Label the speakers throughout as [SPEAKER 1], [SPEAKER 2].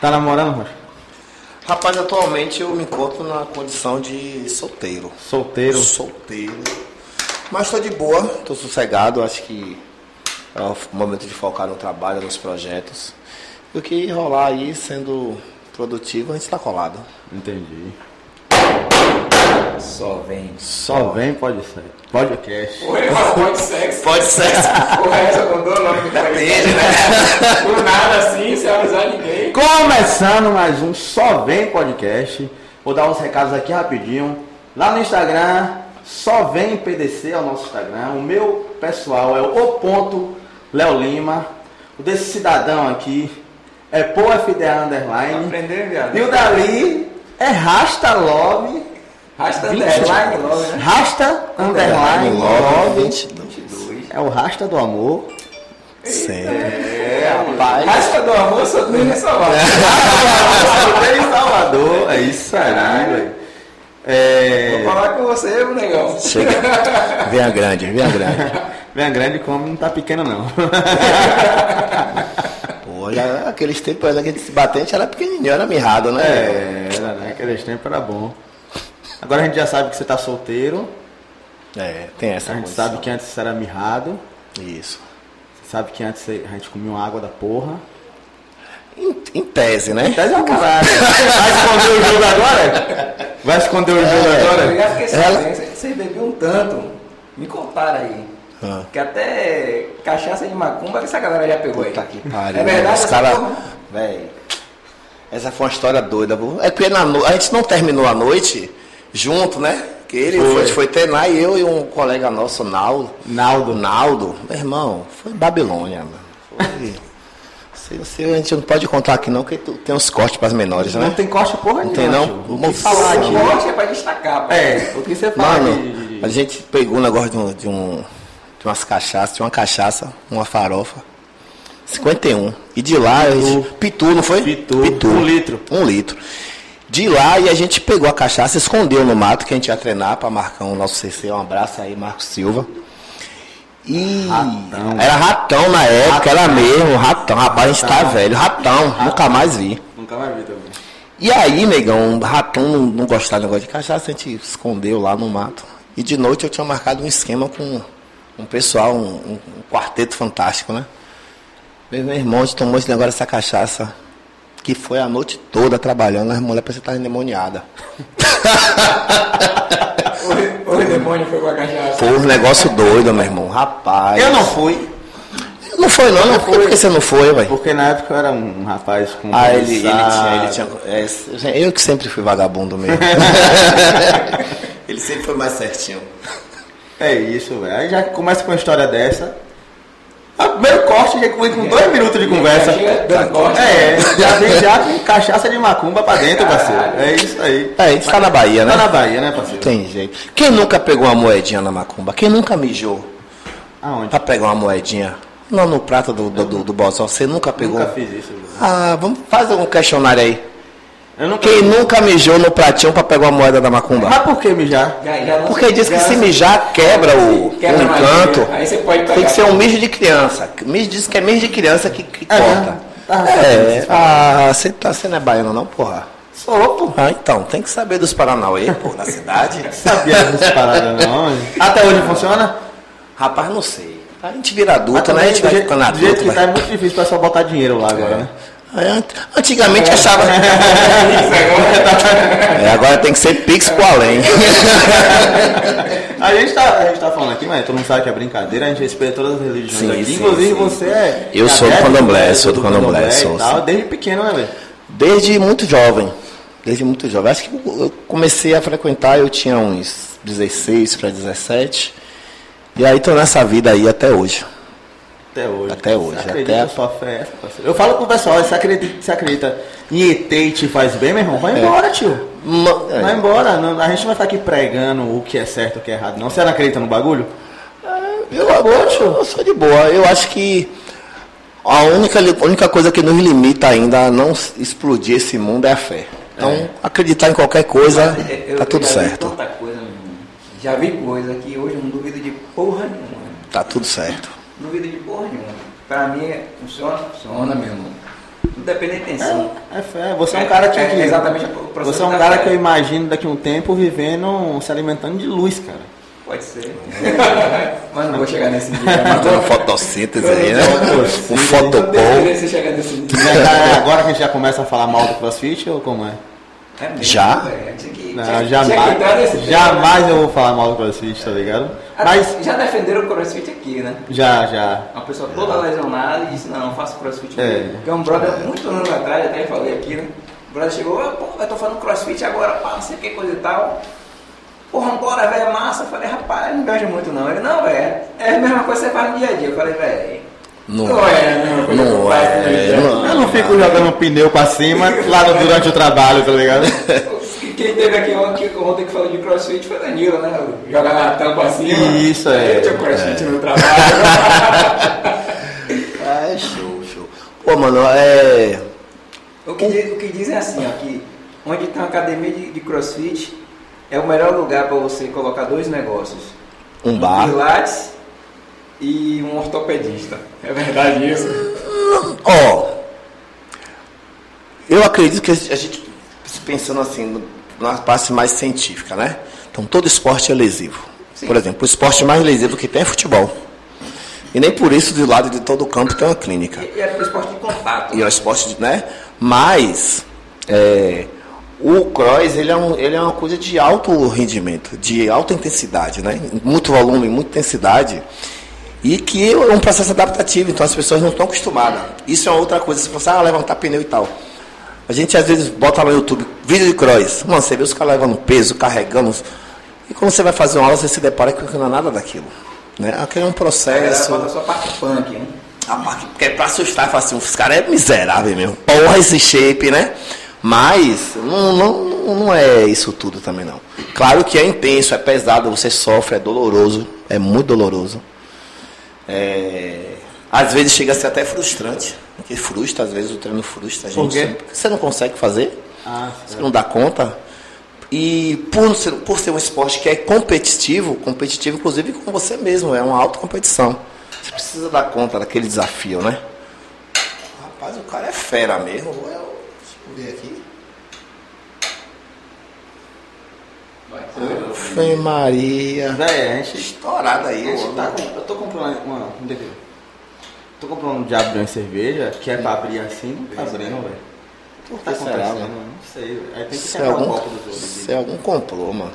[SPEAKER 1] Tá namorando, Rocha?
[SPEAKER 2] Rapaz, atualmente eu me encontro na condição de solteiro.
[SPEAKER 1] Solteiro.
[SPEAKER 2] Solteiro. Mas tô de boa, tô sossegado, acho que é o momento de focar no trabalho, nos projetos. E o que rolar aí, sendo produtivo, a gente tá colado.
[SPEAKER 1] Entendi.
[SPEAKER 3] Só vem.
[SPEAKER 1] Só vem pode ser. Podcast.
[SPEAKER 4] Ou ele fala pode sexo,
[SPEAKER 2] Pode ser.
[SPEAKER 4] o resto não dou o nome do
[SPEAKER 2] Depende,
[SPEAKER 4] podcast.
[SPEAKER 2] né?
[SPEAKER 4] Do nada assim, sem avisar ninguém.
[SPEAKER 1] Começando mais um Só Vem Podcast. Vou dar uns recados aqui rapidinho. Lá no Instagram, Só Vem PDC é o nosso Instagram. O meu pessoal é o ponto Léo Lima. O desse cidadão aqui é PoFDA Underline.
[SPEAKER 3] Aprender, viado.
[SPEAKER 1] E o dali é Rasta Love.
[SPEAKER 3] Rasta
[SPEAKER 1] underline
[SPEAKER 3] underline logo, né?
[SPEAKER 1] Rasta Underline
[SPEAKER 2] Logo,
[SPEAKER 1] Love.
[SPEAKER 2] 22.
[SPEAKER 3] Dois.
[SPEAKER 1] É o Rasta do Amor.
[SPEAKER 2] Sempre.
[SPEAKER 3] É,
[SPEAKER 1] rapaz.
[SPEAKER 3] Rasta do amor, só tem nessa hora.
[SPEAKER 1] Solteiro em Salvador, é isso aí, velho.
[SPEAKER 3] Vou
[SPEAKER 1] É.
[SPEAKER 3] falar com você, meu negão.
[SPEAKER 2] Chega. Vem a grande, vem a grande.
[SPEAKER 1] Minha grande como não tá pequena, não.
[SPEAKER 2] Olha, aqueles tempos ainda que a gente se batia, a gente era pequenininho, era mirrado, né?
[SPEAKER 1] É, era, né? Aqueles tempos era bom. Agora a gente já sabe que você tá solteiro.
[SPEAKER 2] É, tem essa
[SPEAKER 1] A gente
[SPEAKER 2] condição.
[SPEAKER 1] sabe que antes você era mirrado.
[SPEAKER 2] Isso.
[SPEAKER 1] Você sabe que antes você- a gente comia uma água da porra.
[SPEAKER 2] Em, em tese, né?
[SPEAKER 1] Tá de uma caralho. Vai esconder o jogo agora? Vai esconder o jogo
[SPEAKER 2] É.
[SPEAKER 3] Eu
[SPEAKER 1] agora?
[SPEAKER 3] já fiquei
[SPEAKER 2] Ela-
[SPEAKER 3] sabendo, você- você bebeu um tanto. Me contaram aí.
[SPEAKER 2] Ah.
[SPEAKER 3] Que até cachaça de macumba, essa galera já pegou aí.
[SPEAKER 2] Puta que pariu.
[SPEAKER 3] É verdade,
[SPEAKER 2] Os
[SPEAKER 3] essa
[SPEAKER 2] caras.
[SPEAKER 3] porra?
[SPEAKER 2] Véi. Essa foi uma história doida, pô. É porque na no- a gente não terminou a noite junto, né? Que ele
[SPEAKER 1] Foi.
[SPEAKER 2] foi, foi treinar e eu e um colega nosso, Naldo.
[SPEAKER 1] Naldo.
[SPEAKER 2] Naldo, meu irmão, foi Babilônia, mano. Foi. Se, se a gente não pode contar aqui não, porque tu- tem uns cortes para as menores, né?
[SPEAKER 1] Não tem corte porra
[SPEAKER 2] Não tem
[SPEAKER 1] nenhuma,
[SPEAKER 2] não?
[SPEAKER 1] tio. O que
[SPEAKER 2] Vamos
[SPEAKER 1] falar
[SPEAKER 3] O
[SPEAKER 1] aqui?
[SPEAKER 3] corte é pra destacar, pô.
[SPEAKER 1] É, o que você fala de- de- de-
[SPEAKER 2] Mano, a gente pegou um negócio de, um, de, um, de umas cachaças, de uma cachaça, uma farofa. 51. E de lá, a gente. Pitu, não foi?
[SPEAKER 1] Pitu. Um litro.
[SPEAKER 2] Um litro. De lá, e a gente pegou a cachaça, escondeu no mato, que a gente ia treinar pra Marcão, nosso CC. Um abraço aí, Marcos Silva. E
[SPEAKER 1] Ratão.
[SPEAKER 2] era ratão na época, era mesmo, ratão. Rapaz, a gente tá
[SPEAKER 1] Ratão.
[SPEAKER 2] velho, ratão, nunca mais vi.
[SPEAKER 1] Nunca vai ver também.
[SPEAKER 2] E aí, negão, ratão não, não gostava do negócio de cachaça, a gente escondeu lá no mato. E de noite eu tinha marcado um esquema com um pessoal, um, um- um quarteto fantástico, né? Meu meu irmão, a gente tomou esse negócio dessa cachaça, que foi a noite toda trabalhando, as mulheres pareciam estar endemoniadas.
[SPEAKER 3] O, o demônio foi com a cachaça.
[SPEAKER 2] Foi um negócio doido, meu irmão, rapaz.
[SPEAKER 1] Eu não fui.
[SPEAKER 2] Não foi não, não foi. Por que você não foi, velho?
[SPEAKER 1] Porque na época eu era um rapaz com.
[SPEAKER 2] Ah, ele, ele tinha,
[SPEAKER 1] cabeçada.
[SPEAKER 2] ele tinha é, eu que sempre fui vagabundo mesmo. ele sempre foi mais certinho.
[SPEAKER 1] É isso, velho. Aí já começa com uma história dessa. O primeiro corte já vem com dois minutos de conversa.
[SPEAKER 3] Chega dando corte.
[SPEAKER 1] É, já vem já com cachaça de macumba pra dentro, parceiro. É isso aí.
[SPEAKER 2] É, a gente tá na Bahia, né?
[SPEAKER 1] Tá na Bahia, né, parceiro?
[SPEAKER 2] Tem jeito. Quem nunca pegou uma moedinha na macumba? Quem nunca mijou
[SPEAKER 1] Aonde?
[SPEAKER 2] pra pegar uma moedinha? Não no prato do, do, do, do bolsão. Você nunca pegou?
[SPEAKER 1] Nunca fiz isso, velho.
[SPEAKER 2] Ah, vamos fazer um questionário aí.
[SPEAKER 1] Eu nunca.
[SPEAKER 2] Quem nunca mijou no pratinho pra pegar uma moeda da macumba?
[SPEAKER 1] Mas por que mijar?
[SPEAKER 3] Já, já não
[SPEAKER 2] Porque
[SPEAKER 3] se-
[SPEAKER 2] diz que
[SPEAKER 3] já
[SPEAKER 2] se
[SPEAKER 3] não-
[SPEAKER 2] mijar quebra o, o
[SPEAKER 3] Quebra a magia.
[SPEAKER 2] encanto.
[SPEAKER 3] Aí você pode pegar.
[SPEAKER 2] Tem que ser um mijo de criança. Mijo diz que é mijo de criança que, que
[SPEAKER 1] É,
[SPEAKER 2] corta.
[SPEAKER 1] tá
[SPEAKER 2] é, ah, você tá, você não é baiano não, porra?
[SPEAKER 1] Sou, pô.
[SPEAKER 2] Ah, então, tem que saber dos Paranauê, pô, na cidade.
[SPEAKER 1] Sabia dessa parada, não. Até hoje funciona?
[SPEAKER 2] Rapaz, não sei. A gente vira
[SPEAKER 1] Mas
[SPEAKER 2] adulto, né? A
[SPEAKER 1] também,
[SPEAKER 2] gente
[SPEAKER 1] do
[SPEAKER 2] vai
[SPEAKER 1] jeito-
[SPEAKER 2] ficando
[SPEAKER 1] Do jeito
[SPEAKER 2] adulto.
[SPEAKER 1] que tá, é
[SPEAKER 2] Mas...
[SPEAKER 1] muito difícil pra só botar dinheiro lá agora, né?
[SPEAKER 2] É, ant- Antigamente achava.
[SPEAKER 3] Isso agora.
[SPEAKER 2] É, agora tem que ser Pix pro além.
[SPEAKER 1] A gente, tá, a gente tá falando aqui, mas todo mundo sabe que é brincadeira, a gente respeita todas as religiões
[SPEAKER 2] Sim,
[SPEAKER 1] aqui.
[SPEAKER 2] sim,
[SPEAKER 1] Inclusive
[SPEAKER 2] sim.
[SPEAKER 1] você é.
[SPEAKER 2] Eu sou do
[SPEAKER 1] adepto
[SPEAKER 2] candomblé, sou do candomblé,
[SPEAKER 1] e
[SPEAKER 2] sou,
[SPEAKER 1] tal,
[SPEAKER 2] sim.
[SPEAKER 1] Desde pequeno, né, velho?
[SPEAKER 2] Desde muito jovem. Desde muito jovem. Acho que eu eu comecei a frequentar, eu tinha uns 16 para 17. E aí tô nessa vida aí até hoje.
[SPEAKER 1] Até hoje.
[SPEAKER 2] Até hoje,
[SPEAKER 1] Você acredita
[SPEAKER 2] até-
[SPEAKER 1] que a sua fé é essa, parceiro? Eu falo pro pessoal, você acredita, você acredita em ET e te faz bem, meu irmão? Vai embora, tio.
[SPEAKER 2] Ma- é.
[SPEAKER 1] Vai embora. não- a gente não vai ficar aqui pregando o que é certo e o que é errado, não. Você não acredita no bagulho?
[SPEAKER 2] Eu, eu, eu sou de boa. Eu acho que a única, li- única coisa que nos limita ainda a não s- explodir esse mundo é a fé. Então, acreditar em qualquer coisa,
[SPEAKER 3] Eu-
[SPEAKER 2] tá
[SPEAKER 3] eu
[SPEAKER 2] tudo
[SPEAKER 3] já Vi
[SPEAKER 2] certo.
[SPEAKER 3] tanta coisa, meu irmão. já vi coisa que hoje eu não duvido de porra nenhuma.
[SPEAKER 2] Tá tudo certo.
[SPEAKER 3] Não duvido de porra nenhuma. Pra mim, é, funciona, funciona, meu irmão. Tudo depende da intenção.
[SPEAKER 1] É, fé. Você é um cara que.
[SPEAKER 3] É, é exatamente o processo
[SPEAKER 1] Você é um
[SPEAKER 3] da
[SPEAKER 1] cara
[SPEAKER 3] fé.
[SPEAKER 1] que eu imagino daqui a um tempo vivendo, se alimentando de luz, cara.
[SPEAKER 3] Pode ser. Mas não vou chegar nesse dia.
[SPEAKER 2] Tá dando fotossíntese aí, né? Um fotopom.
[SPEAKER 4] Deveria se chegar nesse nível.
[SPEAKER 1] É, cara, é agora que a gente já começa a falar mal do crossfit ou como é?
[SPEAKER 3] É mesmo,
[SPEAKER 2] Já?
[SPEAKER 3] velho, tinha que-
[SPEAKER 1] Não,
[SPEAKER 3] tinha que-
[SPEAKER 4] tinha que entrar nesse
[SPEAKER 1] jamais,
[SPEAKER 4] tema,
[SPEAKER 3] né?
[SPEAKER 1] jamais eu vou falar mal do crossfit, tá ligado?
[SPEAKER 3] Ah,
[SPEAKER 1] Mas
[SPEAKER 3] Já defenderam o crossfit aqui, né?
[SPEAKER 1] já, já.
[SPEAKER 3] Uma pessoa toda lesionada e disse, não, faço crossfit.
[SPEAKER 1] É.
[SPEAKER 3] Porque um brother, muito anos atrás, até falei aqui, né? O brother chegou, "Ah, pô, eu tô fazendo crossfit agora, pá, não sei o que, coisa e tal. Porra, bora, velho, é massa. Eu falei, rapaz, eu não gajo muito não. Ele, não, velho, é a mesma coisa que você faz no dia a dia. Eu falei, velho,
[SPEAKER 2] Não,
[SPEAKER 3] não é a mesma coisa que eu
[SPEAKER 2] não
[SPEAKER 3] faço no dia a
[SPEAKER 2] é.
[SPEAKER 3] dia."
[SPEAKER 2] Não,
[SPEAKER 1] Eu não fico jogando pneu pra cima lá no- durante o trabalho, tá ligado?
[SPEAKER 3] Quem teve aqui ontem, ontem que falou de crossfit foi Danilo, né?
[SPEAKER 4] Jogar na tampa acima.
[SPEAKER 1] Isso, é.
[SPEAKER 4] Eu tinha crossfit no trabalho.
[SPEAKER 2] É, show, show. Pô, mano, é.
[SPEAKER 3] O que, diz- o que dizem é assim, ó, que onde tem uma academia de, de crossfit é o melhor lugar para você colocar dois negócios.
[SPEAKER 2] Um bar.
[SPEAKER 3] Pilates e um ortopedista.
[SPEAKER 4] É verdade isso.
[SPEAKER 2] Ó, eu acredito que a gente, pensando assim, na parte mais científica, né? Então, todo esporte é lesivo. Por exemplo, o esporte mais lesivo que tem é futebol. E nem por isso, do lado de todo o campo, tem uma clínica
[SPEAKER 3] E, e é pro esporte de contato.
[SPEAKER 2] e é um esporte, né? Mas é, o cross ele é, um- ele é uma coisa de alto rendimento, de alta intensidade, né? Muito volume, muita intensidade. E que é um processo adaptativo, então as pessoas não estão acostumadas. Isso é uma outra coisa, se você ah, levantar pneu e tal. A gente às vezes bota lá no YouTube vídeo de cross. Mano, você vê os caras levando peso, carregando. E quando você vai fazer uma aula, você se depara que não é nada daquilo. Né? Aquele é um
[SPEAKER 3] a galera
[SPEAKER 2] processo.
[SPEAKER 3] bota só parte punk, né?
[SPEAKER 2] A parte, porque é pra assustar, fala assim, os caras é miserável mesmo. Porra esse shape, né? Mas não, não, não é isso tudo também não. Claro que é intenso, é pesado, você sofre, é doloroso, é muito doloroso. É, Às vezes chega a ser até frustrante, porque frustra, às vezes o treino frustra a gente.
[SPEAKER 1] Por quê?
[SPEAKER 2] Você- Porque você não consegue fazer,
[SPEAKER 1] Ah,
[SPEAKER 2] você não dá conta. E por ser, por ser um esporte que é competitivo, competitivo inclusive com você mesmo, é uma autocompetição. Você precisa dar conta daquele desafio, né? Rapaz, o cara é fera mesmo. Eu, deixa eu ver aqui. Fê Maria.
[SPEAKER 1] Véi, a gente
[SPEAKER 2] Estourado aí,
[SPEAKER 1] Gente,
[SPEAKER 2] ó.
[SPEAKER 1] tá com- eu tô comprando uma, um DVD. Tô comprando um diabo de uma cerveja, que é pra abrir assim, não tá abrindo, velho. O que tá
[SPEAKER 2] será,
[SPEAKER 1] acontecendo?
[SPEAKER 2] mano?
[SPEAKER 1] Não sei, velho. Aí tem que
[SPEAKER 2] Se
[SPEAKER 1] quebrar o
[SPEAKER 2] é algum,
[SPEAKER 1] copo dos outros.
[SPEAKER 2] se algum comprou, mano.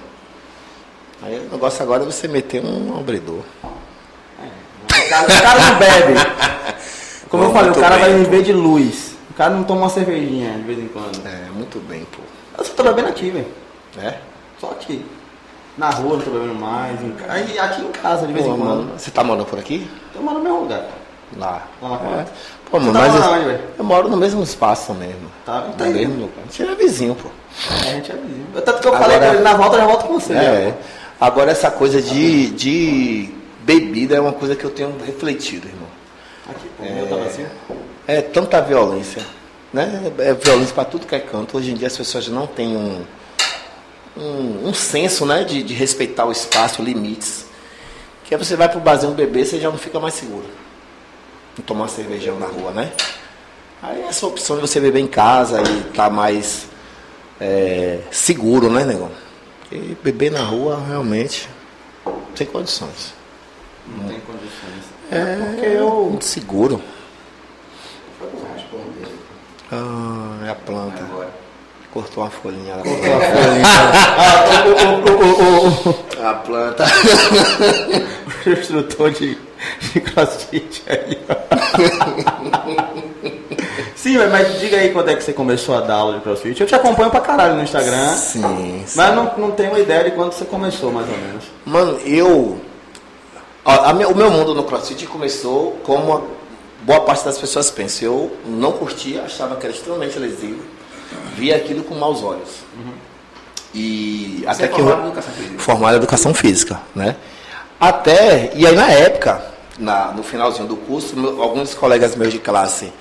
[SPEAKER 2] Aí o negócio agora é você meter um abridor.
[SPEAKER 1] O cara, o cara não bebe. Como eu
[SPEAKER 2] Pô,
[SPEAKER 1] falei, o
[SPEAKER 2] muito
[SPEAKER 1] cara
[SPEAKER 2] bem,
[SPEAKER 1] vai
[SPEAKER 2] pô.
[SPEAKER 1] viver de luz. O cara não toma uma cervejinha de vez em quando.
[SPEAKER 2] É, muito bem, pô.
[SPEAKER 1] Eu só tô bebendo aqui, velho.
[SPEAKER 2] É?
[SPEAKER 1] Só aqui. Na rua eu não tô bebendo mais. Em... ca- Aí, aqui em casa, de vez
[SPEAKER 2] Pô,
[SPEAKER 1] em quando.
[SPEAKER 2] mano, você tá morando por aqui?
[SPEAKER 1] Eu moro no meu lugar, cara.
[SPEAKER 2] Lá.
[SPEAKER 1] Lá na
[SPEAKER 2] é.
[SPEAKER 1] porta.
[SPEAKER 2] Pô, mano,
[SPEAKER 1] tá
[SPEAKER 2] mas
[SPEAKER 1] morando
[SPEAKER 2] eu,
[SPEAKER 1] onde, velho?
[SPEAKER 2] eu moro no mesmo espaço mesmo.
[SPEAKER 1] Tá,
[SPEAKER 2] no
[SPEAKER 1] tá aí.
[SPEAKER 2] mesmo lugar. A gente é vizinho, pô.
[SPEAKER 1] A gente é vizinho. Eu- Tanto que eu
[SPEAKER 2] Agora-
[SPEAKER 1] falei pra ele, na volta eu já volto com você.
[SPEAKER 2] É.
[SPEAKER 1] velho.
[SPEAKER 2] Agora essa coisa
[SPEAKER 1] Tá
[SPEAKER 2] de, de bebida é uma coisa que eu tenho refletido, irmão.
[SPEAKER 1] Aqui, pô, o meu tava assim.
[SPEAKER 2] É tanta violência, né? É violência pra tudo que é canto. Hoje em dia as pessoas não têm um, um, um senso, né? De, de respeitar o espaço, limites. Que aí você vai pro barzinho beber, você já não fica mais seguro. Não tomar uma cervejão na rua, né? Aí essa opção de você beber em casa e tá mais é, seguro, né, negão? Porque beber na rua realmente sem condições.
[SPEAKER 1] Não tem condições.
[SPEAKER 2] É, porque eu. Muito seguro. Ah, é a planta. Cortou uma folhinha lá. A planta.
[SPEAKER 1] o instrutor de, de crossfit aí, ó. Sim, mas- mas diga aí quando é que você começou a dar aula de crossfit. Eu te acompanho pra caralho no Instagram,
[SPEAKER 2] Sim, sim.
[SPEAKER 1] mas não, não tenho ideia de quando você começou, mais ou menos.
[SPEAKER 2] Mano, eu. ó, a minha- o meu mundo no crossfit começou como a boa parte das pessoas pensa. Eu não curtia, achava que era extremamente lesivo. Via aquilo com maus olhos. E
[SPEAKER 3] Você
[SPEAKER 2] até
[SPEAKER 3] é
[SPEAKER 2] que. eu-
[SPEAKER 3] formado em educação física?
[SPEAKER 2] formado em educação física, né? Até, e aí na época, na- no finalzinho do curso, meu- alguns colegas meus de classe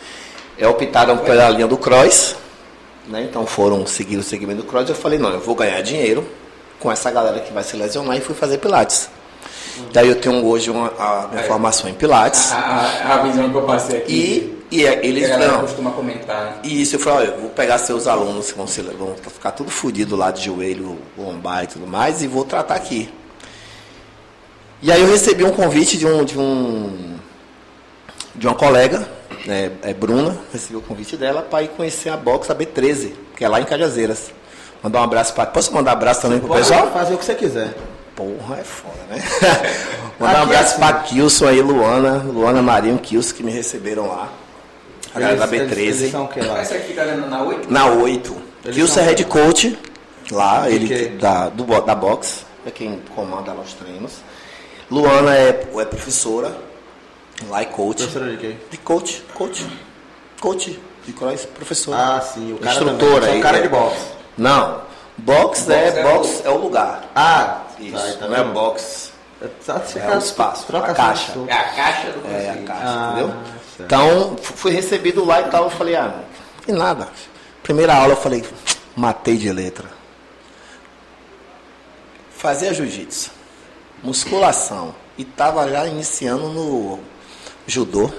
[SPEAKER 2] eh, optaram pela linha do cross, né? Então foram seguir o segmento do cross. Eu falei, não, eu vou ganhar dinheiro com essa galera que vai se lesionar e fui fazer pilates. Daí eu tenho hoje uma, a minha formação em pilates.
[SPEAKER 4] A, a- a visão que eu passei aqui.
[SPEAKER 2] E E é-
[SPEAKER 4] Ah, E a
[SPEAKER 2] eles
[SPEAKER 4] galera
[SPEAKER 2] não.
[SPEAKER 4] costuma comentar, né?
[SPEAKER 2] E isso eu falei, olha, eu vou pegar seus alunos que vão, se, vão ficar tudo fodido lá de joelho, lombar e tudo mais, e vou tratar aqui. E aí eu recebi um convite de um. de, um, de uma colega, né, é Bruna, recebi o convite dela para ir conhecer a box, a B13, que é lá em Cajazeiras. Mandar um abraço para. Posso mandar um abraço também pro
[SPEAKER 1] Pode
[SPEAKER 2] pessoal?
[SPEAKER 1] fazer o que você quiser.
[SPEAKER 2] Porra, é foda, né? Mandar um
[SPEAKER 1] Aqui é
[SPEAKER 2] abraço
[SPEAKER 1] assim.
[SPEAKER 2] pra Kilson aí, Luana, Luana Marinho, Kilson, que me receberam lá. A galera da
[SPEAKER 1] Eles- eles- eles
[SPEAKER 2] B13.
[SPEAKER 1] são o que lá?
[SPEAKER 2] é tipo
[SPEAKER 4] Essa aqui fica olhando na 8?
[SPEAKER 2] Na 8.
[SPEAKER 1] Eles
[SPEAKER 2] Kilson
[SPEAKER 1] são-
[SPEAKER 2] é head coach lá, ele
[SPEAKER 1] Ok.
[SPEAKER 2] da, do, bo- da box, é quem comanda lá os treinos. Luana é, é professora lá e coach.
[SPEAKER 1] Professora de quê?
[SPEAKER 2] De coach, coach, coach de cross, professora.
[SPEAKER 1] Ah, sim, o cara
[SPEAKER 2] Instrutora
[SPEAKER 1] também.
[SPEAKER 2] um aí,
[SPEAKER 1] O cara
[SPEAKER 2] é.
[SPEAKER 1] de boxe.
[SPEAKER 2] Não, box, é,
[SPEAKER 4] é
[SPEAKER 2] box é o lugar.
[SPEAKER 1] Ah,
[SPEAKER 2] Isso,
[SPEAKER 1] tá, então
[SPEAKER 2] não é box.
[SPEAKER 1] Tá, você
[SPEAKER 2] É
[SPEAKER 1] tá-
[SPEAKER 2] o espaço,
[SPEAKER 1] troca
[SPEAKER 2] a
[SPEAKER 1] só
[SPEAKER 2] caixa.
[SPEAKER 1] isso.
[SPEAKER 4] É a caixa do
[SPEAKER 2] É, a
[SPEAKER 4] Brasil.
[SPEAKER 2] caixa,
[SPEAKER 1] Ah,
[SPEAKER 2] entendeu?
[SPEAKER 1] certo.
[SPEAKER 2] Então, fu- fui recebido lá e tal, eu falei, ah, não tem nada. Primeira aula eu falei, matei de letra. Fazia jiu-jitsu, musculação, e tava já iniciando no judô.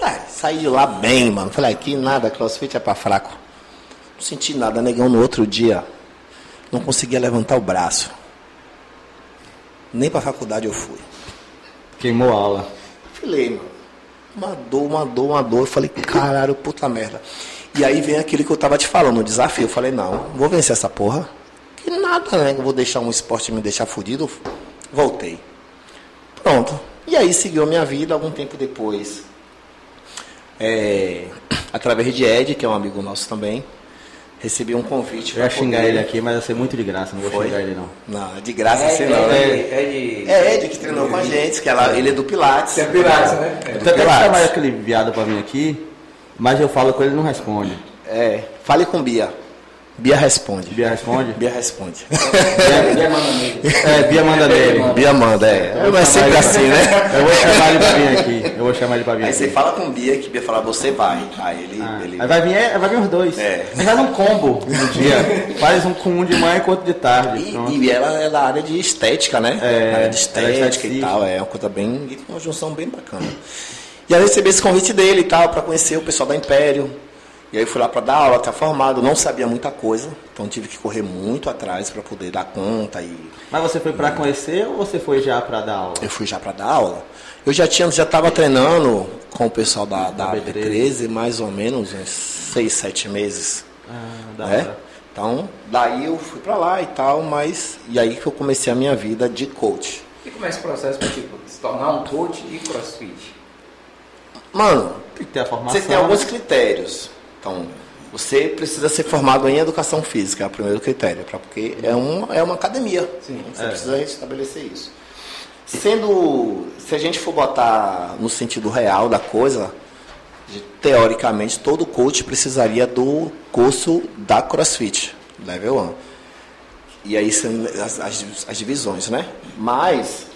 [SPEAKER 2] Ah, saí de lá bem, mano. Falei, aqui nada, crossfit é pra fraco. Não senti nada, negão, no outro dia. Não conseguia levantar o braço. Nem pra faculdade eu fui.
[SPEAKER 1] Queimou a aula.
[SPEAKER 2] Filei, mano. Uma dor, uma dor, uma dor. Eu falei, caralho, puta merda. E aí vem aquele que eu tava te falando, o desafio. Eu falei, não, vou vencer essa porra. Que nada, né? Eu vou deixar um esporte me deixar fudido. Voltei. Pronto. E aí seguiu a minha vida algum tempo depois. É, através de Ed, que é um amigo nosso também, recebi um convite.
[SPEAKER 1] Eu ia
[SPEAKER 2] pra
[SPEAKER 1] xingar
[SPEAKER 2] poder-
[SPEAKER 1] ele aqui, mas ia ser muito de graça, não vou
[SPEAKER 2] Foi?
[SPEAKER 1] xingar ele não.
[SPEAKER 2] Não, é de graça
[SPEAKER 4] É,
[SPEAKER 2] assim não,
[SPEAKER 4] é,
[SPEAKER 2] né?
[SPEAKER 4] é de.
[SPEAKER 2] É Ed que treinou com a gente, que ela, ele é do Pilates.
[SPEAKER 4] Você é pirata, né? É.
[SPEAKER 1] Eu até que
[SPEAKER 2] Pilates.
[SPEAKER 1] chamar aquele viado pra vir aqui, mas eu falo com ele e não responde.
[SPEAKER 2] É, fale com Bia. Bia responde. Bia,
[SPEAKER 1] Bia responde?
[SPEAKER 2] responde.
[SPEAKER 1] Bia,
[SPEAKER 4] Ele é mano amigo.
[SPEAKER 1] é, Bia manda nele.
[SPEAKER 2] Bia manda, é. Mas sempre assim, né?
[SPEAKER 1] Eu vou chamar ele pra vir aqui. Eu vou chamar ele pra vir
[SPEAKER 2] Aí você
[SPEAKER 1] aqui.
[SPEAKER 2] fala com Bia que Bia fala, você vai. Aí ele.
[SPEAKER 1] Ah,
[SPEAKER 2] ele-
[SPEAKER 1] Aí vai vir, é, vai vir os dois.
[SPEAKER 2] É.
[SPEAKER 1] Aí Faz um combo no dia. Faz um com um de manhã e com outro de tarde. Pronto.
[SPEAKER 2] E, e ela é da área de estética, né?
[SPEAKER 1] É,
[SPEAKER 2] área de
[SPEAKER 1] ela é
[SPEAKER 2] estética e
[SPEAKER 1] esteticista.
[SPEAKER 2] tal. É uma coisa bem. e Uma junção bem bacana. E aí eu recebi esse convite dele e tal, pra conhecer o pessoal da Império. E aí eu fui lá pra dar aula, tá formado, não sabia muita coisa, então tive que correr muito atrás pra poder dar conta e
[SPEAKER 1] Mas você foi pra conhecer ou você foi já pra dar aula?
[SPEAKER 2] Eu fui já para dar aula. Eu já tinha, já estava treinando com o pessoal da, da,
[SPEAKER 1] Da
[SPEAKER 2] B13, mais ou menos uns 6, 7 meses.
[SPEAKER 1] Ah, da
[SPEAKER 2] Né?
[SPEAKER 1] hora.
[SPEAKER 2] Então, daí eu fui para lá e tal, mas. E aí que eu comecei a minha vida de coach.
[SPEAKER 4] E como é esse processo pra tipo, se tornar um coach e crossfit?
[SPEAKER 2] Mano,
[SPEAKER 1] Tem que ter a formação.
[SPEAKER 2] você tem alguns critérios. Então, você precisa ser formado em educação física, é o primeiro critério, pra, porque é, um, é uma academia.
[SPEAKER 4] Sim,
[SPEAKER 2] você
[SPEAKER 1] é.
[SPEAKER 2] precisa estabelecer isso. Sendo, se a gente for botar no sentido real da coisa, de- teoricamente todo coach precisaria do curso da CrossFit, Level 1. E aí são as, as, as divisões, né? Mas,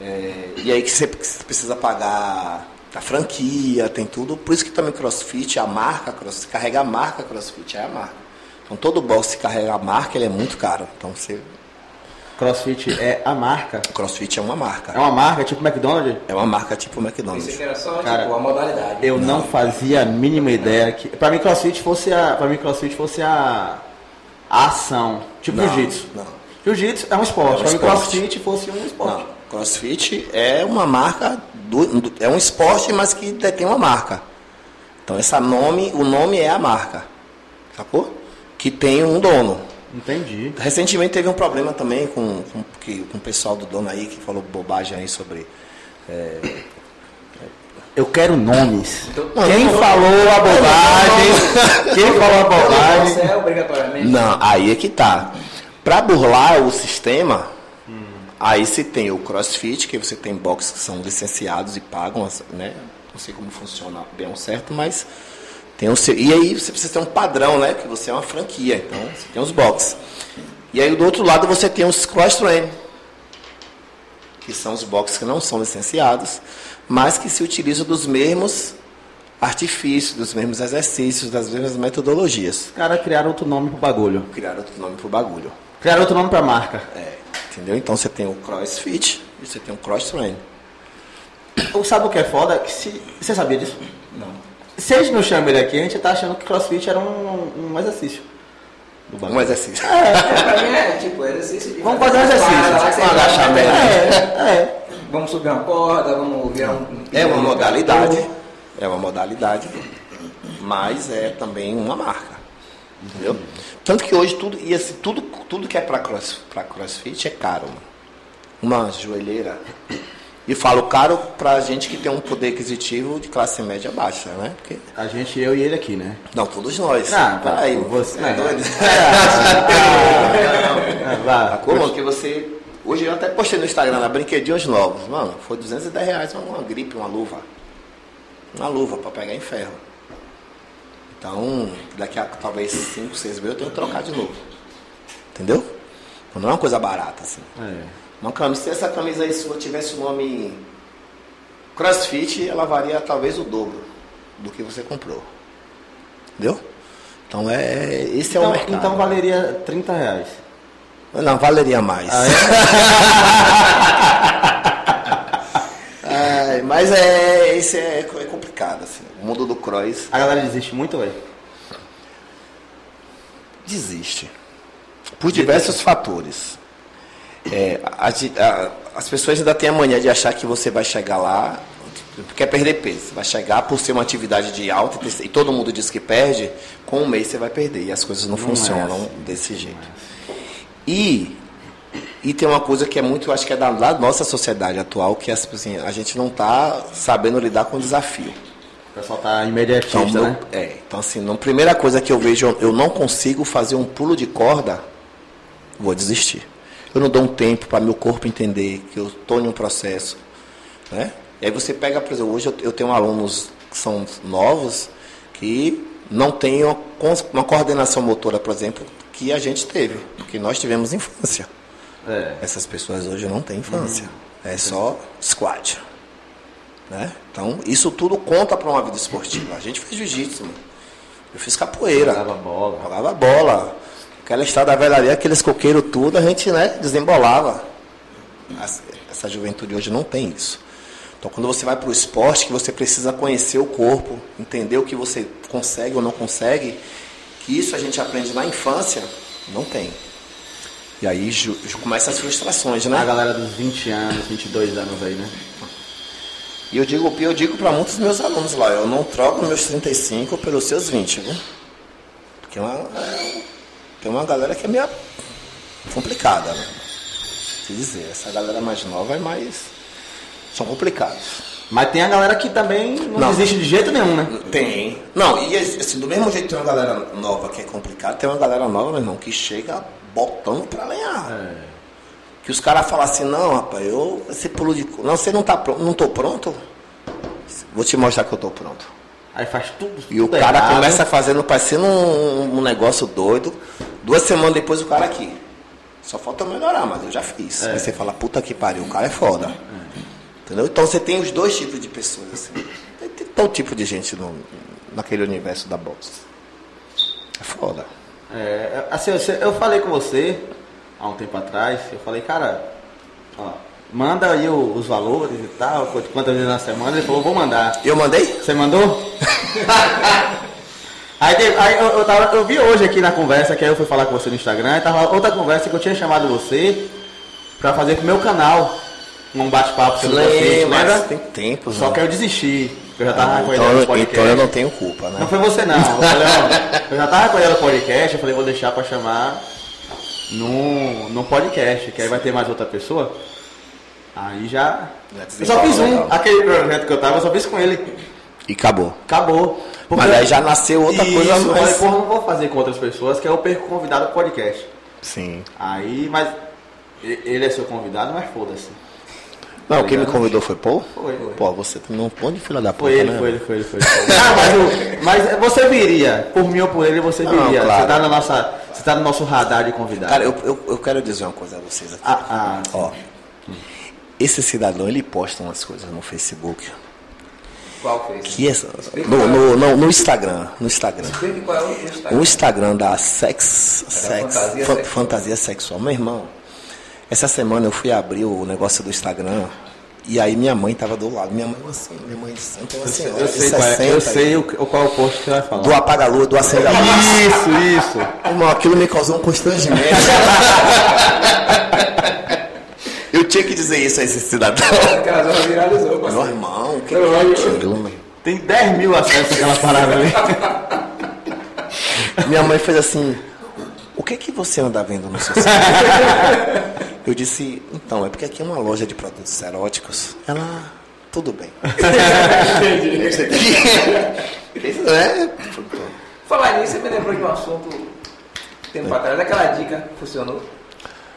[SPEAKER 2] é, e aí que você precisa pagar a franquia, tem tudo. Por isso que também CrossFit, a marca CrossFit, carrega a marca CrossFit, é a marca. Então todo box que carrega a marca, ele é muito caro. Então você,
[SPEAKER 1] Crossfit é a marca.
[SPEAKER 2] CrossFit é uma marca.
[SPEAKER 1] É uma marca tipo McDonald's?
[SPEAKER 2] É uma marca tipo McDonald's.
[SPEAKER 4] Pensei que era só
[SPEAKER 1] Cara,
[SPEAKER 4] tipo, a modalidade.
[SPEAKER 1] Eu não, fazia a mínima ideia que. Pra mim crossfit fosse a. Pra mim crossfit fosse a. a ação. Tipo
[SPEAKER 2] Não,
[SPEAKER 1] jiu-jitsu.
[SPEAKER 2] não.
[SPEAKER 1] Jiu-jitsu é um esporte.
[SPEAKER 2] É um
[SPEAKER 1] pra mim
[SPEAKER 2] esporte.
[SPEAKER 1] crossfit fosse um esporte.
[SPEAKER 2] Não, CrossFit é uma marca, do- do- é um esporte, mas que detém uma marca. Então essa nome, o nome é a marca, sacou? Que tem um dono.
[SPEAKER 1] Entendi.
[SPEAKER 2] Recentemente teve um problema também com, com, que- com o pessoal do dono aí que falou bobagem aí sobre.
[SPEAKER 1] Eu quero nomes.
[SPEAKER 2] Não,
[SPEAKER 1] quem
[SPEAKER 2] não, não.
[SPEAKER 1] falou a bobagem? Quem falou a
[SPEAKER 4] Você
[SPEAKER 1] bobagem?
[SPEAKER 4] é obrigatoriamente.
[SPEAKER 2] Não, aí é que tá. Pra burlar o sistema, aí se tem o CrossFit, que você tem boxes que são licenciados e pagam, as- né? Não sei como funciona bem ao certo, mas tem o seu. E aí você precisa ter um padrão, né? Que você é uma franquia, então você tem os boxes. E aí do outro lado você tem os cross-training, que são os boxes que não são licenciados, mas que se utilizam dos mesmos artifícios, dos mesmos exercícios, das mesmas metodologias.
[SPEAKER 1] Os caras criaram outro nome pro bagulho.
[SPEAKER 2] Criaram outro nome pro bagulho.
[SPEAKER 1] Criaram outro nome pra marca.
[SPEAKER 2] É, entendeu? Então você tem o CrossFit e você tem o cross training.
[SPEAKER 1] Sabe o que é foda? Que se... Você sabia disso?
[SPEAKER 4] Não.
[SPEAKER 1] Se a gente não chama ele aqui, a gente tá achando que crossfit era um, um exercício. Do
[SPEAKER 2] Um exercício.
[SPEAKER 3] É, pra mim é tipo exercício de.
[SPEAKER 1] Vamos fazer um
[SPEAKER 3] Para lá,
[SPEAKER 1] exercício.
[SPEAKER 3] sei lá,
[SPEAKER 2] agachamento.
[SPEAKER 1] É, é.
[SPEAKER 3] Vamos subir uma corda, vamos virar um.
[SPEAKER 2] É uma modalidade. É uma modalidade. Mas é também uma marca. Entendeu? Tanto que hoje tudo, e assim, tudo, tudo que é para cross, pra crossfit é caro, mano. Uma joelheira. E falo caro pra gente que tem um poder aquisitivo de classe média baixa, né? Porque,
[SPEAKER 1] A gente, eu e ele aqui, né?
[SPEAKER 2] não, todos nós.
[SPEAKER 1] Ah,
[SPEAKER 2] Peraí,
[SPEAKER 1] você-
[SPEAKER 2] é doido.
[SPEAKER 1] Ah, vá.
[SPEAKER 2] Sacou, mano? Que você. Hoje eu até postei no Instagram, na brinquedinhos novos. Mano, foi 210 reais uma, uma gripe, uma luva. Uma luva pra pegar em ferro. Então, daqui a talvez 5, 6 mil eu tenho que trocar de novo. Entendeu? Então, não é uma coisa barata assim.
[SPEAKER 1] É.
[SPEAKER 2] Uma camisa, se essa camisa aí sua tivesse o nome CrossFit, ela varia talvez o dobro do que você comprou. Entendeu? Então é. Esse é o
[SPEAKER 1] Então,
[SPEAKER 2] mercado.
[SPEAKER 1] então valeria 30 reais.
[SPEAKER 2] Não, valeria mais. Ai, mas é, esse é, é complicado, assim. O mundo do cross
[SPEAKER 1] A galera desiste muito, velho.
[SPEAKER 2] desiste. Por diversos fatores. É, a di- a- as pessoas ainda têm a mania de achar que você vai chegar lá, quer perder peso, vai chegar por ser uma atividade de alta intensi- e todo mundo diz que perde, com um mês você vai perder e as coisas não,
[SPEAKER 1] Não é
[SPEAKER 2] funcionam
[SPEAKER 1] assim,
[SPEAKER 2] desse jeito. E e tem uma coisa que é muito, eu acho que é da, da nossa sociedade atual, que é, assim, a gente não está sabendo lidar com o desafio.
[SPEAKER 1] O pessoal tá
[SPEAKER 2] Então,
[SPEAKER 1] imediatista,
[SPEAKER 2] meu-
[SPEAKER 1] né?
[SPEAKER 2] é, então assim, a primeira coisa que eu vejo, eu não consigo fazer um pulo de corda, vou desistir. Eu não dou um tempo para meu corpo entender que eu estou em um processo. Né? E aí você pega, por exemplo, hoje eu, eu tenho alunos que são novos que não têm uma, cons- uma coordenação motora, por exemplo, que a gente teve, que nós tivemos infância.
[SPEAKER 1] É.
[SPEAKER 2] Essas pessoas hoje não têm infância. É só squat. Né? Então, isso tudo conta para uma vida esportiva. A gente fez jiu-jitsu, mano. Eu fiz capoeira,
[SPEAKER 1] Jogava bola.
[SPEAKER 2] jogava bola. Aquela estrada da velharia, aqueles coqueiros tudo, a gente né, desembolava. As- Essa juventude hoje não tem isso. Então, quando você vai para o esporte, que você precisa conhecer o corpo, entender o que você consegue ou não consegue, que isso a gente aprende na infância, não tem. E aí ju- ju- começam as frustrações, né?
[SPEAKER 1] A galera dos 20 anos, 22 anos aí, né?
[SPEAKER 2] E eu digo, eu digo para muitos meus alunos lá, eu não troco meus 35 pelos seus 20, viu? Porque é uma, é- tem uma galera que é meio complicada, né? Quer dizer, essa galera mais nova é mais. São complicados.
[SPEAKER 1] Mas tem a galera que também não,
[SPEAKER 2] Não.
[SPEAKER 1] desiste de jeito nenhum, né?
[SPEAKER 2] Tem. Não, e assim, do mesmo jeito que tem uma galera nova que é complicada, tem uma galera nova, meu irmão, que chega botando pra lenhar. Que os caras falam assim, não, rapaz, eu esse pulo de. co- Não, você não tá pronto. Não tô pronto? Vou te mostrar que eu tô pronto.
[SPEAKER 1] Aí faz tudo.
[SPEAKER 2] E o
[SPEAKER 1] tudo
[SPEAKER 2] cara
[SPEAKER 1] errado.
[SPEAKER 2] começa fazendo, parecendo um, um negócio doido. Duas semanas depois o cara aqui. Só falta eu melhorar, mas eu já fiz.
[SPEAKER 1] É.
[SPEAKER 2] Aí você fala, puta que pariu, o cara é foda. Entendeu? Então você tem os dois tipos de pessoas. Assim. Tem, tem todo tipo de gente no, naquele universo da boxe. É foda.
[SPEAKER 1] É, assim, eu, eu falei com você há um tempo atrás, eu falei, cara, ó, manda aí o- os valores e tal, quant- quantas vezes na semana, ele falou, vou mandar.
[SPEAKER 2] Eu mandei?
[SPEAKER 1] Você mandou? aí teve- aí eu, eu tava- eu vi hoje aqui na conversa, que aí eu fui falar com você no Instagram, e tava outra conversa que eu tinha chamado você pra fazer com o meu canal um bate-papo sobre você,
[SPEAKER 2] mas
[SPEAKER 1] lembra?
[SPEAKER 2] tem tempo.
[SPEAKER 1] Só
[SPEAKER 2] né?
[SPEAKER 1] que eu desisti, porque eu já tava
[SPEAKER 2] Ah,
[SPEAKER 1] com a
[SPEAKER 2] então,
[SPEAKER 1] ideia do
[SPEAKER 2] eu,
[SPEAKER 1] podcast.
[SPEAKER 2] então eu não tenho culpa, né?
[SPEAKER 1] Não foi você não. Eu, falei, ó, eu já tava com ela no podcast, eu falei, vou deixar pra chamar num, num podcast, que aí vai ter mais outra pessoa. Aí já.
[SPEAKER 2] Já
[SPEAKER 1] Eu só fiz um,
[SPEAKER 2] legal.
[SPEAKER 1] aquele projeto que eu tava, eu só fiz com ele.
[SPEAKER 2] E acabou.
[SPEAKER 1] Acabou.
[SPEAKER 2] Mas aí já nasceu outra
[SPEAKER 1] Isso,
[SPEAKER 2] coisa
[SPEAKER 1] Eu falei,
[SPEAKER 2] mais.
[SPEAKER 1] porra, não vou fazer com outras pessoas, que aí eu perco o convidado pro podcast.
[SPEAKER 2] Sim.
[SPEAKER 1] Aí, mas. e- Ele é seu convidado, mas foda-se.
[SPEAKER 2] Não, quem me convidou foi Paul?
[SPEAKER 1] Foi, foi.
[SPEAKER 2] Pô, você também um pão de filha da puta,
[SPEAKER 1] Foi ele,
[SPEAKER 2] né?
[SPEAKER 1] foi ele, foi ele, foi ele. Ah, mas, o- mas você viria, por mim ou por ele, você
[SPEAKER 2] Não,
[SPEAKER 1] viria. Você,
[SPEAKER 2] claro.
[SPEAKER 1] tá na nossa, você tá no nosso radar de convidado.
[SPEAKER 2] Cara, eu, eu, eu quero dizer uma coisa a vocês aqui.
[SPEAKER 1] Ah, ah, sim.
[SPEAKER 2] Ó, esse cidadão, ele posta umas coisas no Facebook.
[SPEAKER 4] Qual fez?
[SPEAKER 2] Que é, no, no, não, no Instagram, no Instagram.
[SPEAKER 4] Teve qual é o Instagram?
[SPEAKER 2] O Instagram da Sex, sex
[SPEAKER 4] fantasia
[SPEAKER 2] fan-
[SPEAKER 4] sexual.
[SPEAKER 2] fantasia Sexual. Meu irmão, essa semana eu fui abrir o negócio do Instagram E aí minha mãe tava do lado. Minha mãe, assim, minha mãe de sempre, uma senhora
[SPEAKER 1] Eu
[SPEAKER 2] de
[SPEAKER 1] sei, qual é, eu
[SPEAKER 2] 60,
[SPEAKER 1] sei o, o- qual é o posto que você vai falar.
[SPEAKER 2] Do apaga-lua, do acenda-luz.
[SPEAKER 1] Isso, isso.
[SPEAKER 2] Irmão, aquilo me causou um constrangimento. eu tinha que dizer isso a esse cidadão.
[SPEAKER 3] Aquelas horas viralizou,
[SPEAKER 2] Meu
[SPEAKER 3] parceiro.
[SPEAKER 2] irmão, o que que é aquilo, meu?
[SPEAKER 1] Tem 10 mil acessos aquela parada ali.
[SPEAKER 2] Minha mãe fez assim: O que que você anda vendo no seu celular? Eu disse: Então, é porque aqui é uma loja de produtos eróticos. Ela, tudo bem. Isso aqui- Isso é-
[SPEAKER 3] Falar nisso, você me lembrou de um assunto tempo atrás, daquela dica funcionou.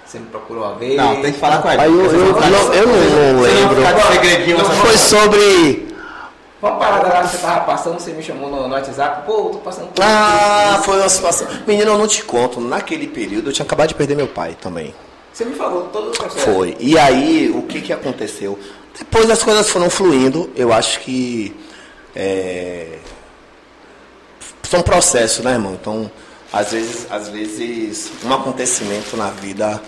[SPEAKER 3] Você me procurou uma vez.
[SPEAKER 1] É. Não, tem que falar com a gente.
[SPEAKER 2] Aí eu, eu, não, eu não- não lembro.
[SPEAKER 1] Ficar de segredinho,
[SPEAKER 2] Não
[SPEAKER 1] essa
[SPEAKER 2] foi sobre.
[SPEAKER 3] Uma parada lá que você tava passando, você me chamou no, no WhatsApp, pô, tô passando por
[SPEAKER 2] Ah, foi uma situação. Menino, eu não te conto. Naquele período eu tinha acabado de perder meu pai também.
[SPEAKER 3] Você me falou todo o processo.
[SPEAKER 2] Foi. E aí, o que, que aconteceu? Depois as coisas foram fluindo, eu acho que. É, são processos, né, irmão? Então, às vezes, às vezes um acontecimento na vida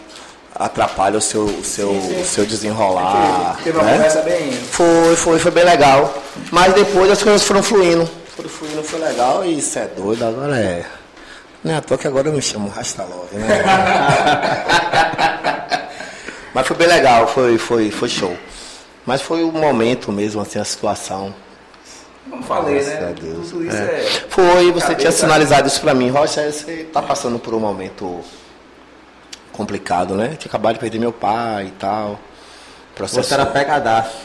[SPEAKER 2] atrapalha o seu, o seu, O seu desenrolar.
[SPEAKER 3] Teve uma
[SPEAKER 2] né?
[SPEAKER 3] conversa bem.
[SPEAKER 2] Foi, foi, foi bem legal. Mas depois as coisas foram fluindo. Foram fluindo, foi legal. E isso é doido, agora é. Não é à toa que agora eu me chamo Rastalove, né? Mas foi bem legal, foi, foi, foi show. Mas foi o momento mesmo, assim, a situação.
[SPEAKER 3] Como falei,
[SPEAKER 2] Graças
[SPEAKER 3] né?
[SPEAKER 2] a Deus.
[SPEAKER 3] Tudo isso
[SPEAKER 2] É.
[SPEAKER 3] é.
[SPEAKER 2] Foi, você
[SPEAKER 3] Cabeça.
[SPEAKER 2] tinha sinalizado isso pra mim. Rocha, você tá passando por um momento complicado, né? Tinha acabado de perder meu pai e tal. Processo
[SPEAKER 1] Você era pegadaço.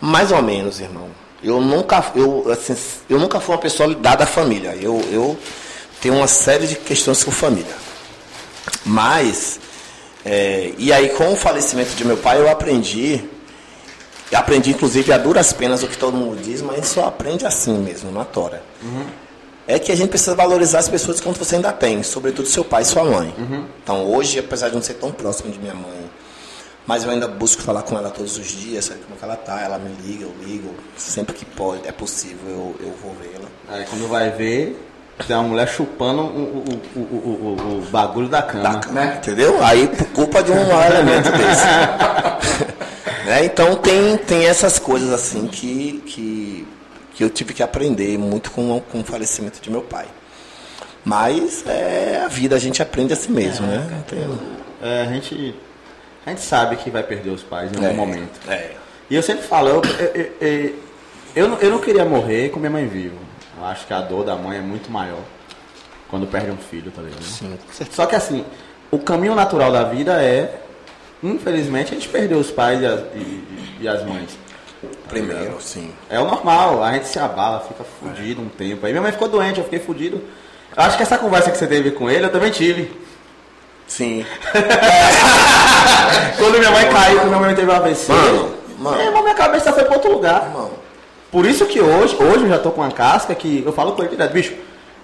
[SPEAKER 2] mais ou menos, irmão. Eu nunca, eu, assim, eu nunca fui uma pessoa ligada à família. Eu, eu tenho uma série de questões com família. Mas, é, e aí com o falecimento de meu pai, eu aprendi, eu aprendi inclusive a duras penas o que todo mundo diz, mas só aprende assim mesmo, na tora. É que a gente precisa valorizar as pessoas quando você ainda tem, sobretudo seu pai e sua mãe. Então hoje, apesar de não ser tão próximo de minha mãe, mas eu ainda busco falar com ela todos os dias, saber como é que ela tá, ela me liga, eu ligo, sempre que pode, é possível, eu, eu vou vê-la.
[SPEAKER 1] Aí quando vai ver, tem uma mulher chupando o, o, o, o, o- o bagulho da cama.
[SPEAKER 3] Né?
[SPEAKER 2] Entendeu? Aí por culpa de um elemento desse. Né? Então tem, tem essas coisas assim que, que, que eu tive que aprender muito com, o- com o falecimento de meu pai. Mas é a vida, a gente aprende a si mesmo, né? Não tem-
[SPEAKER 1] É, a, gente, a gente sabe que vai perder os pais em algum
[SPEAKER 2] é,
[SPEAKER 1] momento.
[SPEAKER 2] É.
[SPEAKER 1] E eu sempre falo, eu, eu, eu, eu não, eu não queria morrer com minha mãe viva. Eu acho que a dor da mãe é muito maior quando perde um filho, tá ligado?
[SPEAKER 2] Sim.
[SPEAKER 1] Só que assim, o caminho natural da vida é, infelizmente, a gente perder os pais e as, e- e- e as mães.
[SPEAKER 2] Primeiro, sim.
[SPEAKER 1] É o normal, a gente se abala, fica fudido um tempo. Aí minha mãe ficou doente, eu fiquei fudido. Eu acho que essa conversa que você teve com ele, eu também tive.
[SPEAKER 2] Sim.
[SPEAKER 1] Quando minha mãe caiu, quando minha mãe teve um AVC.
[SPEAKER 2] Mano, mano.
[SPEAKER 1] é, mas minha cabeça foi pra outro lugar.
[SPEAKER 2] Irmão,
[SPEAKER 1] Por isso que hoje, hoje eu já tô com uma casca que eu falo com ele direto, bicho,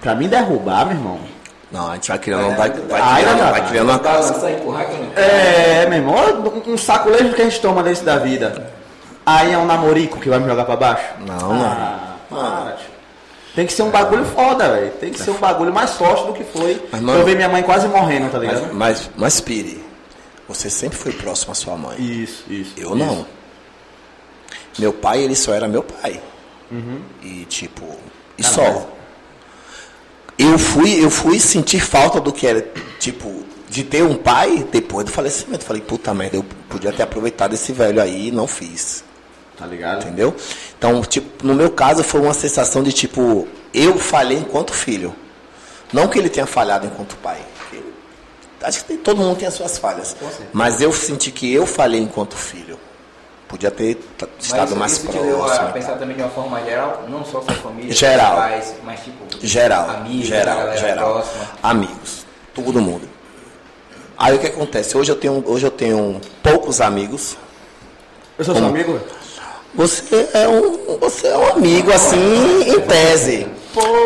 [SPEAKER 1] pra mim derrubar, meu irmão.
[SPEAKER 2] Não, a gente vai criando, vai, vai,
[SPEAKER 1] Ai,
[SPEAKER 2] criando,
[SPEAKER 1] não,
[SPEAKER 2] vai
[SPEAKER 1] não.
[SPEAKER 2] criando uma casa.
[SPEAKER 3] Balançar, empurrar que eu não.
[SPEAKER 1] É, meu irmão, olha um sacolejo que a gente toma desse da vida. Aí é um namorico que vai me jogar pra baixo.
[SPEAKER 2] Não, não.
[SPEAKER 1] Ah. para, tio. Tem que ser um bagulho foda, velho. Tem que ser um bagulho mais forte do que foi.
[SPEAKER 2] Mas, mano-
[SPEAKER 1] eu vi minha mãe quase morrendo, tá ligado?
[SPEAKER 2] Mas, mas, mas Pire, você sempre foi próximo à sua mãe.
[SPEAKER 1] Isso, isso.
[SPEAKER 2] Eu não. Meu pai, ele só era meu pai. E tipo, e só. Eu fui, eu fui sentir falta do que era, tipo, de ter um pai depois do falecimento. Falei, puta merda, eu podia ter aproveitado esse velho aí e não fiz.
[SPEAKER 1] Tá ligado?
[SPEAKER 2] Entendeu? Então, tipo, no meu caso foi uma sensação de tipo, eu falhei enquanto filho. Não que ele tenha falhado enquanto pai. Ele- Acho que tem- todo mundo tem as suas falhas. Mas eu senti que eu falhei enquanto filho. Podia ter t-
[SPEAKER 3] Mas
[SPEAKER 2] estado
[SPEAKER 3] isso,
[SPEAKER 2] mais
[SPEAKER 3] isso te
[SPEAKER 2] próximo.
[SPEAKER 3] deu a pensar também de uma forma geral, não só sua família,
[SPEAKER 2] Geral.
[SPEAKER 3] seus pais, mas tipo,
[SPEAKER 2] Geral,
[SPEAKER 3] amigos,
[SPEAKER 2] geral,
[SPEAKER 3] galera
[SPEAKER 2] geral.
[SPEAKER 3] próxima.
[SPEAKER 2] Amigos, todo mundo. Aí o que acontece? Hoje eu tenho, hoje eu tenho poucos amigos.
[SPEAKER 1] Eu sou seu amigo? velho?
[SPEAKER 2] Você é um, você é um amigo, assim, em tese.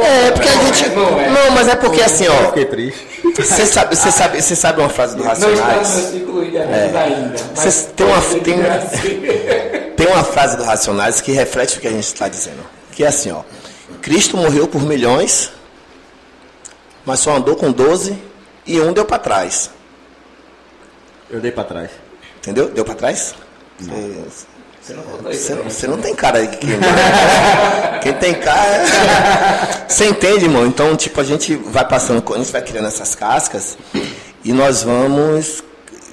[SPEAKER 2] é, porque a gente.
[SPEAKER 3] não é.
[SPEAKER 2] Não, mas é porque assim,
[SPEAKER 1] Eu
[SPEAKER 2] ó.
[SPEAKER 1] fiquei triste.
[SPEAKER 2] Você sabe, você sabe, você sabe uma frase do
[SPEAKER 3] Não está no meu
[SPEAKER 2] Racionais?
[SPEAKER 3] ciclo de amigos assim,
[SPEAKER 2] né?
[SPEAKER 3] ainda.
[SPEAKER 2] Vocês têm uma-
[SPEAKER 3] pode
[SPEAKER 2] tem-
[SPEAKER 3] virar assim.
[SPEAKER 2] Tem uma frase do Racionais que reflete o que a gente está dizendo. Que é assim, ó. Cristo morreu por milhões, mas só andou com 12 e um deu pra trás.
[SPEAKER 1] Eu dei pra trás.
[SPEAKER 2] Entendeu? Deu pra trás?
[SPEAKER 3] Você não contou isso.
[SPEAKER 2] Você não,
[SPEAKER 3] né?
[SPEAKER 2] você não tem cara aí que Quem tem cara. Você entende, irmão? Então, tipo, a gente vai passando, a gente vai criando essas cascas e nós vamos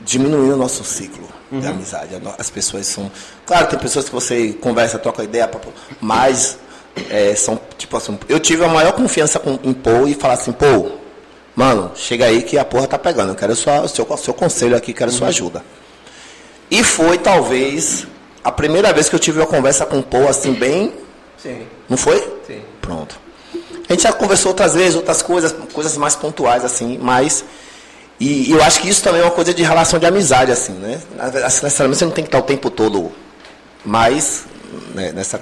[SPEAKER 2] diminuindo o nosso ciclo de amizade. As pessoas são. Claro, tem pessoas que você conversa, troca ideia, papo, mas é, são, tipo assim, eu tive a maior confiança com, em Paul e falar assim, Paul, mano, chega aí que a porra tá pegando. Eu quero sua- o seu, o seu conselho aqui, quero sua ajuda. E foi talvez a primeira vez que eu tive uma conversa com o Paul assim bem.
[SPEAKER 3] Sim,
[SPEAKER 2] Não foi?
[SPEAKER 3] sim.
[SPEAKER 2] Pronto. A gente já conversou outras vezes, outras coisas, coisas mais pontuais, assim, mas. E, e eu acho que isso também é uma coisa de relação de amizade, assim, né? Na ve- Assim, necessariamente você não tem que estar o tempo todo. Mas, né, nessa.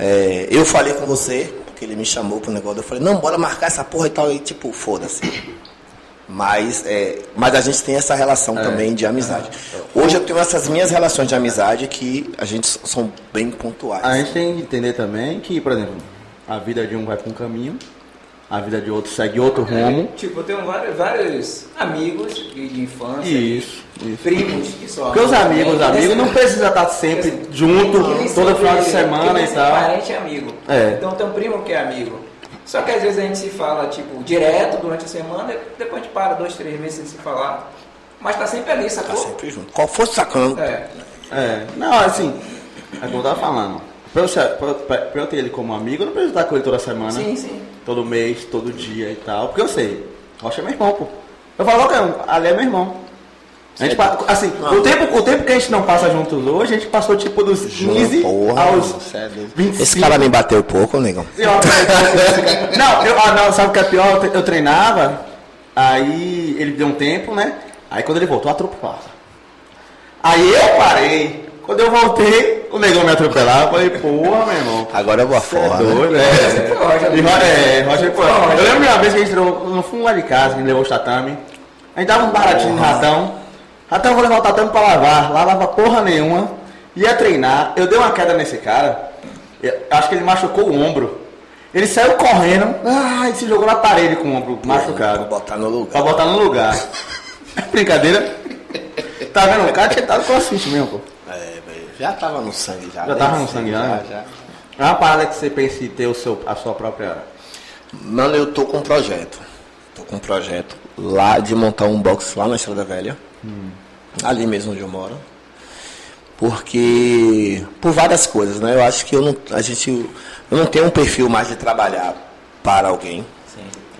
[SPEAKER 2] é, eu falei com você, porque ele me chamou pro negócio, eu falei, não, bora marcar essa porra e tal, e tipo, foda-se. Mas, é, mas a gente tem essa relação também de amizade. Hoje eu tenho essas minhas relações de amizade que a gente s- são bem pontuais.
[SPEAKER 1] A gente tem que entender também que, por exemplo, a vida de um vai para um caminho, a vida de outro segue outro rumo.
[SPEAKER 3] Tipo, eu tenho vários, vários amigos de, de infância,
[SPEAKER 1] Isso, isso.
[SPEAKER 3] primos que só.
[SPEAKER 1] Porque os amigos, os amigos não precisa estar sempre junto,
[SPEAKER 3] Eles
[SPEAKER 1] todo
[SPEAKER 3] são
[SPEAKER 1] final de
[SPEAKER 3] de-
[SPEAKER 1] semana
[SPEAKER 3] porque
[SPEAKER 1] e
[SPEAKER 3] você é
[SPEAKER 1] tal.
[SPEAKER 3] Parente e amigo.
[SPEAKER 1] É.
[SPEAKER 3] Então tem um primo que é amigo. Só que às vezes a gente se fala, tipo, direto durante a semana, e depois a gente para dois, três meses sem se falar. Mas tá sempre ali,
[SPEAKER 2] Tá
[SPEAKER 3] sacou?
[SPEAKER 2] sempre junto. Qual fosse sacando.
[SPEAKER 3] É.
[SPEAKER 1] É, não, assim, é como eu tava falando. Pra eu, ser- pra eu- pra eu ter ele como amigo, eu não preciso estar com ele toda semana,
[SPEAKER 3] Sim, sim.
[SPEAKER 1] todo mês, todo dia e tal. Porque eu sei, Rocha é meu irmão, pô. Eu falo qualquer um, ali é meu irmão. A gente, pa- assim, o tempo, o tempo que a gente não passa juntos hoje, a gente passou tipo dos 15
[SPEAKER 2] porra,
[SPEAKER 1] aos
[SPEAKER 2] mano, sério.
[SPEAKER 1] 25.
[SPEAKER 2] Esse cara me bateu pouco, negão.
[SPEAKER 1] Eu aprendi- não, eu, ah, não, sabe o que é pior? Eu, tre- eu treinava, aí ele deu um tempo, né? Aí quando ele voltou, atropelava. Aí eu parei. Quando eu voltei, o negão me atropelava. Eu falei, porra, meu irmão.
[SPEAKER 2] Agora eu vou
[SPEAKER 1] Você é
[SPEAKER 2] afora. né?
[SPEAKER 1] doido, né?
[SPEAKER 3] foi Roger.
[SPEAKER 1] E Ro- É, Roger foi. Eu lembro de uma vez que a gente levou, no fundo lá de casa, que a gente levou os tatame. A gente dava um baratinho no ratão. Ratão, eu vou levar o tatame pra lavar. Lá lava porra nenhuma. Ia treinar. Eu dei uma queda nesse cara. Eu acho que ele machucou o ombro. Ele saiu correndo. Ah, e se jogou na parede com o ombro machucado.
[SPEAKER 2] Vou botar no
[SPEAKER 1] Pra
[SPEAKER 2] lugar.
[SPEAKER 1] botar no lugar. É Brincadeira. Tá vendo? O cara tinha dado crossfit mesmo, pô.
[SPEAKER 2] É, velho, já tava no sangue já.
[SPEAKER 1] Já
[SPEAKER 2] né?
[SPEAKER 1] tava no sangue, já, né?
[SPEAKER 2] já.
[SPEAKER 1] É uma parada que você pensa em ter o seu, a sua própria.
[SPEAKER 2] Mano, eu tô com um projeto. Tô com um projeto lá de montar um box lá na Estrada Velha. Ali mesmo onde eu moro. Porque. Por várias coisas, né? Eu acho que eu não. A gente. Eu não tenho um perfil mais de trabalhar para alguém.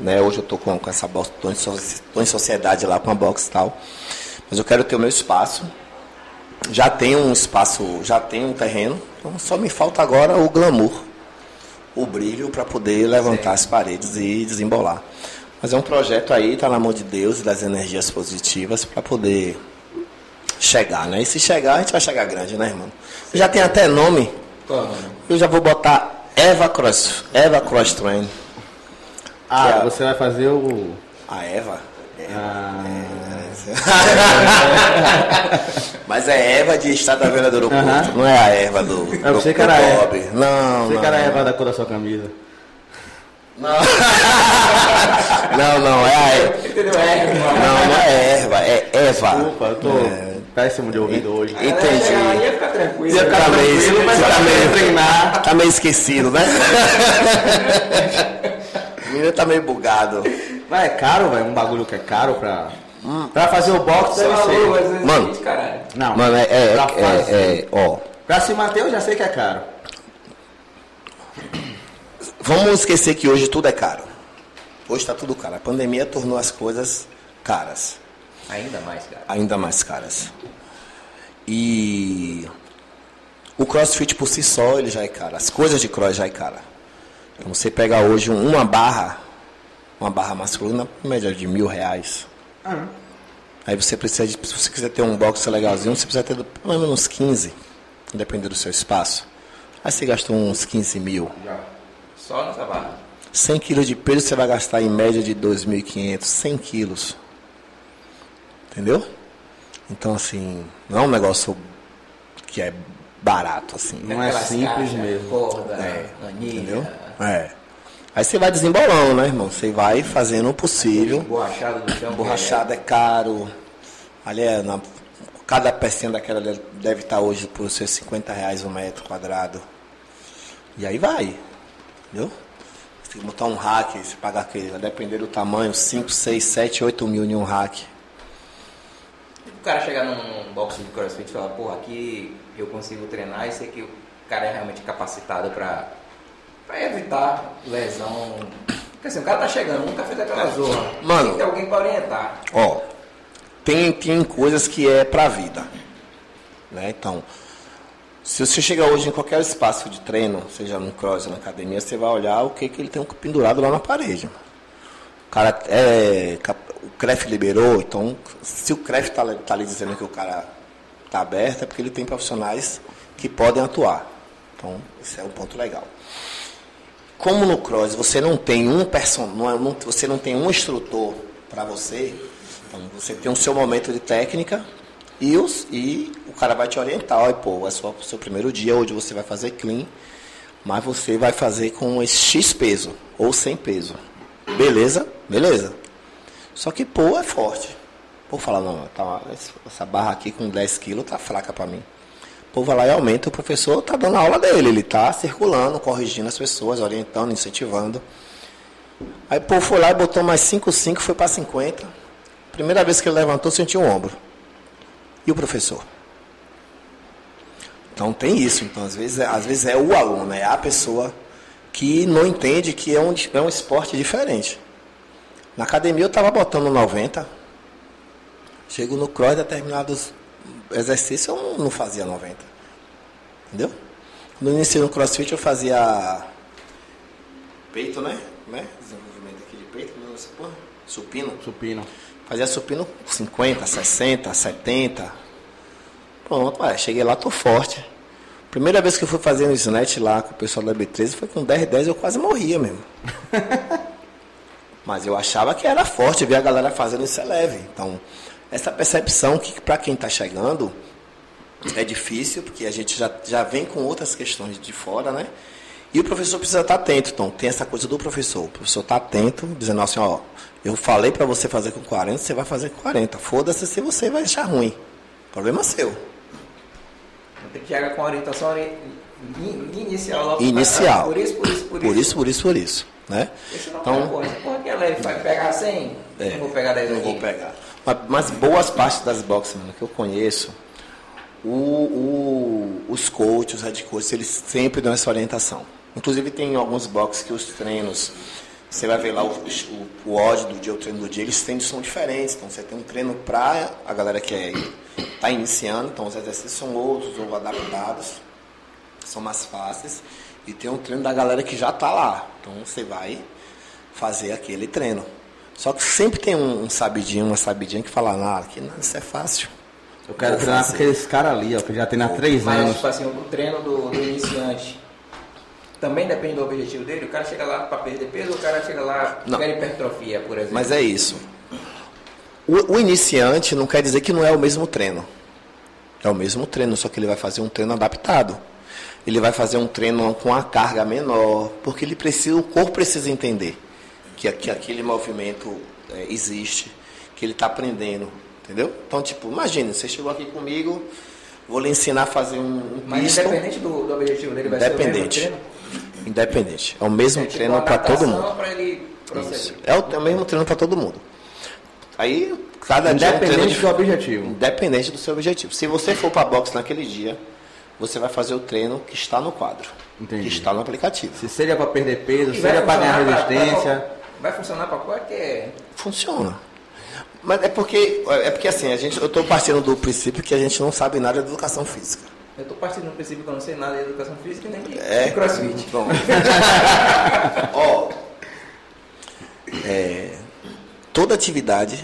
[SPEAKER 2] Né? Hoje eu tô com, com essa box, tô em, so- tô em sociedade lá com a box e tal. Mas eu quero ter o meu espaço. Já tenho um espaço, já tenho um terreno. Então só me falta agora o glamour o brilho para poder levantar as paredes e desembolar. Mas é um projeto aí, tá na mão de Deus e das energias positivas para poder chegar, né? E se chegar, a gente vai chegar grande, né, irmão? Já tem até nome.
[SPEAKER 3] Qual é o nome?
[SPEAKER 2] Eu já vou botar Eva Cross, Eva Cross Train.
[SPEAKER 1] Ah,
[SPEAKER 2] Que é-
[SPEAKER 1] você vai fazer o.
[SPEAKER 2] A Eva?
[SPEAKER 1] Ah,
[SPEAKER 2] Mas é Eva de Estrada Velha do Aeroporto,
[SPEAKER 1] Aham.
[SPEAKER 2] não é a Eva do, do,
[SPEAKER 1] Eu pensei que era
[SPEAKER 2] do
[SPEAKER 1] Eva.
[SPEAKER 2] Bob. Não,
[SPEAKER 1] você
[SPEAKER 2] não.
[SPEAKER 1] que era a Eva da cor da sua camisa.
[SPEAKER 2] Não, não, é a Eva.
[SPEAKER 3] Entendeu? É, mano.
[SPEAKER 2] Não, não é erva, é Eva.
[SPEAKER 1] Desculpa, eu tô
[SPEAKER 2] É,
[SPEAKER 1] péssimo de ouvido hoje.
[SPEAKER 2] e-
[SPEAKER 3] Ela ia chegar lá e
[SPEAKER 2] entendi.
[SPEAKER 3] ia ficar tranquilo.
[SPEAKER 2] Ia ficar
[SPEAKER 3] Tá
[SPEAKER 2] bem.
[SPEAKER 3] tranquilo.
[SPEAKER 1] Tranquilo, mas
[SPEAKER 2] você
[SPEAKER 1] eu
[SPEAKER 2] tá
[SPEAKER 1] acho que
[SPEAKER 2] meio-
[SPEAKER 1] eu vou treinar.
[SPEAKER 2] Tá meio esquecido, né? o menino tá meio bugado.
[SPEAKER 1] Mas é caro, velho. Um bagulho que é caro pra.
[SPEAKER 2] Hum.
[SPEAKER 1] Pra fazer o box
[SPEAKER 3] Só
[SPEAKER 1] deve
[SPEAKER 3] uma lua, às
[SPEAKER 1] ser.
[SPEAKER 3] vezes,
[SPEAKER 2] Mano.
[SPEAKER 3] gente, caralho.
[SPEAKER 1] Não,
[SPEAKER 2] é Mano, é, é,
[SPEAKER 1] pra
[SPEAKER 2] é,
[SPEAKER 1] fazer.
[SPEAKER 2] é, ó.
[SPEAKER 1] Pra se manter eu já sei que é caro.
[SPEAKER 2] Vamos esquecer que hoje tudo é caro. Hoje tá tudo caro. A pandemia tornou as coisas caras.
[SPEAKER 3] Ainda mais, cara.
[SPEAKER 2] ainda mais caras. E o CrossFit por si só ele já é caro. As coisas de cross já é cara. Então você pega hoje um- uma barra, uma barra masculina, em média de mil reais. Aí você precisa de, se você quiser ter um box legalzinho, você precisa ter do- pelo menos uns 15, dependendo do seu espaço. Aí você gastou uns 15 mil.
[SPEAKER 3] Só nessa barra.
[SPEAKER 2] 100 quilos de peso você vai gastar em média de 2.500, 100 quilos. Entendeu? Então, assim, não é um negócio que é barato, assim.
[SPEAKER 1] Não é
[SPEAKER 3] Aquelas
[SPEAKER 1] simples
[SPEAKER 3] caixas,
[SPEAKER 1] mesmo.
[SPEAKER 3] Corda, anilha.
[SPEAKER 2] Entendeu? É. Aí você vai desembolando, né, irmão? Você vai fazendo o possível.
[SPEAKER 3] É. Borrachado do chão.
[SPEAKER 2] Borrachada é caro. Ali é na Cada pecinha daquela deve- deve estar hoje por seus 50 reais um metro quadrado. E aí vai. Entendeu? Você tem que botar um rack, você paga aquele, vai depender do tamanho, 5, 6, 7, 8 mil em um rack.
[SPEAKER 4] O cara chegar num, num box de crossfit e falar, porra, aqui eu consigo treinar e sei que o cara é realmente capacitado pra, pra evitar lesão. Porque assim, o cara tá chegando, nunca fez aquela zona.
[SPEAKER 2] É, Mano.
[SPEAKER 4] Tem que ter alguém pra orientar.
[SPEAKER 2] Ó, tem, tem coisas que é pra vida. Né? Então, se você chegar hoje em qualquer espaço de treino, seja no cross, na academia, você vai olhar o que, que ele tem um pendurado lá na parede. O cara é. cap- O CREF liberou, então se o CREF tá, tá ali dizendo que o cara tá aberto, é porque ele tem profissionais que podem atuar. Então, esse é um ponto legal. Como no cross você não tem um person, não é- não- você não tem um instrutor para você, então você tem o seu momento de técnica e, os- e o cara vai te orientar, olha, pô, é só o seu primeiro dia hoje você vai fazer clean, mas você vai fazer com esse X peso ou sem peso. Beleza? Beleza. Só que pô é forte. Pô fala, não, tá- essa barra aqui com 10 quilos tá fraca para mim. Pô, vai lá e aumenta. O professor tá dando a aula dele, ele tá circulando, corrigindo as pessoas, orientando, incentivando. Aí, pô, foi lá e botou mais 5, 5, foi para 50. Primeira vez que ele levantou, sentiu o ombro. E o professor? Então tem isso. Então, às vezes, é- às vezes é o aluno, é a pessoa que não entende que é um, di- é um esporte diferente. Na academia eu tava botando 90. Chego no cross, determinados exercícios eu não- não fazia 90. Entendeu? Quando eu iniciei no crossfit eu fazia peito, né? né? Desenvolvimento aqui de peito, não, essa porra. Supino.
[SPEAKER 1] Supino.
[SPEAKER 2] Fazia supino 50, 60, 70. Pronto, ué, cheguei lá, tô forte. Primeira vez que eu fui fazer um snatch lá com o pessoal da B13 foi com 10, 10 eu quase morria mesmo. Mas eu achava que era forte, ver a galera fazendo isso é leve. Então, essa percepção que pra quem tá chegando é difícil, porque a gente já, já vem com outras questões de fora, né? E o professor precisa estar atento, então tem essa coisa do professor. O professor está atento, dizendo assim, ó, eu falei para você fazer com 40, você vai fazer com 40. Foda-se se você vai achar ruim. Problema seu.
[SPEAKER 4] Tem que chegar com a orientação ori- in- inicial logo.
[SPEAKER 2] Inicial.
[SPEAKER 4] Por isso, por isso, por isso.
[SPEAKER 2] Por isso, por isso, por isso, né?
[SPEAKER 4] Esse não então, porra, essa porra que é leve, vai pegar 100?
[SPEAKER 2] É,
[SPEAKER 4] não vou pegar 10
[SPEAKER 2] não
[SPEAKER 4] aqui.
[SPEAKER 2] vou pegar. Mas, mas boas partes das boxes, mano, que eu conheço, o- o- os coaches, os head coaches, eles sempre dão essa orientação. Inclusive tem alguns boxes que os treinos, você vai ver lá o, o, o ódio do dia, o treino do dia, eles têm, são diferentes. Então você tem um treino pra a galera que é, tá iniciando, então os exercícios são outros ou adaptados são mais fáceis e tem um treino da galera que já tá lá. Então você vai fazer aquele treino. Só que sempre tem um, um sabidinho, uma sabidinha que fala, ah, que não, isso é fácil.
[SPEAKER 1] Eu quero
[SPEAKER 2] Vou
[SPEAKER 1] treinar com
[SPEAKER 2] fazer.
[SPEAKER 1] aqueles caras ali, ó, que já tem há três
[SPEAKER 4] Mas,
[SPEAKER 1] anos.
[SPEAKER 4] tipo assim, o treino do, do iniciante também depende do objetivo dele. O cara chega lá pra perder peso, o cara chega lá
[SPEAKER 2] Não.
[SPEAKER 4] quer hipertrofia, por exemplo.
[SPEAKER 2] Mas é isso. O, o iniciante não quer dizer que não é o mesmo treino. É o mesmo treino, só que ele vai fazer um treino adaptado. Ele vai fazer um treino com a carga menor, porque ele precisa, o corpo precisa entender que, a- que aquele movimento é, existe, que ele está aprendendo, entendeu? Então, tipo, imagina, você chegou aqui comigo, vou lhe ensinar a fazer um, um
[SPEAKER 4] Mas
[SPEAKER 2] pistol.
[SPEAKER 4] independente do, do objetivo dele, vai
[SPEAKER 2] Independente.
[SPEAKER 4] ser o mesmo treino.
[SPEAKER 2] Independente. É o mesmo
[SPEAKER 4] É tipo
[SPEAKER 2] treino
[SPEAKER 4] uma
[SPEAKER 2] para todo
[SPEAKER 4] adaptação
[SPEAKER 2] mundo.
[SPEAKER 4] pra ele
[SPEAKER 2] Isso.
[SPEAKER 4] prosseguir.
[SPEAKER 2] É o, é o mesmo treino para todo mundo. Aí, cada dia é um treino
[SPEAKER 1] Independente do
[SPEAKER 2] diferente.
[SPEAKER 1] objetivo.
[SPEAKER 2] Independente do seu objetivo. Se você for para boxe naquele dia, você vai fazer o treino que está no quadro,
[SPEAKER 1] Entendi.
[SPEAKER 2] que está no aplicativo.
[SPEAKER 1] Se seja pra perder peso,
[SPEAKER 4] E vai
[SPEAKER 1] seja pra ganhar
[SPEAKER 4] funcionar pra-
[SPEAKER 2] tá
[SPEAKER 1] resistência.
[SPEAKER 4] pra- Vai funcionar pra É qualquer.
[SPEAKER 2] Funciona. Mas é porque é porque assim, a gente eu estou partindo do princípio que a gente não sabe nada de educação física.
[SPEAKER 4] Eu tô partindo do princípio que eu não sei nada de educação física e nem de,
[SPEAKER 2] É.
[SPEAKER 4] de crossfit.
[SPEAKER 2] Pronto. Ó. é, toda atividade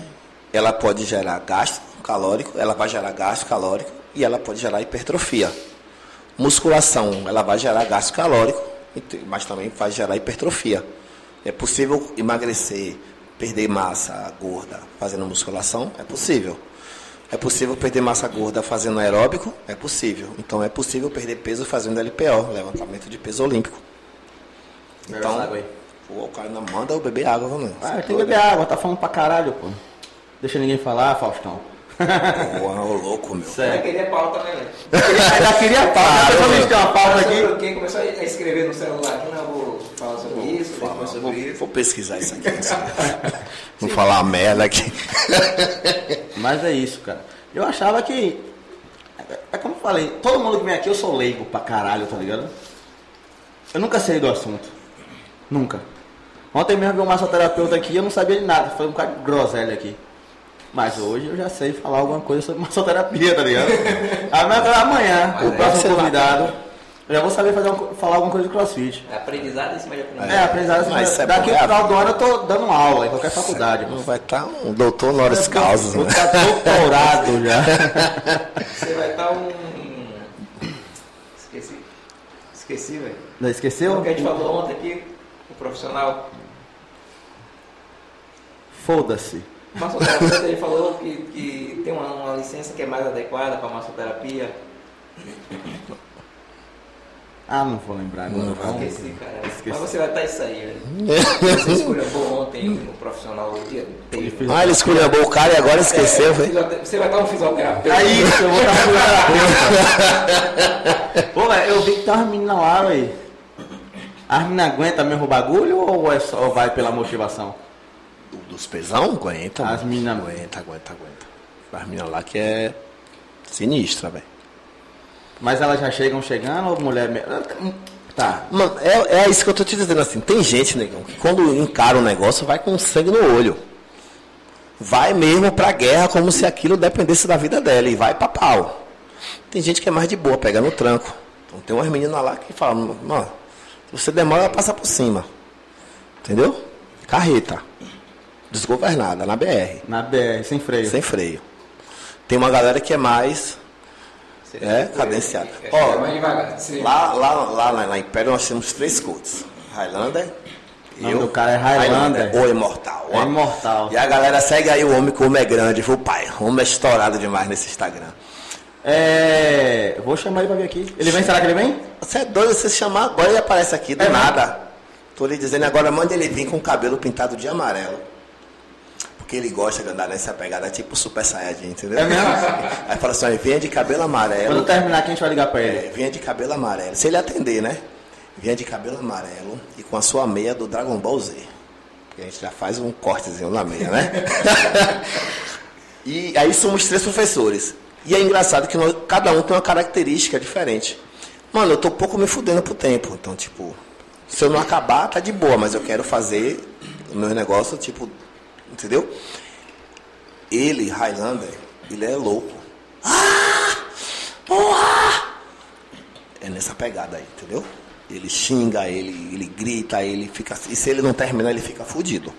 [SPEAKER 2] ela pode gerar gasto calórico, ela vai gerar gasto calórico e ela pode gerar hipertrofia. Musculação, ela vai gerar gasto calórico, e te- mas também vai gerar hipertrofia. É possível emagrecer, perder massa gorda fazendo musculação? É possível. É possível perder massa gorda fazendo aeróbico? É possível. Então é possível perder peso fazendo LPO, levantamento de peso olímpico. Então, pô, o cara não manda eu beber água, mano.
[SPEAKER 1] Ah, tem que beber água, tá falando pra caralho, pô. Deixa ninguém falar, Faustão.
[SPEAKER 2] Porra, ô é um louco, meu.
[SPEAKER 4] Eu
[SPEAKER 1] Sério.
[SPEAKER 4] queria pauta, né, velho?
[SPEAKER 1] Já queria
[SPEAKER 2] Ah,
[SPEAKER 1] pauta. Deixa eu ver se tem uma
[SPEAKER 4] Sobre
[SPEAKER 1] pauta Tá aqui.
[SPEAKER 4] o quê? Começou a escrever no celular aqui, não, eu vou falar sobre isso, vou falar sobre
[SPEAKER 2] Vou,
[SPEAKER 4] isso.
[SPEAKER 2] vou pesquisar isso aqui. assim. Vou falar merda aqui.
[SPEAKER 1] Mas é isso, cara. Eu achava que. é- É como eu falei, todo mundo que vem aqui eu sou leigo pra caralho, tá ligado? Eu nunca sei do assunto. Nunca. Ontem mesmo vi um massoterapeuta aqui e eu não sabia de nada. Foi um cara de groselha aqui. Mas hoje eu já sei falar alguma coisa sobre massoterapia, tá ligado? Amanhã, amanhã
[SPEAKER 4] Mas
[SPEAKER 1] o
[SPEAKER 4] é,
[SPEAKER 2] sei
[SPEAKER 1] próximo
[SPEAKER 2] lá.
[SPEAKER 1] convidado, eu já vou saber fazer um- falar alguma coisa de crossfit.
[SPEAKER 4] É aprendizado em cima de
[SPEAKER 1] É,
[SPEAKER 4] aprendizado.
[SPEAKER 1] aprendizado.
[SPEAKER 2] Mas isso é
[SPEAKER 1] daqui
[SPEAKER 2] bom,
[SPEAKER 1] no
[SPEAKER 2] é
[SPEAKER 1] final do ano eu tô dando aula em qualquer faculdade.
[SPEAKER 2] Não
[SPEAKER 1] mano.
[SPEAKER 2] vai estar um doutor honoris causa,
[SPEAKER 1] Vou
[SPEAKER 2] né?
[SPEAKER 1] tá doutorado já.
[SPEAKER 4] Você vai estar um. Esqueci. Esqueci, velho.
[SPEAKER 1] Não
[SPEAKER 4] O
[SPEAKER 1] esqueceu?
[SPEAKER 4] que a gente falou ontem aqui, o profissional.
[SPEAKER 1] Foda-se.
[SPEAKER 4] Massoterapeuta, ele falou que, que tem uma, uma licença que é mais adequada para massoterapia.
[SPEAKER 1] Ah, não vou lembrar agora. Não,
[SPEAKER 2] Não vai
[SPEAKER 4] Esqueci, cara.
[SPEAKER 1] Ah, Esqueci.
[SPEAKER 4] Mas você vai estar isso aí, velho. Você escolheu ontem um profissional o dia inteiro.
[SPEAKER 2] Ah, ele um escolheu o cara e agora esqueceu,
[SPEAKER 4] É,
[SPEAKER 2] velho.
[SPEAKER 4] fisiote- Você vai estar um fisioterapeuta.
[SPEAKER 1] É isso, eu vou estar furando a Pô, velho, eu vi que tem umas meninas lá, velho. As meninas aguentam mesmo o bagulho ou é só vai pela motivação?
[SPEAKER 2] Dos pesão? Aguenta.
[SPEAKER 1] As
[SPEAKER 2] mano.
[SPEAKER 1] mina-
[SPEAKER 2] Aguenta, aguenta, aguenta. As minas lá que é sinistra, velho.
[SPEAKER 1] Mas elas já chegam chegando ou mulher mesmo? Tá.
[SPEAKER 2] Mano, é, é isso que eu tô te dizendo assim. Tem gente, negão, que quando encara o negócio vai com sangue no olho. Vai mesmo pra guerra como se aquilo dependesse da vida dela e vai pra pau. Tem gente que é mais de boa, pega no tranco. Então tem umas meninas lá que falam, mano, se você demora, ela passa por cima. Entendeu? Carreta. Desgovernada, na BR.
[SPEAKER 1] Na BR, sem freio.
[SPEAKER 2] Sem freio. Tem uma galera que é mais
[SPEAKER 4] Você
[SPEAKER 2] É,
[SPEAKER 4] fica-
[SPEAKER 2] cadenciado.
[SPEAKER 4] fica-
[SPEAKER 2] Ó,
[SPEAKER 4] é mais devagar. Sim.
[SPEAKER 2] Lá, lá, lá, lá, lá em Império nós temos três cultos. Highlander.
[SPEAKER 1] O nome do cara é Highlander.
[SPEAKER 2] Ou Imortal.
[SPEAKER 1] É imortal.
[SPEAKER 2] E a galera segue aí o homem que o homem é grande, viu, pai? O homem é estourado demais nesse Instagram.
[SPEAKER 1] É. Vou chamar ele pra vir aqui. Ele vem, será que ele vem?
[SPEAKER 2] Você é doido, você se chamar agora ele aparece aqui, do
[SPEAKER 1] É mesmo?
[SPEAKER 2] nada. Tô lhe dizendo agora, manda ele vir com o cabelo pintado de amarelo. Porque ele gosta de andar nessa pegada, tipo Super Saiyajin, entendeu?
[SPEAKER 1] É mesmo?
[SPEAKER 2] Aí fala assim, "Olha, venha de cabelo amarelo.
[SPEAKER 1] Quando terminar aqui a gente vai ligar pra ele.
[SPEAKER 2] É, vinha de cabelo amarelo. Se ele atender, né? Vinha de cabelo amarelo e com a sua meia do Dragon Ball Z. Porque a gente já faz um cortezinho na meia, né? e aí somos três professores. E é engraçado que nós- cada um tem uma característica diferente. Mano, eu tô pouco me fudendo pro tempo. Então, tipo, se eu não acabar, tá de boa, mas eu quero fazer o meu negócio, tipo, entendeu? Ele, Highlander, ele é louco. Porra! É nessa pegada aí, entendeu? Ele xinga, ele, ele grita, ele fica. E se ele não terminar, ele fica fudido.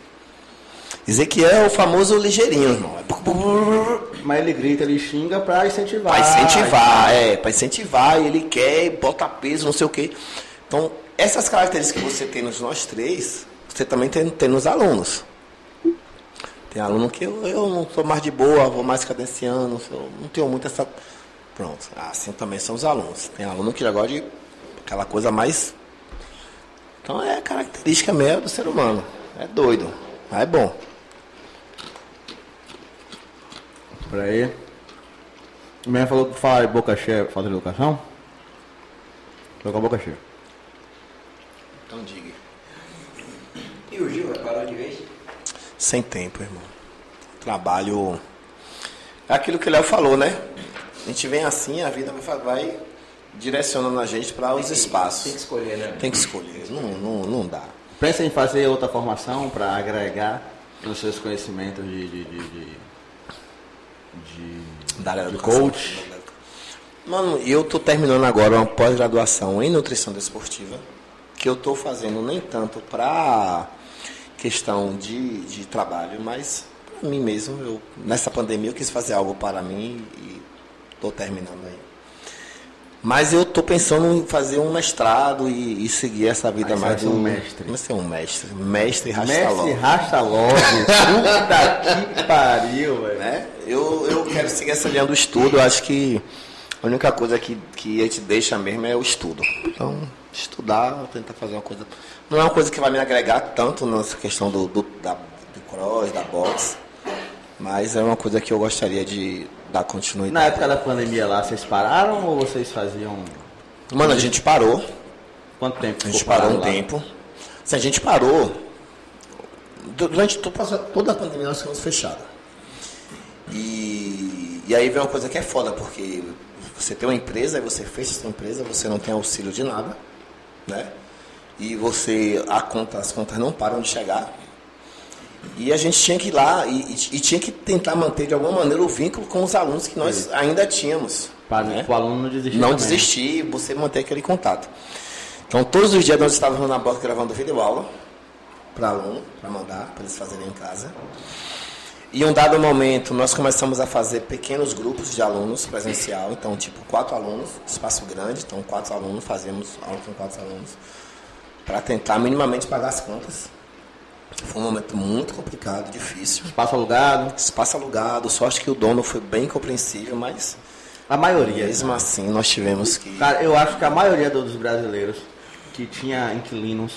[SPEAKER 2] Ezequiel é o famoso ligeirinho, irmão. É bu- bu- bu- bu- bu-
[SPEAKER 1] Mas ele grita, ele xinga pra incentivar.
[SPEAKER 2] Pra incentivar, é, pra incentivar, ele quer, bota peso, não sei o quê. Então, essas características que você tem nos nós três, você também tem, tem nos alunos. Tem aluno que eu, eu não sou mais de boa, vou mais cadenciando, sou- não tenho muito essa. Pronto, assim também são os alunos. Tem aluno que já gosta de aquela coisa mais. Então é característica mesmo do ser humano. É doido, mas é bom.
[SPEAKER 1] Por aí. O menino falou que fala de boca cheia, falta de educação. Tô com a boca cheia.
[SPEAKER 2] Então diga.
[SPEAKER 4] E o Gil, velho, parou de vez?
[SPEAKER 2] Sem tempo, irmão. Trabalho. É aquilo que o Léo falou, né? A gente vem assim, a vida vai- vai direcionando a gente para os
[SPEAKER 4] Tem que
[SPEAKER 2] espaços.
[SPEAKER 4] escolher, né?
[SPEAKER 2] Tem que escolher. Não, não, não dá.
[SPEAKER 1] Pensa em fazer outra formação para agregar nos seus conhecimentos de. de, de, de- de-
[SPEAKER 2] Da área da
[SPEAKER 1] de
[SPEAKER 2] educação.
[SPEAKER 1] coach.
[SPEAKER 2] Mano, eu tô terminando agora uma pós-graduação em nutrição desportiva, que eu tô fazendo nem tanto pra questão de, de trabalho, mas pra mim mesmo. Eu, nessa pandemia eu quis fazer algo para mim e tô terminando aí. Mas eu tô pensando em fazer um mestrado e, e seguir essa vida
[SPEAKER 1] Aí você vai
[SPEAKER 2] mais
[SPEAKER 1] ser
[SPEAKER 2] do-
[SPEAKER 1] um mestre.
[SPEAKER 2] Vai ser um mestre. Mestre
[SPEAKER 1] Mestre
[SPEAKER 2] Rastaló.
[SPEAKER 1] Rasta Love. Puta que pariu, velho.
[SPEAKER 2] né? Eu, eu quero seguir essa linha do estudo. Eu acho que a única coisa que, que a gente deixa mesmo é o estudo. Então, estudar, tentar fazer uma coisa. Não é uma coisa que vai me agregar tanto nessa questão do, do, da, do cross, da boxe. Mas é uma coisa que eu gostaria de dar continuidade.
[SPEAKER 1] Na época da pandemia lá, vocês pararam ou vocês faziam.
[SPEAKER 2] Mano, a gente parou.
[SPEAKER 1] Quanto tempo?
[SPEAKER 2] A gente
[SPEAKER 1] ficou
[SPEAKER 2] parou
[SPEAKER 1] parado
[SPEAKER 2] um
[SPEAKER 1] lá?
[SPEAKER 2] tempo. Se a gente parou, du- durante to- passa- toda a pandemia nós ficamos fechados. E, e aí vem uma coisa que é foda, porque você tem uma empresa, aí você fecha sua empresa, você não tem auxílio de nada, né? E você, a conta, as contas não param de chegar. E a gente tinha que ir lá e, e- e tinha que tentar manter de alguma maneira o vínculo com os alunos que nós ainda tínhamos.
[SPEAKER 1] Para
[SPEAKER 2] né?
[SPEAKER 1] o aluno não desistir.
[SPEAKER 2] não
[SPEAKER 1] também, né?
[SPEAKER 2] desistir, você manter aquele contato. Então, todos os dias nós estávamos na banca gravando videoaula para aluno, para mandar, para eles fazerem em casa. E em um dado momento, nós começamos a fazer pequenos grupos de alunos presencial, então, tipo, quatro alunos, espaço grande, então, quatro alunos, fazíamos aula com quatro alunos, para tentar minimamente pagar as contas. Foi um momento muito complicado, difícil.
[SPEAKER 1] Espaço alugado.
[SPEAKER 2] Espaço alugado, sorte que o dono foi bem compreensível, mas
[SPEAKER 1] A maioria.
[SPEAKER 2] mesmo assim nós tivemos que.
[SPEAKER 1] Cara, eu acho que a maioria dos brasileiros que tinha inquilinos,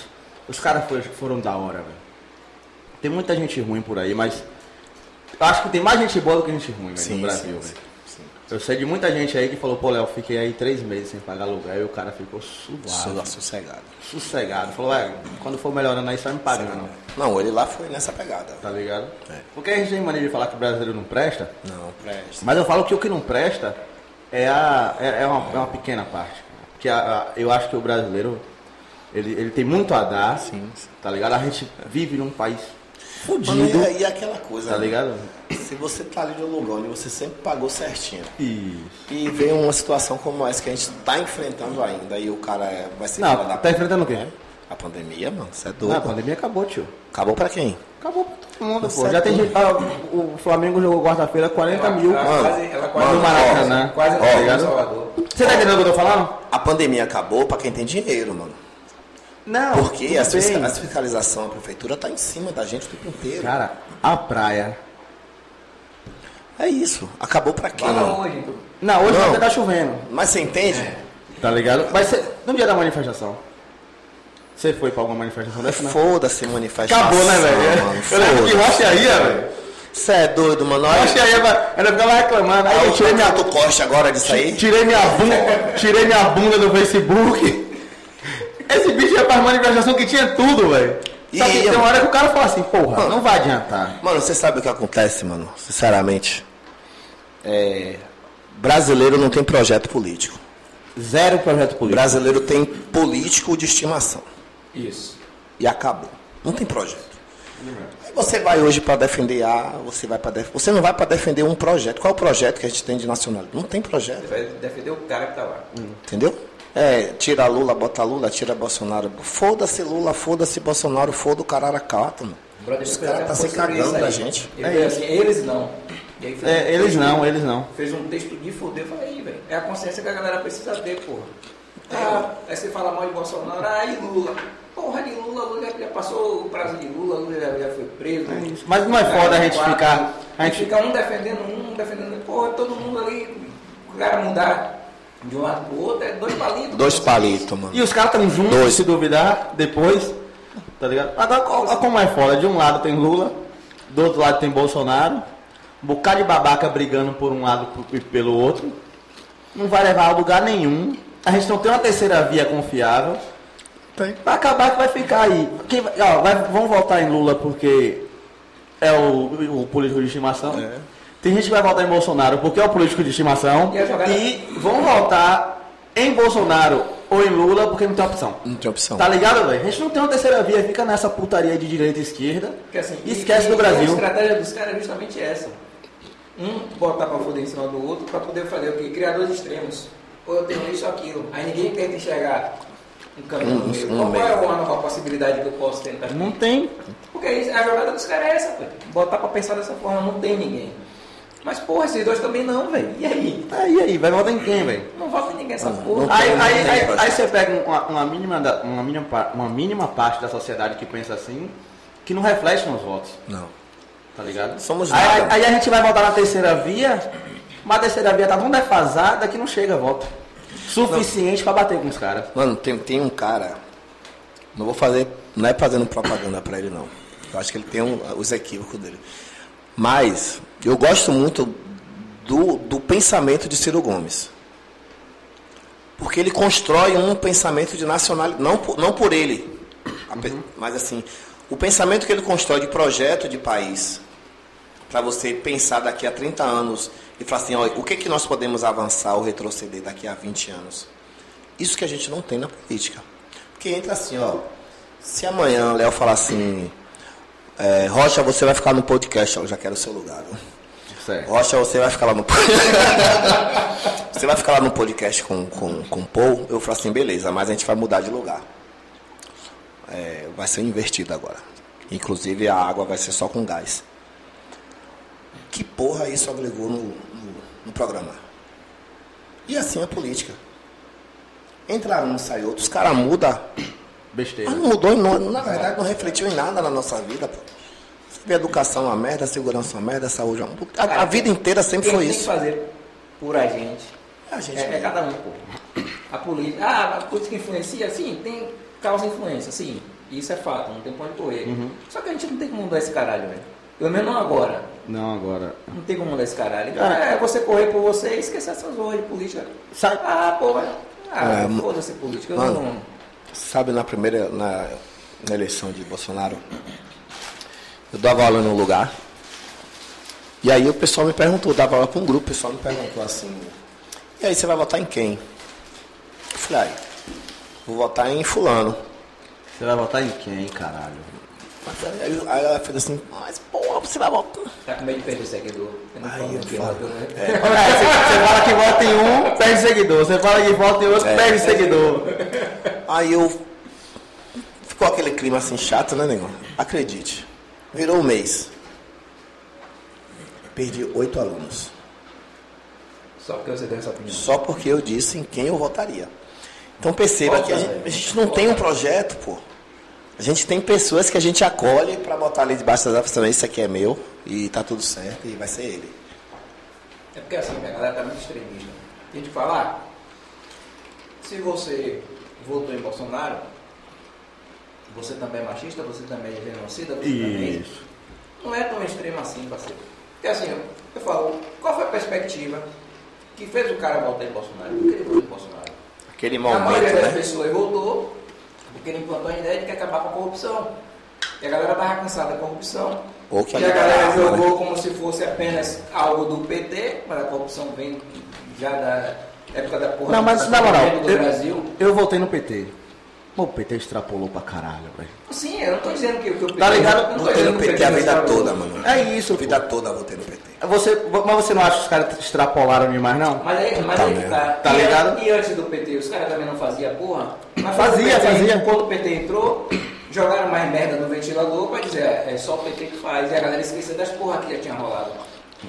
[SPEAKER 1] os caras foi- foram da hora, velho. Tem muita gente ruim por aí, mas eu acho que tem mais gente boa do que gente ruim, velho, no Brasil,
[SPEAKER 2] né?
[SPEAKER 1] velho. Eu sei de muita gente aí que falou, pô, Léo, fiquei aí três meses sem pagar aluguel e o cara ficou suado,
[SPEAKER 2] Sou sossegado.
[SPEAKER 1] sossegado. Falou, é, quando for melhorando aí, só me pagando,
[SPEAKER 2] Não, ele lá foi nessa pegada.
[SPEAKER 1] tá ligado?
[SPEAKER 2] É.
[SPEAKER 1] Porque a gente tem mania de falar que o brasileiro não presta,
[SPEAKER 2] Não, presta.
[SPEAKER 1] Mas eu falo que o que não presta é, a, é, é uma, é uma pequena parte. Que a- a- eu acho que o brasileiro ele, ele tem muito a dar,
[SPEAKER 2] Sim, sim.
[SPEAKER 1] tá ligado? A gente vive num país
[SPEAKER 2] Mano,
[SPEAKER 1] fudido,
[SPEAKER 2] e aí é aquela coisa,
[SPEAKER 1] tá
[SPEAKER 2] né?
[SPEAKER 1] ligado?
[SPEAKER 2] Se você tá ali no lugar onde você sempre pagou certinho
[SPEAKER 1] E...
[SPEAKER 2] e vem uma situação como essa que a gente tá enfrentando ainda e o cara é- vai ser
[SPEAKER 1] Não,
[SPEAKER 2] fora da
[SPEAKER 1] tá enfrentando o quê?
[SPEAKER 2] A pandemia, mano, você é
[SPEAKER 1] Não, Ah, a
[SPEAKER 2] doido.
[SPEAKER 1] pandemia acabou, tio.
[SPEAKER 2] Acabou pra quem?
[SPEAKER 1] Acabou pra todo mundo,
[SPEAKER 2] Tá
[SPEAKER 1] pô. Já
[SPEAKER 2] certo.
[SPEAKER 1] tem gente. ah, o Flamengo jogou quarta-feira 40
[SPEAKER 4] Ela-
[SPEAKER 1] mil.
[SPEAKER 4] ela
[SPEAKER 1] mano.
[SPEAKER 4] quase- ela quase
[SPEAKER 1] no
[SPEAKER 4] não-
[SPEAKER 1] Maracanã.
[SPEAKER 4] Quase
[SPEAKER 1] Ó,
[SPEAKER 4] não
[SPEAKER 1] ligado?
[SPEAKER 4] chegou em Salvador.
[SPEAKER 1] Você tá entendendo o que eu tô falando?
[SPEAKER 2] A pandemia acabou pra quem tem dinheiro, mano.
[SPEAKER 1] Não.
[SPEAKER 2] Porque
[SPEAKER 1] tudo
[SPEAKER 2] a fisca-
[SPEAKER 1] bem. Tá.
[SPEAKER 2] a fiscalização, a prefeitura tá em cima da gente o tempo inteiro.
[SPEAKER 1] Cara, a praia.
[SPEAKER 2] É isso. Acabou pra quem?
[SPEAKER 4] Fala
[SPEAKER 2] mano?
[SPEAKER 4] hoje.
[SPEAKER 1] Não, hoje
[SPEAKER 2] Não.
[SPEAKER 1] não. tá chovendo.
[SPEAKER 2] Mas você entende?
[SPEAKER 1] Tá ligado? Mas cê, no dia da manifestação, você foi pra alguma manifestação dessa? Não?
[SPEAKER 2] É Foda-se manifestação.
[SPEAKER 1] Acabou, né, velho?
[SPEAKER 2] mano,
[SPEAKER 1] Eu lembro que
[SPEAKER 2] foda-se.
[SPEAKER 1] Rocharia, velho.
[SPEAKER 2] Você é doido, mano. Olha,
[SPEAKER 1] Rocharia, eu ainda ficava reclamando.
[SPEAKER 2] aí
[SPEAKER 1] Aí eu
[SPEAKER 2] o
[SPEAKER 1] tirei minha,
[SPEAKER 2] Renato Costa agora disso aí.
[SPEAKER 1] tirei minha bunda, tirei minha bunda do Facebook. Esse bicho ia pra manifestação que tinha tudo, velho.
[SPEAKER 2] E
[SPEAKER 1] Só que
[SPEAKER 2] ia,
[SPEAKER 1] tem uma
[SPEAKER 2] mano.
[SPEAKER 1] hora que o cara fala assim, porra, não vai adiantar.
[SPEAKER 2] Mano, você sabe o que acontece, mano? Sinceramente. É, Brasileiro não tem projeto político.
[SPEAKER 1] Zero projeto político.
[SPEAKER 2] Brasileiro tem político de estimação.
[SPEAKER 4] Isso.
[SPEAKER 2] E acabou. Não tem projeto.
[SPEAKER 1] Uhum.
[SPEAKER 2] Aí você vai hoje pra defender A, você vai para def... Você não vai pra defender um projeto. Qual é o projeto que a gente tem de nacionalismo? Não tem projeto.
[SPEAKER 4] Você vai defender o cara que tá lá.
[SPEAKER 2] Entendeu? É, tira Lula, bota Lula, tira Bolsonaro. Foda-se Lula, foda-se Bolsonaro, foda o Cararacato, mano.
[SPEAKER 4] O brother
[SPEAKER 2] Os
[SPEAKER 4] foi
[SPEAKER 2] caras
[SPEAKER 4] até
[SPEAKER 2] tá se
[SPEAKER 4] postou isso
[SPEAKER 2] cagando
[SPEAKER 4] aí.
[SPEAKER 2] da gente.
[SPEAKER 4] Ele
[SPEAKER 1] É
[SPEAKER 4] veio
[SPEAKER 1] isso.
[SPEAKER 4] assim, eles não. E aí fez um
[SPEAKER 1] É, eles
[SPEAKER 4] texto-
[SPEAKER 1] não, eles não.
[SPEAKER 4] Fez um texto de fuder, eu falei, aí, velho. É a consciência que a galera precisa ter, porra. Ah, aí você fala mal de Bolsonaro, aí Lula. Porra de Lula, Lula já passou o prazo de Lula, Lula já, já foi preso.
[SPEAKER 1] Mas não é foda a gente ficar- a
[SPEAKER 4] A gente
[SPEAKER 1] gente-
[SPEAKER 4] fica um defendendo um, um defendendo outro. Porra, todo mundo ali, o cara mudar de um lado pro outro, é dois palitos.
[SPEAKER 2] Dois palitos, mano.
[SPEAKER 1] E os caras estão juntos,
[SPEAKER 2] Dois.
[SPEAKER 1] se duvidar, depois. Tá ligado? Agora, co- olha como é foda. De um lado tem Lula, do outro lado tem Bolsonaro. Um bocado de babaca brigando por um lado p- e pelo outro. Não vai levar a lugar nenhum. A gente não tem uma terceira via confiável.
[SPEAKER 2] Tem.
[SPEAKER 1] Vai acabar que vai ficar aí. Quem vai- ó, vai- vamos voltar em Lula porque é o, o político de estimação.
[SPEAKER 2] É.
[SPEAKER 1] Tem gente que vai votar em Bolsonaro porque é o político de estimação.
[SPEAKER 4] E a jogada-
[SPEAKER 1] E vão votar em Bolsonaro ou em Lula porque não tem opção.
[SPEAKER 2] Não tem opção.
[SPEAKER 1] Tá ligado, velho? A gente não tem uma terceira via, fica nessa putaria de direita e esquerda.
[SPEAKER 4] Porque, assim,
[SPEAKER 1] e esquece
[SPEAKER 4] e-
[SPEAKER 1] do
[SPEAKER 4] E a
[SPEAKER 1] Brasil.
[SPEAKER 4] estratégia dos caras é justamente essa. Um botar pra foder em cima do outro pra poder fazer o quê? Criar dois extremos. Ou eu tenho isso ou aquilo. Aí ninguém tenta enxergar um caminho
[SPEAKER 2] Um-
[SPEAKER 4] no meio.
[SPEAKER 2] um
[SPEAKER 4] Qual
[SPEAKER 2] meio. Uhum.
[SPEAKER 4] é uma nova possibilidade que eu posso tentar?
[SPEAKER 1] Não tem.
[SPEAKER 4] Porque isso- a jogada dos caras é essa, pô. Botar pra pensar dessa forma, não tem ninguém. Mas porra, esses dois também não, velho. E aí?
[SPEAKER 1] Aí, aí, vai votar em quem, velho?
[SPEAKER 4] Não vota ninguém essa
[SPEAKER 2] Não,
[SPEAKER 4] porra.
[SPEAKER 2] não
[SPEAKER 1] Aí,
[SPEAKER 2] tem,
[SPEAKER 1] aí,
[SPEAKER 2] tem
[SPEAKER 1] aí,
[SPEAKER 2] projeto.
[SPEAKER 1] aí você pega um, uma, uma mínima da- uma, mínima, pa- uma mínima parte da sociedade que pensa assim, que não reflete nos votos.
[SPEAKER 2] Não.
[SPEAKER 1] Tá ligado?
[SPEAKER 2] Somos
[SPEAKER 1] aí,
[SPEAKER 2] nada.
[SPEAKER 1] aí a gente vai votar na terceira via, mas a terceira via tá tão defasada que não chega a voto. Suficiente pra bater com os caras.
[SPEAKER 2] Mano, tem, tem um cara. Não vou fazer. Não é fazendo propaganda pra ele, não. Eu acho que ele tem um- os equívocos dele. Mas Eu gosto muito do, do pensamento de Ciro Gomes. Porque ele constrói um pensamento de nacionalidade, não por, não por ele, ape- mas assim, o pensamento que ele constrói de projeto de país, para você pensar daqui a 30 anos e falar assim, olha, o que, que nós podemos avançar ou retroceder daqui a 20 anos? Isso que a gente não tem na política. Porque entra assim, ó, se amanhã Léo falar assim, é, Rocha, você vai ficar no podcast, eu já quero o seu lugar. viu?
[SPEAKER 1] Certo.
[SPEAKER 2] Rocha, você vai ficar lá no Você vai ficar lá no podcast com, com, com o Paul? Eu falo assim, beleza, mas a gente vai mudar de lugar. É, vai ser invertido agora. Inclusive a água vai ser só com gás. Que porra isso agregou no, no, no programa? E assim a política. Entra um, sai outro, os caras mudam
[SPEAKER 1] Besteira.
[SPEAKER 2] mas não mudou, não, na verdade não refletiu em nada na nossa vida, pô. Sempre educação é uma merda, segurança é uma merda, saúde é uma... A, a vida inteira sempre
[SPEAKER 3] Quem
[SPEAKER 2] foi
[SPEAKER 3] tem que
[SPEAKER 2] isso.
[SPEAKER 3] fazer por a gente.
[SPEAKER 2] A gente
[SPEAKER 3] É, é cada um, pô. A política. Ah, a política influencia? Sim, tem causa e influência, sim. Isso é fato, não tem pra onde correr.
[SPEAKER 2] Uhum.
[SPEAKER 3] Só que a gente não tem como mudar esse caralho, velho. Pelo menos não agora.
[SPEAKER 1] Não, agora.
[SPEAKER 3] Não tem como mudar esse caralho. Então
[SPEAKER 1] Cara.
[SPEAKER 3] é você correr por você e esquecer essas coisas de política.
[SPEAKER 1] Sabe-
[SPEAKER 3] Ah, pô, mas- Ah,
[SPEAKER 2] É, mo-
[SPEAKER 3] foda-se política. Eu
[SPEAKER 2] Mano.
[SPEAKER 3] não.
[SPEAKER 2] Sabe, na primeira, na, na eleição de Bolsonaro, eu dava aula num lugar, e aí o pessoal me perguntou, eu dava aula para um grupo, o pessoal me perguntou assim, e aí você vai votar em quem? Eu falei, "Ah, vou votar em fulano.
[SPEAKER 1] Você vai votar em quem, caralho?
[SPEAKER 2] Mas aí, aí ela fez assim, mas porra, você vai votar...
[SPEAKER 3] Tá com medo de perder o seguidor. Eu não
[SPEAKER 2] Aí
[SPEAKER 3] falo
[SPEAKER 2] eu
[SPEAKER 3] que
[SPEAKER 2] falo.
[SPEAKER 3] né?
[SPEAKER 1] É, você, você fala que vota em um, perde seguidor. Você fala que vota em outro,
[SPEAKER 2] É.
[SPEAKER 1] perde seguidor.
[SPEAKER 2] Aí eu. Ficou aquele clima assim chato, né, negão? Acredite. Virou um mês. Perdi oito alunos.
[SPEAKER 3] Só porque você deu essa opinião.
[SPEAKER 2] Só porque eu disse em quem eu votaria. Então perceba
[SPEAKER 3] Volta,
[SPEAKER 2] que a gente,
[SPEAKER 3] velho.
[SPEAKER 2] a gente não tem um projeto, pô. A gente tem pessoas que a gente acolhe pra botar ali debaixo das árvores, falando, isso aqui é meu e tá tudo certo e vai ser ele.
[SPEAKER 3] É porque assim, a galera tá muito extremista. Tem gente que fala, ah, se você votou em Bolsonaro, você também é machista, você também é genocida, você também.
[SPEAKER 1] Isso.
[SPEAKER 3] Não é tão extremo assim, parceiro. Porque assim, eu, eu falo, qual foi a perspectiva que fez o cara votar em Bolsonaro? Por que ele votou em Bolsonaro?
[SPEAKER 2] Aquele
[SPEAKER 3] A maioria
[SPEAKER 2] momento,
[SPEAKER 3] das
[SPEAKER 2] né?
[SPEAKER 3] pessoas votou porque ele implantou a ideia de que acabar com a corrupção. E a galera tava cansada da corrupção.
[SPEAKER 2] Ou que
[SPEAKER 3] e a galera
[SPEAKER 2] liberava, né?
[SPEAKER 3] jogou como se fosse apenas algo do PT, mas a corrupção vem já da época da porra
[SPEAKER 1] Não,
[SPEAKER 3] do
[SPEAKER 1] mas na moral,
[SPEAKER 3] do Brasil.
[SPEAKER 1] eu, eu votei no PT. Mas o PT extrapolou pra caralho, velho.
[SPEAKER 3] Sim, eu não tô dizendo que, que o PT.
[SPEAKER 1] Tá ligado?
[SPEAKER 3] eu não tô
[SPEAKER 2] Votei
[SPEAKER 3] dizendo
[SPEAKER 2] no
[SPEAKER 3] que o
[SPEAKER 2] PT a vida
[SPEAKER 3] extrapolou.
[SPEAKER 2] toda, mano.
[SPEAKER 1] É isso,
[SPEAKER 2] A vida toda votei no PT.
[SPEAKER 1] Você, mas você não acha que os caras extrapolaram demais, não?
[SPEAKER 3] Mas aí, mas
[SPEAKER 2] Tá
[SPEAKER 3] aí que
[SPEAKER 2] mesmo.
[SPEAKER 3] tá.
[SPEAKER 1] Tá
[SPEAKER 3] E an-
[SPEAKER 1] ligado?
[SPEAKER 3] E antes do PT, os caras também não faziam porra. Mas
[SPEAKER 1] Fazia,
[SPEAKER 3] quando o PT
[SPEAKER 1] fazia.
[SPEAKER 3] Quando o PT entrou, jogaram mais merda no ventilador pra dizer, é só o PT que faz. E a galera esqueceu das porra que já tinha rolado.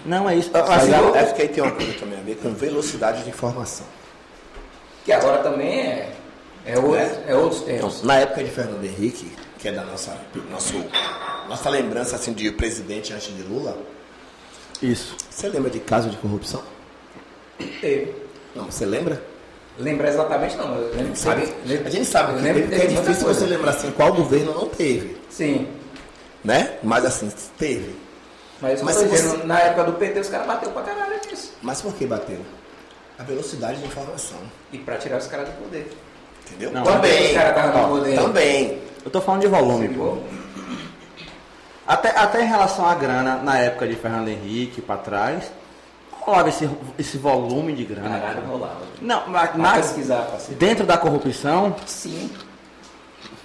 [SPEAKER 1] Não, é isso.
[SPEAKER 2] Mas
[SPEAKER 1] Assim,
[SPEAKER 2] eu
[SPEAKER 1] eu-
[SPEAKER 2] acho que aí tem uma coisa também a ver com velocidade de informação.
[SPEAKER 3] Que agora também é, é, outro, é outros
[SPEAKER 2] Então,
[SPEAKER 3] tempos.
[SPEAKER 2] na época de Fernando Henrique, que é da nossa, nosso, nossa lembrança assim, de presidente antes de Lula,
[SPEAKER 1] Isso.
[SPEAKER 2] você lembra de caso de corrupção?
[SPEAKER 3] Teve.
[SPEAKER 2] Não, você lembra?
[SPEAKER 3] Lembrar É. exatamente não, eu lembro que
[SPEAKER 2] Sabe?
[SPEAKER 3] teve-
[SPEAKER 2] A gente sabe que,
[SPEAKER 3] lembro
[SPEAKER 2] teve,
[SPEAKER 3] que
[SPEAKER 2] porque é
[SPEAKER 3] teve né? muita
[SPEAKER 2] difícil você
[SPEAKER 3] coisa.
[SPEAKER 2] lembrar assim qual governo não teve,
[SPEAKER 3] Sim.
[SPEAKER 2] né? Mas assim, teve.
[SPEAKER 3] Mas,
[SPEAKER 2] Mas
[SPEAKER 3] eu tô
[SPEAKER 2] se
[SPEAKER 3] dizendo, na época do PT os caras bateram pra caralho nisso.
[SPEAKER 2] Mas por que bateu? A velocidade de informação,
[SPEAKER 3] E pra tirar os caras do poder.
[SPEAKER 2] entendeu?
[SPEAKER 1] Não,
[SPEAKER 3] os caras estavam no poder.
[SPEAKER 2] também.
[SPEAKER 1] Eu tô falando de volume, pô.
[SPEAKER 2] Uhum.
[SPEAKER 1] Até, até em relação à grana, na época de Fernando Henrique pra trás, rolava esse, esse volume de grana.
[SPEAKER 3] Caralho,
[SPEAKER 1] cara.
[SPEAKER 3] rolava.
[SPEAKER 1] Não, mas
[SPEAKER 3] Na...
[SPEAKER 1] na-
[SPEAKER 3] Pesquisar, parceiro.
[SPEAKER 1] dentro da corrupção,
[SPEAKER 3] Sim.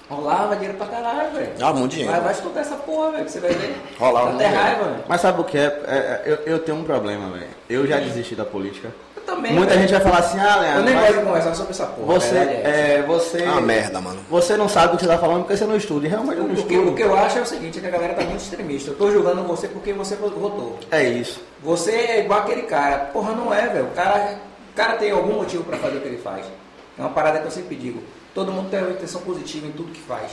[SPEAKER 3] Rolava dinheiro pra caralho, velho.
[SPEAKER 2] Ah, muito dinheiro.
[SPEAKER 3] Mas vai estudar essa porra, velho, que você vai ver.
[SPEAKER 2] Rolava
[SPEAKER 3] Dá
[SPEAKER 2] muito
[SPEAKER 3] até
[SPEAKER 2] dinheiro.
[SPEAKER 3] raiva, velho.
[SPEAKER 1] mas sabe o que é? É, é, eu, eu tenho um problema, velho. Eu já desisti da política.
[SPEAKER 3] Eu também.
[SPEAKER 1] Muita
[SPEAKER 3] velho.
[SPEAKER 1] gente vai falar assim, ah,
[SPEAKER 3] Eu
[SPEAKER 1] Leandro,
[SPEAKER 3] nem
[SPEAKER 1] mas
[SPEAKER 3] gosto de conversar sobre essa porra.
[SPEAKER 1] você,
[SPEAKER 3] a verdade essa.
[SPEAKER 1] é, você,
[SPEAKER 2] É uma merda, mano.
[SPEAKER 1] você não sabe o que você tá falando porque você não estuda. E realmente eu não
[SPEAKER 3] O que, o
[SPEAKER 1] estudo.
[SPEAKER 3] que eu acho é o seguinte, é que a galera tá muito extremista. Eu tô julgando você porque você votou.
[SPEAKER 1] É isso.
[SPEAKER 3] Você é igual aquele cara. Porra, não é, velho. O cara, o cara tem algum motivo pra fazer o que ele faz. É uma parada que eu sempre digo. Todo mundo tem uma intenção positiva em tudo que faz.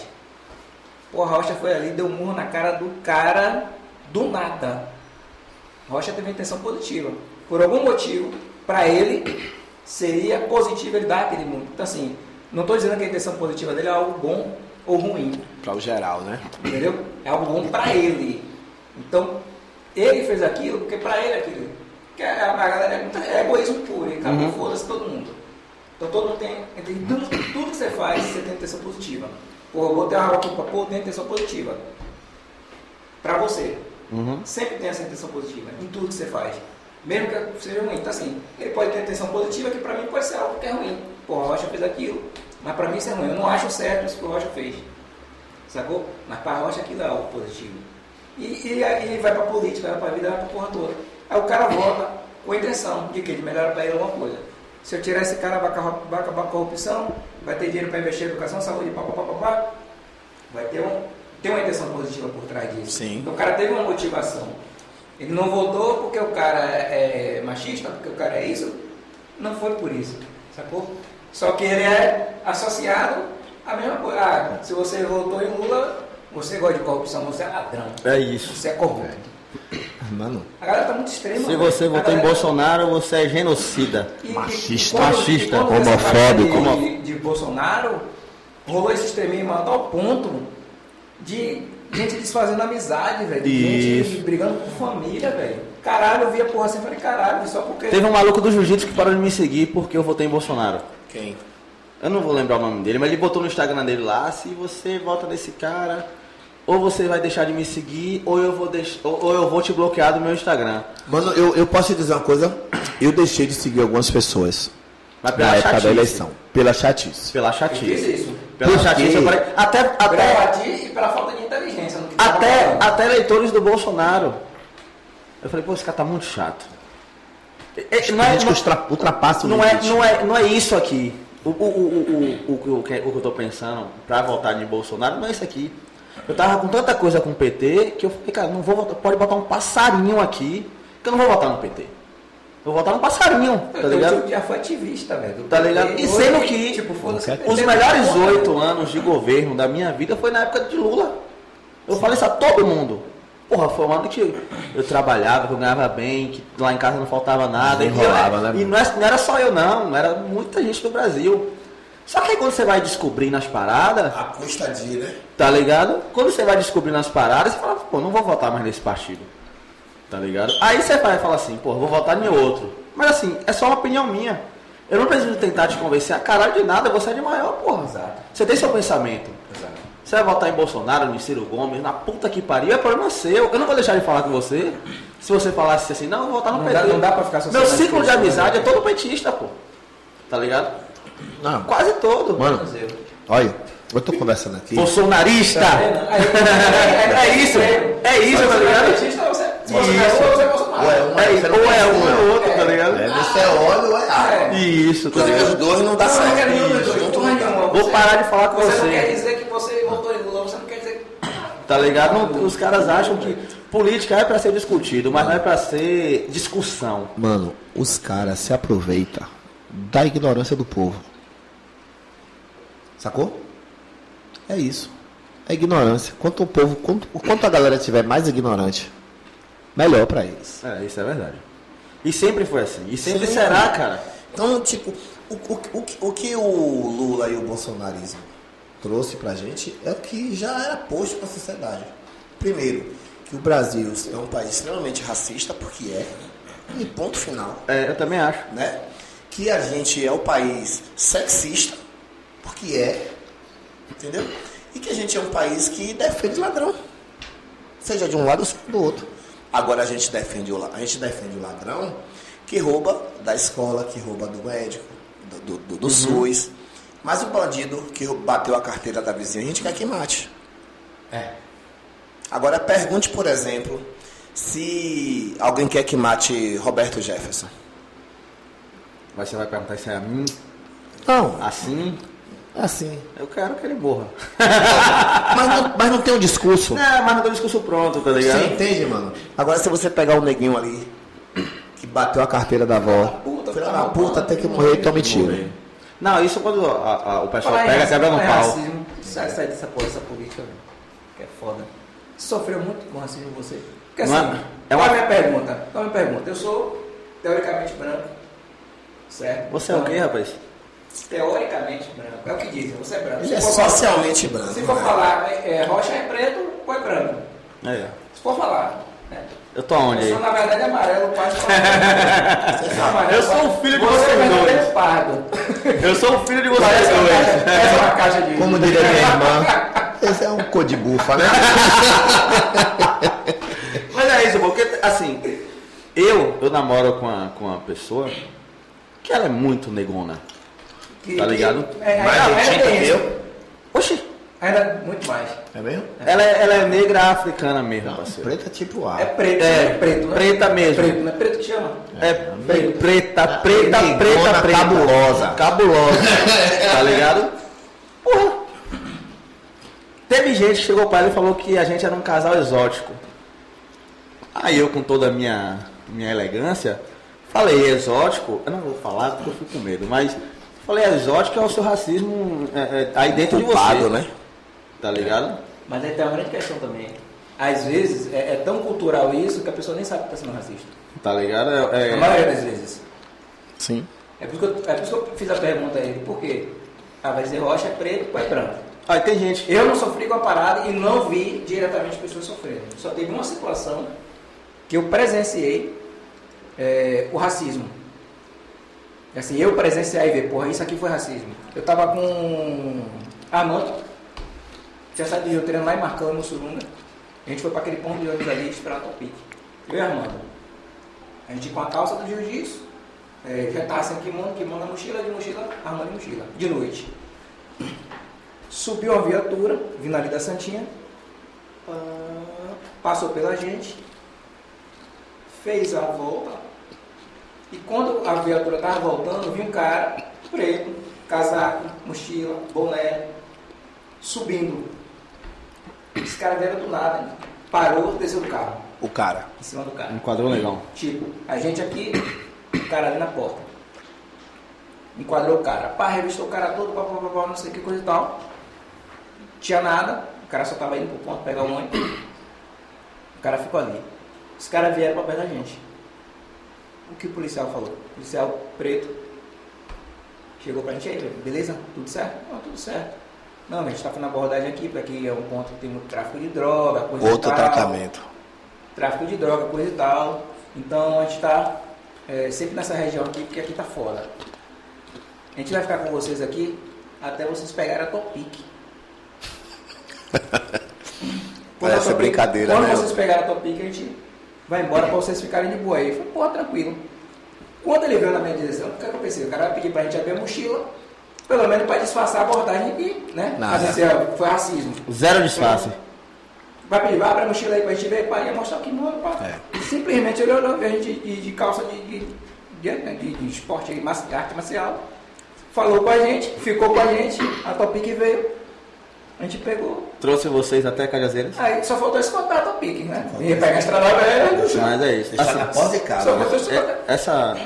[SPEAKER 3] Porra, Rocha foi ali, deu um murro na cara do cara do nada. Rocha teve uma intenção positiva. Por algum motivo, pra ele, seria positivo ele dar aquele murro. Então, assim, não tô dizendo que a intenção positiva dele é algo bom ou ruim
[SPEAKER 2] Pra o geral, né?
[SPEAKER 3] entendeu? É algo bom pra ele. Então, Ele fez aquilo porque pra ele é aquilo. Porque a, a galera é, muito, é egoísmo puro, e acabou foda-se todo mundo. Então todo mundo tem. tem tudo, tudo que você faz, você tem intenção positiva. Pô, eu botei uma roupa aqui pra pôr, tem intenção positiva. Pra você. Sempre tem essa intenção positiva em tudo que você faz. Mesmo que seja ruim. Então assim, ele pode ter intenção positiva que pra mim pode ser algo que é ruim. Pô, o Rocha fez aquilo. Mas pra mim isso é ruim. Eu não acho certo isso que o Rocha fez. Sacou? Mas pra Rocha aquilo é algo positivo. E, e aí vai pra política, vai pra vida, vai pra porra toda. Aí o cara vota com a intenção de que de melhorar pra ele alguma coisa. Se eu tirar esse cara, vai acabar vai acabar com a corrupção, vai ter dinheiro pra investir em educação, saúde, papapá, papapá. Vai ter, um, tem uma intenção positiva por trás disso.
[SPEAKER 2] Sim.
[SPEAKER 3] Então, o cara teve uma motivação. Ele não votou porque o cara é machista, porque o cara é isso. Não foi por isso, sacou? Só que ele é associado à mesma coisa. Ah, se você votou em Lula, você gosta de corrupção, você é ladrão,
[SPEAKER 1] É isso.
[SPEAKER 3] você é corrupto.
[SPEAKER 2] Mano,
[SPEAKER 3] A galera tá muito extrema.
[SPEAKER 1] Se
[SPEAKER 3] velho.
[SPEAKER 1] você
[SPEAKER 3] A
[SPEAKER 1] votou em
[SPEAKER 3] galera-
[SPEAKER 1] Bolsonaro, você é genocida.
[SPEAKER 3] E- e-
[SPEAKER 1] Machista.
[SPEAKER 3] e quando-
[SPEAKER 1] Machista,
[SPEAKER 3] e quando você
[SPEAKER 1] homofóbico.
[SPEAKER 3] fala De, de Bolsonaro, rolou esse extremismo a tal ponto de gente desfazendo amizade, velho. de Gente
[SPEAKER 1] Isso.
[SPEAKER 3] brigando por família, velho. Caralho, eu via porra assim, falei, caralho, só porque...
[SPEAKER 1] Teve um maluco do jiu-jitsu que parou de me seguir porque eu votei em Bolsonaro.
[SPEAKER 2] quem?
[SPEAKER 1] Eu não vou lembrar o nome dele, mas ele botou no Instagram dele lá, se você vota nesse cara, ou você vai deixar de me seguir, ou eu vou, deix... ou, ou eu vou te bloquear do meu Instagram.
[SPEAKER 2] Mano, eu, eu posso te dizer uma coisa? Eu deixei de seguir algumas pessoas
[SPEAKER 1] Mas pela
[SPEAKER 2] na época
[SPEAKER 1] chatice.
[SPEAKER 2] da eleição. Pela chatice.
[SPEAKER 1] Pela
[SPEAKER 3] Eu fiz
[SPEAKER 1] chatice.
[SPEAKER 3] isso.
[SPEAKER 1] Pela
[SPEAKER 2] Por
[SPEAKER 1] chatice,
[SPEAKER 2] quê?
[SPEAKER 1] eu falei. Até,
[SPEAKER 3] Pela
[SPEAKER 1] até,
[SPEAKER 3] vadia e pela falta de inteligência. no que tava
[SPEAKER 1] até,
[SPEAKER 3] falando.
[SPEAKER 1] até eleitores do Bolsonaro. Eu falei, pô, esse cara tá muito chato. E- e- não é-
[SPEAKER 2] Gente que
[SPEAKER 1] não-
[SPEAKER 2] ultra- ultrapassa o
[SPEAKER 1] Não é,
[SPEAKER 2] limite.
[SPEAKER 1] não, é, não é isso aqui. O, o, o, o, o, o, que eu que- o que eu tô pensando pra votar de Bolsonaro não é isso aqui. Eu tava com tanta coisa com o PT que eu falei, cara, não vou votar, pode botar um passarinho aqui, que eu não vou votar no PT. Eu vou votar no passarinho, tá
[SPEAKER 3] Eu- eu
[SPEAKER 1] ligado?
[SPEAKER 3] já fui ativista, velho.
[SPEAKER 1] Tá ligado? E sendo que
[SPEAKER 3] Tipo, foda-se.
[SPEAKER 1] Os melhores oito anos de governo da minha vida foi na época de Lula. Eu falo isso a todo mundo. Porra, foi um ano que eu trabalhava, que eu ganhava bem, que lá em casa não faltava nada.
[SPEAKER 2] Não enrolava,
[SPEAKER 1] e eu-
[SPEAKER 2] né?
[SPEAKER 1] e não é- não era só eu não, era muita gente do Brasil. Só que aí quando você vai descobrindo as paradas,
[SPEAKER 5] A custa de, né?
[SPEAKER 1] tá ligado? Quando você vai descobrindo as paradas, você fala, pô, não vou votar mais nesse partido. Tá ligado? Aí você vai falar assim, pô, vou votar em outro. Mas assim, é só uma opinião minha. Eu não preciso tentar te convencer a caralho de nada, você é de maior, porra.
[SPEAKER 3] Exato.
[SPEAKER 1] Você tem seu pensamento.
[SPEAKER 3] Exato.
[SPEAKER 1] Você vai votar em Bolsonaro, no Ciro Gomes, na puta que pariu, é problema seu. Eu não vou deixar de falar com você se você falasse assim, não, eu vou votar no
[SPEAKER 3] Não
[SPEAKER 1] PT.
[SPEAKER 3] dá- não dá pra ficar
[SPEAKER 1] Meu
[SPEAKER 3] associado a
[SPEAKER 1] ciclo de
[SPEAKER 3] isso, né?
[SPEAKER 1] amizade é todo petista, pô. Tá ligado?
[SPEAKER 2] Não.
[SPEAKER 1] Quase todo.
[SPEAKER 2] Mano, olha, eu tô conversando aqui.
[SPEAKER 1] Bolsonarista!
[SPEAKER 3] Tá É,
[SPEAKER 1] Ah. É isso, é isso, tá
[SPEAKER 3] você é
[SPEAKER 1] ligado?
[SPEAKER 3] petista, você, se você
[SPEAKER 1] Isso.
[SPEAKER 3] é ou você é Bolsonaro.
[SPEAKER 1] É, ou é um ou é outro, tá ligado?
[SPEAKER 2] É,
[SPEAKER 5] Você é óleo ou é água?
[SPEAKER 3] É.
[SPEAKER 1] Isso, tá
[SPEAKER 5] Inclusive,
[SPEAKER 1] ligado?
[SPEAKER 5] os dois não dá
[SPEAKER 3] Não, não
[SPEAKER 5] certo.
[SPEAKER 3] quero nenhum dos dois,
[SPEAKER 5] Junto
[SPEAKER 3] porra
[SPEAKER 5] não dá.
[SPEAKER 3] nenhuma.
[SPEAKER 1] Vou
[SPEAKER 3] Você-
[SPEAKER 1] parar de falar com
[SPEAKER 3] Você não quer
[SPEAKER 1] você.
[SPEAKER 3] dizer que você votou em Lula, você não quer dizer
[SPEAKER 1] Tá ligado? Não, os caras acham que política é pra ser discutido, mas não é pra ser discussão.
[SPEAKER 2] Mano, os caras se aproveitam da ignorância do povo. Sacou? É isso. É ignorância. Quanto o povo, quanto, quanto a galera tiver mais ignorante, melhor pra eles.
[SPEAKER 1] É, isso é verdade. E sempre foi assim. E sempre
[SPEAKER 5] Sim.
[SPEAKER 1] será, cara.
[SPEAKER 5] Então, tipo, o, o, o, que- o que o Lula e o bolsonarismo trouxe pra gente é o que já era posto pra sociedade. Primeiro, que o Brasil é um país extremamente racista, porque é, e ponto final,
[SPEAKER 1] É, eu também acho.
[SPEAKER 5] né? Que a gente é o país sexista, porque é, entendeu? E que a gente é um país que defende ladrão. Seja de um lado ou do outro. Agora a gente defende o, la- a gente defende o ladrão que rouba da escola, que rouba do médico, do, do, do- do SUS. Mas o bandido que rou- bateu a carteira da vizinha, a gente quer que mate. Agora pergunte, por exemplo, se alguém quer que mate Roberto Jefferson.
[SPEAKER 1] Mas você vai perguntar se é a mim,
[SPEAKER 2] Não,
[SPEAKER 1] assim,
[SPEAKER 2] assim.
[SPEAKER 1] eu quero que ele morra.
[SPEAKER 2] Mas não, mas não tem um discurso.
[SPEAKER 1] Não, mas não tem discurso pronto, tá ligado?
[SPEAKER 2] Você entende, mano?
[SPEAKER 5] Agora, se você
[SPEAKER 2] um
[SPEAKER 5] pegar o neguinho ali que bateu a carteira,
[SPEAKER 2] Carteira da avó.
[SPEAKER 5] filha da puta, tem que morrer.
[SPEAKER 2] Morrer, tome tiro.
[SPEAKER 1] Não, isso quando a- a- o pessoal
[SPEAKER 3] Falar em
[SPEAKER 1] pega,
[SPEAKER 3] racismo,
[SPEAKER 1] quebra no
[SPEAKER 3] é
[SPEAKER 1] pau.
[SPEAKER 3] racismo. Sai, sai dessa porra, dessa política, velho. que é foda. Sofreu muito com racismo você? Porque
[SPEAKER 1] Não é-
[SPEAKER 3] assim,
[SPEAKER 1] é
[SPEAKER 3] é
[SPEAKER 1] uma-
[SPEAKER 3] qual é a minha pergunta? Qual é a minha pergunta? Eu sou teoricamente branco, certo?
[SPEAKER 1] Você é o
[SPEAKER 3] Então,
[SPEAKER 1] quê, rapaz?
[SPEAKER 3] Teoricamente branco, é o que dizem, você é branco.
[SPEAKER 5] Ele é
[SPEAKER 3] Se for falar-
[SPEAKER 5] socialmente branco.
[SPEAKER 3] Se for
[SPEAKER 5] né?
[SPEAKER 3] falar, é, é, Rocha é preto, pô é branco.
[SPEAKER 1] É.
[SPEAKER 3] Se for falar, né?
[SPEAKER 1] Eu tô onde
[SPEAKER 3] Eu sou,
[SPEAKER 1] aí?
[SPEAKER 3] na verdade, amarelo, quase sou amarelo. Eu sou amarelo,
[SPEAKER 1] Eu sou o filho de
[SPEAKER 3] Você
[SPEAKER 1] vocês
[SPEAKER 3] é verdadeiro
[SPEAKER 1] dois.
[SPEAKER 3] pardo.
[SPEAKER 1] Eu sou o filho de vocês
[SPEAKER 3] Parece uma caixa-
[SPEAKER 1] dois.
[SPEAKER 3] parece uma caixa de...
[SPEAKER 2] Como diria minha irmã, esse é um cor de bufa, né?
[SPEAKER 1] Mas é isso, porque assim, eu, eu namoro com uma, com uma pessoa que ela é muito negona.
[SPEAKER 3] que-
[SPEAKER 1] Tá ligado?
[SPEAKER 3] É, ainda-
[SPEAKER 2] Mais
[SPEAKER 3] ainda
[SPEAKER 2] nojenta
[SPEAKER 3] tem
[SPEAKER 2] que
[SPEAKER 3] isso.
[SPEAKER 2] eu.
[SPEAKER 1] Oxi,
[SPEAKER 3] Ainda muito mais.
[SPEAKER 2] É mesmo?
[SPEAKER 1] ela, é- ela é negra africana mesmo,
[SPEAKER 2] Não,
[SPEAKER 1] parceiro.
[SPEAKER 2] preta é tipo A.
[SPEAKER 3] É preto,
[SPEAKER 1] É,
[SPEAKER 3] né? preto, né?
[SPEAKER 1] preta mesmo.
[SPEAKER 3] Preto, né? Preto que chama.
[SPEAKER 1] É pre- preta, preta,
[SPEAKER 2] Negona
[SPEAKER 1] preta, preta.
[SPEAKER 2] cabulosa.
[SPEAKER 1] Cabulosa. tá ligado? Porra. Teve gente que chegou pra ela e falou que a gente era um casal exótico. Aí eu, com toda a minha, minha elegância, falei, exótico, eu não vou falar porque eu fico com medo, mas falei, exótico é o seu racismo é, é, aí dentro de
[SPEAKER 2] Culpado,
[SPEAKER 1] você,
[SPEAKER 2] né?
[SPEAKER 1] tá ligado?
[SPEAKER 3] Mas aí tem uma grande questão também. Às vezes é, é tão cultural isso que a pessoa nem sabe que está sendo racista.
[SPEAKER 1] Tá ligado? É,
[SPEAKER 3] Na
[SPEAKER 1] é,
[SPEAKER 3] maioria das vezes.
[SPEAKER 2] Sim.
[SPEAKER 3] É por, isso que eu, é por isso que eu fiz a pergunta a ele, por quê? Ah, vai dizer rocha é preto, pai é branco.
[SPEAKER 1] aí tem gente
[SPEAKER 3] Eu não sofri com a parada e não vi diretamente pessoas sofrendo. Só teve uma situação que eu presenciei é, o racismo. E Assim, eu presenciei e ver, porra, isso aqui foi racismo. Eu tava com a moto, tinha saído de Rio lá em Marcão, no Surunga. A gente foi pra aquele ponto de ônibus ali, esperar o topique. Eu e a Armando. A gente com a calça do Jiu-Jitsu, é, já tava sem kimono, kimono na mochila, de mochila, Armando de mochila, de noite. Subiu a viatura, vindo ali da Santinha, ah, passou pela gente, fez a volta, e quando a viatura estava voltando, vi um cara preto, casaco, mochila, boné, subindo. Esse cara veio do nada, né? parou, desceu do carro,
[SPEAKER 2] O cara.
[SPEAKER 3] em cima do carro.
[SPEAKER 1] enquadrou legal.
[SPEAKER 3] Tipo, a gente aqui, o cara ali na porta. Enquadrou o cara. Pá, revistou o cara todo, pá, pá, pá, pá, não sei que coisa e tal. Tinha nada, o cara só tava indo pro ponto pegar o ônibus. O cara ficou ali. Os caras vieram pra perto da gente. O que o policial falou? O policial preto chegou pra gente aí, beleza? Tudo certo? Ah, tudo certo. Não, a gente tá fazendo abordagem aqui, porque aqui é um ponto que tem muito tráfico de droga, coisa e
[SPEAKER 2] Outro
[SPEAKER 3] tal
[SPEAKER 2] tratamento.
[SPEAKER 3] tráfico de droga, coisa e tal. Então a gente está sempre nessa região aqui, porque aqui tá fora. A gente vai ficar com vocês aqui até vocês pegarem a Topic. Quando a
[SPEAKER 2] Parece
[SPEAKER 3] Topic-
[SPEAKER 2] brincadeira,
[SPEAKER 3] Quando
[SPEAKER 2] né?
[SPEAKER 3] vocês pegarem a Topic, a gente vai embora para vocês ficarem de boa aí. Eu falei, pô, tranquilo. Quando ele veio na minha direção, o que é que eu pensei? O cara vai pedir pra gente abrir a mochila, pelo menos para disfarçar a abordagem que, né?
[SPEAKER 2] Nada.
[SPEAKER 3] Mas, assim, ó, foi racismo.
[SPEAKER 1] Zero disfarce.
[SPEAKER 3] Vai pedir, vai abrir a mochila aí pra gente ver, pá, ia mostrar o kimono, pá. E Simplesmente ele olhou, viu a gente de, de calça de, de, de- né, de- de esporte, aí, mas- de arte marcial. Falou com a gente, ficou com a gente, a Topic veio. A gente pegou.
[SPEAKER 1] Trouxe vocês até Cajazeiras.
[SPEAKER 3] Aí só faltou escotar a Topic, né? E pegar a estrada velha.
[SPEAKER 1] Mas é isso.
[SPEAKER 2] Deixar na porta de
[SPEAKER 3] né? Só
[SPEAKER 2] casa. né?
[SPEAKER 3] faltou escotar.
[SPEAKER 1] É- essa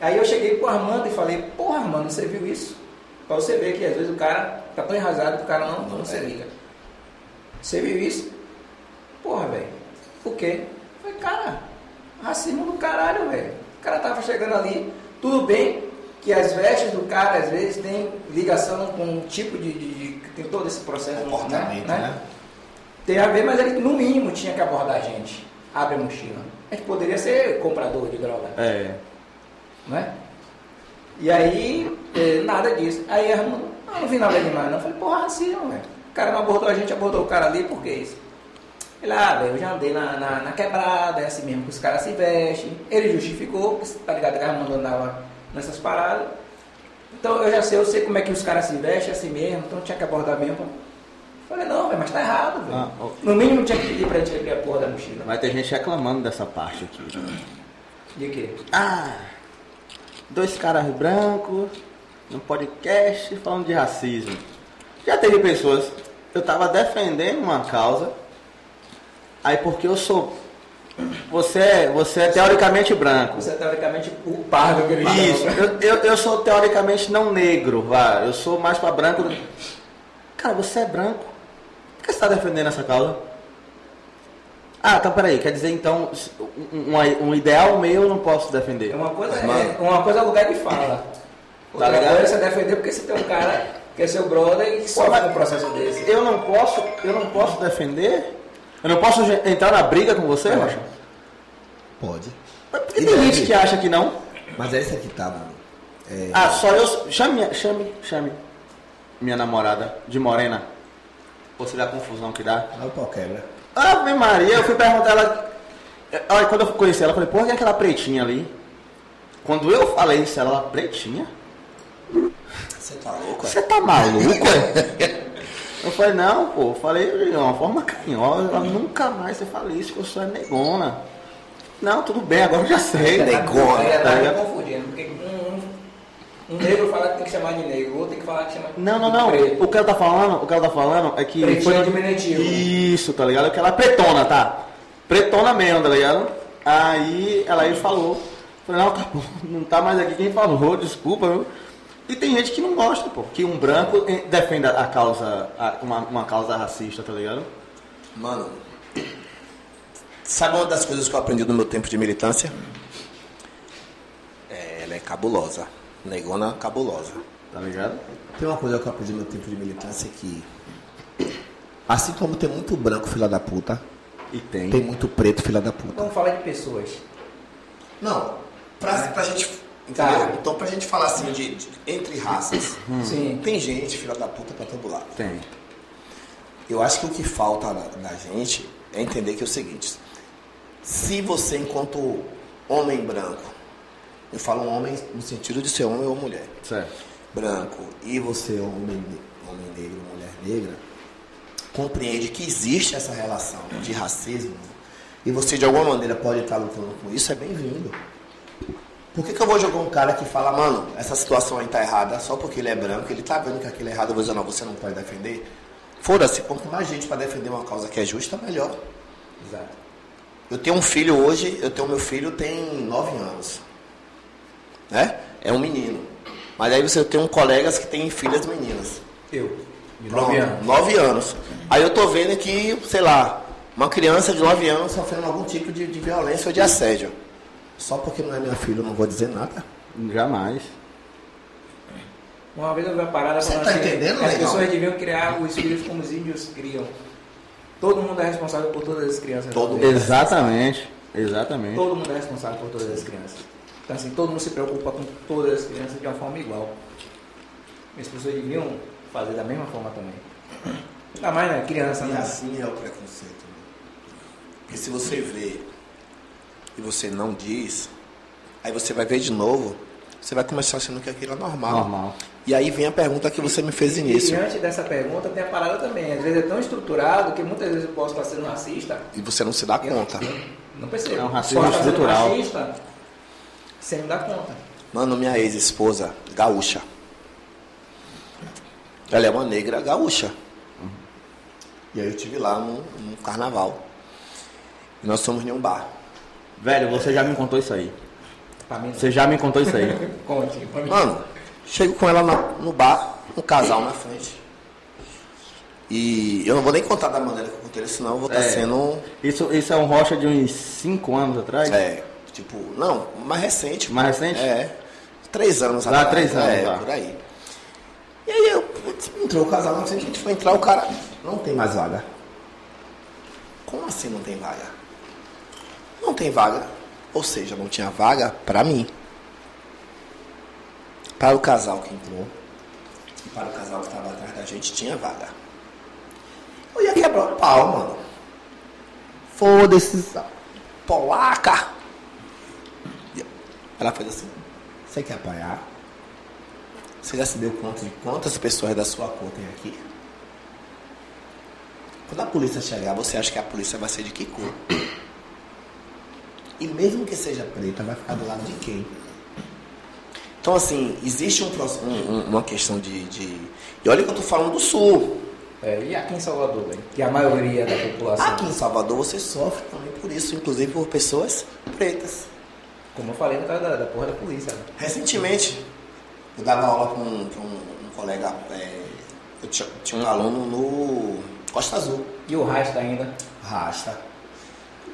[SPEAKER 3] Aí eu cheguei pro Armando e falei, porra Armando, você viu isso? Pra você ver que às vezes o cara tá tão enrasado que o cara não, não
[SPEAKER 2] É.
[SPEAKER 3] se liga. Você viu isso? Porra, velho. O quê? Eu Falei, cara, racismo do caralho, velho. O cara tava chegando ali, tudo bem que as vestes do cara às vezes tem ligação com o tipo de. de- de- que tem todo esse processo né?
[SPEAKER 2] Comportamento, né?
[SPEAKER 3] Tem a ver, mas ele no mínimo tinha que abordar a gente. Abre a mochila. A gente poderia ser comprador de droga
[SPEAKER 1] é,
[SPEAKER 3] né? E aí, eh, nada disso. Aí a irmã, ah, não vi nada demais, não. Eu falei, porra, racismo, velho. O cara não abordou a gente, abordou o cara ali, por que isso? Ele, ah, velho, eu já andei na, na, na quebrada, é assim mesmo que os caras se vestem. Ele justificou, porque, tá ligado que a Armando andava nessas paradas. Então eu já sei, eu sei como é que os caras se vestem, é assim mesmo, então tinha que abordar mesmo. Eu Falei, não, velho, mas tá errado, velho.
[SPEAKER 1] Ah, ok.
[SPEAKER 3] No mínimo tinha que pedir pra gente abrir a porra da mochila.
[SPEAKER 1] vai ter gente reclamando dessa parte aqui.
[SPEAKER 3] De quê?
[SPEAKER 1] Ah, dois caras brancos num podcast falando de racismo. Já teve pessoas. Eu tava defendendo uma causa. Aí porque eu sou. Você, é- você é teoricamente branco.
[SPEAKER 3] Você é teoricamente o pardo que ele chama,
[SPEAKER 1] Isso,
[SPEAKER 3] né?
[SPEAKER 1] eu, eu, eu sou teoricamente não negro, vá. Eu sou mais pra branco. do- Cara, você é branco. Por que você tá defendendo essa causa? Ah, então peraí, quer dizer então, se- um, um- um ideal meu eu não posso defender.
[SPEAKER 3] É Uma coisa,
[SPEAKER 2] Mano.
[SPEAKER 3] é, uma coisa é lugar de fala. Outra
[SPEAKER 1] ligado?
[SPEAKER 3] coisa é você defender porque você tem um cara que é seu brother e sofre
[SPEAKER 1] mas-
[SPEAKER 3] um processo desse.
[SPEAKER 1] Eu
[SPEAKER 3] É.
[SPEAKER 1] não posso, eu não posso defender? Eu não posso ge- entrar na briga com você, Rocha?
[SPEAKER 2] Pode.
[SPEAKER 1] Porque tem gente que acha que não.
[SPEAKER 2] Mas é essa que tá, mano. É,
[SPEAKER 1] Ah, só eu. Chame, minha- chame, chame. Minha namorada de morena. Você vê a confusão que dá.
[SPEAKER 2] Olha é o né? pau quebra.
[SPEAKER 1] Ave Maria, eu fui perguntar ela. eh, Olha, quando eu conheci ela, eu falei, porra, quem é aquela pretinha ali? Quando eu falei isso, ela, ela, pretinha?
[SPEAKER 2] Você tá louco?
[SPEAKER 1] Você tá maluco, é? Eu falei, não, pô, eu falei de uma forma carinhosa, ela nunca mais você fala isso, que eu sou é negona. Não, tudo bem, agora eu já sei.
[SPEAKER 3] Ela
[SPEAKER 1] tá
[SPEAKER 3] tá me
[SPEAKER 1] ligado?
[SPEAKER 3] confundindo, porque um, um negro fala que tem que chamar de negro, o outro tem que falar que chama de
[SPEAKER 1] Não, não, não.
[SPEAKER 3] preto.
[SPEAKER 1] O que ela tá falando, o que ela tá falando é que.
[SPEAKER 3] Pretinho diminutivo.
[SPEAKER 1] Isso, tá ligado? Que ela é pretona, tá? Pretona mesmo, tá ligado? Aí ela aí falou. Falei, não, tá bom, não tá mais aqui quem falou, desculpa, viu? E tem gente que não gosta, pô. Que um branco eh, defenda a causa, a- uma, uma causa racista, tá ligado?
[SPEAKER 2] Mano, sabe uma das coisas que eu aprendi no meu tempo de militância? É, ela é cabulosa. Negona cabulosa.
[SPEAKER 1] Tá ligado?
[SPEAKER 2] Tem uma coisa que eu aprendi no meu tempo de militância que. Assim como tem muito branco, filha da puta,
[SPEAKER 1] E tem.
[SPEAKER 2] tem muito preto, filha da puta.
[SPEAKER 3] Vamos falar Então, de pessoas.
[SPEAKER 2] Não, pra, pra gente.
[SPEAKER 3] Tá.
[SPEAKER 2] Entendeu? Então, pra gente falar assim de, de- entre raças,
[SPEAKER 3] Sim.
[SPEAKER 2] tem gente, filha da puta, pra todo lado.
[SPEAKER 1] Tem.
[SPEAKER 2] Eu acho que o que falta na, na gente é entender que é o seguinte: se você, enquanto homem branco, eu falo homem no sentido de ser homem ou mulher,
[SPEAKER 1] Certo.
[SPEAKER 2] branco, e você, homem, ne- homem negro, mulher negra, compreende que existe essa relação de racismo e você, de alguma maneira, pode estar lutando com isso, é bem-vindo. Por que, que eu vou jogar um cara que fala, mano, essa situação aí tá errada só porque ele é branco, ele tá vendo que aquilo é errado, eu vou dizer, não, você não pode defender? Foda-se, quanto mais gente pra defender uma causa que é justa, melhor.
[SPEAKER 3] Exato.
[SPEAKER 2] Eu tenho um filho hoje, eu tenho meu filho tem 9 anos. Né? É um menino. Mas aí você tem um colegas que tem filhas meninas.
[SPEAKER 3] Eu. De
[SPEAKER 2] Pronto,
[SPEAKER 3] nove anos.
[SPEAKER 2] 9 anos. Aí eu tô vendo que, sei lá, uma criança de 9 anos sofrendo algum tipo de, de violência ou de assédio. Só porque não é minha filha, eu não vou dizer nada.
[SPEAKER 1] Jamais.
[SPEAKER 3] Uma vez eu vi uma parada
[SPEAKER 2] Você
[SPEAKER 3] falando
[SPEAKER 2] tá
[SPEAKER 3] que
[SPEAKER 2] entendendo,
[SPEAKER 3] as
[SPEAKER 2] legal?
[SPEAKER 3] pessoas deviam criar os filhos como os índios criam. Todo mundo é responsável por todas as crianças.
[SPEAKER 2] Todo
[SPEAKER 3] mundo.
[SPEAKER 1] Exatamente. Exatamente.
[SPEAKER 3] Todo mundo é responsável por todas as crianças. Então, assim, todo mundo se preocupa com todas as crianças de uma forma igual. As pessoas deviam fazer da mesma forma também. Ainda mais, né? Criança,
[SPEAKER 2] E
[SPEAKER 3] né?
[SPEAKER 2] assim é o preconceito. né? E se você vê e você não diz, aí você vai ver de novo, você vai começar achando que aquilo é normal.
[SPEAKER 1] Normal.
[SPEAKER 2] E aí vem a pergunta que você me fez
[SPEAKER 3] E
[SPEAKER 2] início.
[SPEAKER 3] diante dessa pergunta tem a parada também. Às vezes é tão estruturado que muitas vezes eu posso estar sendo racista.
[SPEAKER 2] E você não se dá conta.
[SPEAKER 3] Não percebo.
[SPEAKER 1] É um racismo
[SPEAKER 3] Posso estar sendo
[SPEAKER 1] estrutural.
[SPEAKER 3] Racista, sem me dar conta.
[SPEAKER 2] Mano, minha ex-esposa, gaúcha. Ela é uma negra gaúcha. E aí eu estive lá num, num carnaval. E nós fomos em um bar.
[SPEAKER 1] Velho, você já me contou isso aí.
[SPEAKER 3] Pra mim,
[SPEAKER 1] Você já me contou isso aí.
[SPEAKER 3] não. Conte. Pra mim.
[SPEAKER 2] Mano, chego com ela na- no bar, um casal na frente. E eu não vou nem contar da maneira que eu contei, senão eu vou estar
[SPEAKER 1] É.
[SPEAKER 2] sendo.
[SPEAKER 1] Isso, isso é um rocha de uns 5 anos atrás?
[SPEAKER 2] É, tipo, não, mais recente.
[SPEAKER 1] Mais recente?
[SPEAKER 2] É. Três anos
[SPEAKER 1] Lá, três anos,
[SPEAKER 2] É,
[SPEAKER 1] lá.
[SPEAKER 2] por aí. E aí eu putz, entrou o casal, não sei o que a gente foi entrar, o cara. Não tem mais vaga. Como assim não tem vaga? Não tem vaga. Ou seja, não tinha vaga pra mim. Para o casal que entrou. E para o casal que estava atrás da gente, tinha vaga. Eu ia quebrar o pau, mano. Foda-se. essa Polaca! E Ela fez assim. Você quer apanhar? Você já se deu conta de quantas pessoas da sua cor tem aqui? Quando a polícia chegar, você acha que a polícia vai ser de que cor? E mesmo que seja preta, vai ficar do lado de quem? Então, assim, existe um, proce- um- um- uma questão de, de. E olha que eu tô falando do sul.
[SPEAKER 3] É, e aqui em Salvador, velho? Que a maioria da população,
[SPEAKER 2] Aqui em Salvador você sofre também por isso, inclusive por pessoas pretas.
[SPEAKER 3] como eu falei, no caso da, da porra da polícia. né?
[SPEAKER 2] Recentemente, eu dava aula com um, pra um- um colega, é, eu tinha, tinha um aluno no Costa Azul,
[SPEAKER 3] E o rasta ainda.
[SPEAKER 2] Rasta.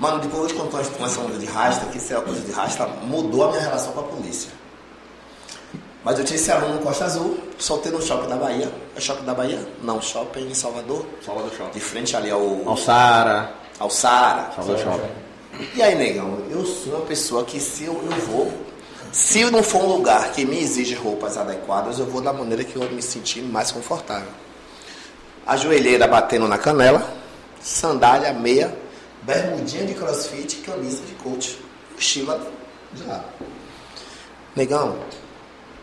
[SPEAKER 2] Mano, depois eu te conto uma informação de Rasta, que isso é uma coisa de Rasta, mudou a minha relação com a polícia. Mas eu tinha esse aluno no Costa Azul, soltei no shopping da Bahia. É shopping da Bahia? Não, shopping em Salvador.
[SPEAKER 1] Salva do
[SPEAKER 2] De
[SPEAKER 1] shopping.
[SPEAKER 2] frente ali ao,
[SPEAKER 1] Alçara,
[SPEAKER 2] ao Saara.
[SPEAKER 1] salva do shopping.
[SPEAKER 2] E aí, negão, eu sou uma pessoa que se eu, eu vou. Se não for um lugar que me exige roupas adequadas, eu vou da maneira que eu me sentir mais confortável. A joelheira batendo na canela, sandália, meia, bermudinha de crossfit, camisa de coach, mochila de lado. Negão,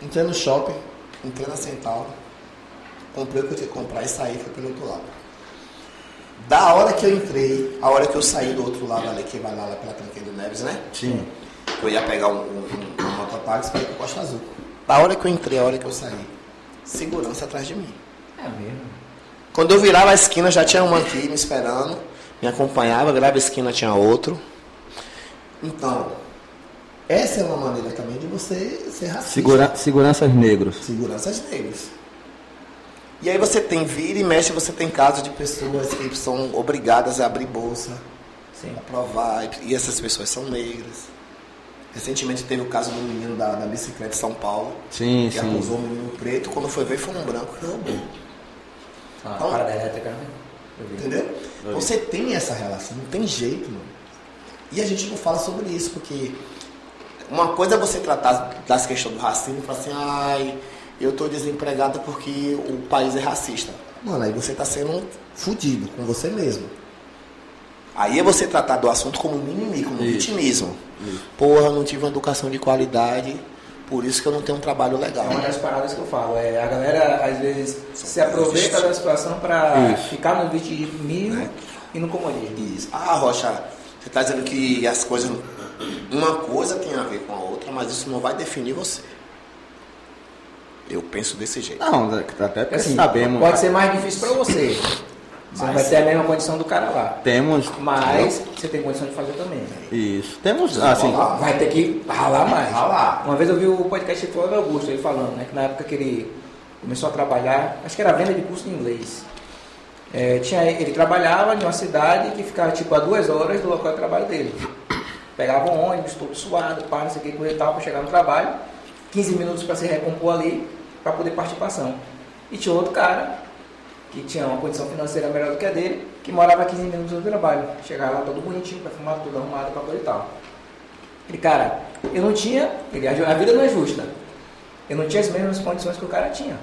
[SPEAKER 2] entrei no shopping, entrei na Centauro, comprei o que eu tinha que comprar e saí fui pelo outro lado. Da hora que eu entrei, a hora que eu saí do outro lado ali, que vai lá, lá pela Tranqueira do Neves, né?
[SPEAKER 1] Sim.
[SPEAKER 2] que eu ia pegar um, um, um, um mototáxi para ir pro Costa Azul. Da hora que eu entrei, a hora que eu saí, segurança atrás de mim.
[SPEAKER 3] É mesmo.
[SPEAKER 2] Quando eu virava a esquina, já tinha um aqui me esperando, me acompanhava, virava a esquina, tinha outro. Então, essa é uma maneira também de você ser racista.
[SPEAKER 1] seguranças negros.
[SPEAKER 2] Seguranças negras. E aí você tem vira e mexe, você tem casos de pessoas que são obrigadas a abrir bolsa
[SPEAKER 3] Sim.
[SPEAKER 2] aprovar. e- E essas pessoas são negras. Recentemente teve o caso do menino da, da bicicleta em São Paulo,
[SPEAKER 1] Sim,
[SPEAKER 2] que acusou um menino preto, quando foi ver foi um branco que roubou.
[SPEAKER 3] Ah,
[SPEAKER 2] Então-
[SPEAKER 3] parada elétrica, né? Eu vi.
[SPEAKER 2] Entendeu? Então, Você tem essa relação, não tem jeito, mano. E a gente não fala sobre isso, porque uma coisa é você tratar das questões do racismo e falar assim, ai, eu tô desempregado porque o país é racista. Mano, aí você tá sendo fudido com você mesmo. Aí é você tratar do assunto como mimimi, como um
[SPEAKER 1] Isso.
[SPEAKER 2] vitimismo. Porra, eu não tive uma educação de qualidade, por isso que eu não tenho um trabalho legal.
[SPEAKER 3] É uma das paradas que eu falo. É, a galera, às vezes, se aproveita da situação pra
[SPEAKER 1] Isso.
[SPEAKER 3] ficar no vitimismo Né? e no comodismo.
[SPEAKER 2] Isso. Ah, Rocha, você está dizendo que as coisas. Uma coisa tem a ver com a outra, mas isso não vai definir você. Eu penso desse jeito.
[SPEAKER 1] Não, é tá até porque
[SPEAKER 3] Assim,
[SPEAKER 1] sabemos.
[SPEAKER 3] Pode ser mais difícil pra você. Você não vai ter a mesma condição do cara lá.
[SPEAKER 1] Temos.
[SPEAKER 3] Mas você tem condição de fazer também. né?
[SPEAKER 1] Isso. Temos, assim.
[SPEAKER 2] Olá.
[SPEAKER 3] Vai ter que ralar mais.
[SPEAKER 2] Ralar.
[SPEAKER 3] Uma vez eu vi o podcast do Flávio Augusto ele falando, né? Que na época que ele começou a trabalhar, acho que era venda de curso de inglês. É, tinha, ele trabalhava em uma cidade que ficava tipo a duas horas do local de trabalho dele. Pegava um ônibus, todo suado, pá, não sei o que, coisa e tal, para chegar no trabalho. 15 minutos para se recompor ali, para poder partir pra ação. E tinha outro cara, que tinha uma condição financeira melhor do que a dele, que morava a 15 minutos do trabalho. Chegava lá todo bonitinho, perfumado, tudo arrumado, pra coisa e tal. Ele, cara, eu não tinha. Ele, a vida não é justa. Eu não tinha as mesmas condições que o cara tinha.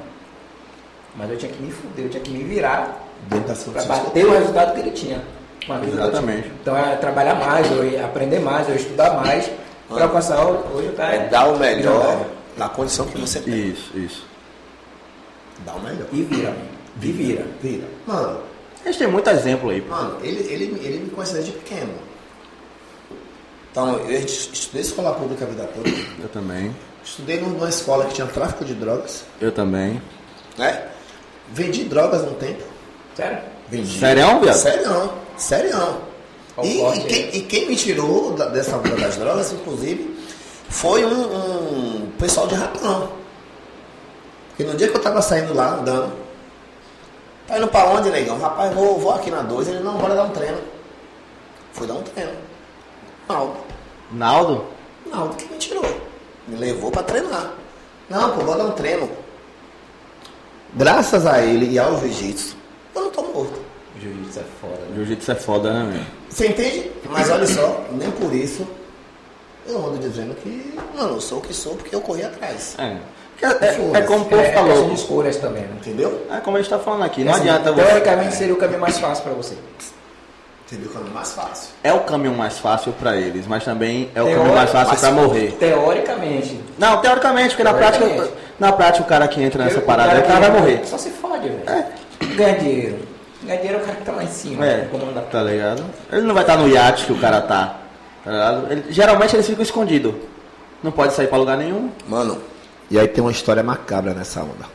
[SPEAKER 3] Mas eu tinha que me fuder, eu tinha que me virar
[SPEAKER 2] Dentro das
[SPEAKER 3] para
[SPEAKER 2] condições
[SPEAKER 3] bater o resultado que ele tinha. com a vida que eu
[SPEAKER 1] Exatamente.
[SPEAKER 3] tinha. Então é trabalhar mais, eu ia aprender mais, eu ia estudar mais, para alcançar o- hoje o cara.
[SPEAKER 2] É dar o melhor
[SPEAKER 3] milionário.
[SPEAKER 2] na condição que você tem.
[SPEAKER 1] Isso, isso.
[SPEAKER 2] Dá o melhor.
[SPEAKER 3] E vira, e vira.
[SPEAKER 2] Vira. Mano,
[SPEAKER 1] A gente tem muito exemplo aí. pô.
[SPEAKER 2] mano ele, ele, ele me conhece desde pequeno. Então, eu est- estudei escola pública a vida toda.
[SPEAKER 1] Eu também.
[SPEAKER 2] Estudei numa escola que tinha tráfico de drogas,
[SPEAKER 1] Eu também.
[SPEAKER 2] né? Vendi drogas um tempo.
[SPEAKER 3] Sério?
[SPEAKER 2] Vendi.
[SPEAKER 1] Serião, viado?
[SPEAKER 2] Serião, serião.
[SPEAKER 3] Olha o
[SPEAKER 2] E,
[SPEAKER 3] corte
[SPEAKER 2] e
[SPEAKER 3] aí.
[SPEAKER 2] quem, e quem me tirou da- dessa vida das drogas, inclusive, foi um, um pessoal de Rapão. Porque no dia que eu tava saindo lá, andando, tá indo pra onde, negão? Rapaz, vou, vou aqui na 2, ele não, bora dar um treino. Fui dar um treino. Naldo.
[SPEAKER 1] Naldo?
[SPEAKER 2] Naldo que me tirou. Me levou pra treinar. Não, pô, vou dar um treino. Graças a ele e ao jiu-jitsu, eu não tô morto.
[SPEAKER 3] O jiu-jitsu é foda, né?
[SPEAKER 1] Jiu-jitsu é foda, né, meu?
[SPEAKER 2] Você entende? Mas olha só, nem por isso eu ando dizendo que, mano, eu sou o que sou porque eu corri atrás.
[SPEAKER 1] É. É, é, como o povo
[SPEAKER 3] É, são
[SPEAKER 1] falou.
[SPEAKER 3] escolhas também, né?
[SPEAKER 2] Entendeu?
[SPEAKER 1] É como a gente tá falando aqui. Não
[SPEAKER 3] Assim,
[SPEAKER 1] adianta você.
[SPEAKER 3] Teoricamente seria o caminho mais fácil pra você.
[SPEAKER 2] Entendeu? Que é mais fácil.
[SPEAKER 1] É o caminho mais fácil pra eles, mas também é o
[SPEAKER 3] Teori-
[SPEAKER 1] caminho mais fácil
[SPEAKER 2] mais
[SPEAKER 1] pra
[SPEAKER 2] fácil.
[SPEAKER 1] morrer.
[SPEAKER 3] Teoricamente.
[SPEAKER 1] Não, teoricamente, porque na prática,
[SPEAKER 3] Teoricamente.
[SPEAKER 1] na prática o cara que entra nessa
[SPEAKER 3] Eu-
[SPEAKER 1] parada aí, o cara vai morrer.
[SPEAKER 3] Só se fode, velho. Ganha dinheiro. Ganha dinheiro é o cara que tá lá em cima,
[SPEAKER 1] É,
[SPEAKER 3] né, comandante.
[SPEAKER 1] tá ligado? Ele não vai estar no iate que o cara tá. tá ligado? Ele- geralmente eles ficam escondidos. Não pode sair pra lugar nenhum.
[SPEAKER 2] Mano, e aí tem uma história macabra nessa onda.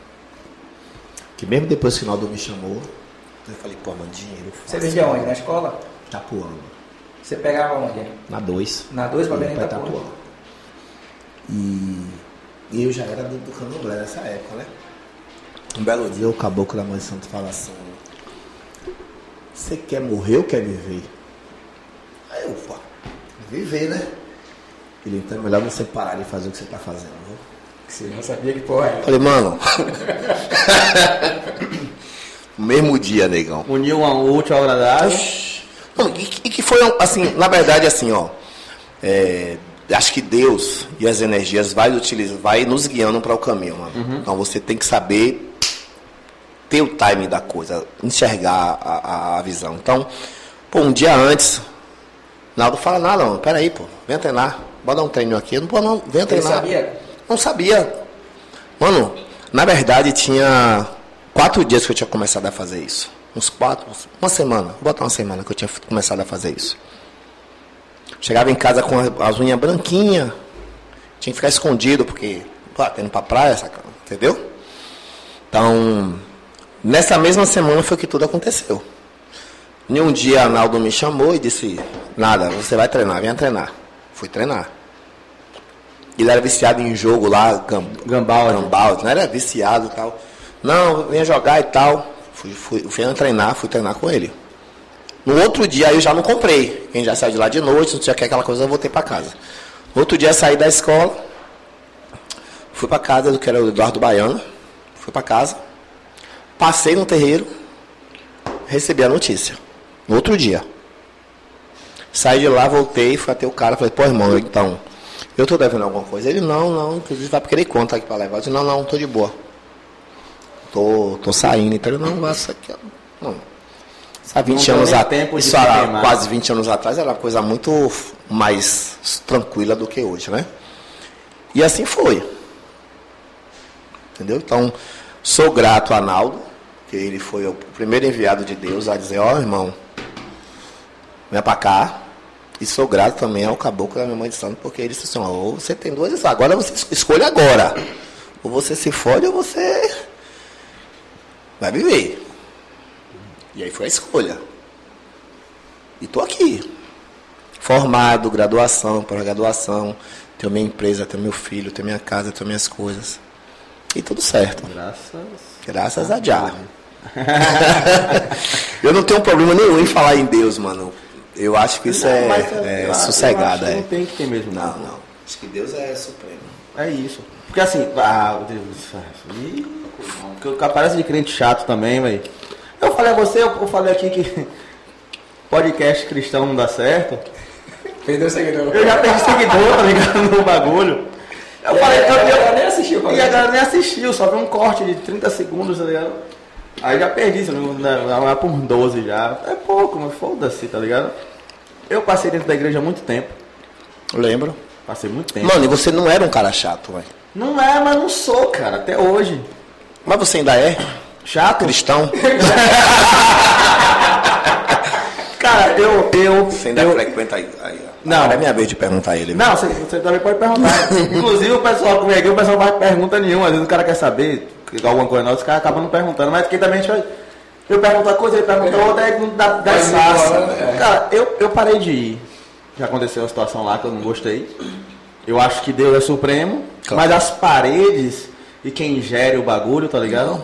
[SPEAKER 2] Que mesmo depois que o Naldo me chamou, eu falei, pô, mano, dinheiro
[SPEAKER 3] Você
[SPEAKER 2] fácil. Tá
[SPEAKER 3] vendia onde? Na escola?
[SPEAKER 2] Tapuando.
[SPEAKER 3] Você pegava onde?
[SPEAKER 2] Na 2.
[SPEAKER 3] Na 2 pra
[SPEAKER 2] Pra
[SPEAKER 3] vender tá
[SPEAKER 2] Itapuã. E e eu já era do, do candomblé nessa época, né? Um belo dia o caboclo da mãe de santo fala assim, você quer morrer ou quer viver? Aí eu, pô, viver, né? Ele, então é melhor você parar de fazer o que você tá fazendo, viu?
[SPEAKER 3] Você não sabia que porra era.
[SPEAKER 2] Falei, mano. Mesmo dia, negão.
[SPEAKER 1] Uniu a útil ao agradável.
[SPEAKER 2] Não, e, que- e que foi, assim, na verdade, assim, ó. é, acho que Deus e as energias vai, utilizar, vai nos guiando para o caminho, mano.
[SPEAKER 3] Uhum.
[SPEAKER 2] Então você tem que saber ter o timing da coisa, enxergar a, a- a visão. Então, pô, um dia antes, Naldo fala, nada, mano, peraí, pô, vem treinar. Bora dar um treino aqui. Eu não, pô, não, vem
[SPEAKER 3] Ele
[SPEAKER 2] treinar.
[SPEAKER 3] sabia?
[SPEAKER 2] Não sabia. Mano, na verdade tinha quatro dias que eu tinha começado a fazer isso. Uns quatro, uns- uma semana. Vou botar uma semana que eu tinha f- começado a fazer isso. Chegava em casa com a- as unhas branquinhas. Tinha que ficar escondido, porque, pô, tendo pra praia, saca? Entendeu? Então, nessa mesma semana foi que tudo aconteceu. E um dia Arnaldo me chamou e disse, nada, você vai treinar, venha treinar. Fui treinar. Ele era viciado em jogo lá, gam-
[SPEAKER 1] Gambaldi.
[SPEAKER 2] Gambaldi, não era viciado e tal. Não, venha jogar e tal. Fui, fui, fui treinar, fui treinar com ele. No outro dia aí eu já não comprei. Quem já saiu de lá de noite, não tinha que aquela coisa, eu voltei pra casa. No outro dia eu saí da escola, fui pra casa do que era o Eduardo Baiano, fui pra casa, passei no terreiro, recebi a notícia. No outro dia. Saí de lá, voltei, fui até o cara, falei, pô irmão, então, eu tô devendo alguma coisa. Ele, não, não, inclusive vai porque ele conta aqui pra levar. Eu disse, não, não, tô de boa. Tô, tô saindo, então ele, não, mas isso aqui, ó, não, Há 20
[SPEAKER 1] deu
[SPEAKER 2] anos
[SPEAKER 1] nem
[SPEAKER 2] atrás,
[SPEAKER 1] tempo de
[SPEAKER 2] isso era
[SPEAKER 1] queimar.
[SPEAKER 2] quase 20 anos atrás, era uma coisa muito f- mais tranquila do que hoje, né? E assim foi. Entendeu? Então, sou grato a Naldo, que ele foi o primeiro enviado de Deus a dizer, ó irmão, vem pra cá. E sou grato também ao caboclo da minha mãe de santo, porque ele disse assim, ó, ou você tem duas escolhas, agora você es- escolhe agora. Ou você se fode ou você vai viver. E aí foi a escolha. E tô aqui. Formado, graduação, pós-graduação, tenho minha empresa, tenho meu filho, tenho minha casa, tenho minhas coisas. E tudo certo.
[SPEAKER 1] Graças.
[SPEAKER 2] Graças a Jah. Ah, eu não tenho problema nenhum em falar em Deus, mano. Eu acho que isso é,
[SPEAKER 1] Mas,
[SPEAKER 2] é
[SPEAKER 1] eu acho
[SPEAKER 2] sossegado.
[SPEAKER 1] que
[SPEAKER 2] É.
[SPEAKER 1] Não tem que ter mesmo.
[SPEAKER 2] Não, não. Acho que Deus é supremo.
[SPEAKER 1] É isso. Porque assim, ah, meu Deus do céu. Ih, Porque o cara parece de crente chato também, velho. Eu falei a você, eu eu falei aqui que podcast cristão não dá certo.
[SPEAKER 3] Perdeu o seguidor.
[SPEAKER 1] Eu já perdi seguidor, tá ligado? No bagulho. Eu falei, eu,
[SPEAKER 3] eu,
[SPEAKER 1] eu-
[SPEAKER 3] nem assisti o
[SPEAKER 1] e a
[SPEAKER 3] bagulho.
[SPEAKER 1] galera nem assistiu, só viu um corte de 30 segundos, tá ligado? Aí já perdi, se não né, lá por 12 já. É pouco, mas foda-se, tá ligado? Eu passei dentro da igreja há muito tempo.
[SPEAKER 2] Lembro.
[SPEAKER 1] Passei muito tempo.
[SPEAKER 2] Mano, e você não era um cara chato, velho.
[SPEAKER 1] Não é, mas não sou, cara, até hoje.
[SPEAKER 2] Mas você ainda é
[SPEAKER 1] Chato?
[SPEAKER 2] cristão?
[SPEAKER 1] Cara, eu. eu
[SPEAKER 2] Você ainda
[SPEAKER 1] eu-
[SPEAKER 2] frequenta aí. aí ó.
[SPEAKER 1] Não.
[SPEAKER 2] Agora é minha vez de perguntar a ele. viu?
[SPEAKER 1] Não, você, você também pode perguntar. Inclusive, o pessoal comigo aqui, o pessoal não faz pergunta nenhuma. Às vezes o cara quer saber alguma coisa nossa, os caras acabam não perguntando. Mas aqui também a gente vai. Eu pergunto uma coisa, ele pergunta outra, aí não dá, dá
[SPEAKER 3] É. Vai
[SPEAKER 1] espaço.
[SPEAKER 3] embora, né?
[SPEAKER 1] Cara, eu, eu parei de ir. Já aconteceu uma situação lá que eu não gostei. Eu acho que Deus é supremo,
[SPEAKER 2] Claro.
[SPEAKER 1] mas as paredes e quem gere o bagulho, tá ligado?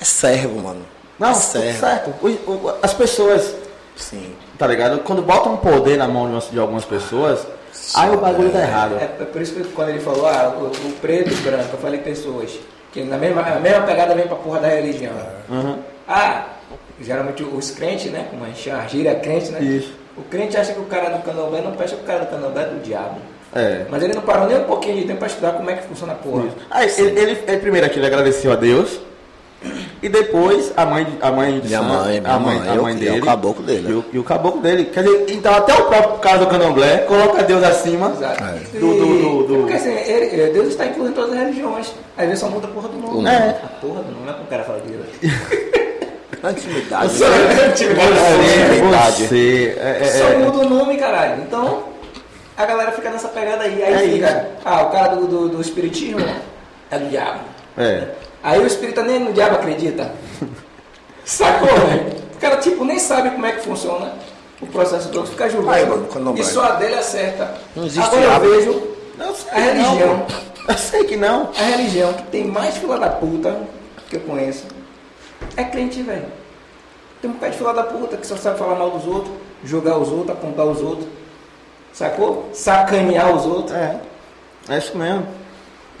[SPEAKER 2] É servo, mano.
[SPEAKER 1] Não,
[SPEAKER 3] tá
[SPEAKER 2] é
[SPEAKER 1] tudo
[SPEAKER 2] servo.
[SPEAKER 1] certo. O- o- as pessoas
[SPEAKER 2] Sim.
[SPEAKER 1] Tá ligado? Quando botam um poder na mão de, umas- de algumas pessoas, aí o bagulho tá errado.
[SPEAKER 3] É, é por isso que quando ele falou, ah, o, o preto e o branco, eu falei pessoas. Que na mesma, a mesma pegada vem pra porra da religião.
[SPEAKER 1] Uhum.
[SPEAKER 3] Ah, geralmente os crentes, né? Como a gente chama, gíria crente, né?
[SPEAKER 1] Isso.
[SPEAKER 3] O crente acha que o cara do candomblé não presta que o cara do candomblé é do diabo.
[SPEAKER 1] É.
[SPEAKER 3] Mas ele não parou nem um pouquinho de tempo pra estudar como é que funciona a porra.
[SPEAKER 1] Aí, ele, ele- ele- primeiro aqui ele agradeceu a Deus. E depois a mãe, a mãe de
[SPEAKER 2] Minha
[SPEAKER 1] santo,
[SPEAKER 2] mãe, minha
[SPEAKER 1] a mãe,
[SPEAKER 2] mãe,
[SPEAKER 1] a
[SPEAKER 2] eu-
[SPEAKER 1] mãe
[SPEAKER 2] e
[SPEAKER 1] dele.
[SPEAKER 2] é o caboclo dele.
[SPEAKER 1] E o, e o caboclo dele. Quer dizer, então até o próprio caso do candomblé coloca Deus acima.
[SPEAKER 3] Exato.
[SPEAKER 2] É.
[SPEAKER 3] E-
[SPEAKER 1] Do- do- do- do-
[SPEAKER 3] Porque assim, ele- ele- Deus está incluído em todas as religiões. Às vezes só muda a porra do nome.
[SPEAKER 1] É.
[SPEAKER 3] A porra do nome é como o cara fala de Deus.
[SPEAKER 2] Intimidade.
[SPEAKER 1] Você,
[SPEAKER 2] né? é Verdade.
[SPEAKER 1] você, é, é,
[SPEAKER 3] Só
[SPEAKER 1] é.
[SPEAKER 3] muda o nome, caralho. Então, a galera fica nessa pegada aí. Aí
[SPEAKER 1] É
[SPEAKER 3] fica,
[SPEAKER 1] isso.
[SPEAKER 3] ah, o cara do, do, do espiritismo é do diabo.
[SPEAKER 1] É.
[SPEAKER 3] Aí o espírita nem no diabo acredita. Sacou, velho? O cara, tipo, nem sabe como é que funciona o processo todo, fica julgando.
[SPEAKER 2] Aí, mano, Ah, quando não
[SPEAKER 3] e
[SPEAKER 2] vai.
[SPEAKER 3] só a dele acerta.
[SPEAKER 2] Não existe
[SPEAKER 3] Agora
[SPEAKER 2] diabo.
[SPEAKER 3] eu vejo
[SPEAKER 1] Eu sei
[SPEAKER 3] a
[SPEAKER 1] que não,
[SPEAKER 3] religião.
[SPEAKER 1] pô. Eu sei que não.
[SPEAKER 3] A religião que tem mais fila da puta que eu conheço é crente, velho. Tem um bocado de fila da puta que só sabe falar mal dos outros, jogar os outros, apontar os outros. Sacou? Sacanear os outros.
[SPEAKER 1] É. É isso mesmo.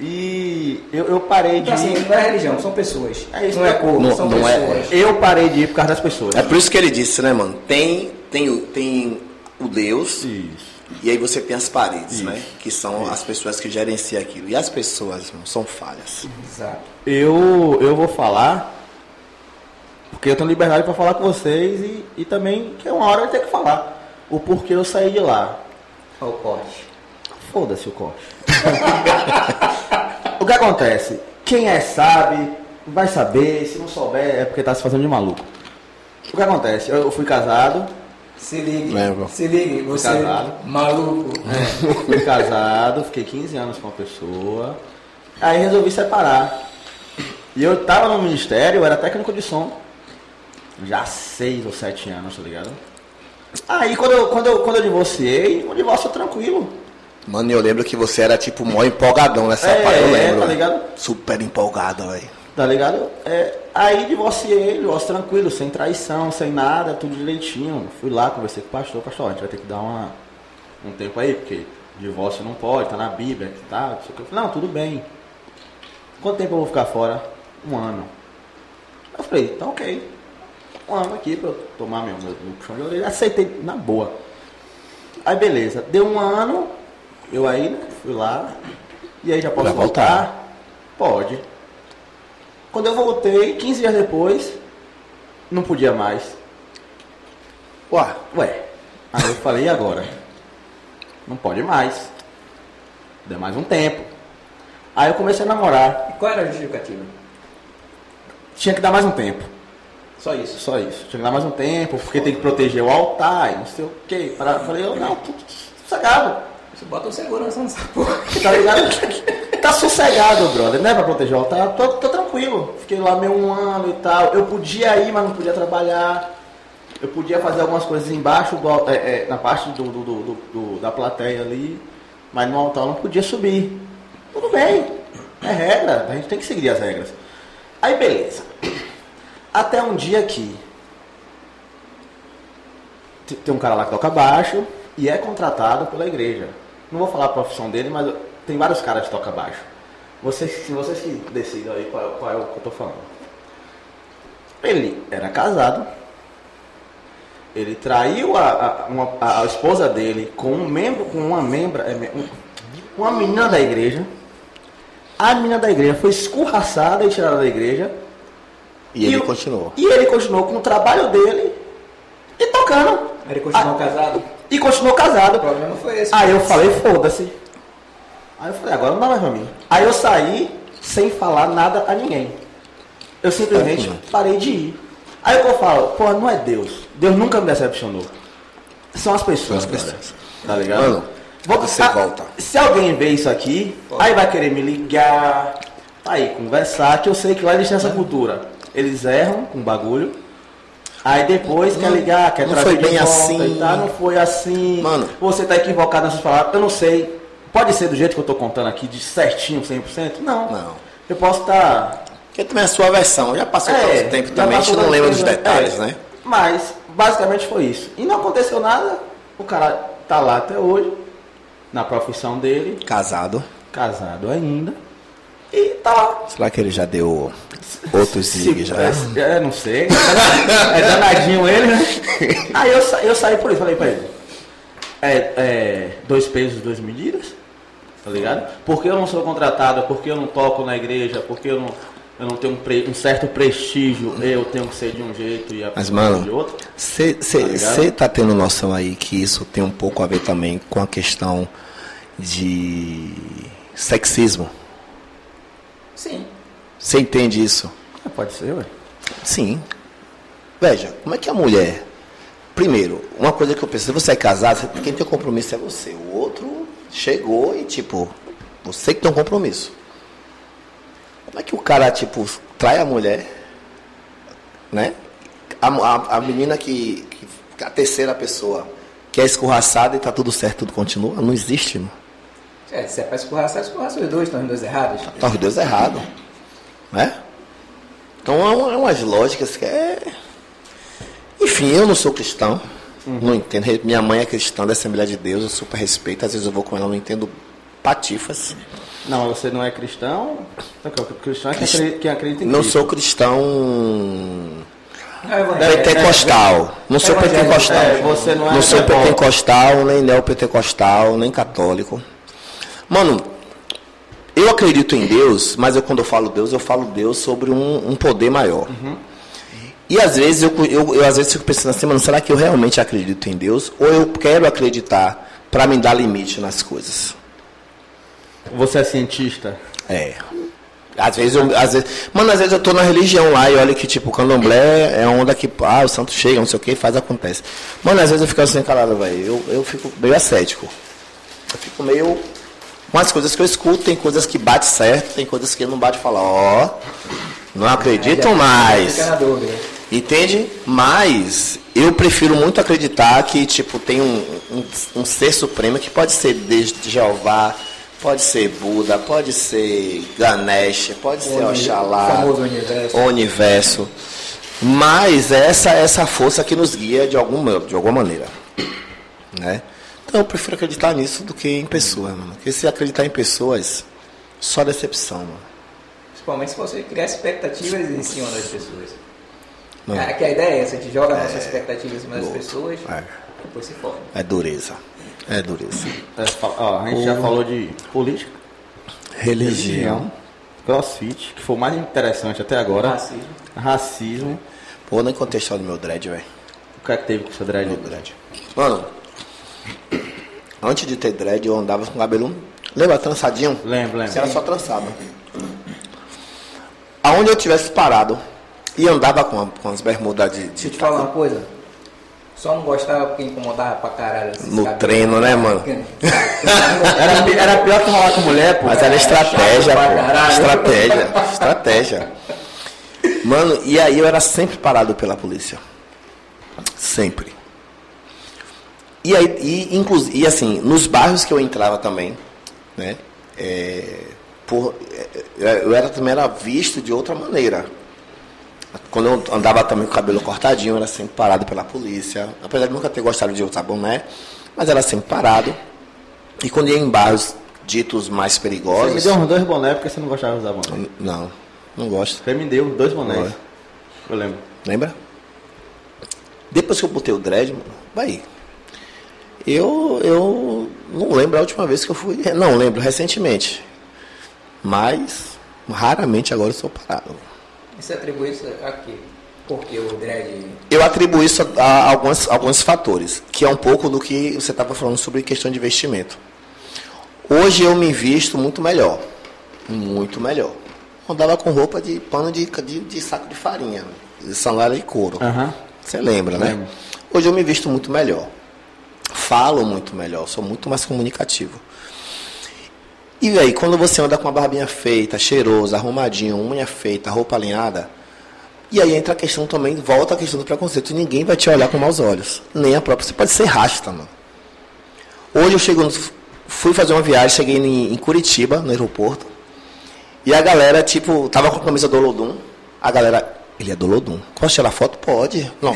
[SPEAKER 1] E eu, eu parei de.
[SPEAKER 3] Então, assim, não é religião, são pessoas.
[SPEAKER 1] É isso,
[SPEAKER 3] não é
[SPEAKER 1] tá-
[SPEAKER 3] corpo,
[SPEAKER 2] Não-
[SPEAKER 3] são
[SPEAKER 2] não é-
[SPEAKER 3] pessoas.
[SPEAKER 1] Eu parei de ir por causa das pessoas.
[SPEAKER 2] É por isso que ele disse, né, mano? Tem tem, o- tem o Deus
[SPEAKER 1] Isso.
[SPEAKER 2] e aí você tem as paredes,
[SPEAKER 1] Isso.
[SPEAKER 2] né? Que são as pessoas que gerenciam aquilo. E as pessoas irmão, são falhas.
[SPEAKER 4] Exato.
[SPEAKER 1] Eu, eu vou falar, porque eu tenho liberdade para falar com vocês e, e também que é uma hora eu tenho que falar o porquê eu saí de lá.
[SPEAKER 4] Olha o corte.
[SPEAKER 1] Foda-se o corte. o que acontece? Quem é sabe, vai saber, se não souber é porque tá se fazendo de maluco. O que acontece? Eu, eu fui casado,
[SPEAKER 4] Se ligue.
[SPEAKER 2] Lembra.
[SPEAKER 4] Se ligue. Você
[SPEAKER 1] Casado.
[SPEAKER 4] maluco.
[SPEAKER 1] fui casado, fiquei 15 anos com uma pessoa, aí resolvi separar. E eu tava no ministério, eu era técnico de som, já há 6 ou 7 anos, tá ligado? Aí quando eu, quando eu, quando eu divorciei, um divórcio tranquilo.
[SPEAKER 2] Mano, eu lembro que você era tipo mó empolgadão nessa
[SPEAKER 1] É,
[SPEAKER 2] parte, eu
[SPEAKER 1] é,
[SPEAKER 2] lembro.
[SPEAKER 1] tá
[SPEAKER 2] velho.
[SPEAKER 1] ligado?
[SPEAKER 2] Super empolgado, velho.
[SPEAKER 1] Tá ligado? É, aí divorciei, divórcio tranquilo, sem traição, sem nada, tudo direitinho. Fui lá, conversei com o pastor, pastor, a gente vai ter que dar uma, um tempo aí, porque divórcio não pode, tá na Bíblia, que tá, não sei o que. Eu falei, não, tudo bem. Quanto tempo eu vou ficar fora? Um ano. Eu falei, tá ok. Um ano aqui pra eu tomar meu, meu, meu puxão de orelha. Aceitei na boa. Aí beleza, deu um ano, eu aí, né, fui lá, e aí já posso
[SPEAKER 2] Vai voltar.
[SPEAKER 1] voltar? Pode. Quando eu voltei, 15 dias depois, não podia mais.
[SPEAKER 2] Ué,
[SPEAKER 1] Ué, aí eu falei, e agora? Não pode mais. Deu mais um tempo. Aí eu comecei a namorar.
[SPEAKER 4] E qual era a justificativa?
[SPEAKER 1] Tinha que dar mais um tempo.
[SPEAKER 4] Só isso.
[SPEAKER 1] Só isso. Tinha que dar mais um tempo, porque tem que proteger o altar e não sei o quê. Pra- Falei, eu não, tô sossegado.
[SPEAKER 4] Você bota
[SPEAKER 3] um
[SPEAKER 4] o segurança nessa porra.
[SPEAKER 1] Tá ligado? Tá sossegado, brother. Não é pra proteger o altar. Tô, tô tranquilo. Fiquei lá meio um ano e tal. Eu podia ir, mas não podia trabalhar. Eu podia fazer algumas coisas embaixo, do, al- é, é, na parte do, do- do- do- do- da plateia ali, mas no altar eu não podia subir. Tudo bem. É regra. A gente tem que seguir as regras. Aí, beleza. Até um dia que te- tem um cara lá que toca baixo e é contratado pela igreja. Não vou falar a profissão dele, mas eu- tem vários caras que toca baixo. Vocês, se vocês que decidam aí qual, é- qual é o que eu tô falando. Ele era casado. Ele traiu a, a- uma- a- a esposa dele com um membro, com uma membra, é, me- um- uma menina da igreja. A menina da igreja foi escorraçada e tirada da igreja.
[SPEAKER 2] e ele
[SPEAKER 1] o-
[SPEAKER 2] continuou.
[SPEAKER 1] E ele continuou com o trabalho dele e tocando.
[SPEAKER 4] Ele
[SPEAKER 3] Ah.
[SPEAKER 4] continuou casado?
[SPEAKER 1] E continuou
[SPEAKER 4] O
[SPEAKER 1] casado.
[SPEAKER 4] problema foi esse.
[SPEAKER 1] Aí eu falei, foda-se. Aí eu falei, agora não dá mais pra mim. Aí eu saí sem falar nada a ninguém. Eu simplesmente parei de ir. Aí o que eu falo, pô, não é Deus. Deus nunca me decepcionou. São as pessoas,
[SPEAKER 2] São as
[SPEAKER 1] cara.
[SPEAKER 2] pessoas.
[SPEAKER 1] Tá ligado?
[SPEAKER 2] Mano,
[SPEAKER 1] Vou-
[SPEAKER 2] você
[SPEAKER 1] ah,
[SPEAKER 2] volta.
[SPEAKER 1] Se alguém vê isso aqui, aí vai querer me ligar, tá aí conversar, que eu sei que lá eles têm essa cultura. Eles erram com bagulho. Aí depois quer ligar, quer
[SPEAKER 2] não
[SPEAKER 1] trazer
[SPEAKER 2] foi
[SPEAKER 1] de
[SPEAKER 2] bem
[SPEAKER 1] volta
[SPEAKER 2] assim.
[SPEAKER 1] e tal, não foi assim.
[SPEAKER 2] Mano.
[SPEAKER 1] Você tá equivocado nessas palavras. Eu não sei. Pode ser do jeito que eu tô contando aqui, de certinho, 100%? Não.
[SPEAKER 2] Não.
[SPEAKER 1] Eu posso tá, estar...
[SPEAKER 2] Porque também é a sua versão. Já passou
[SPEAKER 1] É,
[SPEAKER 2] tanto tá tempo também, a
[SPEAKER 1] tá
[SPEAKER 2] gente não lembra dos detalhes, né?
[SPEAKER 1] Mas, basicamente foi isso. E não aconteceu nada. O cara tá lá até hoje, na profissão dele,
[SPEAKER 2] Casado.
[SPEAKER 1] casado ainda. E tá lá.
[SPEAKER 2] Será que ele já deu outros zig já?
[SPEAKER 1] Se- é, não sei. É danadinho ele, né? Aí eu, sa- eu saí por isso, falei pra ele. É, é, dois pesos, duas medidas. Tá ligado? Porque eu não sou contratado, porque eu não toco na igreja, porque eu não, eu não tenho um, pre- um certo prestígio, eu tenho que ser de um jeito e a
[SPEAKER 2] Mas,
[SPEAKER 1] pessoa
[SPEAKER 2] mano,
[SPEAKER 1] de outro.
[SPEAKER 2] Você
[SPEAKER 1] Tá ligado?
[SPEAKER 2] tá, tendo noção aí que isso tem um pouco a ver também com a questão de sexismo?
[SPEAKER 4] Sim.
[SPEAKER 2] Você entende isso?
[SPEAKER 1] Ah, pode ser, ué.
[SPEAKER 2] Sim. Veja, como é que a mulher. Primeiro, uma coisa que eu penso, se você é casado, você- quem tem compromisso é você. O outro chegou e, tipo, você que tem um compromisso. Como é que o cara, tipo, trai a mulher, né? A, a, a menina que, que. A terceira pessoa que é escorraçada e tá tudo certo, tudo continua? Não existe, mano.
[SPEAKER 4] É, se é pra escorraçar, escorraça os dois, estão os dois errados.
[SPEAKER 2] Tá os dois errados. Né? Então é, uma- é umas lógicas que é. Enfim, eu não sou cristão. Não entendo. Re- Minha mãe é cristã da Assembleia de Deus, eu super respeito. Às vezes eu vou com ela, eu não entendo patifas.
[SPEAKER 1] Não, você não é Tá cristão. Então, o Cristão é quem acre- quem acredita em
[SPEAKER 2] Não
[SPEAKER 1] Cristo.
[SPEAKER 2] sou cristão
[SPEAKER 4] Ah,
[SPEAKER 2] é Pentecostal. Não sou
[SPEAKER 3] Evangélico,
[SPEAKER 2] pentecostal.
[SPEAKER 1] é, você não é
[SPEAKER 2] sou
[SPEAKER 1] evangélico.
[SPEAKER 2] pentecostal, nem neopentecostal, nem católico. Mano, eu acredito em Deus, mas eu quando eu falo Deus, eu falo Deus sobre um, um poder maior.
[SPEAKER 1] Uhum.
[SPEAKER 2] E às vezes eu, cu- eu, eu às vezes fico pensando assim, mano, será que eu realmente acredito em Deus? Ou eu quero acreditar para me dar limite nas coisas?
[SPEAKER 1] Você é cientista?
[SPEAKER 2] É. Às vezes eu. Às vezes, mano, às vezes eu tô na religião lá e olha que, tipo, o candomblé é uma onda que. Ah, o santo chega, não sei o que, faz, acontece. Mano, às vezes eu fico assim, calado, velho. Eu, eu fico meio ascético. Eu fico meio. Umas coisas que eu escuto, tem coisas que bate certo, tem coisas que não bate e fala, ó. não acredito mais.
[SPEAKER 3] É, Fica
[SPEAKER 4] né?
[SPEAKER 3] na dúvida.
[SPEAKER 2] Entende? Mas eu prefiro muito acreditar que, tipo, tem um, um, um ser supremo que pode ser desde Jeová, pode ser Buda, pode ser Ganesh, pode ser
[SPEAKER 3] uni-
[SPEAKER 2] Oxalá,
[SPEAKER 3] o famoso universo.
[SPEAKER 2] o universo. Mas é essa essa força que nos guia de alguma, de alguma maneira. Né? Então eu prefiro acreditar nisso do que em pessoas, mano. Porque se acreditar em pessoas, só decepção, mano.
[SPEAKER 4] Principalmente se você criar expectativas em cima das pessoas.
[SPEAKER 2] Não.
[SPEAKER 4] É, que a ideia é essa, a gente joga nossas expectativas em cima das
[SPEAKER 2] louco.
[SPEAKER 4] pessoas
[SPEAKER 2] É.
[SPEAKER 4] e depois se forma.
[SPEAKER 2] É dureza. É dureza.
[SPEAKER 1] É, fa- ó, a gente já falou de política,
[SPEAKER 2] Religião.
[SPEAKER 1] crossfit, que foi o mais interessante até agora.
[SPEAKER 4] Racismo.
[SPEAKER 1] Racismo.
[SPEAKER 2] Pô, nem contestar do meu dread, velho.
[SPEAKER 1] O que é que teve com o seu dread?
[SPEAKER 2] Meu dread. Mano, antes de ter dread, eu andava com cabelo. Lembra, trançadinho?
[SPEAKER 1] Lembro, lembro.
[SPEAKER 2] Você era só trançado. Aonde eu tivesse parado e andava com, a- com as bermudas de,
[SPEAKER 4] Deixa eu te
[SPEAKER 2] de
[SPEAKER 4] falar uma coisa. Só não gostava porque incomodava pra caralho. esses
[SPEAKER 2] no
[SPEAKER 4] cabelos.
[SPEAKER 2] treino, né, mano?
[SPEAKER 1] Era, pi- era pior que rolar com mulher, pô.
[SPEAKER 2] Mas era estratégia,
[SPEAKER 4] pra
[SPEAKER 2] pô.
[SPEAKER 4] caralho.
[SPEAKER 2] Estratégia, estratégia. Mano, e aí eu era sempre parado pela polícia. Sempre. E aí, e, inclus- e assim, nos bairros que eu entrava também, né? é, por, é, eu era também era visto de outra maneira. Quando eu andava também com o cabelo cortadinho, eu era sempre parado pela polícia. Apesar de nunca ter gostado de usar boné, mas era sempre parado. E quando ia em bairros ditos mais
[SPEAKER 1] Você me um-
[SPEAKER 2] perigosos.
[SPEAKER 1] deu uns dois bonés porque você não gostava de usar boné.
[SPEAKER 2] Não, não gosto.
[SPEAKER 1] Você me deu dois bonés.
[SPEAKER 2] Olha.
[SPEAKER 1] Eu lembro.
[SPEAKER 2] Lembra? Depois que eu botei o dread, mano, vai. Eu, eu não lembro a última vez que eu fui. Não, lembro, recentemente. Mas raramente agora eu sou parado.
[SPEAKER 4] Isso atribui isso a quê? Porque o dread.
[SPEAKER 2] Eu atribuo isso a, a algumas, alguns fatores, que é um pouco do que você estava falando sobre questão de investimento. Hoje eu me visto muito melhor. Muito melhor. Andava com roupa de pano de, de, de saco de farinha, de sandália de couro.
[SPEAKER 1] Aham.
[SPEAKER 2] Você lembra, né?
[SPEAKER 1] Lembro.
[SPEAKER 2] Hoje eu me visto muito melhor. Falo muito melhor, sou muito mais comunicativo. E aí, quando você anda com a barbinha feita, cheiroso, arrumadinho, unha feita, roupa alinhada, e aí entra a questão também, volta a questão do preconceito. Ninguém vai te olhar com maus olhos. Nem a própria. Você pode ser rasta, mano. Hoje eu chego, no- fui fazer uma viagem, cheguei em, em Curitiba, no aeroporto. E a galera, tipo, tava com a camisa do Olodum. A galera, ele é do Olodum. Posso tirar foto? Pode. Não.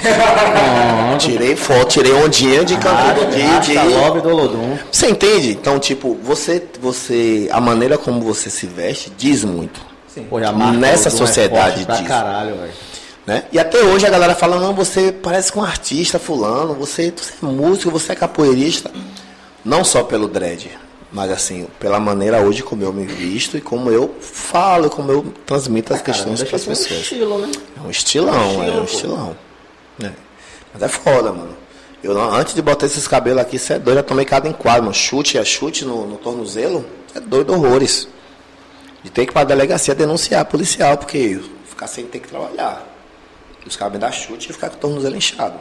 [SPEAKER 2] tirei foto, tirei ondinha de canto Ah, de, de,
[SPEAKER 1] Rasta Love do Olodum.
[SPEAKER 2] Você entende? Então, tipo, você, você, a maneira como você se veste diz muito.
[SPEAKER 1] Pô, e a marca
[SPEAKER 2] Nessa
[SPEAKER 1] Olodum é
[SPEAKER 2] sociedade
[SPEAKER 1] forte pra
[SPEAKER 2] disso.
[SPEAKER 1] caralho, velho.
[SPEAKER 2] Né? E até hoje a galera fala, não, você parece com um artista fulano, você, você é músico, você é capoeirista. Não só pelo dread, mas assim, pela maneira hoje como eu me visto e como eu falo, como eu transmito as
[SPEAKER 1] Cara, não
[SPEAKER 2] questões
[SPEAKER 1] deixa
[SPEAKER 2] para as
[SPEAKER 1] de ser um
[SPEAKER 2] pessoas.
[SPEAKER 1] estilo, né?
[SPEAKER 2] É um estilão, é um estilão. É. Mas é foda, mano. Eu, não- antes de botar esses cabelos aqui, você é doido, eu tomei cada enquadro, mano. Chute a chute no, no tornozelo, cê é doido horrores. De ter que ir pra delegacia denunciar policial, porque ficar sem ter que trabalhar. Os caras me dar chute e ficar com o tornozelo inchado.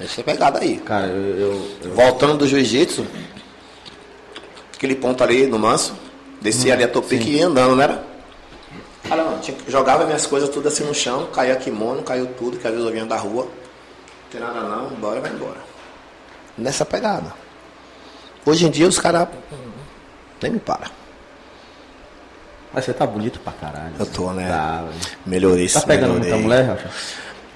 [SPEAKER 2] Essa é pegada aí.
[SPEAKER 1] Cara, eu, eu- eu-
[SPEAKER 2] Voltando do jiu-jitsu, aquele ponto ali no manso,
[SPEAKER 1] Hum,
[SPEAKER 2] descia ali a topique e ia andando, não era? Cara, mano, tinha, jogava minhas coisas tudo assim no chão, caía kimono, caiu tudo, que às vezes eu vinha da rua. Não tem nada não, bora, vai embora. Nessa pegada. Hoje em dia os caras nem me param.
[SPEAKER 1] Mas você tá bonito pra caralho.
[SPEAKER 2] Eu tô, né?
[SPEAKER 1] Tá, velho.
[SPEAKER 2] Melhorei,
[SPEAKER 1] Tá pegando
[SPEAKER 2] melhorei.
[SPEAKER 1] muita mulher, Rocha?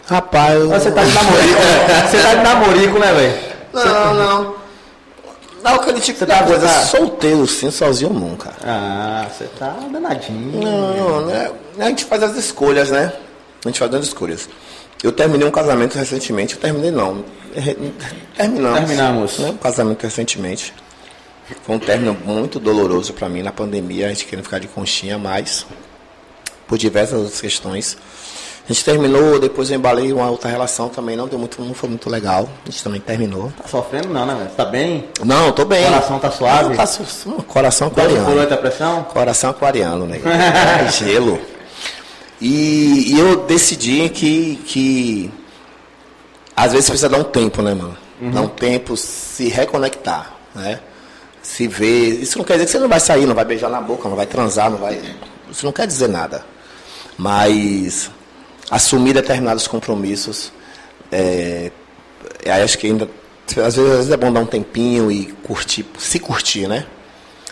[SPEAKER 2] Rapaz, eu...
[SPEAKER 1] Mas você tá de namorico, né? Você tá de namorico, né, velho?
[SPEAKER 2] Não, não. Não, aquele tipo de
[SPEAKER 1] tá-
[SPEAKER 2] coisa.
[SPEAKER 1] tá-
[SPEAKER 2] Solteiro, sim, sozinho nunca.
[SPEAKER 1] Ah, você tá danadinho.
[SPEAKER 2] Não, né? A gente faz as escolhas, né? A gente faz as escolhas. Eu terminei um casamento recentemente, eu terminei não. re- Terminamos.
[SPEAKER 1] Terminamos.
[SPEAKER 2] Né, um casamento recentemente. Foi um término muito doloroso para mim na pandemia, a gente querendo ficar de conchinha, mas por diversas outras questões. A gente terminou, depois eu embalei uma outra relação também, não deu muito, não foi muito legal. A gente também terminou.
[SPEAKER 1] Tá sofrendo não, né, velho? Tá bem?
[SPEAKER 2] Não, eu tô bem.
[SPEAKER 1] Coração tá suave?
[SPEAKER 2] Não, tá su- não, coração
[SPEAKER 1] Dando por
[SPEAKER 2] coreano.
[SPEAKER 1] outra pressão?
[SPEAKER 2] Coração aquariano, nego. É gelo. E, e eu decidi que, que às vezes precisa dar um tempo, né, mano?
[SPEAKER 1] Uhum.
[SPEAKER 2] Dar um tempo, se reconectar, né? Se ver. Isso não quer dizer que você não vai sair, não vai beijar na boca, não vai transar, não vai. Isso não quer dizer nada. Mas assumir determinados compromissos, é, é, acho que ainda. Às vezes, às vezes é bom dar um tempinho e curtir, se curtir, né?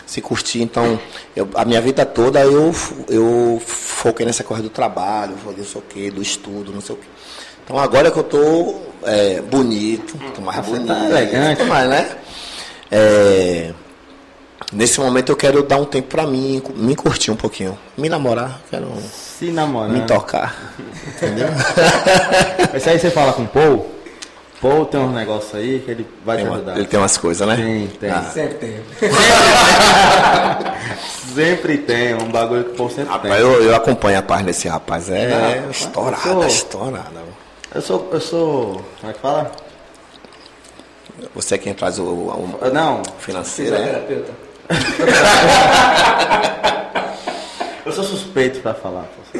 [SPEAKER 2] se curtir. Então, eu- a minha vida toda eu, fo- eu foquei nessa coisa do trabalho, foquei não sei o quê, do estudo, não sei o quê. Então, agora que eu tô é, bonito, tô mais
[SPEAKER 1] Você
[SPEAKER 2] bonito,
[SPEAKER 1] tá elegante.
[SPEAKER 2] tô mais, né? É, nesse momento eu quero dar um tempo pra mim, cu- me curtir um pouquinho, me namorar, quero
[SPEAKER 1] Se namorando.
[SPEAKER 2] me tocar.
[SPEAKER 1] Esse aí você fala com o Paul? Paul tem um negócio aí que ele vai
[SPEAKER 2] Tem
[SPEAKER 1] te
[SPEAKER 2] uma-
[SPEAKER 1] ajudar.
[SPEAKER 2] ele tem umas coisas, né?
[SPEAKER 1] Tem, tem.
[SPEAKER 2] Ah,
[SPEAKER 3] Sempre tem.
[SPEAKER 1] Sempre tem, um bagulho que o Paul sempre
[SPEAKER 2] rapaz,
[SPEAKER 1] tem.
[SPEAKER 2] eu, eu acompanho a paz desse rapaz, é
[SPEAKER 1] Não, rapaz,
[SPEAKER 2] estourada,
[SPEAKER 1] eu sou-
[SPEAKER 2] estourada.
[SPEAKER 1] Eu sou, eu sou, como é que fala?
[SPEAKER 2] Você é quem traz o, o,
[SPEAKER 1] Eu- Não,
[SPEAKER 2] o financeiro, né?
[SPEAKER 3] Fisioterapeuta.
[SPEAKER 1] eu sou suspeito pra falar. pô.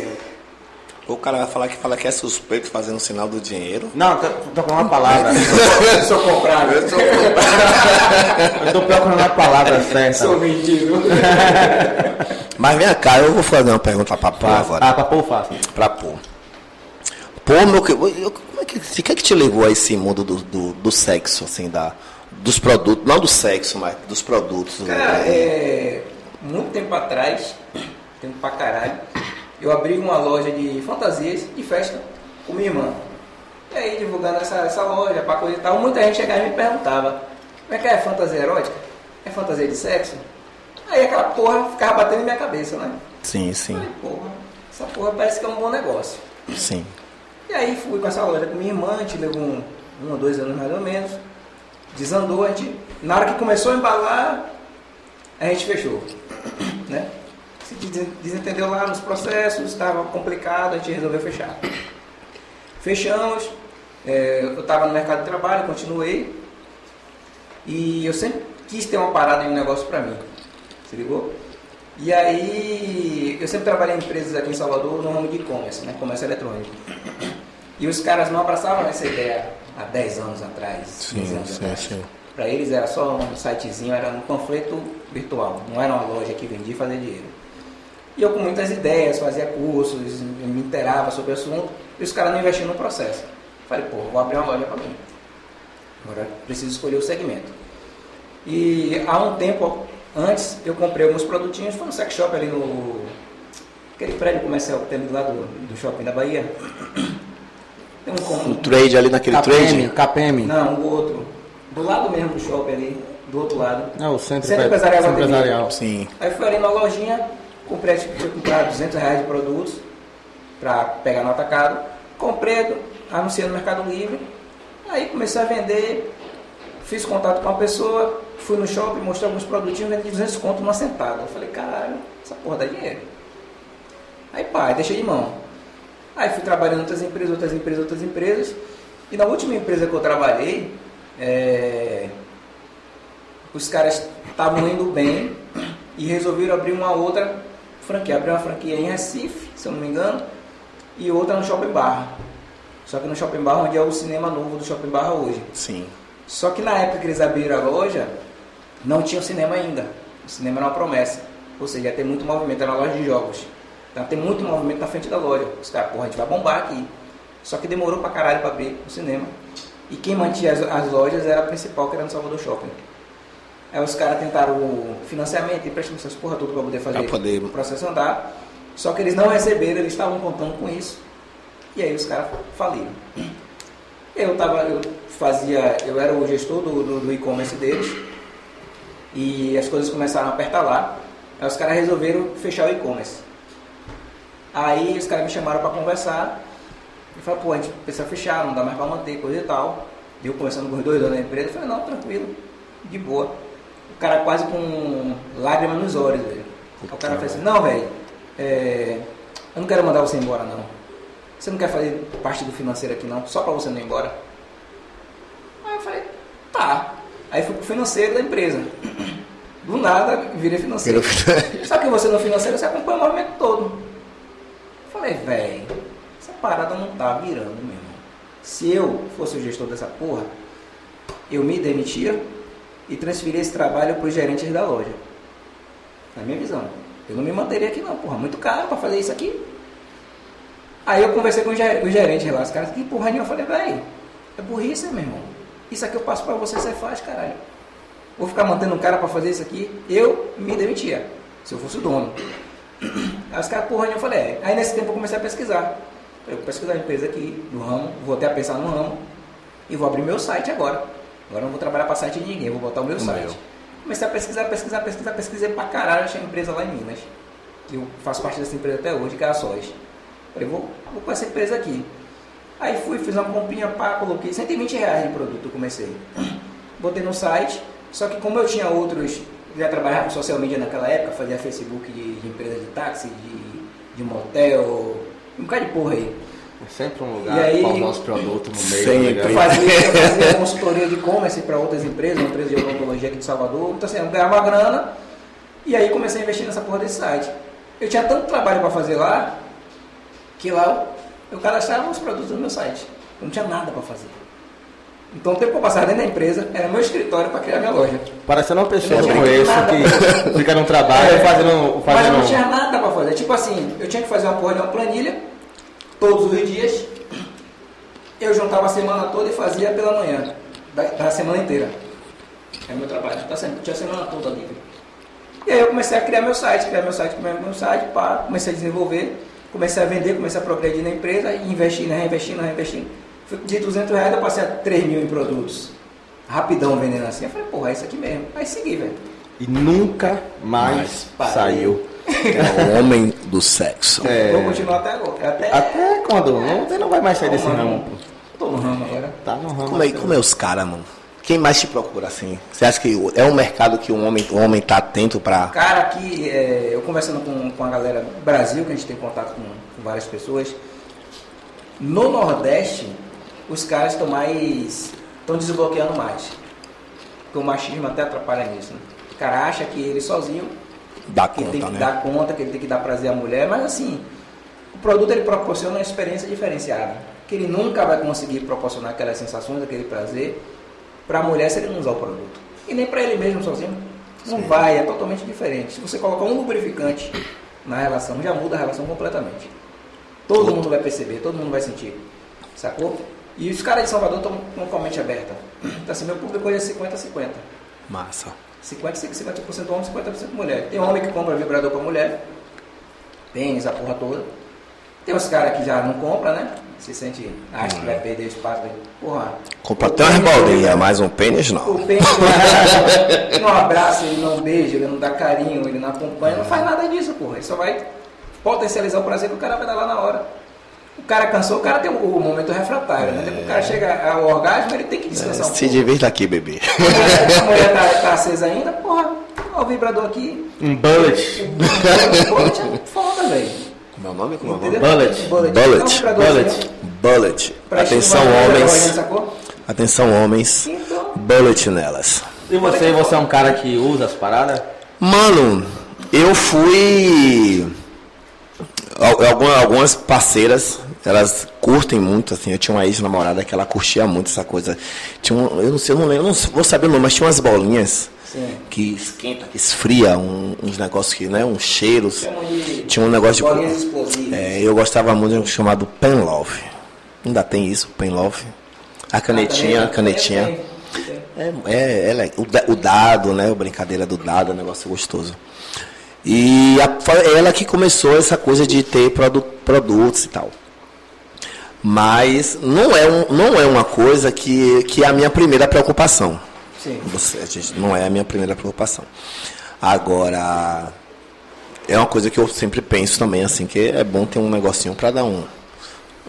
[SPEAKER 2] O cara vai falar que fala que é suspeito fazendo sinal do dinheiro.
[SPEAKER 1] Não, tô, tô procurando uma palavra.
[SPEAKER 3] Eu sou comprado, eu sou,
[SPEAKER 1] Eu tô procurando a palavra certa.
[SPEAKER 3] sou vendido.
[SPEAKER 2] Mas vem cá, eu vou fazer uma pergunta pra Pô agora.
[SPEAKER 1] Ah, pra Paul faça.
[SPEAKER 2] Pra Pô. Pô, meu que. eu- Como é que, o que é que te levou a esse mundo do, do, do sexo, assim, da, dos produtos? Não do sexo, mas dos produtos.
[SPEAKER 3] Cara,
[SPEAKER 2] né?
[SPEAKER 3] é, muito tempo atrás, tempo pra caralho, eu abri uma loja de fantasias de festa com minha irmã. E aí, divulgando essa, essa loja, pra coisa e tal, muita gente chegava e me perguntava: como é que é fantasia erótica? É fantasia de sexo? Aí aquela porra ficava batendo em minha cabeça, né?
[SPEAKER 2] Sim,
[SPEAKER 3] Eu
[SPEAKER 2] sim,
[SPEAKER 3] Falei, porra, essa porra parece que é um bom negócio.
[SPEAKER 2] sim.
[SPEAKER 3] E aí fui com essa loja com minha irmã, a gente levou um, um ou dois anos mais ou menos. Desandou, a gente, na hora que começou a embalar, a gente fechou. Né? Se des- desentendeu lá nos processos, estava complicado, a gente resolveu fechar. Fechamos, é, eu estava no mercado de trabalho, continuei. E eu sempre quis ter uma parada e um negócio para mim. Se ligou? E aí, eu sempre trabalhei em empresas aqui em Salvador no ramo de e-commerce, né? Comércio eletrônico. E os caras não abraçavam essa ideia há 10 anos atrás,
[SPEAKER 2] Sim,
[SPEAKER 3] 15 anos
[SPEAKER 2] sim,
[SPEAKER 3] atrás.
[SPEAKER 2] sim.
[SPEAKER 3] Para eles era só um sitezinho, era um panfleto virtual, não era uma loja que vendia e fazia dinheiro. E eu com muitas ideias, fazia cursos, me inteirava sobre o assunto, e os caras não investiam no processo. Falei, pô, vou abrir uma loja para mim. Agora preciso escolher o segmento. E há um tempo antes eu comprei alguns produtinhos, foi no sex shop ali no. aquele prédio comercial que tem ali do lado do, do shopping da Bahia. Tem um
[SPEAKER 2] Um
[SPEAKER 3] cômodo.
[SPEAKER 2] trade ali naquele
[SPEAKER 1] KPM,
[SPEAKER 2] trade.
[SPEAKER 1] KPM.
[SPEAKER 3] Não, o outro. Do lado mesmo do shopping ali, do outro lado.
[SPEAKER 1] É o centro,
[SPEAKER 3] Centro
[SPEAKER 1] pe-
[SPEAKER 3] Empresarial
[SPEAKER 1] centro
[SPEAKER 3] Guatemi.
[SPEAKER 1] empresarial.
[SPEAKER 2] Sim.
[SPEAKER 3] Aí fui ali na lojinha, comprei, acho que tinha comprado 200 reais de produtos pra pegar no atacado. Comprei, anunciei no Mercado Livre. Aí comecei a vender, fiz contato com uma pessoa, fui no shopping, mostrei alguns produtinhos, vendi 200 conto uma sentada. Eu falei, caralho, essa porra dá dinheiro. Aí pá, deixei de mão. Aí fui trabalhando em outras empresas, outras empresas, outras empresas. E na última empresa que eu trabalhei, é, os caras estavam indo bem e resolveram abrir uma outra franquia. Abriu uma franquia em Recife, se eu não me engano, e outra no Shopping Barra. Só que no Shopping Barra, onde é o cinema novo do Shopping Barra hoje.
[SPEAKER 2] Sim.
[SPEAKER 3] Só que na época que eles abriram a loja, não tinha o cinema ainda. O cinema era uma promessa. Ou seja, ia ter muito movimento, era uma loja de jogos. Então tem muito movimento na frente da loja. Os caras, porra, a gente vai bombar aqui. Só que demorou pra caralho pra abrir o cinema. E quem mantinha as, as lojas era a principal, que era no Salvador Shopping. Aí os caras tentaram o financiamento, empréstimo, essas porra tudo pra poder fazer
[SPEAKER 2] Pra poder-
[SPEAKER 3] o processo andar. Só que eles não receberam, eles estavam contando com isso. E aí os caras faliram. Eu tava, eu fazia, eu era o gestor do, do, do e-commerce deles e as coisas começaram a apertar lá. Aí os caras resolveram fechar o e-commerce. Aí os caras me chamaram para conversar Ele falou, pô, a gente precisa fechar, não dá mais pra manter, coisa e tal. E eu conversando com os dois donos da empresa, eu falei, não, tranquilo, de boa. O cara quase com lágrimas nos olhos, velho. Aí O cara falou assim, não, velho, é, eu não quero mandar você embora, não. Você não quer fazer parte do financeiro aqui, não, só pra você não ir embora. Aí eu falei, tá. Aí fui pro financeiro da empresa. Do nada, virei financeiro. Só que você no financeiro, você acompanha o movimento todo. Falei, velho, essa parada não tá virando, meu irmão. Se eu fosse o gestor dessa porra, eu me demitia e transferia esse trabalho para os gerentes da loja. Na minha visão. Eu não me manteria aqui não, porra. Muito caro para fazer isso aqui. Aí eu conversei com os ger- os gerentes lá, os caras, que porra nenhuma. Eu falei, velho, é burrice, meu irmão. Isso aqui eu passo para você, você faz, caralho. Vou ficar mantendo um cara para fazer isso aqui. Eu me demitia, se eu fosse o dono. Aí os caras, porra, eu falei, é. Aí nesse tempo eu comecei a pesquisar. Falei, vou pesquisar a empresa aqui, do ramo, vou até pensar no ramo e vou abrir meu site agora. Agora eu não vou trabalhar para site de ninguém, vou botar o meu site. Comecei a pesquisar, pesquisar, pesquisar, pesquisei pra caralho, achei a empresa lá em Minas. Que eu faço parte dessa empresa até hoje, que é a Sóis. Falei, vou, vou com essa empresa aqui. Aí fui, fiz uma comprinha, pá, coloquei 120 reais de produto, eu comecei. Botei no site, só que como eu tinha outros, já trabalhava com social media naquela época, fazia Facebook de, de empresa de táxi, de, de motel, um bocado de porra aí.
[SPEAKER 1] Sempre um
[SPEAKER 3] E
[SPEAKER 1] lugar
[SPEAKER 3] aí-
[SPEAKER 1] com o nosso produto no meio. tá
[SPEAKER 2] Sempre.
[SPEAKER 1] ligado?
[SPEAKER 2] Sim.
[SPEAKER 3] Eu fazia, eu fazia consultoria de e-commerce para outras empresas, uma empresa de odontologia aqui de Salvador. Então, assim, eu ganhava uma grana e aí comecei a investir nessa porra desse site. Eu tinha tanto trabalho para fazer lá que lá eu, eu cadastrava os produtos no meu site. Eu não tinha nada para fazer. Então, o tempo que eu passava dentro da empresa era meu escritório para criar minha loja.
[SPEAKER 1] Parecendo uma pessoa
[SPEAKER 3] Eu
[SPEAKER 1] que
[SPEAKER 3] não
[SPEAKER 1] eu
[SPEAKER 3] tinha
[SPEAKER 1] conheço
[SPEAKER 3] nada.
[SPEAKER 1] que fica num trabalho
[SPEAKER 3] É.
[SPEAKER 1] fazendo. um-
[SPEAKER 3] Mas eu não tinha
[SPEAKER 1] fazendo
[SPEAKER 3] nada pra fazer. Tipo assim, eu tinha que fazer uma porra de uma planilha todos os dias. Eu juntava a semana toda e fazia pela manhã, da, da semana inteira. É meu trabalho. Tá sempre, tinha a semana toda livre. E aí eu comecei a criar meu site, criar meu site, criar meu site, pá, comecei a desenvolver, comecei a vender, comecei a progredir na empresa e investindo, reinvestindo, reinvestindo. Fui De 200 reais eu passei a 3 mil em produtos. Rapidão vendendo assim. Eu falei, porra, é isso aqui mesmo. Aí segui, velho.
[SPEAKER 1] e nunca mais
[SPEAKER 3] Mas
[SPEAKER 1] saiu.
[SPEAKER 2] É o homem do sexo.
[SPEAKER 1] É.
[SPEAKER 3] Vou continuar até agora. Até,
[SPEAKER 1] Até quando? Não, você não vai mais sair desse ramo. pô.
[SPEAKER 3] Tô no ramo agora.
[SPEAKER 1] Tá no ramo.
[SPEAKER 2] Como é, como é os caras, mano? Quem mais te procura assim? Você acha que o- é um mercado que o homem, o homem tá atento pra.
[SPEAKER 3] Cara, aqui, é, eu conversando com, com a galera do Brasil, que a gente tem contato com, com várias pessoas, no Nordeste, os caras estão mais. estão desbloqueando mais. Porque o machismo até atrapalha nisso, né? O cara acha que ele sozinho
[SPEAKER 2] dar
[SPEAKER 3] que ele tem
[SPEAKER 2] conta,
[SPEAKER 3] que
[SPEAKER 2] né?
[SPEAKER 3] dar conta, que ele tem que dar prazer à mulher, mas assim, o produto ele proporciona uma experiência diferenciada, que ele nunca vai conseguir proporcionar aquelas sensações, aquele prazer para a mulher se ele não usar o produto. E nem para ele mesmo sozinho. Não vai, é totalmente diferente. Se você colocar um lubrificante na relação, já muda a relação completamente. Todo mundo vai perceber, todo mundo vai sentir. Sacou? E os caras de Salvador estão com a mente aberta. Então, assim, meu público hoje é 50-50.
[SPEAKER 2] Massa.
[SPEAKER 3] 50, 50% homem, 50% mulher. Tem homem que compra vibrador pra mulher, tênis, a porra toda. Tem uns caras que já não compra, né? Se sente, acha que vai perder o espaço. dele. Porra.
[SPEAKER 2] Compra
[SPEAKER 3] o
[SPEAKER 2] até umas
[SPEAKER 3] pênis-
[SPEAKER 2] bolinhas, mas um pênis não.
[SPEAKER 3] O pênis ele não, não abraça, um ele não beija, ele não dá carinho, ele não acompanha, não faz nada disso, porra. Ele só vai potencializar o prazer que o cara vai dar lá na hora. O cara cansou, o cara tem o, o momento refratário, né? Depois o cara chega ao orgasmo, ele tem que descansar um pouco.
[SPEAKER 2] É. Se divirta aqui, bebê.
[SPEAKER 3] A mulher tá, tá acesa ainda, porra, ó o vibrador aqui.
[SPEAKER 1] Um bullet.
[SPEAKER 3] Bullet é foda, velho.
[SPEAKER 2] Como é o nome? Como é o
[SPEAKER 3] Entendeu?
[SPEAKER 2] nome?
[SPEAKER 1] Bullet.
[SPEAKER 3] Bullet.
[SPEAKER 2] Bullet.
[SPEAKER 3] É um vibradorzinho
[SPEAKER 1] Bullet.
[SPEAKER 2] Bullet.
[SPEAKER 3] pra
[SPEAKER 2] Atenção,
[SPEAKER 3] estimular a
[SPEAKER 2] homens.
[SPEAKER 3] vergonha, sacou?
[SPEAKER 2] Atenção, homens.
[SPEAKER 3] Então-
[SPEAKER 2] Bullet nelas.
[SPEAKER 1] E você, você é um cara que usa as paradas?
[SPEAKER 2] Mano, eu fui. al- alguma- Algumas parceiras, elas curtem muito, assim. Eu tinha uma ex-namorada que ela curtia muito essa coisa. Tinha um- eu não sei, eu não lembro, eu não vou saber o nome, mas tinha umas bolinhas
[SPEAKER 3] Sim.
[SPEAKER 2] que esquenta, que esfria, um- uns negócios que, né? Uns cheiros.
[SPEAKER 3] Chamam de
[SPEAKER 2] Tinha um negócio de.
[SPEAKER 3] bolinhas explosivas.
[SPEAKER 2] É, eu gostava muito de um chamado Penlove. Ainda tem isso, Penlove. A
[SPEAKER 3] Ah,
[SPEAKER 2] canetinha, a
[SPEAKER 3] é
[SPEAKER 2] canetinha.
[SPEAKER 3] Tem, tem.
[SPEAKER 2] É, é, é le- o, da- o dado, né? A brincadeira do dado, é um negócio gostoso. E a- foi ela que começou essa coisa de ter produ- produtos e tal. Mas não é, um, não é uma coisa que, que é a minha primeira preocupação.
[SPEAKER 3] Sim.
[SPEAKER 2] Você- a gente, não é a minha primeira preocupação. Agora, é uma coisa que eu sempre penso também, assim, que é bom ter um negocinho para dar um,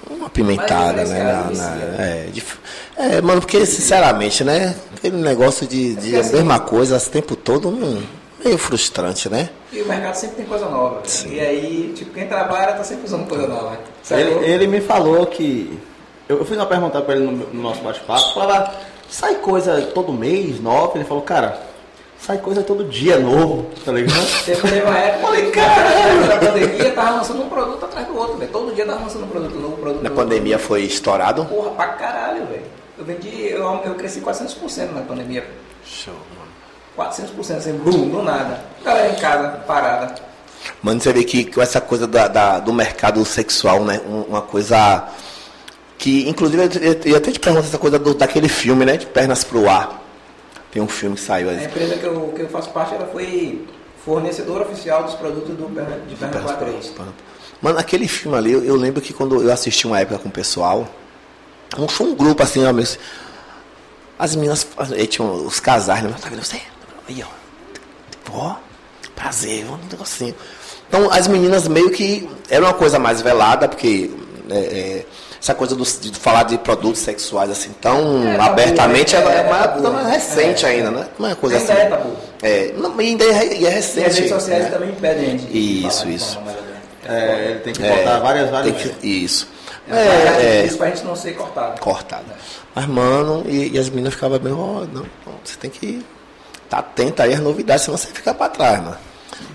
[SPEAKER 2] uma pimentada,
[SPEAKER 4] Mas
[SPEAKER 2] né? na- na-
[SPEAKER 4] diferenciado,
[SPEAKER 2] é, dif- é, mano, porque sinceramente, né? Aquele negócio de, de a mesma coisa o tempo todo, hum, meio frustrante, né?
[SPEAKER 3] E o mercado sempre tem coisa nova.
[SPEAKER 2] Sim.
[SPEAKER 3] E aí, tipo, quem trabalha tá sempre usando coisa nova.
[SPEAKER 1] Ele, ele me falou que. Eu eu fiz uma pergunta pra ele no, no nosso bate-papo. Falava, sai coisa todo mês nova? Ele falou, cara, sai coisa todo dia novo, tá ligado?
[SPEAKER 3] Teve teve uma época
[SPEAKER 1] Falei,
[SPEAKER 3] que
[SPEAKER 1] caralho!
[SPEAKER 3] na pandemia tava lançando um produto atrás do outro, velho. Todo dia tava lançando um produto novo, produto
[SPEAKER 2] Na
[SPEAKER 3] novo.
[SPEAKER 2] pandemia foi estourado.
[SPEAKER 3] Porra, pra caralho, velho. Eu vendi, eu, eu cresci 400% na pandemia.
[SPEAKER 2] Show, mano.
[SPEAKER 3] 400%, assim, brum, do nada. Galera em casa, parada.
[SPEAKER 2] Mano, você vê que com essa coisa da- da- do mercado sexual, né? um- Uma coisa que, inclusive, eu- eu, eu até te pergunto essa coisa do- daquele filme, né? De Pernas pro Ar. Tem um filme que saiu
[SPEAKER 3] A
[SPEAKER 2] aí.
[SPEAKER 3] empresa que eu, que eu faço parte, ela foi fornecedora oficial dos produtos do, Perna- de Perna
[SPEAKER 2] Pernas pro
[SPEAKER 3] 43.
[SPEAKER 2] Ar. Mano, aquele filme ali, eu, eu lembro que quando eu assisti uma época com o pessoal, um, foi um grupo assim, ó, meus, as meninas, as- eh, tinham os casais, né? Tá vendo você? Aí, ó. ó, prazer, um negocinho. Então, as meninas meio que era uma coisa mais velada, porque é, é, essa coisa do, de falar de produtos sexuais assim tão
[SPEAKER 3] É, tabu,
[SPEAKER 2] abertamente
[SPEAKER 3] né?
[SPEAKER 2] é, é,
[SPEAKER 3] É,
[SPEAKER 2] mais-
[SPEAKER 3] tabu,
[SPEAKER 2] tão mais
[SPEAKER 3] né?
[SPEAKER 2] recente
[SPEAKER 3] É,
[SPEAKER 2] ainda, né? Não é uma coisa
[SPEAKER 3] Ainda
[SPEAKER 2] assim.
[SPEAKER 3] é tabu.
[SPEAKER 2] É, não, e ainda é, e é recente.
[SPEAKER 3] E as redes sociais
[SPEAKER 2] né?
[SPEAKER 3] também impedem a gente. de
[SPEAKER 2] Isso,
[SPEAKER 3] falar de
[SPEAKER 2] isso.
[SPEAKER 3] forma mais aberta.
[SPEAKER 1] É, ele tem que
[SPEAKER 2] É,
[SPEAKER 1] botar várias,
[SPEAKER 2] tem
[SPEAKER 1] várias.
[SPEAKER 2] que- isso.
[SPEAKER 3] É, é,
[SPEAKER 2] É, é,
[SPEAKER 3] difícil pra gente não ser cortado.
[SPEAKER 2] cortado. Mas, mano, e, e as meninas ficavam bem, ó, não, não, você tem que estar atento aí às novidades, senão você fica pra trás, mano.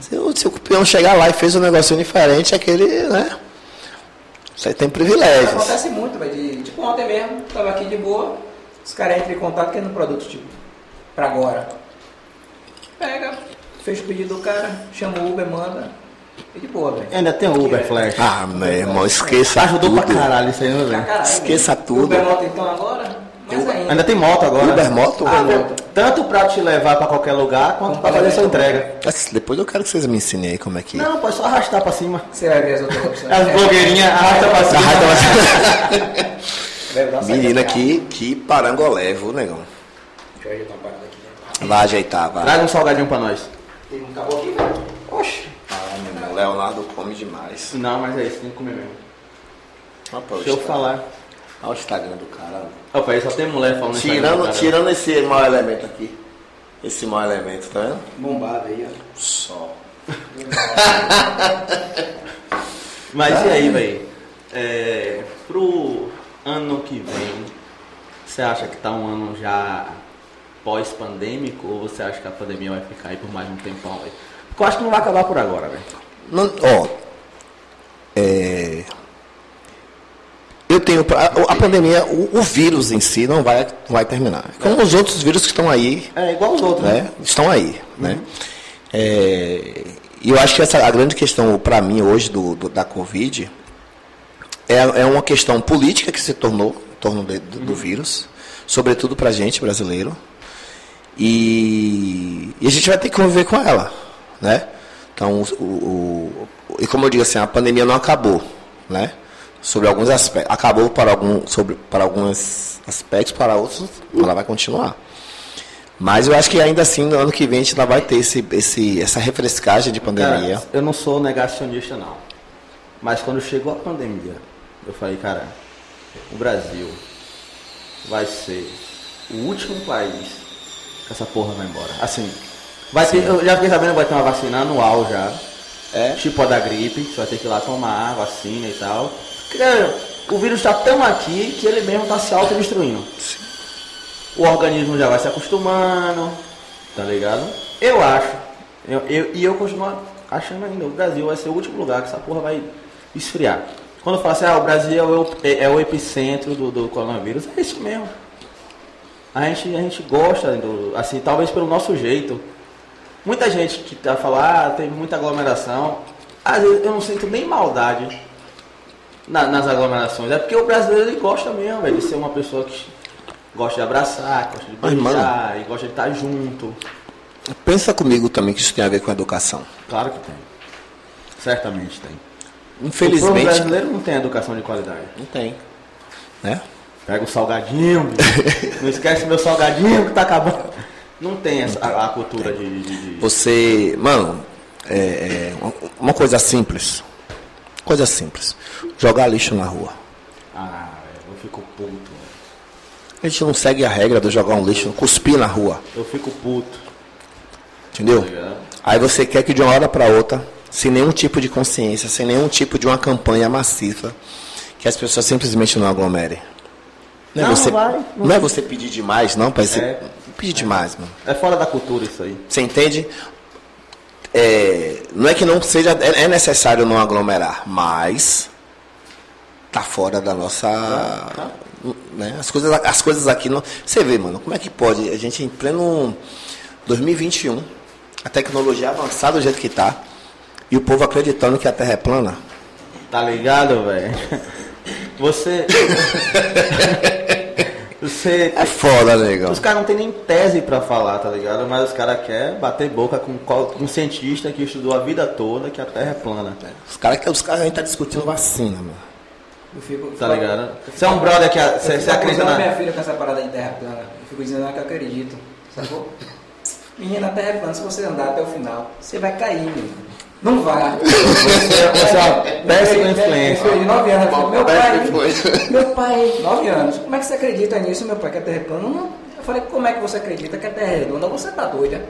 [SPEAKER 2] Se, o- se o peão chegar lá e fez um negocinho diferente, aquele, né? Você tem privilégios.
[SPEAKER 3] Acontece muito, velho. de- Tipo, ontem mesmo, tava aqui de boa, os caras entram em contato querendo um produto, tipo, pra agora. Pega, fez o pedido do cara, chama o Uber, manda. E de boa,
[SPEAKER 2] É,
[SPEAKER 3] velho.
[SPEAKER 1] Ainda tem o
[SPEAKER 3] É.
[SPEAKER 1] Uber Flash.
[SPEAKER 2] Ah, meu irmão, esqueça
[SPEAKER 1] Ajudou
[SPEAKER 2] tudo.
[SPEAKER 1] pra caralho isso aí, né,
[SPEAKER 3] Pra
[SPEAKER 1] velho?
[SPEAKER 3] caralho,
[SPEAKER 2] Esqueça
[SPEAKER 3] velho.
[SPEAKER 2] tudo.
[SPEAKER 3] Uber moto então agora? Mas ainda.
[SPEAKER 1] Ainda tem moto agora.
[SPEAKER 2] Uber moto?
[SPEAKER 1] Ah,
[SPEAKER 2] Uber
[SPEAKER 1] velho, Tanto pra te levar pra qualquer lugar, quanto pra fazer sua entrega.
[SPEAKER 2] Mas Depois eu quero que vocês me ensinem aí como é que...
[SPEAKER 1] Não, pode só arrastar pra cima.
[SPEAKER 3] Você vai ver as outras opções.
[SPEAKER 1] As blogueirinhas arrastam pra
[SPEAKER 2] Essa
[SPEAKER 1] cima.
[SPEAKER 2] raiva vai-
[SPEAKER 3] Vai dar saída
[SPEAKER 2] Menina,
[SPEAKER 3] pra cá.
[SPEAKER 2] que, que parangolé, viu, negão?
[SPEAKER 3] Deixa eu ajeitar uma parada aqui. né?
[SPEAKER 2] Vai ajeitar, vai.
[SPEAKER 1] Traga um salgadinho pra nós.
[SPEAKER 3] Tem um cabo aqui, velho. Oxi.
[SPEAKER 2] Ah, meu irmão, Leonardo come demais.
[SPEAKER 1] Não, mas é isso, tem que comer mesmo.
[SPEAKER 2] Rapaz,
[SPEAKER 1] Deixa eu falar.
[SPEAKER 2] Olha o Instagram do cara.
[SPEAKER 1] Ó, peraí, só tem mulher falando isso aí, né,
[SPEAKER 2] Tirando,
[SPEAKER 1] cara.
[SPEAKER 2] tirando esse mau elemento aqui. Esse mau elemento, tá vendo?
[SPEAKER 3] Bombado aí, ó.
[SPEAKER 2] Só.
[SPEAKER 1] Mas e aí, velho? É, pro ano que vem, você acha que tá um ano já pós-pandêmico ou você acha que a pandemia vai ficar aí por mais um tempão? Véio? Porque eu acho que não vai acabar por agora, velho.
[SPEAKER 2] Não, ó. É, eu tenho. pra- A, a pandemia, o, o vírus em si não vai, não vai terminar. Como os outros vírus que estão aí,
[SPEAKER 1] É igual os outros, né?
[SPEAKER 2] né? Estão aí, né? É, e eu acho que essa, a grande questão para mim hoje do, do- da Covid é, é uma questão política que se tornou em torno de- do,
[SPEAKER 1] Uhum.
[SPEAKER 2] do vírus, sobretudo para a gente brasileiro. E, e a gente vai ter que conviver com ela, né? Então, o, o- o- e como eu digo assim, a pandemia não acabou, né? Sobre alguns aspectos, acabou para algum, sobre para alguns aspectos, para outros ela vai continuar. Mas eu acho que ainda assim, no ano que vem, a gente ainda vai ter esse, esse, essa refrescagem de pandemia.
[SPEAKER 1] Cara, eu não sou negacionista, não. Mas quando chegou a pandemia, eu falei, cara, o Brasil vai ser o último país que essa porra vai embora. Assim, vai ter, eu já fiquei sabendo que vai ter uma vacina anual já.
[SPEAKER 2] É.
[SPEAKER 1] Tipo a da gripe, que você vai ter que ir lá tomar a vacina e tal. Cara, o vírus tá tão aqui que ele mesmo tá se autodestruindo. O organismo já vai se acostumando, tá ligado? Eu acho, eu, eu- e eu continuo achando ainda, o Brasil vai ser o último lugar que essa porra vai esfriar. Quando eu falo assim, ah, o Brasil é o, é- é o epicentro do, do coronavírus, é isso mesmo. A gente, a gente gosta, do, assim, talvez pelo nosso jeito. Muita gente que tá falando, ah, teve muita aglomeração. Às vezes eu não sinto nem maldade na- nas aglomerações. É porque o brasileiro ele gosta mesmo, velho, de ser uma pessoa que gosta de abraçar, gosta de
[SPEAKER 2] Mas, mano-
[SPEAKER 1] beijar, e gosta de estar junto.
[SPEAKER 2] Pensa comigo também que isso tem a ver com a educação.
[SPEAKER 1] Claro que tem. Certamente tem. O povo
[SPEAKER 2] Infelizmente,
[SPEAKER 1] brasileiro não tem educação de qualidade.
[SPEAKER 2] não tem. Né?
[SPEAKER 1] Pega o salgadinho, bicho. não esquece meu salgadinho que tá acabando. Não tem essa, a, a cultura de, de- de-
[SPEAKER 2] Você, mano, é, é, uma- uma coisa simples. Coisa simples. Jogar lixo na rua.
[SPEAKER 1] Ah, velho, eu fico puto, velho.
[SPEAKER 2] A gente não segue a regra de jogar um lixo, cuspir na rua,
[SPEAKER 1] Eu fico puto.
[SPEAKER 2] entendeu?
[SPEAKER 1] Tá ligado?
[SPEAKER 2] Aí você quer que de uma hora para outra, sem nenhum tipo de consciência, sem nenhum tipo de uma campanha maciça, que as pessoas simplesmente não aglomerem. Não, é
[SPEAKER 1] Não,
[SPEAKER 2] você,
[SPEAKER 1] vai,
[SPEAKER 2] não, é você pedir demais, não, pai. Você
[SPEAKER 1] É.
[SPEAKER 2] pedir demais, mano.
[SPEAKER 1] É fora da cultura isso aí.
[SPEAKER 2] Você entende? É, não é que não seja. É, é necessário não aglomerar, mas tá fora da nossa. né? As, coisas, as coisas aqui não. Você vê, mano, como é que pode? A gente em pleno 2021, a tecnologia avançada do jeito que tá, e o povo acreditando que a Terra é plana.
[SPEAKER 1] Tá ligado, velho? Você. Você.
[SPEAKER 2] É foda, negão.
[SPEAKER 1] Os caras não tem nem tese pra falar, tá ligado? Mas os caras querem bater boca com qual- com um cientista que estudou a vida toda que a Terra é plana.
[SPEAKER 2] Os caras que os caras a gente tá discutindo vacina, mano.
[SPEAKER 3] Eu fico,
[SPEAKER 1] Tá ligado? Você é um brother que a- você
[SPEAKER 3] Você
[SPEAKER 1] você acredita
[SPEAKER 3] na minha
[SPEAKER 1] na.
[SPEAKER 3] filha com essa parada em terra plana. Eu fico dizendo "Ah, que eu acredito. Sacou? Menina, a terra é plana. Se você andar até o final, você vai cair, menino. Não vá.
[SPEAKER 1] Você, você é uma péssima influência.
[SPEAKER 3] Eu de 9 anos. eu falei, Meu pai,
[SPEAKER 2] Foi.
[SPEAKER 3] meu pai, 9 anos. Como é que você acredita nisso, meu pai, que a terra é plana? Não. Eu falei, como é que você acredita que a terra é redonda? Você tá doida.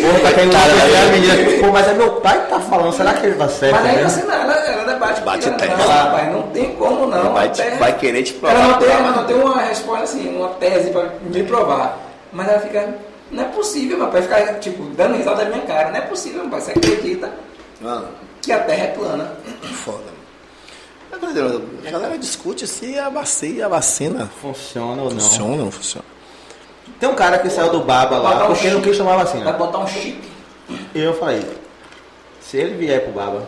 [SPEAKER 1] Porra, tá caindo na cabeça da menina. Pô, mas é meu pai que tá falando, será que ele tá certo?
[SPEAKER 3] Mas aí
[SPEAKER 1] né?
[SPEAKER 3] você não, ela, ela bate,
[SPEAKER 2] É, Bate
[SPEAKER 3] não,
[SPEAKER 2] testa.
[SPEAKER 3] não, rapaz, não tem como não.
[SPEAKER 2] Vai,
[SPEAKER 3] a terra-
[SPEAKER 2] vai querer te provar.
[SPEAKER 3] Ela não tem,
[SPEAKER 2] provar,
[SPEAKER 3] ela não tem uma resposta assim, uma tese pra me provar. Mas ela fica, não é possível, meu pai, ficar tipo, dando risada da minha cara, não é possível, meu pai, você acredita
[SPEAKER 2] Mano,
[SPEAKER 3] que a terra é plana.
[SPEAKER 2] Tá Foda. Mas, quer dizer, A galera discute se a vacina, a vacina
[SPEAKER 1] Funciona ou não?
[SPEAKER 2] funciona ou não funciona.
[SPEAKER 1] Tem um cara que saiu do baba lá,
[SPEAKER 3] Botar um
[SPEAKER 1] porque não
[SPEAKER 3] chip.
[SPEAKER 1] quis tomar
[SPEAKER 3] Vai
[SPEAKER 2] assim, né?
[SPEAKER 1] vacina.
[SPEAKER 3] botar um chip.
[SPEAKER 1] E eu falei, se ele vier pro baba,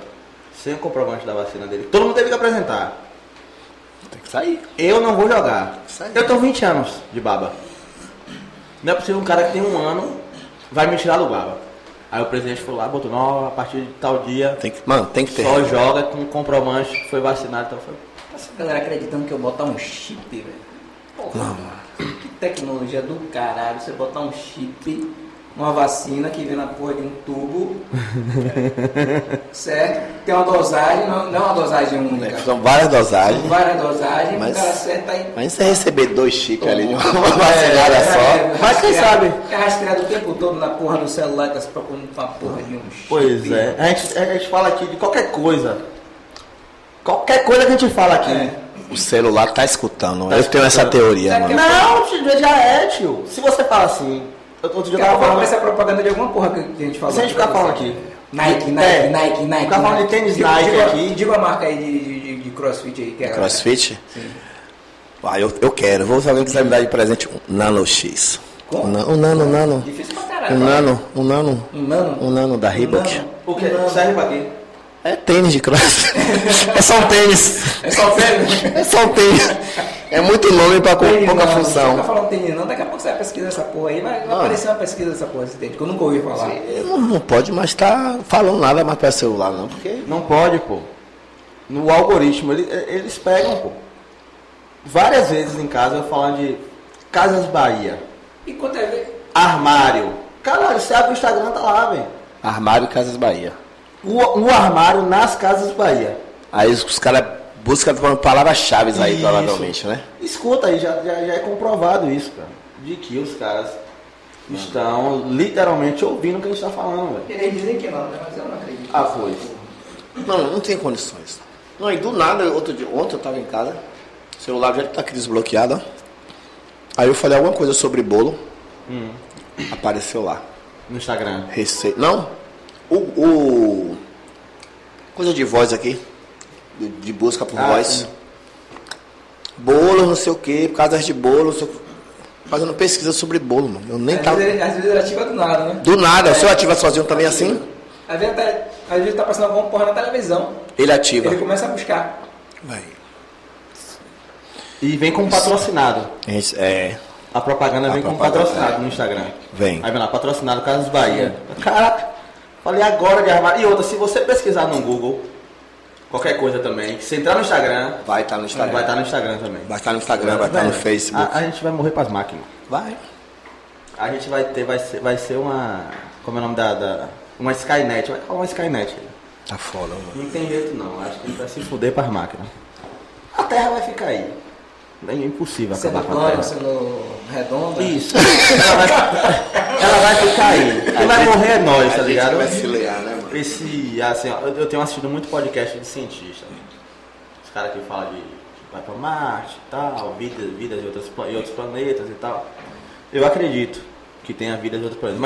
[SPEAKER 1] sem o comprovante da vacina dele, todo mundo teve que apresentar.
[SPEAKER 2] Tem que sair.
[SPEAKER 1] Eu não vou jogar.
[SPEAKER 2] Isso aí.
[SPEAKER 1] Eu tenho 20 anos de baba. Não é possível um cara que tem um ano vai me tirar do baba. Aí o presidente foi lá, botou, não, a partir de tal dia,
[SPEAKER 2] Tem que, mano, tem que ter.
[SPEAKER 1] só joga com comprovante que foi vacinado. Então foi.
[SPEAKER 3] Essa galera acreditando que eu botar um chip, velho. Porra, que tecnologia do caralho, você botar um chip, uma vacina que vem na porra de um tubo, certo? Tem uma dosagem, não, não é uma dosagem única.
[SPEAKER 2] São várias dosagens.
[SPEAKER 3] São várias dosagens,
[SPEAKER 2] Mas-
[SPEAKER 3] o cara acerta aí.
[SPEAKER 2] Mas você receber dois chicos ali de uma vacinada só.
[SPEAKER 1] Mas quem sabe?
[SPEAKER 3] É rastreado o tempo todo na porra do celular, tá se procurando pra porra de um chip.
[SPEAKER 1] Pois é, a gente, a gente fala aqui de qualquer coisa. Qualquer coisa que a gente fala aqui.
[SPEAKER 3] É.
[SPEAKER 2] O celular tá escutando.
[SPEAKER 1] Tá
[SPEAKER 2] eu tenho essa
[SPEAKER 1] escutando.
[SPEAKER 2] teoria,
[SPEAKER 3] Daqui a
[SPEAKER 2] mano.
[SPEAKER 1] Não, tio, já é, tio. Se você fala assim, eu- outro dia eu
[SPEAKER 3] Daqui a
[SPEAKER 1] tava
[SPEAKER 3] pouco vai
[SPEAKER 1] falando.
[SPEAKER 3] ser a é propaganda de alguma porra que que a gente falou.
[SPEAKER 1] Se a gente ficar falando aqui.
[SPEAKER 3] Nike, Nike,
[SPEAKER 1] É.
[SPEAKER 3] Nike, Nike.
[SPEAKER 1] Ficar falando de
[SPEAKER 3] Nike.
[SPEAKER 1] tênis
[SPEAKER 3] Diga-
[SPEAKER 1] Nike
[SPEAKER 3] diga-
[SPEAKER 1] aqui.
[SPEAKER 3] Diga a marca aí de, de- de- de crossfit aí que é.
[SPEAKER 2] Crossfit? Ah, eu, eu quero. Vou se alguém quiser me dar de presente um Nano X.
[SPEAKER 3] Como?
[SPEAKER 2] Um na- um Nano, um Nano.
[SPEAKER 3] Difícil pra
[SPEAKER 2] Um
[SPEAKER 3] caralho.
[SPEAKER 2] Nano, um Nano.
[SPEAKER 3] Um nano?
[SPEAKER 2] Um Nano da Reebok.
[SPEAKER 3] nano.
[SPEAKER 1] O que? Serve pra quê?
[SPEAKER 2] É tênis de cross. é só um tênis.
[SPEAKER 3] É só velho.
[SPEAKER 2] É só um tênis. É muito nome pra com pouca
[SPEAKER 3] não, Não
[SPEAKER 2] função.
[SPEAKER 3] fica falando tênis não, daqui a pouco você vai pesquisar essa porra aí, vai, vai
[SPEAKER 2] Ah.
[SPEAKER 3] aparecer uma pesquisa dessa porra desse tênis, que eu nunca ouvi falar.
[SPEAKER 2] Não, não pode mais estar falando nada mais para celular, não, porque.
[SPEAKER 1] Não pode, pô. No algoritmo, ele- é, eles pegam, pô. Várias vezes em casa eu falando de Casas Bahia,
[SPEAKER 3] E quanto é ver?
[SPEAKER 1] armário. Caralho, você abre o Instagram, tá lá, velho.
[SPEAKER 2] Armário Casas Bahia.
[SPEAKER 1] O, o armário nas Casas Bahia.
[SPEAKER 2] Aí os, os caras buscam por palavras-chave aí,
[SPEAKER 1] Isso.
[SPEAKER 2] provavelmente, né?
[SPEAKER 1] Escuta aí, já, já, já é comprovado isso, cara. De que os caras estão literalmente ouvindo o que a gente tá falando, velho.
[SPEAKER 3] Eles dizem que não, né? mas eu não acredito.
[SPEAKER 1] Ah, pois.
[SPEAKER 2] Não, não tem condições. Não, e do nada, outro dia, ontem eu tava em casa, o celular já tá aqui desbloqueado, ó. Aí eu falei alguma coisa sobre bolo,
[SPEAKER 1] Hum,
[SPEAKER 2] apareceu lá.
[SPEAKER 1] no Instagram.
[SPEAKER 2] Receita. Não? O, o- Coisa de voz aqui. De, de busca por
[SPEAKER 1] Ah,
[SPEAKER 2] voz.
[SPEAKER 1] sim.
[SPEAKER 2] Bolo, não sei o quê, casas de bolo, não sei o quê. Fazendo pesquisa sobre bolo, mano. Eu nem
[SPEAKER 1] É,
[SPEAKER 3] às,
[SPEAKER 2] tava.
[SPEAKER 3] vezes, às vezes ele ativa do nada, né?
[SPEAKER 2] Do nada, o seu ativa sozinho também assim,
[SPEAKER 3] Às vezes, tá, às vezes tá passando alguma porra na televisão,
[SPEAKER 2] ele ativa.
[SPEAKER 3] ele começa a buscar.
[SPEAKER 2] Vai.
[SPEAKER 1] E vem como patrocinado.
[SPEAKER 2] Gente, É.
[SPEAKER 1] A propaganda
[SPEAKER 2] A
[SPEAKER 1] vem como
[SPEAKER 2] propaganda. é.
[SPEAKER 1] patrocinado no Instagram.
[SPEAKER 2] Vem.
[SPEAKER 1] Aí vem lá, patrocinado Casas Bahia. Caraca, falei agora de armário. E outra, se você pesquisar no Google, qualquer coisa também, se entrar no Instagram,
[SPEAKER 2] Vai estar no Instagram.
[SPEAKER 1] vai estar no Instagram também.
[SPEAKER 2] É. Vai estar no Instagram, vai estar no
[SPEAKER 1] Velho,
[SPEAKER 2] Facebook.
[SPEAKER 1] A, a gente vai morrer pras máquinas.
[SPEAKER 2] Vai.
[SPEAKER 1] A gente vai ter, vai ser, vai ser uma. Como é o nome da. da- uma é Skynet, vai rolar uma Skynet.
[SPEAKER 2] Tá foda, mano.
[SPEAKER 1] Não tem jeito não, acho que ele vai se fuder para as máquinas. A terra vai ficar aí. É impossível acabar
[SPEAKER 3] Sendo
[SPEAKER 1] com a terra.
[SPEAKER 3] plano, sendo redondo.
[SPEAKER 1] Isso. Ela vai, ela vai ficar aí. Quem vai morrer é nós, tá ligado?
[SPEAKER 6] vai se lear, né, mano?
[SPEAKER 1] Esse, assim, ó, eu eu tenho assistido muito podcast de cientista. né? Os caras que falam de vai pra Marte e tal, vida, vida de outros, pla- em outros planetas e tal. Eu acredito que tenha vida de outros planetas.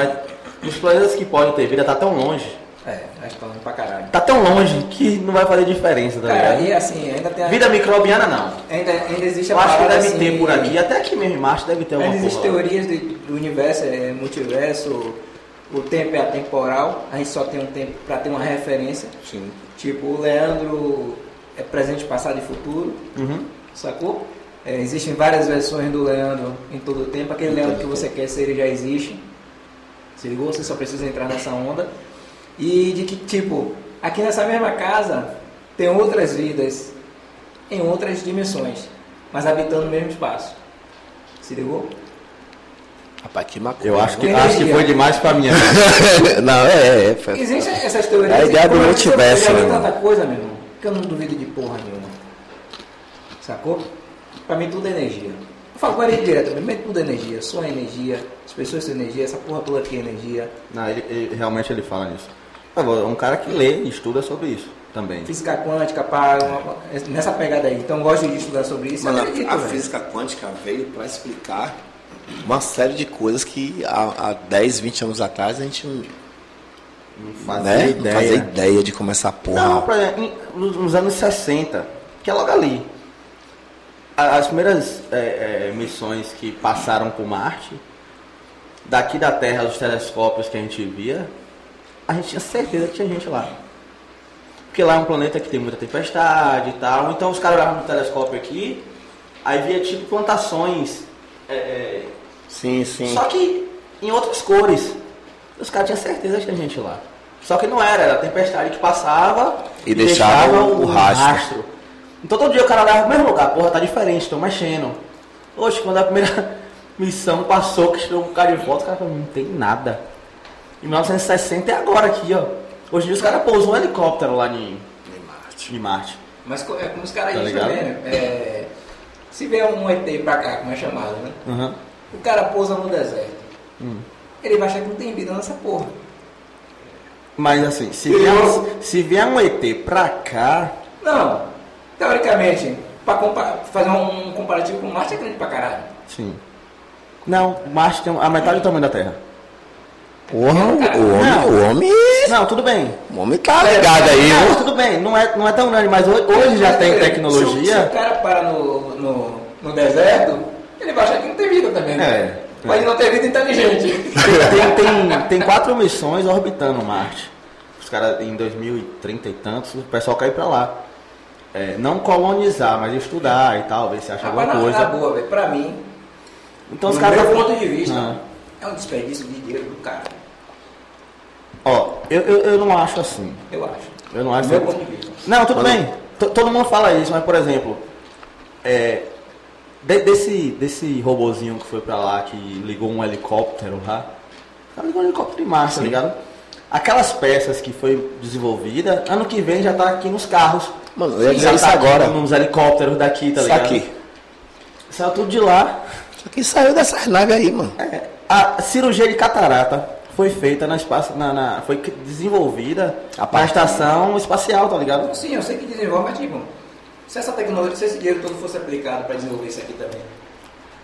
[SPEAKER 1] Mas os planetas que podem ter vida tá tão longe.
[SPEAKER 3] É, acho que tá indo pra caralho.
[SPEAKER 1] Tá tão longe que não vai fazer diferença, tá
[SPEAKER 3] Cara,
[SPEAKER 1] ligado?
[SPEAKER 3] e assim, ainda tem a...
[SPEAKER 1] Vida microbiana não.
[SPEAKER 3] Ainda, ainda existe
[SPEAKER 1] Eu
[SPEAKER 3] a
[SPEAKER 1] acho que
[SPEAKER 3] parada,
[SPEAKER 1] deve
[SPEAKER 3] assim,
[SPEAKER 1] ter por aqui, até aqui mesmo em Marte deve ter alguma
[SPEAKER 3] Ainda existem
[SPEAKER 1] porra. lá.
[SPEAKER 3] teorias de- do universo, é multiverso, o tempo é atemporal, a gente só tem um tempo pra ter uma referência.
[SPEAKER 2] Sim.
[SPEAKER 3] Tipo, o Leandro é presente, passado e futuro,
[SPEAKER 1] Uhum.
[SPEAKER 3] sacou? É, existem várias versões do Leandro em todo o tempo. Aquele Leandro que você quer ser, ele já existe. Se ligou? Você só precisa entrar nessa onda. E de que, tipo, aqui nessa mesma casa tem outras vidas em outras dimensões, mas habitando o mesmo espaço. Se ligou?
[SPEAKER 2] Rapaz, que maconha. né?
[SPEAKER 1] Eu acho que,
[SPEAKER 3] Energia.
[SPEAKER 1] acho que foi demais pra minha.
[SPEAKER 2] Não, é, é. é
[SPEAKER 3] Existem essas teorias.
[SPEAKER 2] É a ideia do
[SPEAKER 3] Como eu disse,
[SPEAKER 2] multiverso,
[SPEAKER 3] Eu já vi
[SPEAKER 2] né,
[SPEAKER 3] tanta coisa, meu irmão, que eu não duvido de porra nenhuma. Sacou? Pra mim tudo é energia. Eu falo com ele direto, pra mim é tudo é energia. Só é energia, as pessoas são energia, essa porra toda aqui é energia.
[SPEAKER 1] Não, ele, ele- realmente ele fala nisso. Agora, é um cara que lê e estuda sobre isso também.
[SPEAKER 3] Física quântica, pá, uma- uma- nessa pegada aí. Então eu gosto de estudar sobre isso.
[SPEAKER 6] Mano,
[SPEAKER 3] eu acredito,
[SPEAKER 6] a, a
[SPEAKER 3] velho.
[SPEAKER 6] física quântica veio pra explicar
[SPEAKER 2] uma série de coisas que há, há 10, 20 anos atrás a gente não
[SPEAKER 1] Fazer
[SPEAKER 2] né? não
[SPEAKER 1] ideia.
[SPEAKER 2] fazia ideia de como essa porra.
[SPEAKER 1] Não, pra, em- nos nos anos 60, que é logo ali. A- As primeiras é, é, missões que passaram por Marte, daqui da Terra, os telescópios que a gente via, a gente tinha certeza que tinha gente lá. Porque lá é um planeta que tem muita tempestade e tal. Então os caras olhavam no telescópio aqui, aí via tipo plantações é, é,
[SPEAKER 2] Sim, sim.
[SPEAKER 1] Só que em outras cores. Os caras tinham certeza que tinha gente lá. Só que não era, era a tempestade que passava
[SPEAKER 2] E deixava o rastro.
[SPEAKER 1] Então todo dia o cara olhava pro mesmo lugar, porra, tá diferente, estão mexendo. Oxe, quando a primeira missão passou, que chegou um cara de volta, o cara falou, não tem nada. Em 1960 é agora aqui, ó. Hoje em dia os caras pousam um helicóptero lá em,
[SPEAKER 6] em Marte.
[SPEAKER 1] em Marte.
[SPEAKER 3] Mas co- é como os caras
[SPEAKER 1] Tá
[SPEAKER 3] dizem
[SPEAKER 1] ligado?
[SPEAKER 3] também, né? É, se vier um ET pra cá, como é chamado, né?
[SPEAKER 1] Uhum.
[SPEAKER 3] O cara pousa no deserto.
[SPEAKER 2] Hum.
[SPEAKER 3] Ele vai achar que não tem vida nessa porra.
[SPEAKER 1] Mas assim, se vier, um- se vier um ET pra cá,
[SPEAKER 3] Não, teoricamente, pra compa- fazer um comparativo com Marte é grande pra caralho.
[SPEAKER 1] Sim. Não, Marte tem um, a metade do tamanho da Terra.
[SPEAKER 2] Porra, o homem,
[SPEAKER 1] Não.
[SPEAKER 2] o homem.
[SPEAKER 1] Não, tudo bem.
[SPEAKER 2] O homem tá ligado aí,
[SPEAKER 1] Não,
[SPEAKER 2] viu?
[SPEAKER 1] tudo bem, não é, não é tão grande, mas hoje, hoje já tem
[SPEAKER 3] Se, se o
[SPEAKER 1] tecnologia.
[SPEAKER 3] cara para no, no, no deserto, ele vai achar que não tem vida também. né?
[SPEAKER 1] É.
[SPEAKER 3] Mas não tem vida inteligente.
[SPEAKER 1] Tem, tem, tem quatro missões orbitando Marte. Os caras em 2030 e tantos, o pessoal cai pra lá. É, não colonizar, mas estudar e tal, ver se acha
[SPEAKER 3] Rapaz,
[SPEAKER 1] alguma
[SPEAKER 3] Ah, na,
[SPEAKER 1] coisa.
[SPEAKER 3] na boa, velho, pra mim,
[SPEAKER 1] Então os
[SPEAKER 3] no
[SPEAKER 1] caras.
[SPEAKER 3] meu ponto de vista,
[SPEAKER 1] Ah.
[SPEAKER 3] é um desperdício de dinheiro do cara,
[SPEAKER 1] Ó, eu, eu, eu não acho assim.
[SPEAKER 3] eu acho.
[SPEAKER 1] Eu não acho
[SPEAKER 3] No meu
[SPEAKER 1] assim.
[SPEAKER 3] ponto de vista.
[SPEAKER 1] Não, tudo
[SPEAKER 2] Quando-
[SPEAKER 1] bem. To- Todo mundo fala isso, mas por exemplo, é, de- desse, desse robozinho que foi pra lá, que ligou um helicóptero lá, o cara ligou um helicóptero em marcha, tá ligado? Aquelas peças que foi desenvolvida, ano que vem já tá aqui nos carros.
[SPEAKER 2] Mano, eu ia dizer
[SPEAKER 1] já
[SPEAKER 2] isso
[SPEAKER 1] tá
[SPEAKER 2] agora.
[SPEAKER 1] Aqui nos helicópteros daqui, tá
[SPEAKER 2] Isso
[SPEAKER 1] ligado?
[SPEAKER 2] aqui.
[SPEAKER 1] Saiu tudo de lá.
[SPEAKER 2] Só que saiu dessas naves aí, mano.
[SPEAKER 1] É, A cirurgia de catarata foi feita na espaço. Na, na- foi que- desenvolvida
[SPEAKER 2] A
[SPEAKER 1] na
[SPEAKER 2] parte-
[SPEAKER 1] estação espacial, tá ligado?
[SPEAKER 3] Então, sim, eu sei que desenvolve, mas tipo, se essa tecnologia, se esse dinheiro todo fosse aplicado pra desenvolver isso aqui também,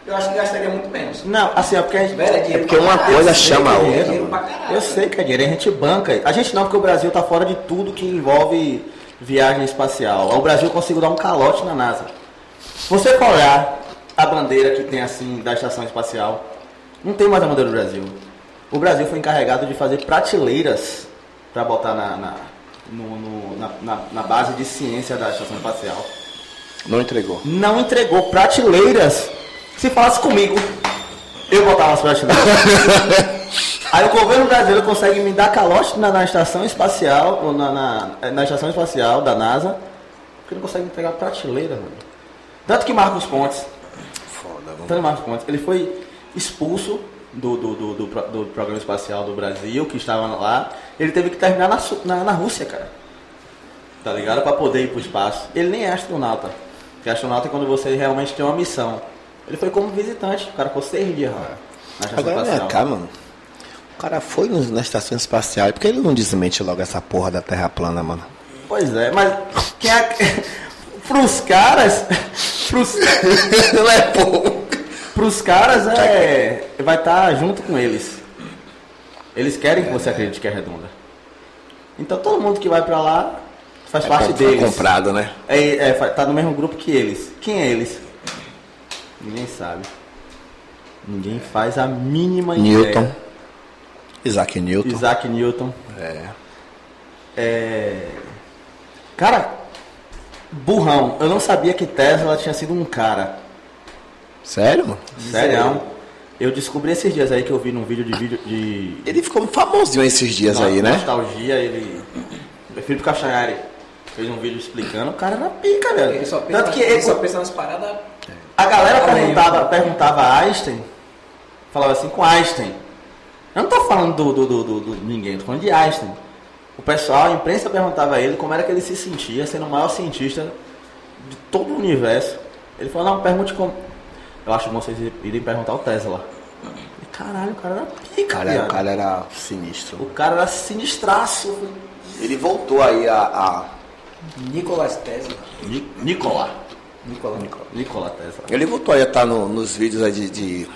[SPEAKER 3] eu acho que gastaria muito menos.
[SPEAKER 1] Não, assim, é porque a gente.
[SPEAKER 3] Velho, é dinheiro
[SPEAKER 2] É porque
[SPEAKER 3] pra
[SPEAKER 2] uma
[SPEAKER 3] caralho.
[SPEAKER 2] coisa
[SPEAKER 3] Eu sei
[SPEAKER 2] chama
[SPEAKER 3] que
[SPEAKER 2] a
[SPEAKER 3] é
[SPEAKER 2] outra,
[SPEAKER 3] dinheiro
[SPEAKER 2] mano.
[SPEAKER 3] pra caralho.
[SPEAKER 1] Eu sei que é dinheiro, a gente banca. A gente não, porque o Brasil tá fora de tudo que envolve viagem espacial. O Brasil conseguiu dar um calote na NASA. Se você for olhar a bandeira que tem assim da estação espacial, não tem mais a bandeira do Brasil. O Brasil foi encarregado de fazer prateleiras para botar na, na, no- no- na- na- na base de ciência da estação espacial
[SPEAKER 2] Não entregou.
[SPEAKER 1] não entregou prateleiras. Se falasse comigo, eu botava as prateleiras. Aí o governo brasileiro consegue me dar calote na, na estação espacial, ou na, na, eh, na estação espacial da NASA, porque não consegue entregar prateleira, mano. Tanto que Marcos Pontes,
[SPEAKER 2] Foda,
[SPEAKER 1] tanto que Marcos Pontes, ele foi expulso do, do, do, do pro- do programa espacial do Brasil, que estava lá. Ele teve que terminar na, Su- na, na Rússia, cara. tá ligado? Pra poder ir pro espaço. Ele nem é astronauta. Porque astronauta é quando você realmente tem uma missão. Ele foi como visitante, o cara ficou seis dias lá. Na estação
[SPEAKER 2] É. Agora vem
[SPEAKER 1] espacial.
[SPEAKER 2] cá, mano. O cara foi nos- na estação espacial. Por que ele não desmente logo essa porra da Terra plana, mano?
[SPEAKER 1] Pois é, mas quem é... pros caras, pros,
[SPEAKER 2] não é bom.
[SPEAKER 1] pros caras é vai estar junto com eles. Eles querem que você acredite que é redonda. Então todo mundo que vai pra lá faz parte
[SPEAKER 2] Foi
[SPEAKER 1] deles.
[SPEAKER 2] comprado, né?
[SPEAKER 1] É, é, fa- tá no mesmo grupo que eles. Quem é eles? Ninguém sabe. Ninguém faz a mínima
[SPEAKER 2] Newton.
[SPEAKER 1] ideia.
[SPEAKER 2] Isaac Newton.
[SPEAKER 1] Isaac Newton.
[SPEAKER 2] É.
[SPEAKER 1] É... Cara, burrão. Eu não sabia que Tesla tinha sido um cara.
[SPEAKER 2] Sério, mano?
[SPEAKER 1] Sério. Eu descobri esses dias aí que eu vi num vídeo de vídeo de.
[SPEAKER 2] Ele ficou famosinho esses dias
[SPEAKER 1] no-
[SPEAKER 2] aí, né?
[SPEAKER 1] Nostalgia, ele. é Felipe Castanhari fez um vídeo explicando. O cara era pica, velho.
[SPEAKER 3] Ele só pensa,
[SPEAKER 1] Tanto que
[SPEAKER 3] ele
[SPEAKER 1] ele-
[SPEAKER 3] só pensa nas paradas.
[SPEAKER 1] A galera
[SPEAKER 3] Além,
[SPEAKER 1] perguntava,
[SPEAKER 3] né?
[SPEAKER 1] perguntava a Einstein, falava assim com Einstein. Eu não tô falando do, do, do, do, do ninguém, tô falando de Einstein. O pessoal, a imprensa perguntava a ele como era que ele se sentia sendo o maior cientista de todo o universo. Ele falou, não, pergunte como. Eu acho que vocês irem perguntar o Tesla. E, caralho, o cara era pica,
[SPEAKER 2] Cara,
[SPEAKER 1] viado.
[SPEAKER 2] o cara era sinistro.
[SPEAKER 1] O cara era sinistraço. Eu falei,
[SPEAKER 2] Ele voltou aí a. a-
[SPEAKER 3] Nicolas Tesla.
[SPEAKER 1] Ni- Nikola.
[SPEAKER 3] Nicolas.
[SPEAKER 1] Nikola Tesla.
[SPEAKER 2] Ele voltou aí a estar no- nos vídeos aí de, de,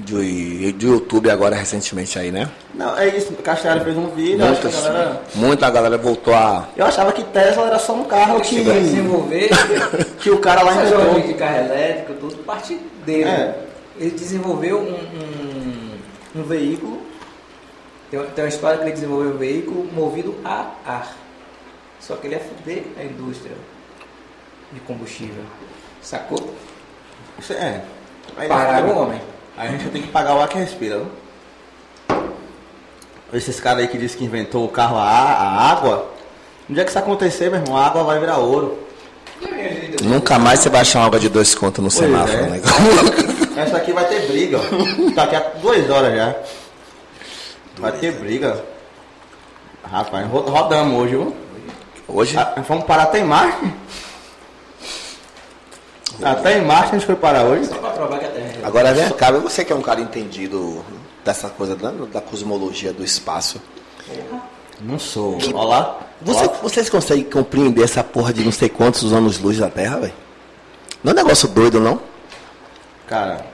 [SPEAKER 2] de, de YouTube agora recentemente aí, né?
[SPEAKER 1] Não, é isso. Castanhari fez um vídeo, acho que a
[SPEAKER 2] Muitas,
[SPEAKER 1] galera.
[SPEAKER 2] muita tá galera voltou a.
[SPEAKER 1] Eu achava que Tesla era só um carro
[SPEAKER 3] Ele chegou a
[SPEAKER 1] que,
[SPEAKER 3] desenvolver.
[SPEAKER 1] que o cara lá
[SPEAKER 3] Essa jovem
[SPEAKER 1] inventou.
[SPEAKER 3] de carro elétrico, tudo parte dele.
[SPEAKER 1] É.
[SPEAKER 3] Ele desenvolveu um, um- um veículo. Tem uma, tem uma história que ele desenvolveu um veículo movido a ar. Só que ele ia foder a indústria de combustível. Sacou?
[SPEAKER 1] Isso É. Aí
[SPEAKER 3] Pararam
[SPEAKER 1] fica-
[SPEAKER 3] o homem.
[SPEAKER 1] Aí A gente tem que pagar o ar que respira. viu? Esses caras aí que dizem que inventou o carro a, a água. No dia que isso acontecer, meu irmão, a água vai virar ouro.
[SPEAKER 2] Nunca mais você vai achar uma água de dois contos no semáforo,
[SPEAKER 1] é.
[SPEAKER 2] né?
[SPEAKER 1] Essa aqui vai ter briga. ó. Daqui a duas horas já. Vai ter briga. Rapaz, ro- rodamos hoje, viu?
[SPEAKER 2] Hoje,
[SPEAKER 1] Ah, Vamos parar até em Marte? Até em Marte a gente foi parar hoje.
[SPEAKER 3] Só pra provar que a Terra é redonda.
[SPEAKER 2] agora vem cá, você que é um cara entendido dessa coisa da, da cosmologia do espaço.
[SPEAKER 1] Não sou. Olha lá.
[SPEAKER 2] Você- vocês conseguem compreender essa porra de não sei quantos anos-luz da Terra, velho? Não é um negócio doido, não?
[SPEAKER 1] Cara,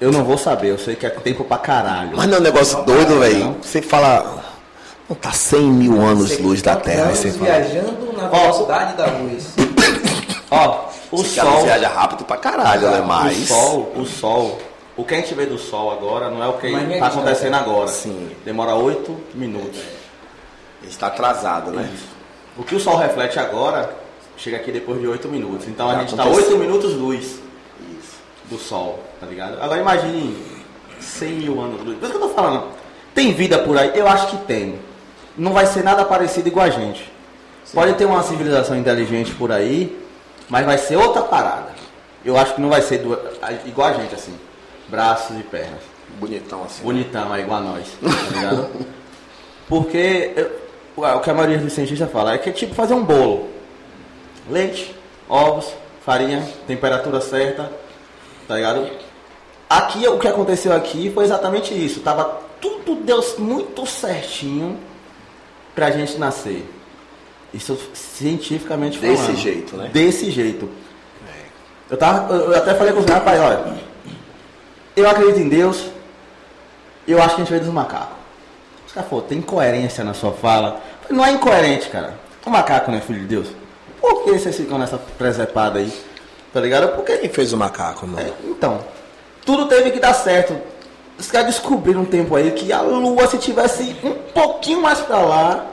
[SPEAKER 1] eu não vou saber, eu sei que é tempo pra caralho.
[SPEAKER 2] Mas não é um negócio doido, velho.
[SPEAKER 1] não.
[SPEAKER 2] Você fala. Não tá 100 mil anos-luz da Terra. Aí você tá
[SPEAKER 3] Estamos
[SPEAKER 2] fala.
[SPEAKER 3] tá viajando na velocidade da luz.
[SPEAKER 1] Ó, o
[SPEAKER 2] Esse cara
[SPEAKER 1] sol.
[SPEAKER 2] viaja rápido pra caralho, né? Mas.
[SPEAKER 1] O sol, o sol. O que a gente vê do sol agora não é o que
[SPEAKER 3] Mas nem
[SPEAKER 1] tá
[SPEAKER 3] a gente
[SPEAKER 1] acontecendo
[SPEAKER 3] tá
[SPEAKER 1] agora.
[SPEAKER 2] Sim.
[SPEAKER 1] Demora oito minutos.
[SPEAKER 2] Está atrasado, né?
[SPEAKER 1] O que o sol reflete agora chega aqui depois de oito minutos. Então a
[SPEAKER 2] Já
[SPEAKER 1] gente tá
[SPEAKER 2] aconteceu.
[SPEAKER 1] oito minutos luz do sol, tá ligado? Agora imagine 100 mil anos luz. Por isso que eu tô falando. Tem vida por aí? Eu acho que tem. Não vai ser nada parecido igual a gente. Pode ter uma civilização inteligente por aí, mas vai ser outra parada. Eu acho que não vai ser du- a- igual a gente, assim. Braços e pernas.
[SPEAKER 2] Bonitão assim.
[SPEAKER 1] Bonitão, é igual a nós, tá ligado? Porque eu- ué, o que a maioria dos cientistas fala é que é tipo fazer um bolo. Leite, ovos, farinha, temperatura certa, tá ligado? Aqui, o que aconteceu aqui foi exatamente isso. Tava tudo deu muito certinho pra gente nascer. Isso cientificamente
[SPEAKER 2] Desse
[SPEAKER 1] falando.
[SPEAKER 2] jeito, né? É.
[SPEAKER 1] Desse jeito. Eu, tava, eu eu até falei com os meus rapaz, olha, eu acredito em Deus, eu acho que a gente veio dos macacos. Os caras falaram, tem incoerência na sua fala. Eu falei, Não é incoerente, cara. O macaco não é filho de Deus. Por que vocês ficam nessa presepada aí? Tá ligado? Porque
[SPEAKER 2] Quem fez o macaco, mano?
[SPEAKER 1] é, então, tudo teve que dar certo. Os caras descobriram um tempo aí que a lua, se tivesse um pouquinho mais pra lá,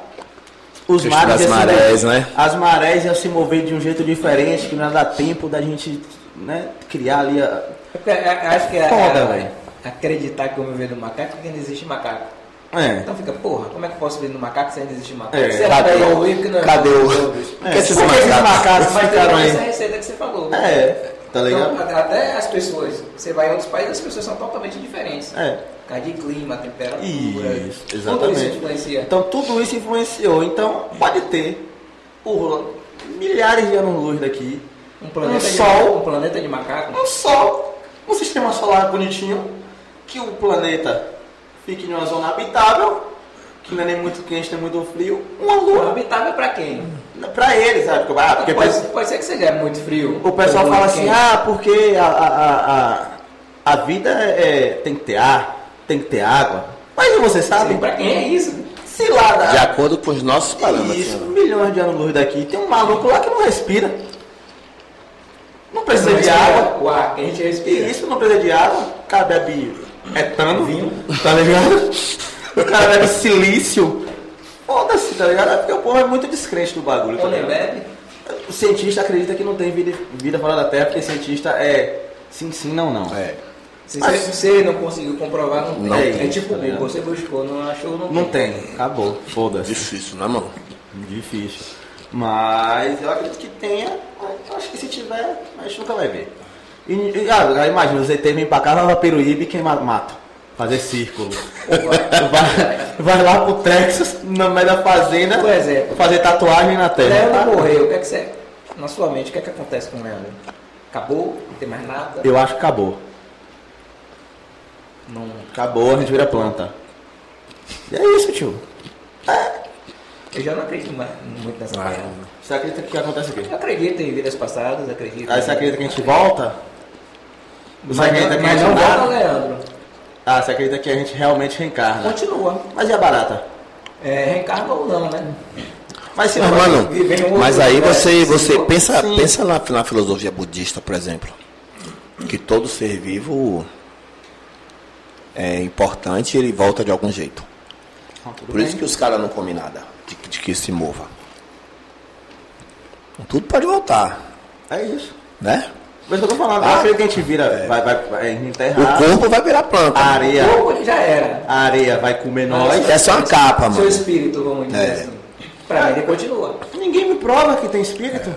[SPEAKER 1] os
[SPEAKER 2] Questão
[SPEAKER 1] mares
[SPEAKER 2] das
[SPEAKER 1] iam se
[SPEAKER 2] marés,
[SPEAKER 1] mover-
[SPEAKER 2] né?
[SPEAKER 1] As marés iam se mover de um jeito diferente, que não ia dar tempo da gente né, criar ali a.
[SPEAKER 3] É porque, é, é, Acho que é,
[SPEAKER 1] Foda,
[SPEAKER 3] é,
[SPEAKER 1] velho.
[SPEAKER 3] acreditar que eu me vejo no macaco porque não existe macaco.
[SPEAKER 1] É.
[SPEAKER 3] Então fica, porra, como é que eu posso vir no macaco se ainda existe macaco?
[SPEAKER 1] É,
[SPEAKER 3] Será
[SPEAKER 2] Cadê
[SPEAKER 3] que vai
[SPEAKER 2] o.
[SPEAKER 3] evoluir que não é
[SPEAKER 2] Cadê
[SPEAKER 3] macaco
[SPEAKER 2] o.
[SPEAKER 3] todos?
[SPEAKER 2] Por que esses
[SPEAKER 1] Por que esses
[SPEAKER 2] macacos?
[SPEAKER 1] macacos
[SPEAKER 3] Mas
[SPEAKER 1] ficaram
[SPEAKER 3] tem essa
[SPEAKER 1] aí?
[SPEAKER 3] receita que você falou. né?
[SPEAKER 1] É, tá
[SPEAKER 3] Então,
[SPEAKER 1] ligado?
[SPEAKER 3] a- até as pessoas, você vai em outros países, as pessoas são totalmente diferentes.
[SPEAKER 1] É.
[SPEAKER 3] Por causa de clima, temperatura.
[SPEAKER 1] Isso,
[SPEAKER 3] é. Tudo isso
[SPEAKER 1] exatamente.
[SPEAKER 3] influencia.
[SPEAKER 1] Então tudo isso influenciou. Então pode ter. por milhares de anos-luz daqui,
[SPEAKER 3] Um planeta
[SPEAKER 1] Um
[SPEAKER 3] de
[SPEAKER 1] sol.
[SPEAKER 3] macaco, um planeta de macaco.
[SPEAKER 1] um sol, um sistema solar bonitinho, que o planeta fique numa zona habitável, que não é nem muito quente, nem muito frio, uma
[SPEAKER 3] Um
[SPEAKER 1] lua
[SPEAKER 3] habitável pra quem?
[SPEAKER 1] pra eles, sabe? Porque, ah, porque
[SPEAKER 3] Pode, pode ser que seja muito frio.
[SPEAKER 1] o pessoal
[SPEAKER 3] ou
[SPEAKER 1] fala
[SPEAKER 3] é muito
[SPEAKER 1] assim,
[SPEAKER 3] quente.
[SPEAKER 1] ah, porque a, a, a, a- a vida é, tem que ter ar, tem que ter água. Mas você sabe,
[SPEAKER 3] Sim, pra quem é isso?
[SPEAKER 1] se lá
[SPEAKER 2] É. De
[SPEAKER 1] dá
[SPEAKER 2] acordo com os nossos parâmetros.
[SPEAKER 1] isso, milhões de anos-luz daqui, tem um maluco lá que não respira. Não precisa
[SPEAKER 3] Não
[SPEAKER 1] de
[SPEAKER 3] respira.
[SPEAKER 1] água.
[SPEAKER 3] O ar que a gente respira.
[SPEAKER 1] E é isso não precisa de água, o cara bebe etano, vinho, tá ligado? O cara bebe silício. Foda-se, tá ligado? É porque o povo é muito descrente do bagulho. Tá
[SPEAKER 3] Ou nem
[SPEAKER 1] ligado?
[SPEAKER 3] bebe.
[SPEAKER 1] O cientista acredita que não tem vida, vida fora da Terra, porque cientista é sim, sim, não, não.
[SPEAKER 2] É.
[SPEAKER 3] Se
[SPEAKER 1] Mas-
[SPEAKER 3] você, você não conseguiu comprovar, não,
[SPEAKER 2] Não
[SPEAKER 3] tem.
[SPEAKER 2] tem,
[SPEAKER 3] É tipo
[SPEAKER 1] tá
[SPEAKER 3] o
[SPEAKER 1] ligado?
[SPEAKER 3] Google, você buscou, não achou, não,
[SPEAKER 1] Não tem, acabou, foda-se.
[SPEAKER 2] Difícil, né, mano?
[SPEAKER 1] Difícil. Mas eu acredito que tenha, mas eu acho que se tiver, a gente nunca vai ver. E, e, ah, agora imagina, os ET vêm pra cá, vai pra Peruíbe e queima mato. Fazer círculo. vai, vai lá pro Texas, na meio da fazenda,
[SPEAKER 3] Por exemplo.
[SPEAKER 1] fazer tatuagem na terra.
[SPEAKER 3] Leandro morreu, o que é que você. Na sua mente, o que é que acontece com o Leandro? Acabou? Não tem mais nada?
[SPEAKER 1] Eu acho que acabou.
[SPEAKER 3] Não.
[SPEAKER 1] Acabou, a gente vira planta. E é isso, tio.
[SPEAKER 3] Eu já não acredito mais, muito nessa
[SPEAKER 2] Ah,
[SPEAKER 3] parada.
[SPEAKER 1] Você acredita que acontece o quê?
[SPEAKER 3] Eu acredito em vidas passadas, acredito.
[SPEAKER 1] Aí você acredita que a gente volta? Você
[SPEAKER 3] Mas,
[SPEAKER 1] acredita
[SPEAKER 3] não-
[SPEAKER 1] que a
[SPEAKER 3] mas
[SPEAKER 1] gente
[SPEAKER 3] não volta,
[SPEAKER 1] nada?
[SPEAKER 3] Leandro.
[SPEAKER 1] Ah, você acredita que a gente realmente reencarna.
[SPEAKER 3] Continua.
[SPEAKER 1] Mas e a barata?
[SPEAKER 3] É, reencarna ou não, né?
[SPEAKER 1] Mas se
[SPEAKER 2] Mas,
[SPEAKER 1] for-
[SPEAKER 2] mano,
[SPEAKER 3] Viver em um outro
[SPEAKER 2] mas aí
[SPEAKER 3] lugar,
[SPEAKER 2] você,
[SPEAKER 3] sim,
[SPEAKER 2] você
[SPEAKER 3] sim.
[SPEAKER 2] pensa,
[SPEAKER 1] Sim.
[SPEAKER 2] pensa na, na filosofia budista, por exemplo, que todo ser vivo é importante e ele volta de algum jeito.
[SPEAKER 3] Ah,
[SPEAKER 2] Por isso que os caras não comem nada de, que- de que se mova. Tudo pode voltar,
[SPEAKER 1] É isso.
[SPEAKER 2] né?
[SPEAKER 1] Mas eu tô falando,
[SPEAKER 2] Ah.
[SPEAKER 1] ah, que a gente vira, vai, vai, vai
[SPEAKER 2] O
[SPEAKER 3] Ah.
[SPEAKER 1] enterrar,
[SPEAKER 2] corpo vai virar planta.
[SPEAKER 1] a areia,
[SPEAKER 3] O corpo já era.
[SPEAKER 1] a areia vai comer nós.
[SPEAKER 2] É só uma capa,
[SPEAKER 3] Seu
[SPEAKER 2] mano.
[SPEAKER 3] espírito, vamos dizer
[SPEAKER 2] É.
[SPEAKER 3] assim. Pra mim, ele continua.
[SPEAKER 1] Ninguém me prova que tem espírito.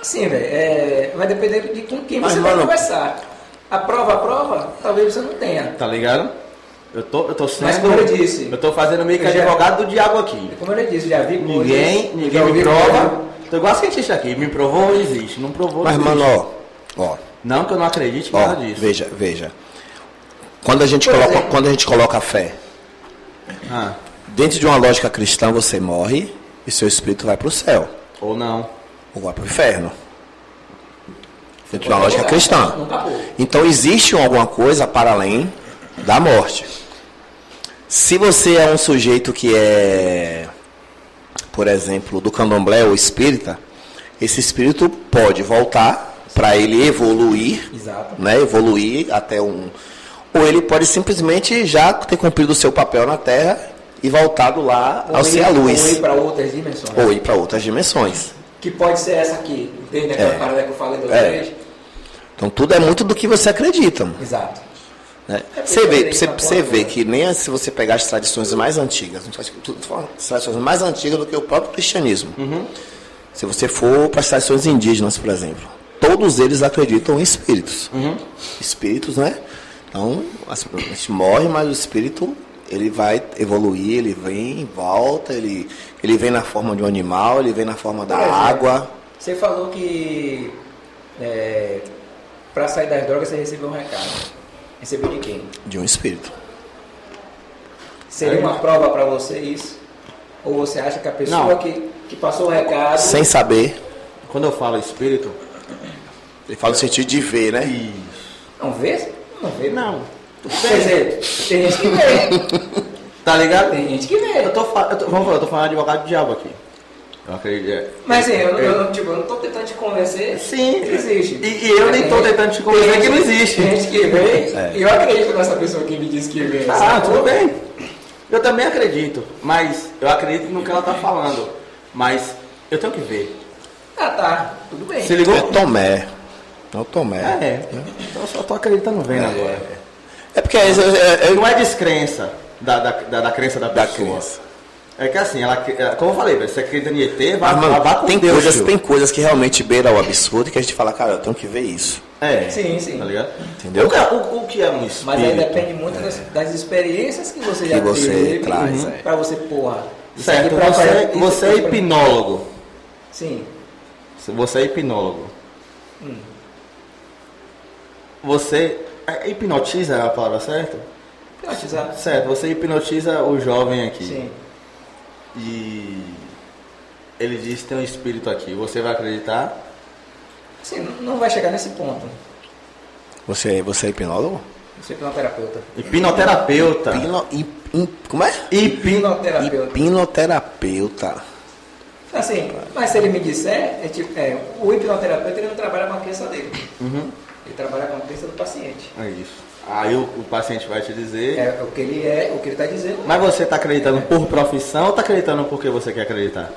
[SPEAKER 3] Assim, velho, é, vai depender de com quem
[SPEAKER 2] Mas,
[SPEAKER 3] você vai
[SPEAKER 2] mano-
[SPEAKER 3] conversar. A prova, a prova, talvez você não tenha.
[SPEAKER 1] Tá ligado? Eu tô, eu tô sendo.
[SPEAKER 3] como eu disse,
[SPEAKER 1] eu tô fazendo meio que
[SPEAKER 3] eu já-
[SPEAKER 1] advogado do diabo aqui.
[SPEAKER 3] Como eu já disse, já vi coisas,
[SPEAKER 1] Ninguém,
[SPEAKER 3] já
[SPEAKER 1] ninguém me
[SPEAKER 3] ouvi
[SPEAKER 1] prova.
[SPEAKER 3] coisas.
[SPEAKER 1] Tô igual a cientista aqui, me provou não existe, não provou
[SPEAKER 2] Mas,
[SPEAKER 1] não
[SPEAKER 2] mano,
[SPEAKER 1] existe.
[SPEAKER 2] ó, ó,
[SPEAKER 1] Não que eu não acredite em
[SPEAKER 2] Ó,
[SPEAKER 1] nada disso.
[SPEAKER 2] veja, veja. Quando a, gente
[SPEAKER 3] Por
[SPEAKER 2] coloca,
[SPEAKER 3] exemplo.
[SPEAKER 2] quando a gente coloca a fé,
[SPEAKER 1] Ah,
[SPEAKER 2] dentro de uma lógica cristã, você morre e seu espírito vai para o céu
[SPEAKER 1] ou não.
[SPEAKER 2] ou vai para o inferno. Dentro de uma
[SPEAKER 3] Não
[SPEAKER 2] lógica é
[SPEAKER 3] acabou,
[SPEAKER 2] cristã.
[SPEAKER 3] Não acabou.
[SPEAKER 2] Então existe alguma coisa para além da morte. Se você é um sujeito que é, por exemplo, do candomblé ou espírita, esse espírito pode voltar para ele evoluir
[SPEAKER 3] Exato.
[SPEAKER 2] né, evoluir até um. Ou ele pode simplesmente já ter cumprido o seu papel na Terra e voltado lá ao ser a
[SPEAKER 3] Ou ir
[SPEAKER 2] luz.
[SPEAKER 3] para outras dimensões.
[SPEAKER 2] Ou ir para outras dimensões.
[SPEAKER 3] Que pode ser essa aqui, entende aquela
[SPEAKER 2] É.
[SPEAKER 3] parada que eu falei do
[SPEAKER 2] É. Então tudo é muito do que você acredita. mano,
[SPEAKER 3] Exato.
[SPEAKER 2] Né?
[SPEAKER 3] É porque
[SPEAKER 2] Você vê,
[SPEAKER 3] tem
[SPEAKER 2] você,
[SPEAKER 3] uma
[SPEAKER 2] você
[SPEAKER 3] porta,
[SPEAKER 2] vê
[SPEAKER 3] né?
[SPEAKER 2] que nem as- se você pegar as tradições mais antigas, as tradições mais antigas do que o próprio cristianismo.
[SPEAKER 3] Uhum.
[SPEAKER 2] Se você for para as tradições indígenas, por exemplo, todos eles acreditam em espíritos.
[SPEAKER 3] Uhum.
[SPEAKER 2] Espíritos, né? Então, as- a gente morre, mas o espírito ele vai evoluir, ele vem, volta, ele, ele vem na forma de um animal, ele vem na forma da
[SPEAKER 3] Por exemplo,
[SPEAKER 2] água.
[SPEAKER 3] Você falou que é, para sair das drogas você recebeu um recado. Recebeu de quem?
[SPEAKER 2] De um espírito.
[SPEAKER 1] É.
[SPEAKER 3] Seria uma prova para você isso? Ou você acha que a pessoa
[SPEAKER 1] Não.
[SPEAKER 3] que, que passou o recado.
[SPEAKER 2] Sem saber,
[SPEAKER 1] Quando eu falo espírito,
[SPEAKER 2] ele fala no sentido de ver, né?
[SPEAKER 3] Não vê? Não vê,
[SPEAKER 1] não.
[SPEAKER 3] Quer dizer, tem gente que vê.
[SPEAKER 1] Tá ligado?
[SPEAKER 3] Tem gente que
[SPEAKER 1] Eu
[SPEAKER 3] vê.
[SPEAKER 1] tô, fa- eu tô, vamos falar, eu tô falando de advogado do diabo aqui. Eu acredito. é.
[SPEAKER 3] Mas assim, eu, não-
[SPEAKER 1] É.
[SPEAKER 3] eu não- tipo, eu não tô tentando te convencer.
[SPEAKER 1] Sim.
[SPEAKER 3] que existe.
[SPEAKER 1] E- e eu nem tô
[SPEAKER 3] Tem-
[SPEAKER 1] tentando te convencer
[SPEAKER 3] tem
[SPEAKER 1] que não
[SPEAKER 3] gente-
[SPEAKER 1] existe.
[SPEAKER 3] Tem gente que vê,
[SPEAKER 2] É.
[SPEAKER 3] e eu acredito nessa pessoa que me diz que vê.
[SPEAKER 1] Ah, tudo bem. Eu também acredito, mas eu acredito no que ela tá falando. Mas eu tenho que ver.
[SPEAKER 3] Ah, tá. Tudo bem.
[SPEAKER 1] Se ligou?
[SPEAKER 2] É Tomé. É o Tomé.
[SPEAKER 1] Ah, é. Então eu só tô acreditando vendo
[SPEAKER 2] É.
[SPEAKER 1] agora.
[SPEAKER 2] É porque é, é, é-
[SPEAKER 1] Não é descrença da, da, da, da crença da
[SPEAKER 2] Da
[SPEAKER 1] pessoa.
[SPEAKER 2] crença.
[SPEAKER 1] É que assim, ela, é, como eu falei, velho, você acredita em ET, vai,
[SPEAKER 2] Mas, Ah, mano,
[SPEAKER 1] vá com
[SPEAKER 2] tem,
[SPEAKER 1] Deus.
[SPEAKER 2] coisas,
[SPEAKER 1] tio.
[SPEAKER 2] tem coisas que realmente beira o absurdo que a gente fala, cara, eu tenho que ver isso.
[SPEAKER 1] É.
[SPEAKER 3] Sim, sim.
[SPEAKER 1] Tá ligado?
[SPEAKER 2] Entendeu?
[SPEAKER 1] O, que é- o- o que é um espírito?
[SPEAKER 3] Mas aí depende muito das, das experiências que você já
[SPEAKER 2] você
[SPEAKER 3] teve
[SPEAKER 2] traz, é.
[SPEAKER 3] pra você, porra.
[SPEAKER 1] Certo,
[SPEAKER 3] aqui pra
[SPEAKER 1] você,
[SPEAKER 3] fazer- isso
[SPEAKER 1] você é
[SPEAKER 3] aqui pra-
[SPEAKER 1] hipnólogo.
[SPEAKER 3] Sim.
[SPEAKER 1] Você é hipnólogo.
[SPEAKER 3] Hum.
[SPEAKER 1] Você é- hipnotiza a palavra certa?
[SPEAKER 3] Privatizar.
[SPEAKER 1] Certo, você hipnotiza o jovem aqui.
[SPEAKER 3] Sim.
[SPEAKER 1] E ele diz que tem um espírito aqui. Você vai acreditar?
[SPEAKER 3] Sim, Assim, não- não vai chegar nesse ponto.
[SPEAKER 2] Você, você é hipnólogo?
[SPEAKER 3] Eu sou hipnoterapeuta.
[SPEAKER 1] Hipnoterapeuta.
[SPEAKER 2] Hipno, hip- hip- como é?
[SPEAKER 1] Hipno...
[SPEAKER 3] Hipnoterapeuta.
[SPEAKER 2] Hipnoterapeuta.
[SPEAKER 3] Assim, mas se ele me disser, é tipo, é, o hipnoterapeuta ele não trabalha com a crença dele.
[SPEAKER 1] Uhum.
[SPEAKER 3] Ele trabalha com a crença do paciente.
[SPEAKER 1] É isso. Aí o, o paciente vai te dizer.
[SPEAKER 3] É o que ele é, o que ele tá dizendo.
[SPEAKER 1] Mas você tá acreditando por profissão ou tá acreditando porque você quer acreditar?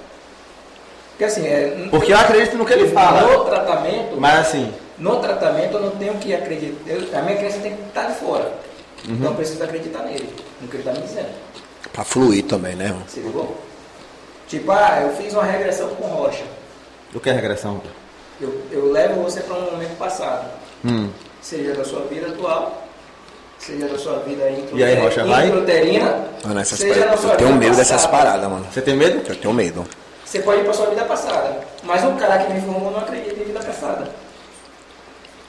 [SPEAKER 3] Porque assim, é, n-
[SPEAKER 1] Porque eu acredito no que ele fala.
[SPEAKER 3] No tratamento,
[SPEAKER 1] Mas assim,
[SPEAKER 3] no tratamento eu não tenho que acreditar. eu- a minha crença tem que estar de fora.
[SPEAKER 1] Uhum.
[SPEAKER 3] Então eu preciso acreditar nele, no que ele tá me dizendo.
[SPEAKER 2] Pra fluir também, né? irmão?
[SPEAKER 3] Você ligou? Tipo, ah, eu fiz uma regressão com rocha.
[SPEAKER 1] o que é regressão?
[SPEAKER 3] Eu, eu levo você para um momento passado.
[SPEAKER 1] Hum.
[SPEAKER 3] Seja da sua vida atual, seja da sua vida
[SPEAKER 1] E aí, Rocha, vai?
[SPEAKER 3] intrauterina,
[SPEAKER 2] Mano, essas
[SPEAKER 3] seja
[SPEAKER 2] paradas-
[SPEAKER 3] da sua
[SPEAKER 2] Ah, eu tenho
[SPEAKER 3] vida
[SPEAKER 2] medo dessas
[SPEAKER 3] passada.
[SPEAKER 2] paradas, mano.
[SPEAKER 1] Você tem medo?
[SPEAKER 2] Eu tenho medo.
[SPEAKER 3] Você pode ir para sua vida passada, mas o cara que me informou não acredita em vida passada.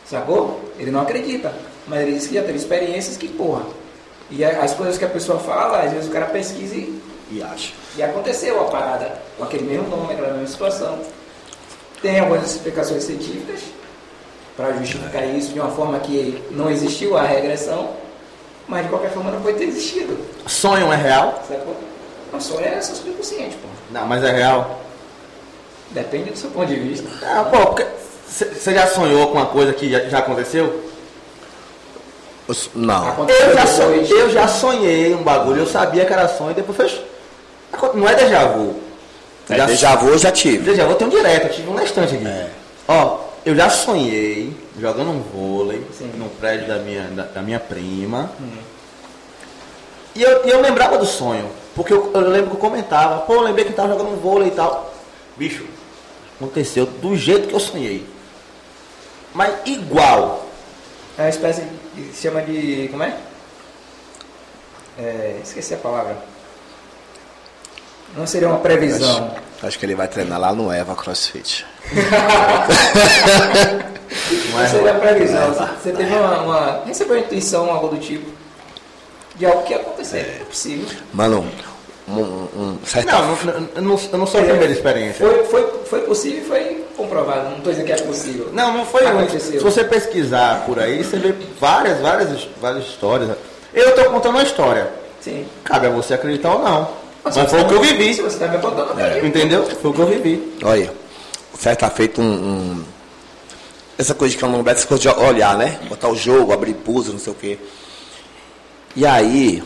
[SPEAKER 3] Sacou? Ele não acredita, mas ele diz que já teve experiências que porra. E a- as coisas que a pessoa fala, às vezes o cara pesquisa e,
[SPEAKER 2] E acho.
[SPEAKER 3] e aconteceu a parada, com aquele mesmo nome, aquela mesma situação. Tem algumas explicações científicas para justificar isso de uma forma que não existiu a regressão, mas de qualquer forma não pode ter existido.
[SPEAKER 1] Sonho é real?
[SPEAKER 3] Sacou? Não, só é só subconsciente, pô.
[SPEAKER 1] Não, mas é real.
[SPEAKER 3] Depende do seu ponto de vista.
[SPEAKER 1] Ah, pô, porque você já sonhou com uma coisa que já, já aconteceu?
[SPEAKER 2] Não.
[SPEAKER 3] Aconteceu
[SPEAKER 1] sonhei,
[SPEAKER 3] depois.
[SPEAKER 1] eu já sonhei um bagulho, eu sabia que era sonho e depois fez. Aco- Não é déjà vu.
[SPEAKER 2] É, déjà vu eu já tive.
[SPEAKER 1] Déjà vu tem um direto, eu tive um na estante aqui.
[SPEAKER 2] É.
[SPEAKER 1] Ó, eu já sonhei jogando um vôlei
[SPEAKER 3] Sim. Hum.
[SPEAKER 1] num prédio da minha, da, da minha prima. E eu, e eu lembrava do sonho, porque eu, eu lembro que eu comentava, pô, eu lembrei que eu tava jogando um vôlei e tal. Bicho, aconteceu do jeito que eu sonhei. Mas igual.
[SPEAKER 3] É uma espécie que se chama de. como é? É, esqueci a palavra. Não seria uma previsão.
[SPEAKER 2] Acho, acho que ele vai treinar lá no Eva CrossFit.
[SPEAKER 1] Não
[SPEAKER 3] Não
[SPEAKER 1] é,
[SPEAKER 3] seria uma
[SPEAKER 1] Rocha?
[SPEAKER 3] previsão. Você teve uma, uma- recebeu uma intuição, algo do tipo, de algo que ia acontecer. É possível.
[SPEAKER 2] Mano, um, um, um certo.
[SPEAKER 1] não, não, não, eu não, eu não sou a primeira experiência.
[SPEAKER 3] Foi, foi, foi possível e foi comprovado. Não estou dizendo que é possível.
[SPEAKER 1] Não, não foi ruim.
[SPEAKER 3] Aconteceu.
[SPEAKER 1] Se você pesquisar por aí, você vê várias, várias, várias histórias. Eu tô contando uma história.
[SPEAKER 3] Sim.
[SPEAKER 1] Cabe a você acreditar ou não. Mas
[SPEAKER 3] se
[SPEAKER 1] foi
[SPEAKER 3] você
[SPEAKER 1] o que eu
[SPEAKER 3] tá- Se
[SPEAKER 1] vivi. É.
[SPEAKER 3] você está me apontando, eu acredito.
[SPEAKER 1] Entendeu? Foi o que eu vivi.
[SPEAKER 2] Olha, certa feita um, um- Essa coisa de que é um lugar, essa coisa de olhar, né? Botar o jogo, abrir pulso, não sei o quê. E aí,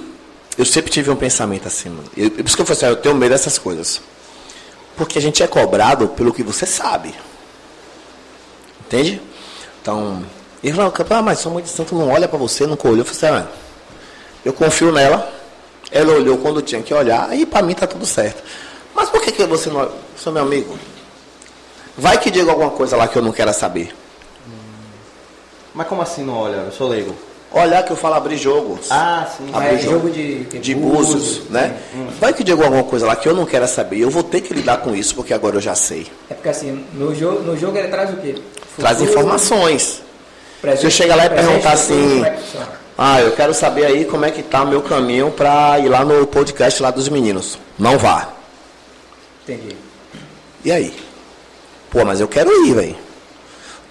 [SPEAKER 2] eu sempre tive um pensamento assim, mano. Eu, por isso que eu falei assim, ah, eu tenho medo dessas coisas. Porque a gente é cobrado pelo que você sabe. Entende? Então, e falou, ah, mas sua mãe de santo não olha pra você, nunca olhou. Eu falei assim, ah, eu confio nela. Ela olhou quando tinha que olhar e pra mim tá tudo certo. Mas por que, que você não. Seu meu amigo, vai que diga alguma coisa lá que eu não quero saber.
[SPEAKER 1] Mas como assim não olha? Eu sou leigo.
[SPEAKER 2] Olhar que eu falo abrir jogo.
[SPEAKER 1] Ah, sim.
[SPEAKER 2] Ah,
[SPEAKER 3] É
[SPEAKER 2] Abrir
[SPEAKER 3] jogo de,
[SPEAKER 2] de búzios, né? Vai que diga alguma coisa lá que eu não quero saber. Eu vou ter que lidar com isso porque agora eu já sei.
[SPEAKER 3] É porque assim, no jogo, no jogo ele traz o quê?
[SPEAKER 2] Traz
[SPEAKER 3] Futuro,
[SPEAKER 2] informações.
[SPEAKER 3] presente,
[SPEAKER 2] Se eu chegar lá e
[SPEAKER 3] presente,
[SPEAKER 2] perguntar
[SPEAKER 3] futuro,
[SPEAKER 2] assim,
[SPEAKER 3] como é que funciona?
[SPEAKER 2] Ah, eu quero saber aí como é que tá meu caminho pra ir lá no podcast lá dos meninos. Não vá.
[SPEAKER 3] Entendi.
[SPEAKER 2] E aí? Pô, mas eu quero ir, velho.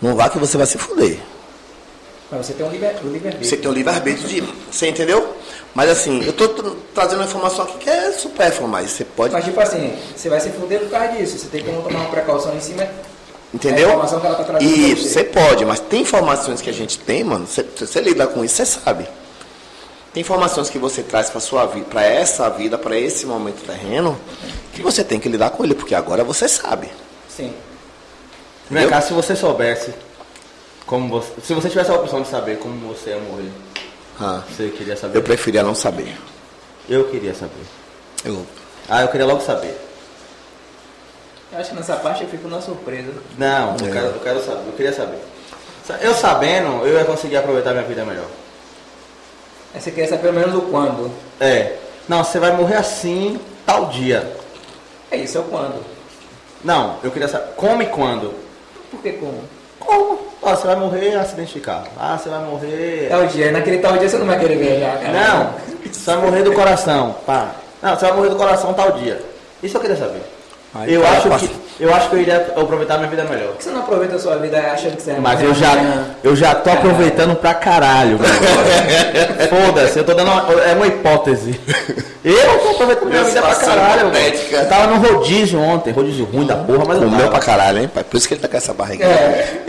[SPEAKER 2] Não vá que você vai se fuder.
[SPEAKER 3] Mas você tem um liber- um livre-arbítrio.
[SPEAKER 2] Você tem o livre-arbítrio de. Você entendeu? Mas assim, eu tô tra- trazendo uma informação aqui que é supérflua, mas você pode.
[SPEAKER 3] Mas tipo assim, você vai se fuder por causa disso. Você tem que tomar uma precaução em cima.
[SPEAKER 2] Entendeu?
[SPEAKER 3] É a informação que ela tá trazendo pra
[SPEAKER 2] Isso,
[SPEAKER 3] você.
[SPEAKER 2] você pode, mas tem informações que a gente tem, mano. Você, você lida com isso, você sabe. Tem informações que você traz para sua vida, para essa vida, para esse momento terreno, que você tem que lidar com ele, porque agora você sabe.
[SPEAKER 3] Sim.
[SPEAKER 1] Vem cá, se você soubesse como você. Se você tivesse a opção de saber como você ia morrer,
[SPEAKER 2] Ah,
[SPEAKER 1] você queria saber?
[SPEAKER 2] eu preferia não saber.
[SPEAKER 1] Eu queria saber.
[SPEAKER 2] Eu
[SPEAKER 1] Ah, eu queria logo saber.
[SPEAKER 3] Eu acho que nessa parte eu fico na surpresa.
[SPEAKER 1] Não, eu,
[SPEAKER 2] É.
[SPEAKER 1] quero, eu quero saber, eu queria saber. Sa- Eu sabendo, eu ia conseguir aproveitar minha vida melhor.
[SPEAKER 3] Aí você quer saber pelo é menos o quando.
[SPEAKER 1] É. Não, você vai morrer assim, tal dia.
[SPEAKER 3] É isso, é o quando.
[SPEAKER 1] Não, eu queria saber. Come quando?
[SPEAKER 3] Por que como?
[SPEAKER 1] Como? Ah, você vai morrer, acidente de carro. Ah, você vai morrer.
[SPEAKER 3] Tal É dia, naquele tal dia você não vai querer viajar, cara.
[SPEAKER 1] Não, você vai morrer do coração, pá. Não, você vai morrer do coração tal dia. Isso eu queria saber.
[SPEAKER 2] Aí,
[SPEAKER 1] eu,
[SPEAKER 2] cara,
[SPEAKER 1] acho
[SPEAKER 2] passa-
[SPEAKER 1] que, eu acho que eu iria aproveitar minha vida melhor.
[SPEAKER 3] Por que você não aproveita a sua vida achando que você é
[SPEAKER 1] Mas
[SPEAKER 3] mulher
[SPEAKER 1] eu já,
[SPEAKER 3] amanhã?
[SPEAKER 1] eu já tô aproveitando pra caralho, velho. Foda-se, eu tô dando uma, é uma hipótese. Eu tô aproveitando minha
[SPEAKER 7] Uma
[SPEAKER 1] vida pra
[SPEAKER 7] situação
[SPEAKER 1] caralho,
[SPEAKER 7] hipotética.
[SPEAKER 1] velho. Eu tava no rodízio ontem, rodízio ruim da porra, mas eu
[SPEAKER 2] Comeu
[SPEAKER 1] tava.
[SPEAKER 2] pra caralho, hein, pai? Por isso que ele tá com essa barriga.
[SPEAKER 3] É,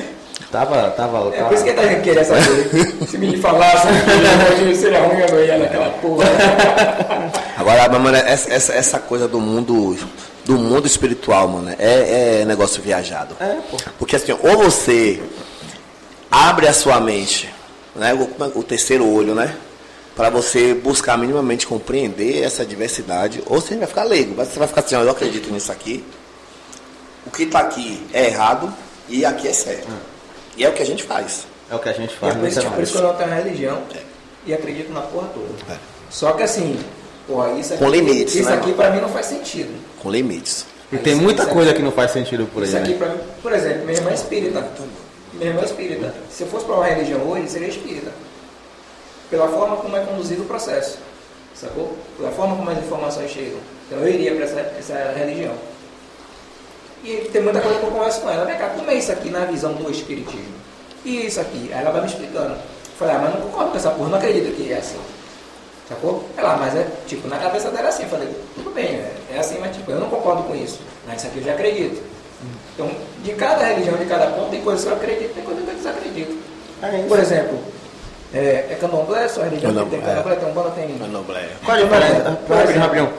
[SPEAKER 1] Tava, tava,
[SPEAKER 3] é por isso que
[SPEAKER 1] tava.
[SPEAKER 3] ele tá querendo saber. Se me falasse que eu seria ruim, eu não ia naquela porra.
[SPEAKER 2] Agora, mas, mano, essa, essa, essa coisa do mundo do mundo espiritual, mano, é, é negócio viajado.
[SPEAKER 1] É, pô.
[SPEAKER 2] Porque assim, ou você abre a sua mente, né, o, como é- o terceiro olho, né? Pra você buscar minimamente compreender essa diversidade, ou você vai ficar leigo, mas você vai ficar assim, ó, eu acredito nisso aqui. O que tá aqui é errado e aqui é certo.
[SPEAKER 1] Hum.
[SPEAKER 2] E é o que a gente faz.
[SPEAKER 1] É o que a gente
[SPEAKER 3] E é
[SPEAKER 1] faz,
[SPEAKER 3] por
[SPEAKER 1] né?
[SPEAKER 3] isso,
[SPEAKER 1] Você
[SPEAKER 3] por isso que eu não tenho religião e acredito na porra toda.
[SPEAKER 2] É.
[SPEAKER 3] Só que assim, porra, isso aqui,
[SPEAKER 2] Com limites,
[SPEAKER 3] isso
[SPEAKER 2] né,
[SPEAKER 3] aqui
[SPEAKER 2] mano?
[SPEAKER 3] pra mim não faz sentido.
[SPEAKER 2] Com limites.
[SPEAKER 1] E tem muita coisa que não faz sentido por aí,
[SPEAKER 3] é Isso aqui
[SPEAKER 1] né?
[SPEAKER 3] pra mim, por exemplo, minha irmã é espírita. Minha irmã é espírita. Se eu fosse pra uma religião hoje, seria espírita. Pela forma como é conduzido o processo, sacou? Pela forma como as informações chegam. Então eu iria pra essa, essa religião. E tem muita coisa que eu converso com ela. Vem cá, como é isso aqui na visão do espiritismo? E isso aqui? Aí ela vai me explicando. Eu falei, ah, mas não concordo com essa porra, não acredito que é assim. Sacou? Ela, mas é, tipo, na cabeça dela é assim. Eu falei, tudo bem, é, é assim, mas tipo, eu não concordo com isso. Mas isso aqui eu já acredito. Então, de cada religião, de cada ponto, tem coisas que eu acredito, tem coisas que eu desacredito.
[SPEAKER 1] É isso.
[SPEAKER 3] Por exemplo, é, é candomblé, só religião que
[SPEAKER 2] Candomblé.
[SPEAKER 3] tem candomblé, tem umbanda, tem...
[SPEAKER 1] Qual a diferença?
[SPEAKER 3] Por
[SPEAKER 1] Rapidinho,
[SPEAKER 3] exemplo.
[SPEAKER 1] rapidinho.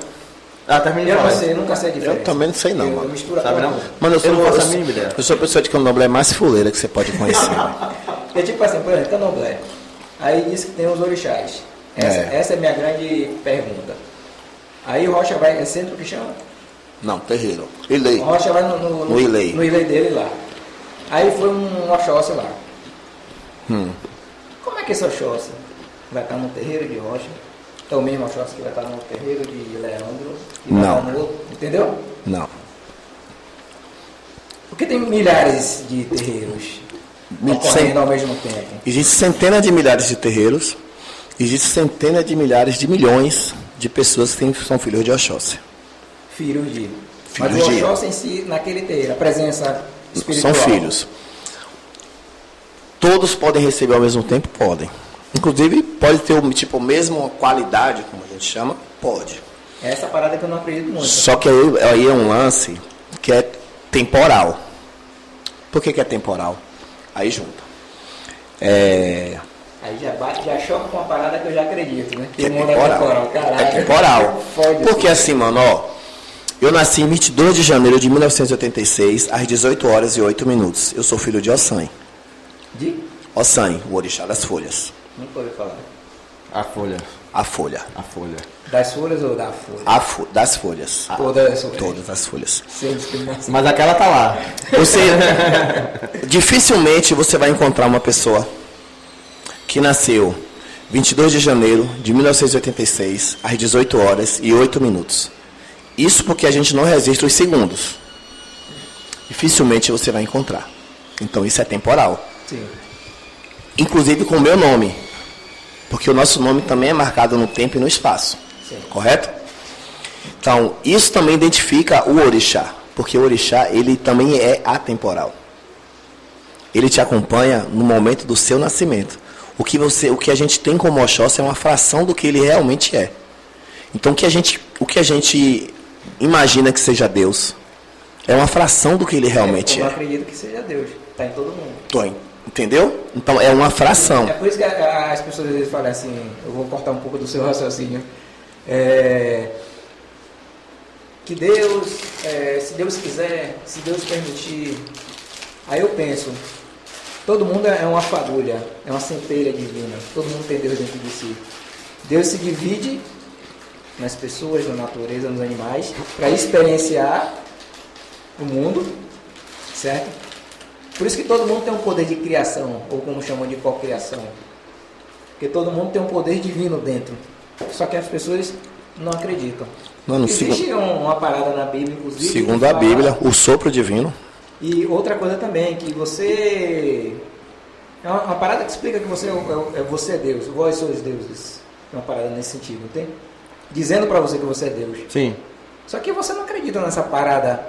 [SPEAKER 1] Ah, termina de
[SPEAKER 3] Eu não
[SPEAKER 1] falar.
[SPEAKER 3] sei, eu nunca sei a diferença.
[SPEAKER 2] também não sei não,
[SPEAKER 3] Eu,
[SPEAKER 2] mano.
[SPEAKER 3] eu misturo a
[SPEAKER 1] Sabe
[SPEAKER 3] porra
[SPEAKER 1] não?
[SPEAKER 3] toda.
[SPEAKER 2] Mano, eu sou,
[SPEAKER 1] Eu não
[SPEAKER 2] eu,
[SPEAKER 1] faço a
[SPEAKER 2] sou-
[SPEAKER 1] mínima ideia.
[SPEAKER 2] eu sou a pessoa de candomblé mais fuleira que você pode conhecer. né?
[SPEAKER 3] É tipo assim, por exemplo, candomblé. Aí disse que tem os orixás. Essa
[SPEAKER 2] É.
[SPEAKER 3] é, essa é a minha grande pergunta. Aí o Rocha vai, é centro que chama?
[SPEAKER 2] Não, terreiro. E lei.
[SPEAKER 3] O Rocha vai no, no,
[SPEAKER 2] No Ilê.
[SPEAKER 3] no Ilê dele lá. Aí foi um Oxóssi lá.
[SPEAKER 2] Hum.
[SPEAKER 3] Como é que esse Oxóssi vai estar no terreiro de Rocha? É o mesmo Oxóssi que vai estar no terreiro de Leandro? que vai
[SPEAKER 2] Não.
[SPEAKER 3] estar no outro, entendeu?
[SPEAKER 2] Não.
[SPEAKER 3] Porque tem milhares de terreiros
[SPEAKER 2] Mil- cem-
[SPEAKER 3] ocorrendo ao mesmo tempo.
[SPEAKER 2] Existem centenas de milhares de terreiros, existem centenas de milhares de milhões de pessoas que têm- são filhos de Oxóssi.
[SPEAKER 3] Filhos de.
[SPEAKER 2] Filhos
[SPEAKER 3] Mas o
[SPEAKER 2] de.
[SPEAKER 3] Oxóssi em si, naquele terreiro, a presença espiritual.
[SPEAKER 2] São filhos. Todos podem receber ao mesmo tempo? Podem. Inclusive, pode ter o tipo, a mesma qualidade, como a gente chama? Pode.
[SPEAKER 3] É Essa parada que eu não acredito muito.
[SPEAKER 2] Só que aí, aí é um lance que é temporal. Por que, que é temporal? Aí junta. É,
[SPEAKER 3] Aí já, bate, já choca com uma parada que eu já acredito, né?
[SPEAKER 2] que é
[SPEAKER 3] o mundo é
[SPEAKER 2] temporal.
[SPEAKER 3] temporal, caralho.
[SPEAKER 2] É temporal.
[SPEAKER 3] Fode,
[SPEAKER 2] Porque assim, mano, ó. Eu nasci em 22 de janeiro de 1986, às 18 horas e 8 minutos. Eu sou filho de Ossan.
[SPEAKER 3] assim. De?
[SPEAKER 2] Ossan, o orixá das folhas.
[SPEAKER 3] Nunca ouvi falar.
[SPEAKER 1] A folha,
[SPEAKER 2] A folha.
[SPEAKER 1] a folha.
[SPEAKER 3] Das folhas ou da folha?
[SPEAKER 2] A fo- das folhas.
[SPEAKER 3] Todas as folhas.
[SPEAKER 2] Todas as folhas.
[SPEAKER 3] Sem discriminação.
[SPEAKER 1] Mas aquela tá lá.
[SPEAKER 2] Você dificilmente você vai encontrar uma pessoa que nasceu 22 de janeiro de 1986 às 18 horas e 8 minutos. Isso porque a gente não resiste os segundos. Dificilmente você vai encontrar. Então isso é temporal.
[SPEAKER 3] Sim.
[SPEAKER 2] Inclusive com o meu nome. Porque o nosso nome também é marcado no tempo e no espaço.
[SPEAKER 3] Sim.
[SPEAKER 2] Correto? Então, isso também identifica o orixá, porque o orixá, ele também é atemporal. Ele te acompanha no momento do seu nascimento. O que você, o que a gente tem como Oxóssi é uma fração do que ele realmente é. Então, o que a gente, o que a gente imagina que seja Deus é uma fração do que ele realmente
[SPEAKER 3] eu não
[SPEAKER 2] é.
[SPEAKER 3] acredito que seja Deus. Tá em todo mundo.
[SPEAKER 2] Tô en- Entendeu? Então, é uma fração.
[SPEAKER 3] É por isso que a- a- as pessoas às vezes falam assim, eu vou cortar um pouco do seu raciocínio. É, que Deus, é, se Deus quiser, se Deus permitir. Aí eu penso, todo mundo é uma fagulha, é uma centelha divina, todo mundo tem Deus dentro de si. Deus se divide nas pessoas, na natureza, nos animais, para experienciar o mundo, certo? Por isso que todo mundo tem um poder de criação, ou como chamam de cocriação. Porque todo mundo tem um poder divino dentro. Só que as pessoas não acreditam.
[SPEAKER 8] Mano,
[SPEAKER 3] Existe
[SPEAKER 8] segu-
[SPEAKER 3] um- uma parada na Bíblia, inclusive.
[SPEAKER 8] segundo
[SPEAKER 3] que
[SPEAKER 8] a
[SPEAKER 3] fala-
[SPEAKER 8] Bíblia, o sopro divino.
[SPEAKER 3] E outra coisa também, que você. É uma, uma parada que explica que você é, o- é, o- é- você é Deus, vós sois deuses. É uma parada nesse sentido, não tem? Dizendo pra você que você é Deus.
[SPEAKER 1] Sim.
[SPEAKER 3] Só que você não acredita nessa parada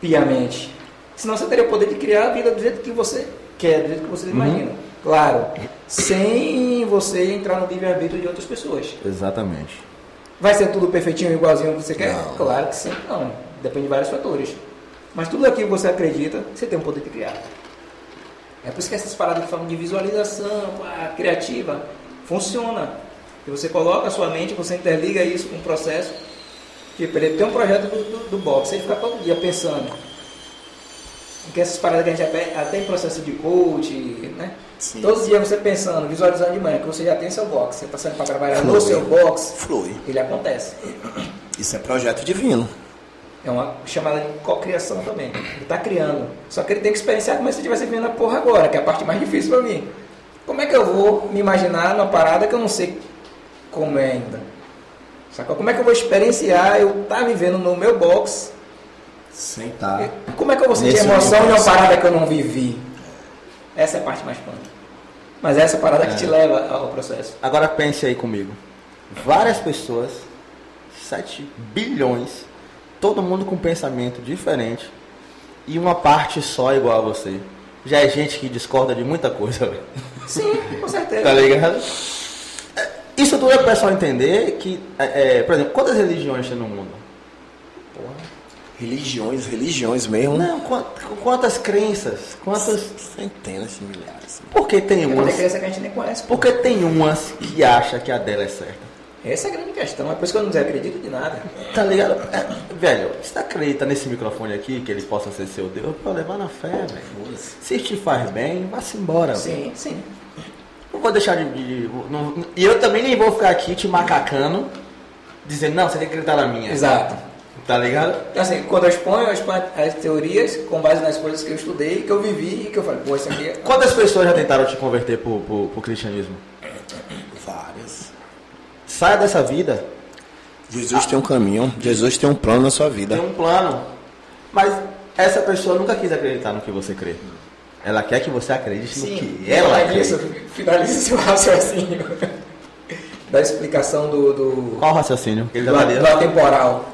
[SPEAKER 3] piamente. Senão você teria o poder de criar a vida do jeito que você quer, do jeito que você imagina. Claro, sem você entrar no livre-arbítrio de outras pessoas.
[SPEAKER 1] Exatamente.
[SPEAKER 3] Vai ser tudo perfeitinho, igualzinho ao que você quer?
[SPEAKER 8] Não.
[SPEAKER 3] Claro que sempre não. Depende de vários fatores. Mas tudo aquilo que você acredita, você tem o poder de criar. É por isso que essas paradas que falam de visualização, pá, criativa, funciona. E você coloca a sua mente, você interliga isso com o processo. Tipo, ele tem um projeto do, do, do box, ele fica todo dia pensando. Porque essas paradas que a gente até, até em processo de coach, né?
[SPEAKER 2] Sim.
[SPEAKER 3] Todos os dias você pensando, visualizando de manhã, que você já tem seu box, você está saindo para trabalhar no
[SPEAKER 2] Flui.
[SPEAKER 3] seu box
[SPEAKER 2] Flui.
[SPEAKER 3] ele acontece.
[SPEAKER 2] Isso é projeto divino.
[SPEAKER 3] É uma chamada de cocriação também. Ele está criando. Só que ele tem que experienciar como se estivesse vivendo a porra agora, que é a parte mais difícil para mim. Como é que eu vou me imaginar numa parada que eu não sei como é ainda? Sacou? Como é que eu vou experienciar eu estar vivendo no meu box?
[SPEAKER 2] Sentar.
[SPEAKER 3] Como é que eu vou sentir
[SPEAKER 2] Nesse
[SPEAKER 3] emoção de uma
[SPEAKER 2] universo.
[SPEAKER 3] parada que eu não vivi? Essa é a parte mais punk. Mas essa é a parada que te leva ao processo.
[SPEAKER 1] Agora pense aí comigo. Várias pessoas, 7 bilhões, todo mundo com pensamento diferente e uma parte só igual a você. Já é gente que discorda de muita coisa, velho.
[SPEAKER 3] Sim, com
[SPEAKER 1] Tá
[SPEAKER 3] certeza.
[SPEAKER 1] ligado? É, Isso tudo é pro pessoal entender que, é, é, por exemplo, quantas religiões tem no mundo?
[SPEAKER 2] Religiões, religiões mesmo.
[SPEAKER 1] Não, quant- quantas crenças? Quantas.
[SPEAKER 2] Centenas de milhares.
[SPEAKER 1] Porque tem
[SPEAKER 3] Tem muita
[SPEAKER 1] umas.
[SPEAKER 3] criança que a gente nem conhece. pô.
[SPEAKER 1] Porque tem umas que acha que a dela é certa.
[SPEAKER 3] Essa é a grande questão. É por isso que eu não desacredito de nada.
[SPEAKER 1] Tá ligado? É, velho, você acredita nesse microfone aqui que ele possa ser seu Deus? Pô, levar na fé, velho. Se te faz bem, vá-se embora, velho.
[SPEAKER 3] Sim, sim.
[SPEAKER 1] Não vou deixar de. de- não- e eu também nem vou ficar aqui te macacando, dizendo, não, você tem que acreditar na minha.
[SPEAKER 3] Exato.
[SPEAKER 1] Tá ligado?
[SPEAKER 3] Então, assim, quando eu exponho, eu exponho as teorias com base nas coisas que eu estudei, que eu vivi e que eu falei, pô, isso aqui é...
[SPEAKER 1] Quantas pessoas já tentaram te converter pro, pro, pro cristianismo?
[SPEAKER 2] Várias.
[SPEAKER 1] Saia dessa vida,
[SPEAKER 2] Jesus tem um caminho, Jesus tem um plano na sua vida.
[SPEAKER 1] tem um plano. Mas essa pessoa nunca quis acreditar no que você crê. Ela quer que você acredite no que ela
[SPEAKER 3] é
[SPEAKER 1] crê.
[SPEAKER 3] isso. Finaliza seu raciocínio da explicação do, do,
[SPEAKER 1] Qual o raciocínio? Ele já tá
[SPEAKER 3] do,
[SPEAKER 1] dentro.
[SPEAKER 3] do atemporal.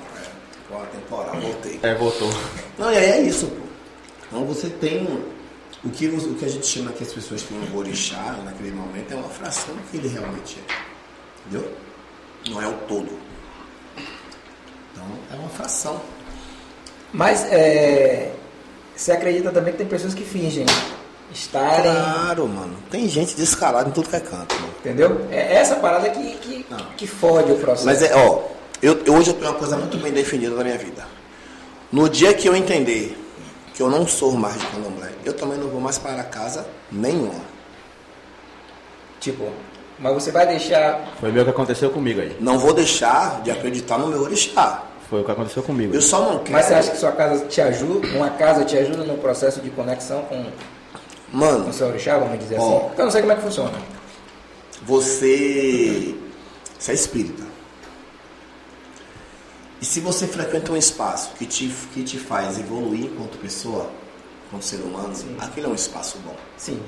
[SPEAKER 2] Agora temporal, voltei.
[SPEAKER 1] É, voltou.
[SPEAKER 2] Não, e aí é isso, pô. Então você tem o que, você- o que a gente chama que as pessoas têm um orixá naquele momento é uma fração do que ele realmente é. Entendeu? Não é o todo. Então é uma fração.
[SPEAKER 3] Mas é, você acredita também que tem pessoas que fingem estarem,
[SPEAKER 2] Claro, mano. Tem gente descarada em tudo que é canto, mano.
[SPEAKER 3] entendeu? É essa parada que, que,
[SPEAKER 2] Não.
[SPEAKER 3] que fode o processo.
[SPEAKER 2] Mas é, ó, eu, eu- hoje eu tenho uma coisa muito bem definida na minha vida. No dia que eu entender que eu não sou mais de candomblé, eu também não vou mais para casa nenhuma.
[SPEAKER 3] Tipo, mas você vai deixar...
[SPEAKER 1] Foi meio que aconteceu comigo aí.
[SPEAKER 2] Não vou deixar de acreditar no meu orixá.
[SPEAKER 1] Foi o que aconteceu comigo.
[SPEAKER 2] Eu só não quero.
[SPEAKER 3] Mas você acha que sua casa te ajuda, uma casa te ajuda no processo de conexão com
[SPEAKER 2] Mano,
[SPEAKER 3] no seu orixá, vamos dizer assim.
[SPEAKER 2] Ó.
[SPEAKER 3] Porque eu não sei como é que funciona.
[SPEAKER 2] você, você é espírita. E se você frequenta um espaço que te, que te faz evoluir enquanto pessoa, enquanto ser humano, aquele é um espaço bom.
[SPEAKER 3] Sim.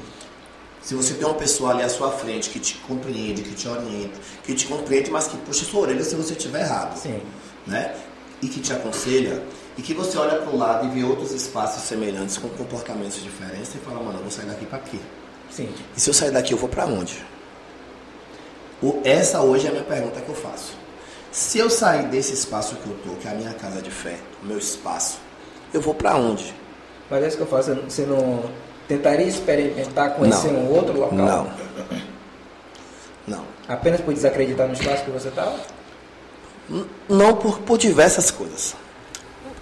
[SPEAKER 2] Se você tem uma pessoa ali à sua frente que te compreende, que te orienta, que te compreende, mas que puxa sua orelha se você estiver errado,
[SPEAKER 3] Sim.
[SPEAKER 2] né? E que te aconselha, e que você olha para o lado e vê outros espaços semelhantes com comportamentos diferentes e fala, mano, eu vou sair daqui para quê?
[SPEAKER 3] Sim.
[SPEAKER 2] E se eu sair daqui, eu vou para onde? O- Essa hoje é a minha pergunta que eu faço. Se eu sair desse espaço que eu tô, que é a minha casa de fé, o meu espaço, eu vou para onde?
[SPEAKER 3] Mas é isso que eu faço. Você não tentaria experimentar conhecer
[SPEAKER 2] Não.
[SPEAKER 3] um outro local?
[SPEAKER 2] Não. Não.
[SPEAKER 3] Apenas por desacreditar no espaço que você tá? estava?
[SPEAKER 2] N- Não, por, por diversas coisas.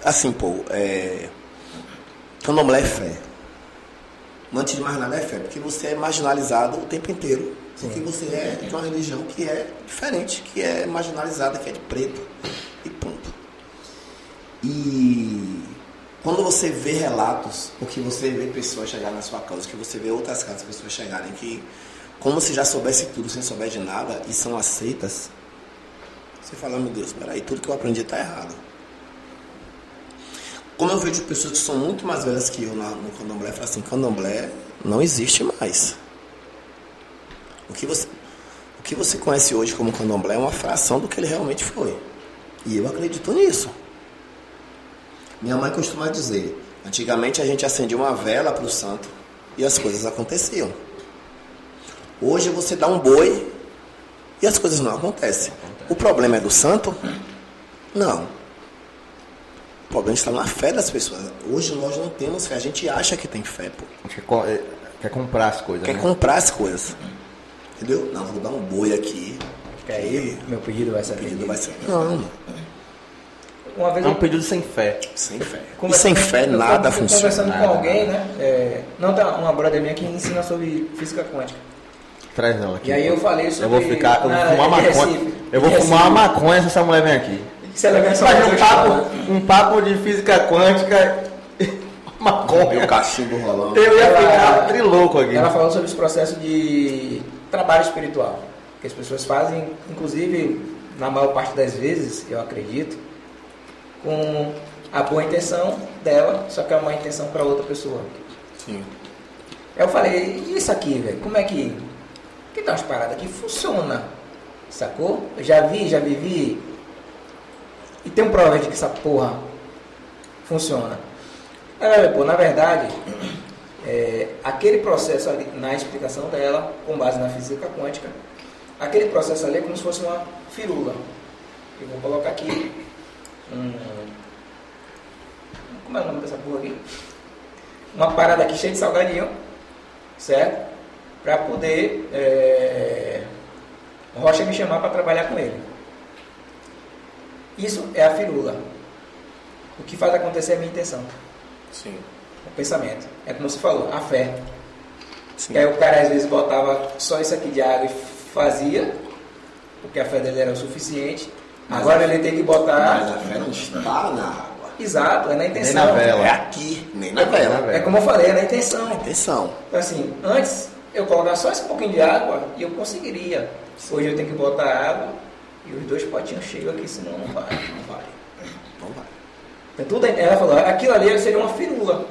[SPEAKER 2] Assim, pô, é. Candomblé é fé. Não, Antes de mais nada é fé, porque você é marginalizado o tempo inteiro. Porque você é de uma religião que é diferente, que é marginalizada, que é de preto. E ponto. E quando você vê relatos, o que você vê pessoas chegarem na sua causa, que você vê outras casas pessoas chegarem que como se já soubesse tudo sem souber de nada e são aceitas, Você fala, meu Deus, peraí, tudo que eu aprendi está errado. Como eu vejo pessoas que são muito mais velhas que eu na- no candomblé, eu falo assim, candomblé não existe mais. O que você, o que você conhece hoje como candomblé é uma fração do que ele realmente foi. E eu acredito nisso. Minha mãe costuma dizer, antigamente a gente acendia uma vela para o santo e as coisas aconteciam. Hoje você dá um boi e as coisas não acontecem. O problema é do santo? Não. O problema está na fé das pessoas. Hoje nós não temos fé, a gente acha que tem fé, pô.
[SPEAKER 1] Quer, co- é, quer comprar as coisas.
[SPEAKER 2] Quer
[SPEAKER 1] né?
[SPEAKER 2] comprar as coisas. Entendeu? Não, vou dar um boi aqui.
[SPEAKER 3] Que aí meu pedido vai ser
[SPEAKER 2] Pedido
[SPEAKER 3] atendido.
[SPEAKER 2] vai ser. Não,
[SPEAKER 3] Uma vez
[SPEAKER 1] É
[SPEAKER 3] eu
[SPEAKER 1] um pedido sem fé.
[SPEAKER 2] sem fé. E sem
[SPEAKER 3] Conversando-
[SPEAKER 2] fé
[SPEAKER 3] eu
[SPEAKER 2] nada
[SPEAKER 3] fui
[SPEAKER 2] funciona.
[SPEAKER 3] Conversando com alguém, né? é, não tem uma brother minha que ensina sobre física quântica.
[SPEAKER 1] Traz ela aqui.
[SPEAKER 3] E aí eu falei
[SPEAKER 1] Eu
[SPEAKER 3] sobre.
[SPEAKER 1] vou ficar. Eu vou
[SPEAKER 3] na-
[SPEAKER 1] fumar
[SPEAKER 3] de Recife.
[SPEAKER 1] maconha. Eu vou
[SPEAKER 3] De
[SPEAKER 1] fumar
[SPEAKER 3] Recife.
[SPEAKER 1] uma maconha se essa mulher vem aqui.
[SPEAKER 3] Se ela vier só
[SPEAKER 1] Faz
[SPEAKER 3] fazer
[SPEAKER 1] um
[SPEAKER 3] o
[SPEAKER 1] papo, um papo de física quântica.
[SPEAKER 2] E
[SPEAKER 1] maconha.
[SPEAKER 2] o cachimbo rolando.
[SPEAKER 1] Eu ia
[SPEAKER 3] Ela-
[SPEAKER 1] ficar trilouco aqui.
[SPEAKER 3] Ela falou sobre os processos de trabalho espiritual que as pessoas fazem, inclusive na maior parte das vezes, eu acredito, com a boa intenção dela, só que é uma intenção para outra pessoa.
[SPEAKER 2] Sim.
[SPEAKER 3] Eu falei, e isso aqui, velho? Como é que. Que dá umas paradas que funciona. Sacou? Eu já vi, já vivi. E tem prova de que essa porra funciona. Ela, pô, na verdade, é, aquele processo ali, na explicação dela, com base na física quântica, aquele processo ali é como se fosse uma firula. Eu vou colocar aqui um. Como é o nome dessa porra aqui? Uma parada aqui cheia de salgadinho, certo? Para poder é, Rocha me chamar para trabalhar com ele. Isso é a firula. O que faz acontecer é a minha intenção.
[SPEAKER 2] Sim.
[SPEAKER 3] O pensamento. É como você falou, a fé.
[SPEAKER 2] Sim.
[SPEAKER 3] E aí É o cara às vezes botava só isso aqui de água e fazia, porque a fé dele era o suficiente.
[SPEAKER 2] Mas
[SPEAKER 3] Agora ele tem que
[SPEAKER 2] Mas
[SPEAKER 3] botar.
[SPEAKER 2] a fé não está na água.
[SPEAKER 3] Exato, é na
[SPEAKER 1] Nem
[SPEAKER 3] intenção.
[SPEAKER 1] na vela.
[SPEAKER 2] É aqui, nem na
[SPEAKER 1] Nem na
[SPEAKER 2] vela.
[SPEAKER 1] vela.
[SPEAKER 3] É como eu falei, é na intenção.
[SPEAKER 2] Atenção.
[SPEAKER 3] Então, assim, antes eu colocava só esse pouquinho de água e eu conseguiria. Hoje eu tenho que botar água e os dois potinhos cheios aqui, senão não vai, não vai.
[SPEAKER 2] Então vai.
[SPEAKER 3] Então, tudo, ela falou, aquilo ali seria uma firula.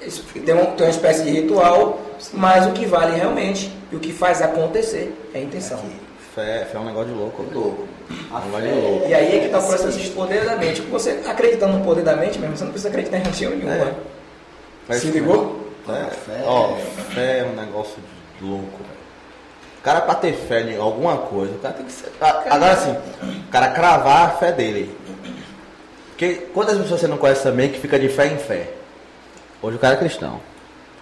[SPEAKER 3] Isso Tem uma, tem uma espécie de ritual, mas o que vale realmente e o que faz acontecer é a intenção.
[SPEAKER 1] Fé, fé é um negócio de louco.
[SPEAKER 2] Louco.
[SPEAKER 1] Um negócio de louco.
[SPEAKER 3] E aí é que está o processo de poder da mente. Você acreditando no poder da mente mesmo, você não precisa acreditar em religião nenhuma.
[SPEAKER 1] Mas
[SPEAKER 3] Se
[SPEAKER 1] isso
[SPEAKER 3] ligou?
[SPEAKER 1] mesmo. É,
[SPEAKER 2] A fé-
[SPEAKER 1] Ó, fé é um negócio de louco, velho. O cara pra ter fé em alguma coisa, o cara tem que ser. a- Agora sim, o cara cravar a fé dele. Porque quantas pessoas você não conhece também que fica de fé em fé? Hoje o cara é cristão.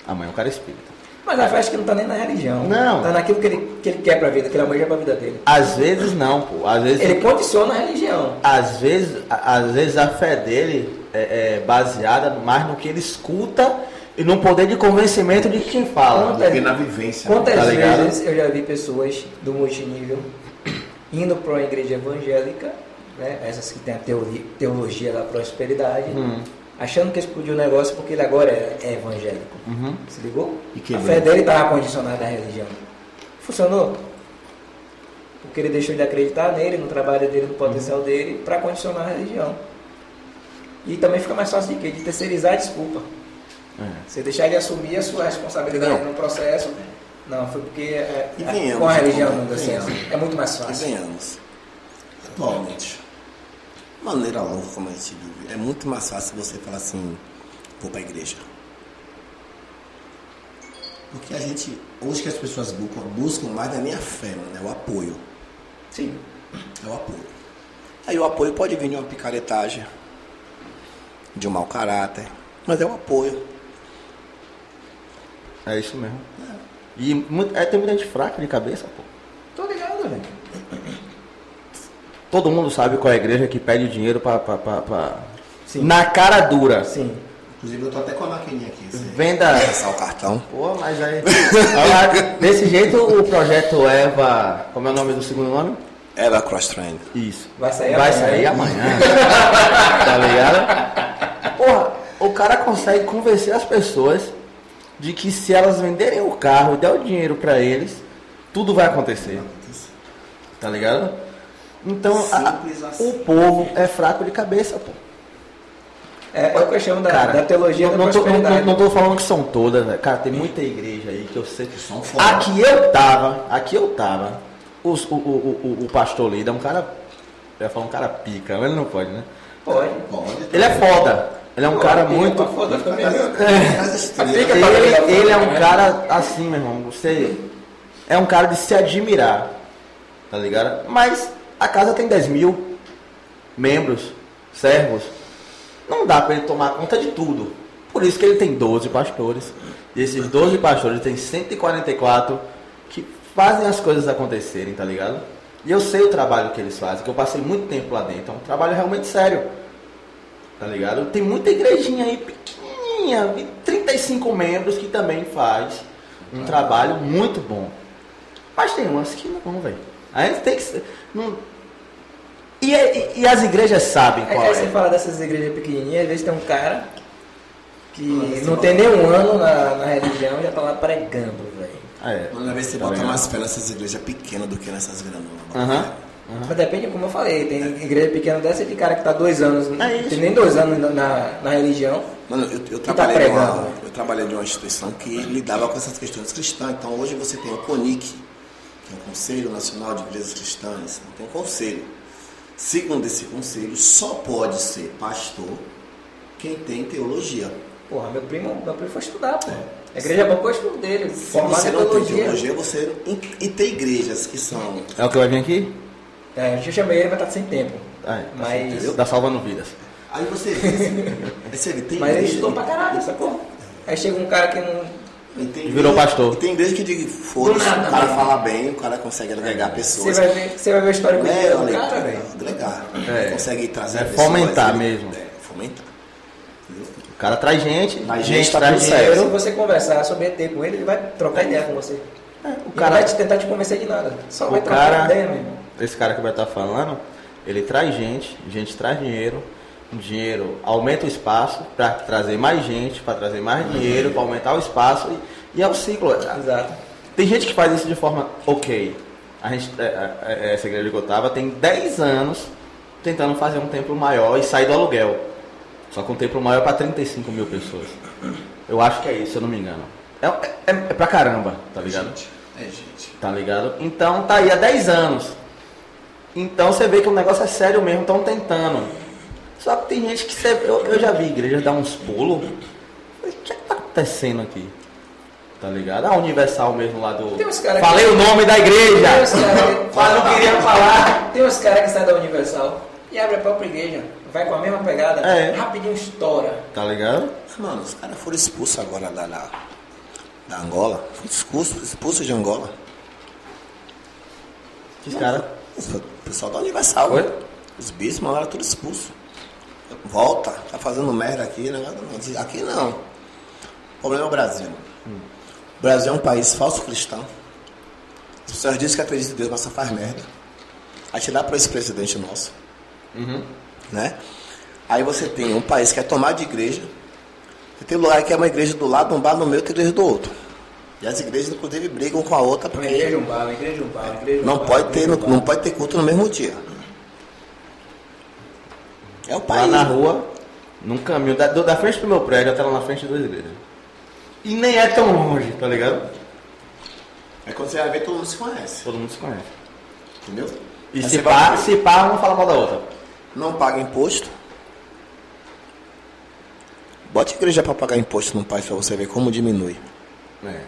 [SPEAKER 1] Amanhã o cara é espírita.
[SPEAKER 3] Mas a fé acho que não está nem na religião.
[SPEAKER 1] Não.
[SPEAKER 3] Está naquilo que ele, que ele quer para a vida, que ele almeja para a vida dele.
[SPEAKER 1] Às vezes não, pô. Às vezes.
[SPEAKER 3] Ele condiciona a religião.
[SPEAKER 1] Às vezes, a- às vezes a fé dele é, é baseada mais no que ele escuta e no poder de convencimento de quem fala.
[SPEAKER 3] Quantas,
[SPEAKER 2] Porque na vivência.
[SPEAKER 3] quantas
[SPEAKER 1] tá ligado?
[SPEAKER 3] vezes eu já vi pessoas do multinível indo para uma igreja evangélica, né, essas que tem a teoria, teologia da prosperidade,
[SPEAKER 1] Uhum.
[SPEAKER 3] achando que explodiu o negócio porque ele agora é, é evangélico.
[SPEAKER 1] Uhum.
[SPEAKER 3] Se ligou?
[SPEAKER 1] E
[SPEAKER 3] a
[SPEAKER 1] quebrou.
[SPEAKER 3] fé dele estava condicionada à religião. Funcionou? Porque ele deixou de acreditar nele, no trabalho dele, no potencial
[SPEAKER 1] Uhum.
[SPEAKER 3] dele, para condicionar a religião. E também fica mais fácil de quê? De terceirizar a desculpa.
[SPEAKER 1] É.
[SPEAKER 3] Você deixar de assumir a sua responsabilidade no processo. Não, foi porque é,
[SPEAKER 2] E
[SPEAKER 3] é,
[SPEAKER 2] venhamos,
[SPEAKER 3] com a religião
[SPEAKER 2] né?
[SPEAKER 3] não deu certo.
[SPEAKER 2] Venhamos.
[SPEAKER 3] É muito mais
[SPEAKER 2] E
[SPEAKER 3] fácil.
[SPEAKER 2] venhamos. Atualmente, de maneira louca como a gente vive, é muito mais fácil você falar assim, vou pra igreja. Porque a gente, hoje que as pessoas buscam, buscam mais da minha fé, mano, é o apoio.
[SPEAKER 3] Sim.
[SPEAKER 2] É o apoio. Aí o apoio pode vir de uma picaretagem, de um mau caráter, mas é o apoio.
[SPEAKER 1] É isso mesmo. E mu- é, tem muita gente fraca de cabeça, pô.
[SPEAKER 3] Tô ligado, velho.
[SPEAKER 1] Todo mundo sabe qual é a igreja que pede dinheiro pra. pra, pra, pra-
[SPEAKER 3] Sim.
[SPEAKER 1] Na cara dura.
[SPEAKER 3] Sim.
[SPEAKER 2] Inclusive eu tô até com a maquininha aqui. assim. Você
[SPEAKER 1] Venda.
[SPEAKER 2] passar o cartão.
[SPEAKER 1] Pô, mas aí. Olha lá, Desse jeito o projeto Eva. Como é o nome do segundo nome?
[SPEAKER 2] Eva Cross Trend.
[SPEAKER 1] Isso.
[SPEAKER 3] Vai sair
[SPEAKER 1] Vai
[SPEAKER 3] amanhã,
[SPEAKER 1] sair
[SPEAKER 3] né?
[SPEAKER 1] amanhã. tá ligado? Porra, o cara consegue convencer as pessoas de que se elas venderem o carro e der o dinheiro pra eles, tudo vai acontecer. Tá ligado? Então, a-
[SPEAKER 3] Simples
[SPEAKER 1] a-
[SPEAKER 3] assim.
[SPEAKER 1] o povo é fraco de cabeça, pô.
[SPEAKER 3] É, é o que eu chamo da,
[SPEAKER 1] Cara,
[SPEAKER 3] da teologia
[SPEAKER 1] não,
[SPEAKER 3] da
[SPEAKER 1] não, tô, não,
[SPEAKER 3] prosperidade.
[SPEAKER 1] não- não tô falando que são todas, velho. Cara, tem muita igreja aí que eu sei que
[SPEAKER 2] São foda.
[SPEAKER 1] Aqui eu tava, aqui eu tava. os- o, o, o, o pastor Lida é um cara. Eu ia falar um cara pica, mas ele não pode, né?
[SPEAKER 3] Pode.
[SPEAKER 2] Pode.
[SPEAKER 1] Ele é foda. Ele é um cara muito.
[SPEAKER 3] Foda, fica melhor.
[SPEAKER 2] É.
[SPEAKER 1] Ele, ele é um cara assim, meu irmão. Você é um cara de se admirar. Tá ligado? Mas a casa tem 10 mil membros, servos. Não dá pra ele tomar conta de tudo. Por isso que ele tem 12 pastores. E esses 12 pastores tem 144 que fazem as coisas acontecerem, tá ligado? E eu sei o trabalho que eles fazem, que eu passei muito tempo lá dentro. É um trabalho realmente sério. Tá ligado? Tem muita igrejinha aí pequenininha, de 35 membros que também faz um trabalho muito bom. Mas tem umas que não, é velho. A gente tem que. ser- Não... E, é- e- e as igrejas sabem
[SPEAKER 3] Aí
[SPEAKER 1] qual
[SPEAKER 3] aí você
[SPEAKER 1] é.
[SPEAKER 3] fala dessas igrejas pequenininhas, às vezes tem um cara que não tem nenhum ano na, na religião e já tá lá pregando, velho.
[SPEAKER 1] É.
[SPEAKER 2] Mano, vez você
[SPEAKER 1] Tá
[SPEAKER 2] bota
[SPEAKER 1] ligado?
[SPEAKER 2] mais fé nessas igrejas pequenas do que nessas grandes.
[SPEAKER 1] Aham.
[SPEAKER 3] Mas depende, como eu falei, tem igreja pequena dessa de cara que tá dois anos, não
[SPEAKER 1] É isso.
[SPEAKER 3] tem nem dois anos na, na, na religião.
[SPEAKER 2] Mano, eu, eu
[SPEAKER 3] tá
[SPEAKER 2] trabalhei numa,
[SPEAKER 3] pregando?
[SPEAKER 2] eu trabalhei numa instituição que lidava com essas questões cristãs. Então hoje você tem o CONIC, que é o Conselho Nacional de Igrejas Cristãs. Então, tem um conselho. Segundo esse conselho, só pode ser pastor quem tem teologia.
[SPEAKER 3] Porra, meu primo, meu primo foi estudar, pô. A igreja bancou o estudo dele,
[SPEAKER 2] Se
[SPEAKER 3] formado
[SPEAKER 2] você
[SPEAKER 3] em
[SPEAKER 2] não tem
[SPEAKER 3] teologia.
[SPEAKER 2] teologia, você. E tem igrejas que são.
[SPEAKER 1] É o que vai vir aqui?
[SPEAKER 3] É, eu chamei ele, mas tá sem tempo.
[SPEAKER 1] Ah, é.
[SPEAKER 3] Mas-
[SPEAKER 1] Tá salvando vidas.
[SPEAKER 2] Aí você vê. assim, você vê, tem
[SPEAKER 3] Mas ele
[SPEAKER 2] igreja-
[SPEAKER 3] estudou pra caralho, sacou? Aí chega um cara que não.
[SPEAKER 2] E tem
[SPEAKER 1] Virou
[SPEAKER 2] igreja-
[SPEAKER 1] pastor.
[SPEAKER 2] e tem igreja que diga, foda-se,
[SPEAKER 3] Do nada,
[SPEAKER 2] o cara
[SPEAKER 3] mano.
[SPEAKER 2] fala bem, o cara consegue
[SPEAKER 1] É.
[SPEAKER 2] agregar
[SPEAKER 3] Você
[SPEAKER 2] pessoas.
[SPEAKER 3] vai ver, você vai ver o histórico de
[SPEAKER 2] É,
[SPEAKER 3] vida do
[SPEAKER 2] olha,
[SPEAKER 3] cara, velho.
[SPEAKER 2] agregar.
[SPEAKER 1] É.
[SPEAKER 2] Consegue trazer
[SPEAKER 1] É
[SPEAKER 2] pessoas,
[SPEAKER 1] fomentar
[SPEAKER 2] ele-
[SPEAKER 1] mesmo.
[SPEAKER 2] É, fomentar. Entendeu?
[SPEAKER 1] O cara traz gente,
[SPEAKER 2] Traz
[SPEAKER 1] gente,
[SPEAKER 2] gente, tá
[SPEAKER 1] traz
[SPEAKER 2] tudo
[SPEAKER 1] dinheiro.
[SPEAKER 3] É, Se você conversar sobre ET com ele, ele vai trocar ideia com você.
[SPEAKER 1] É, O
[SPEAKER 3] O cara vai
[SPEAKER 1] cara,
[SPEAKER 3] te tentar te convencer de nada. Só vai
[SPEAKER 1] o
[SPEAKER 3] trocar
[SPEAKER 1] cara-
[SPEAKER 3] ideia, meu irmão.
[SPEAKER 1] esse cara que vai estar falando, ele traz gente, gente traz dinheiro, dinheiro aumenta o espaço para trazer mais gente, para trazer mais dinheiro, para aumentar o espaço e, e é o ciclo.
[SPEAKER 3] Exato.
[SPEAKER 1] Tem gente que faz isso de forma ok. A gente, é, é, é, essa igreja que eu tava tem 10 anos tentando fazer um templo maior e sair do aluguel. Só que um templo maior para 35 mil pessoas. Eu acho que é isso, se eu não me engano. É, é, é pra caramba, tá ligado?
[SPEAKER 2] É, gente.
[SPEAKER 1] Tá ligado? Então tá aí há 10 anos. Então você vê que o negócio é sério mesmo, estão tentando. Só que tem gente que você. Eu, eu já vi igreja dar uns pulos. Falei, O que, é que tá acontecendo aqui? Tá ligado? A Universal mesmo lá do.
[SPEAKER 3] Tem uns cara que-
[SPEAKER 1] Falei o nome da
[SPEAKER 3] Tem uns
[SPEAKER 1] igreja!
[SPEAKER 3] cara que-
[SPEAKER 1] Mas não queria falar!
[SPEAKER 3] Tem uns caras que saem da Universal e abrem a própria igreja. Vai com a mesma pegada,
[SPEAKER 1] É.
[SPEAKER 3] rapidinho estoura.
[SPEAKER 1] Tá ligado?
[SPEAKER 2] Mano, os caras foram expulsos agora da, da, da Angola. Foram expulsos expulso de Angola.
[SPEAKER 1] Esses caras.
[SPEAKER 2] Isso, O pessoal da Universal.
[SPEAKER 1] Foi?
[SPEAKER 2] né? Os bispos mandaram tudo expulso. Volta, tá fazendo merda aqui, negócio não. Aqui não. O problema é o Brasil. O Brasil é um país falso cristão. As pessoas dizem que acreditam em Deus, mas só faz merda. Aí te dá para esse presidente nosso. Né? Aí você tem um país que é tomado de igreja. Você tem lugar que é uma igreja do lado, um bar no meio, outra igreja do outro. E as igrejas, inclusive, brigam com a outra
[SPEAKER 3] Uma
[SPEAKER 2] porque
[SPEAKER 3] igreja um bar, uma igreja um bar, uma igreja um
[SPEAKER 2] não
[SPEAKER 3] bar,
[SPEAKER 2] pode,
[SPEAKER 3] uma
[SPEAKER 2] ter,
[SPEAKER 3] igreja
[SPEAKER 2] não,
[SPEAKER 3] um bar.
[SPEAKER 2] não pode ter culto no mesmo dia. É o
[SPEAKER 1] Lá
[SPEAKER 2] país.
[SPEAKER 1] na
[SPEAKER 2] né?
[SPEAKER 1] rua, num caminho, da, do- da frente do meu prédio até lá na frente das igrejas. E nem é tão longe, tá ligado?
[SPEAKER 2] É quando você vai ver, todo mundo se conhece.
[SPEAKER 1] Todo mundo se conhece.
[SPEAKER 2] Entendeu?
[SPEAKER 1] E
[SPEAKER 2] Aí
[SPEAKER 1] se
[SPEAKER 2] você vai
[SPEAKER 1] pá,
[SPEAKER 2] ver,
[SPEAKER 1] se pá, uma fala mal da outra.
[SPEAKER 2] Não paga imposto. Bote igreja pra pagar imposto no país pra você ver como diminui.
[SPEAKER 1] É.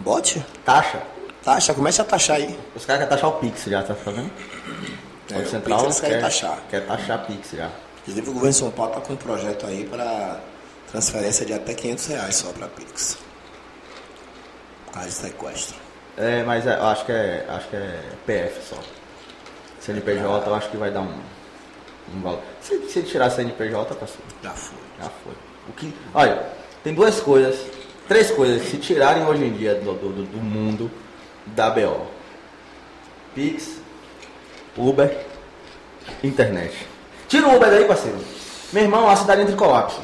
[SPEAKER 2] Bote.
[SPEAKER 1] Taxa.
[SPEAKER 2] Taxa, comece a taxar aí.
[SPEAKER 1] Os caras querem taxar o Pix já, tá sabendo?
[SPEAKER 2] É,
[SPEAKER 1] Banco
[SPEAKER 2] o
[SPEAKER 1] Central
[SPEAKER 2] Pix eles querem taxar.
[SPEAKER 1] Quer taxar Pix já.
[SPEAKER 2] Inclusive o governo de São Paulo tá com um projeto aí pra transferência de até 500 reais só pra Pix. Por causa de sequestro.
[SPEAKER 1] É, mas é, eu acho que é, acho que é PF só. CNPJ eu acho que vai dar um, um valor. Se, se tirar CNPJ, passou. tá
[SPEAKER 2] Já foi.
[SPEAKER 1] assim, Já foi. O que, olha, tem duas coisas, três coisas que se tirarem hoje em dia do, do, do- do mundo da BO. Pix, Uber, internet. Tira o Uber daí, parceiro. Meu irmão, a cidade entra em colapso.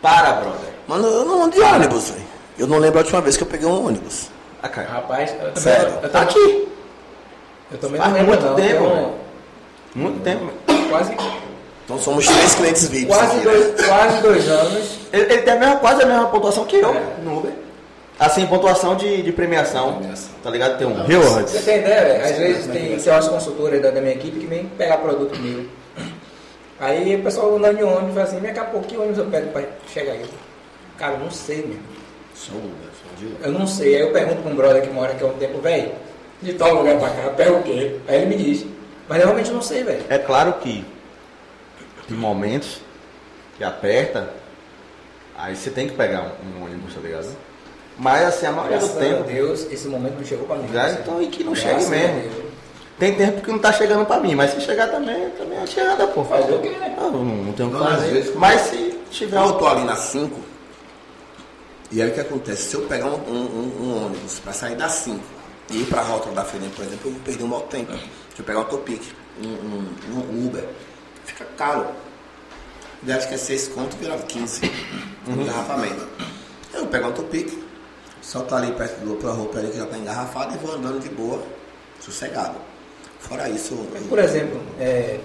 [SPEAKER 1] Para, brother.
[SPEAKER 2] Mano, eu não ando de ônibus, velho. Eu não lembro a última vez que eu peguei um ônibus.
[SPEAKER 1] Ah, cara.
[SPEAKER 3] Rapaz, eu também,
[SPEAKER 2] Sério?
[SPEAKER 3] Eu,
[SPEAKER 1] Tá
[SPEAKER 3] também-
[SPEAKER 1] aqui.
[SPEAKER 3] eu também
[SPEAKER 1] Faz
[SPEAKER 3] não lembro
[SPEAKER 1] muito
[SPEAKER 3] não. um
[SPEAKER 1] tempo,
[SPEAKER 3] eu,
[SPEAKER 1] velho. Muito tempo.
[SPEAKER 9] Quase,
[SPEAKER 2] Então somos três clientes VIPs.
[SPEAKER 3] Quase
[SPEAKER 2] aqui, né?
[SPEAKER 1] é-
[SPEAKER 3] dois, quase dois anos.
[SPEAKER 1] Ele, ele tem a mesma, quase a mesma pontuação que eu
[SPEAKER 9] É.
[SPEAKER 1] no Uber. Assim, pontuação de, de premiação.
[SPEAKER 9] Premiação.
[SPEAKER 1] Tá ligado? Tem um Rewards.
[SPEAKER 3] Você tem ideia, velho? Às vezes tem senhoras consultoras da, da minha equipe que vem pegar produto comigo. Aí o pessoal andando de ônibus fala assim, vem cá, pô, que ônibus eu pego pra chegar aí? Cara, eu não sei, meu.
[SPEAKER 2] Só o Uber, só o de Uber.
[SPEAKER 3] Eu não sei. Aí eu pergunto pra um brother que mora aqui há um tempo, velho, de tal lugar pra cá, pega o quê? Aí ele me diz. Mas eu realmente não sei, velho.
[SPEAKER 1] É claro que tem momentos que aperta, aí você tem que pegar um, um ônibus, tá ligado? Mas assim, a maioria
[SPEAKER 3] Graças
[SPEAKER 1] do
[SPEAKER 3] a
[SPEAKER 1] tempo.
[SPEAKER 3] Deus, esse momento não chegou pra mim.
[SPEAKER 1] Já,
[SPEAKER 3] assim.
[SPEAKER 1] então, e que não
[SPEAKER 3] Graças
[SPEAKER 1] chegue mesmo.
[SPEAKER 3] a Deus.
[SPEAKER 1] Tem tempo que não tá chegando pra mim, mas se chegar também, também é chegada, pô.
[SPEAKER 3] Fazer o quê, né?
[SPEAKER 1] Ah, eu não, não tenho o que
[SPEAKER 2] Não, às
[SPEAKER 1] fazer.
[SPEAKER 2] vezes-
[SPEAKER 1] Mas se tiver
[SPEAKER 2] Então eu
[SPEAKER 1] um.
[SPEAKER 2] tô ali na 5, e aí o que acontece? Se eu pegar um, um- um- um ônibus pra sair da 5 e ir pra rota da Fernanda, por exemplo, eu vou perder um mau tempo. Se eu pegar o Topic, um, um- um Uber, fica caro. Eu acho que é 6 conto, virava 15 no engarrafamento. Eu pego o Topic, só tá ali perto do outro roupa ali que já tá engarrafado e vou andando de boa, sossegado. Fora isso, eu-
[SPEAKER 3] Por exemplo, é,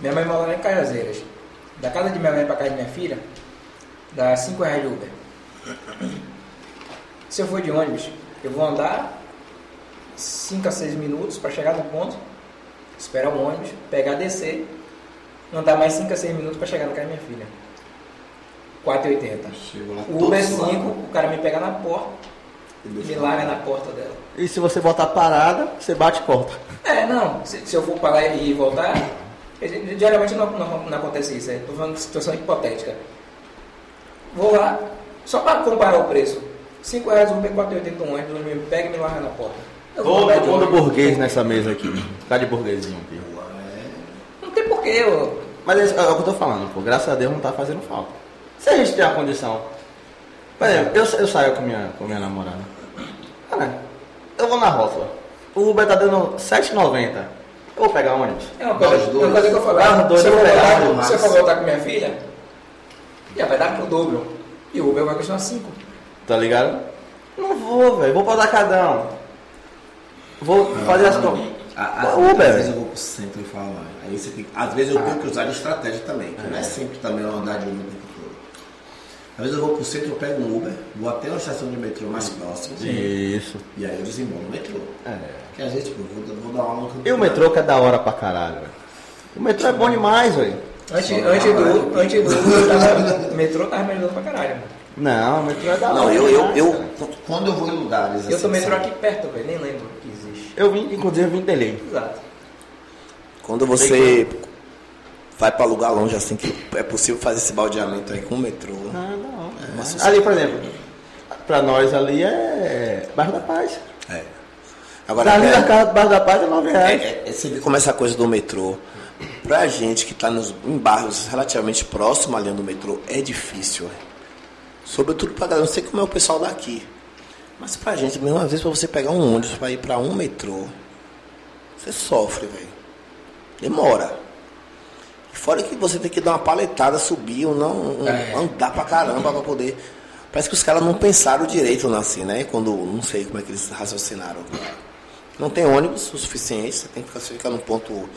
[SPEAKER 3] minha mãe mora lá em Cajazeiras. Da casa de minha mãe para casa de minha filha, dá 5 reais de Uber. Se eu for de ônibus, eu vou andar 5 a 6 minutos para chegar no ponto, esperar o ônibus, pegar, descer, andar mais 5 a 6 minutos para chegar na casa da minha filha. 4,80.
[SPEAKER 2] chego lá
[SPEAKER 3] O Uber é
[SPEAKER 2] todo
[SPEAKER 3] 5,
[SPEAKER 2] suado.
[SPEAKER 3] o cara me pega na porta, me larga na porta dela.
[SPEAKER 1] E se você botar parada, você bate e corta.
[SPEAKER 3] É, não. Se, se eu for parar e voltar, eh, geralmente não, não- não acontece isso. Estou falando de situação hipotética. Vou lá, só para comparar o preço. 5 reais Uber, 4,80 um ônibus, me pega e me larga na porta. Eu vou andar
[SPEAKER 1] Todo
[SPEAKER 3] de
[SPEAKER 1] mundo
[SPEAKER 3] ônibus.
[SPEAKER 1] burguês né? nessa mesa aqui. Tá de burguesinho aqui.
[SPEAKER 2] é.
[SPEAKER 3] Não tem porquê, eu...
[SPEAKER 1] Mas é, isso- é o que eu tô falando, pô. Graças a Deus não tá fazendo falta. Se a gente tem a condição. Por exemplo, eu, sa- eu saio com minha, com minha namorada. Cara, eu vou na rótula. O Uber tá dando 7,90. Eu vou pegar ônibus.
[SPEAKER 3] É uma coisa,
[SPEAKER 2] Nós dois.
[SPEAKER 3] uma coisa que eu
[SPEAKER 1] Nós
[SPEAKER 3] falo.
[SPEAKER 1] dois
[SPEAKER 3] Se eu, for
[SPEAKER 1] pegados,
[SPEAKER 3] voltar,
[SPEAKER 2] mas-
[SPEAKER 3] se eu for voltar com minha filha, já vai dar pro dobro. E o Uber vai custar 5.
[SPEAKER 1] Tá ligado? Não vou, velho. Vou pra Atacadão. Vou fazer as compras.
[SPEAKER 2] A- a-
[SPEAKER 1] Uber,
[SPEAKER 2] às vezes
[SPEAKER 1] velho.
[SPEAKER 2] eu vou pro centro e falo, mano. Aí você tem, às vezes eu tenho que usar de estratégia também, que não é sempre também eu andar de Uber o tempo todo. Às vezes eu vou pro centro, eu pego um Uber, vou até uma estação de metrô mais próxima
[SPEAKER 1] Isso.
[SPEAKER 2] e aí eu desembolo no metrô.
[SPEAKER 1] É.
[SPEAKER 2] Que às vezes, tipo, eu vou, vou dar uma
[SPEAKER 1] E o metrô que é da hora pra caralho, velho. O metrô é bom demais, velho.
[SPEAKER 3] Antes, antes do, antes do Uber, tava- o metrô tava me ajudando pra caralho, mano.
[SPEAKER 1] Não, o metrô é da hora.
[SPEAKER 2] Não, eu, eu,
[SPEAKER 1] demais,
[SPEAKER 2] eu,
[SPEAKER 1] cara.
[SPEAKER 2] quando eu vou em lugares
[SPEAKER 1] Tá
[SPEAKER 2] assim.
[SPEAKER 3] Eu tô metrô
[SPEAKER 2] sabe?
[SPEAKER 3] aqui perto, velho, nem lembro que existe.
[SPEAKER 1] Eu vim, inclusive, eu vim em delay.
[SPEAKER 3] Exato.
[SPEAKER 2] Quando você vai pra lugar longe assim, que é possível fazer esse baldeamento aí com o metrô.
[SPEAKER 1] Ah, da hora.
[SPEAKER 2] É, mas-
[SPEAKER 1] ali, por exemplo, pra nós ali é Barra da Paz.
[SPEAKER 2] É. Agora,
[SPEAKER 1] Dali
[SPEAKER 2] é-
[SPEAKER 1] na casa do Barra da Paz é 9 reais.
[SPEAKER 2] É, é, você vê como essa coisa do metrô. Pra gente que tá nos, em bairros relativamente próximo à linha do metrô, é difícil. é. Sobretudo pra galera, não sei como é o pessoal daqui. Mas pra gente, mesmo às vezes, pra você pegar um ônibus pra ir pra um metrô, você sofre, velho. Demora. Fora que você tem que dar uma paletada, subir ou não um-
[SPEAKER 3] É.
[SPEAKER 2] andar pra caramba pra poder. Parece que os caras não pensaram direito né, assim, né? Quando não sei como é que eles raciocinaram. Não tem ônibus o suficiente, você tem que ficar- você fica num ponto.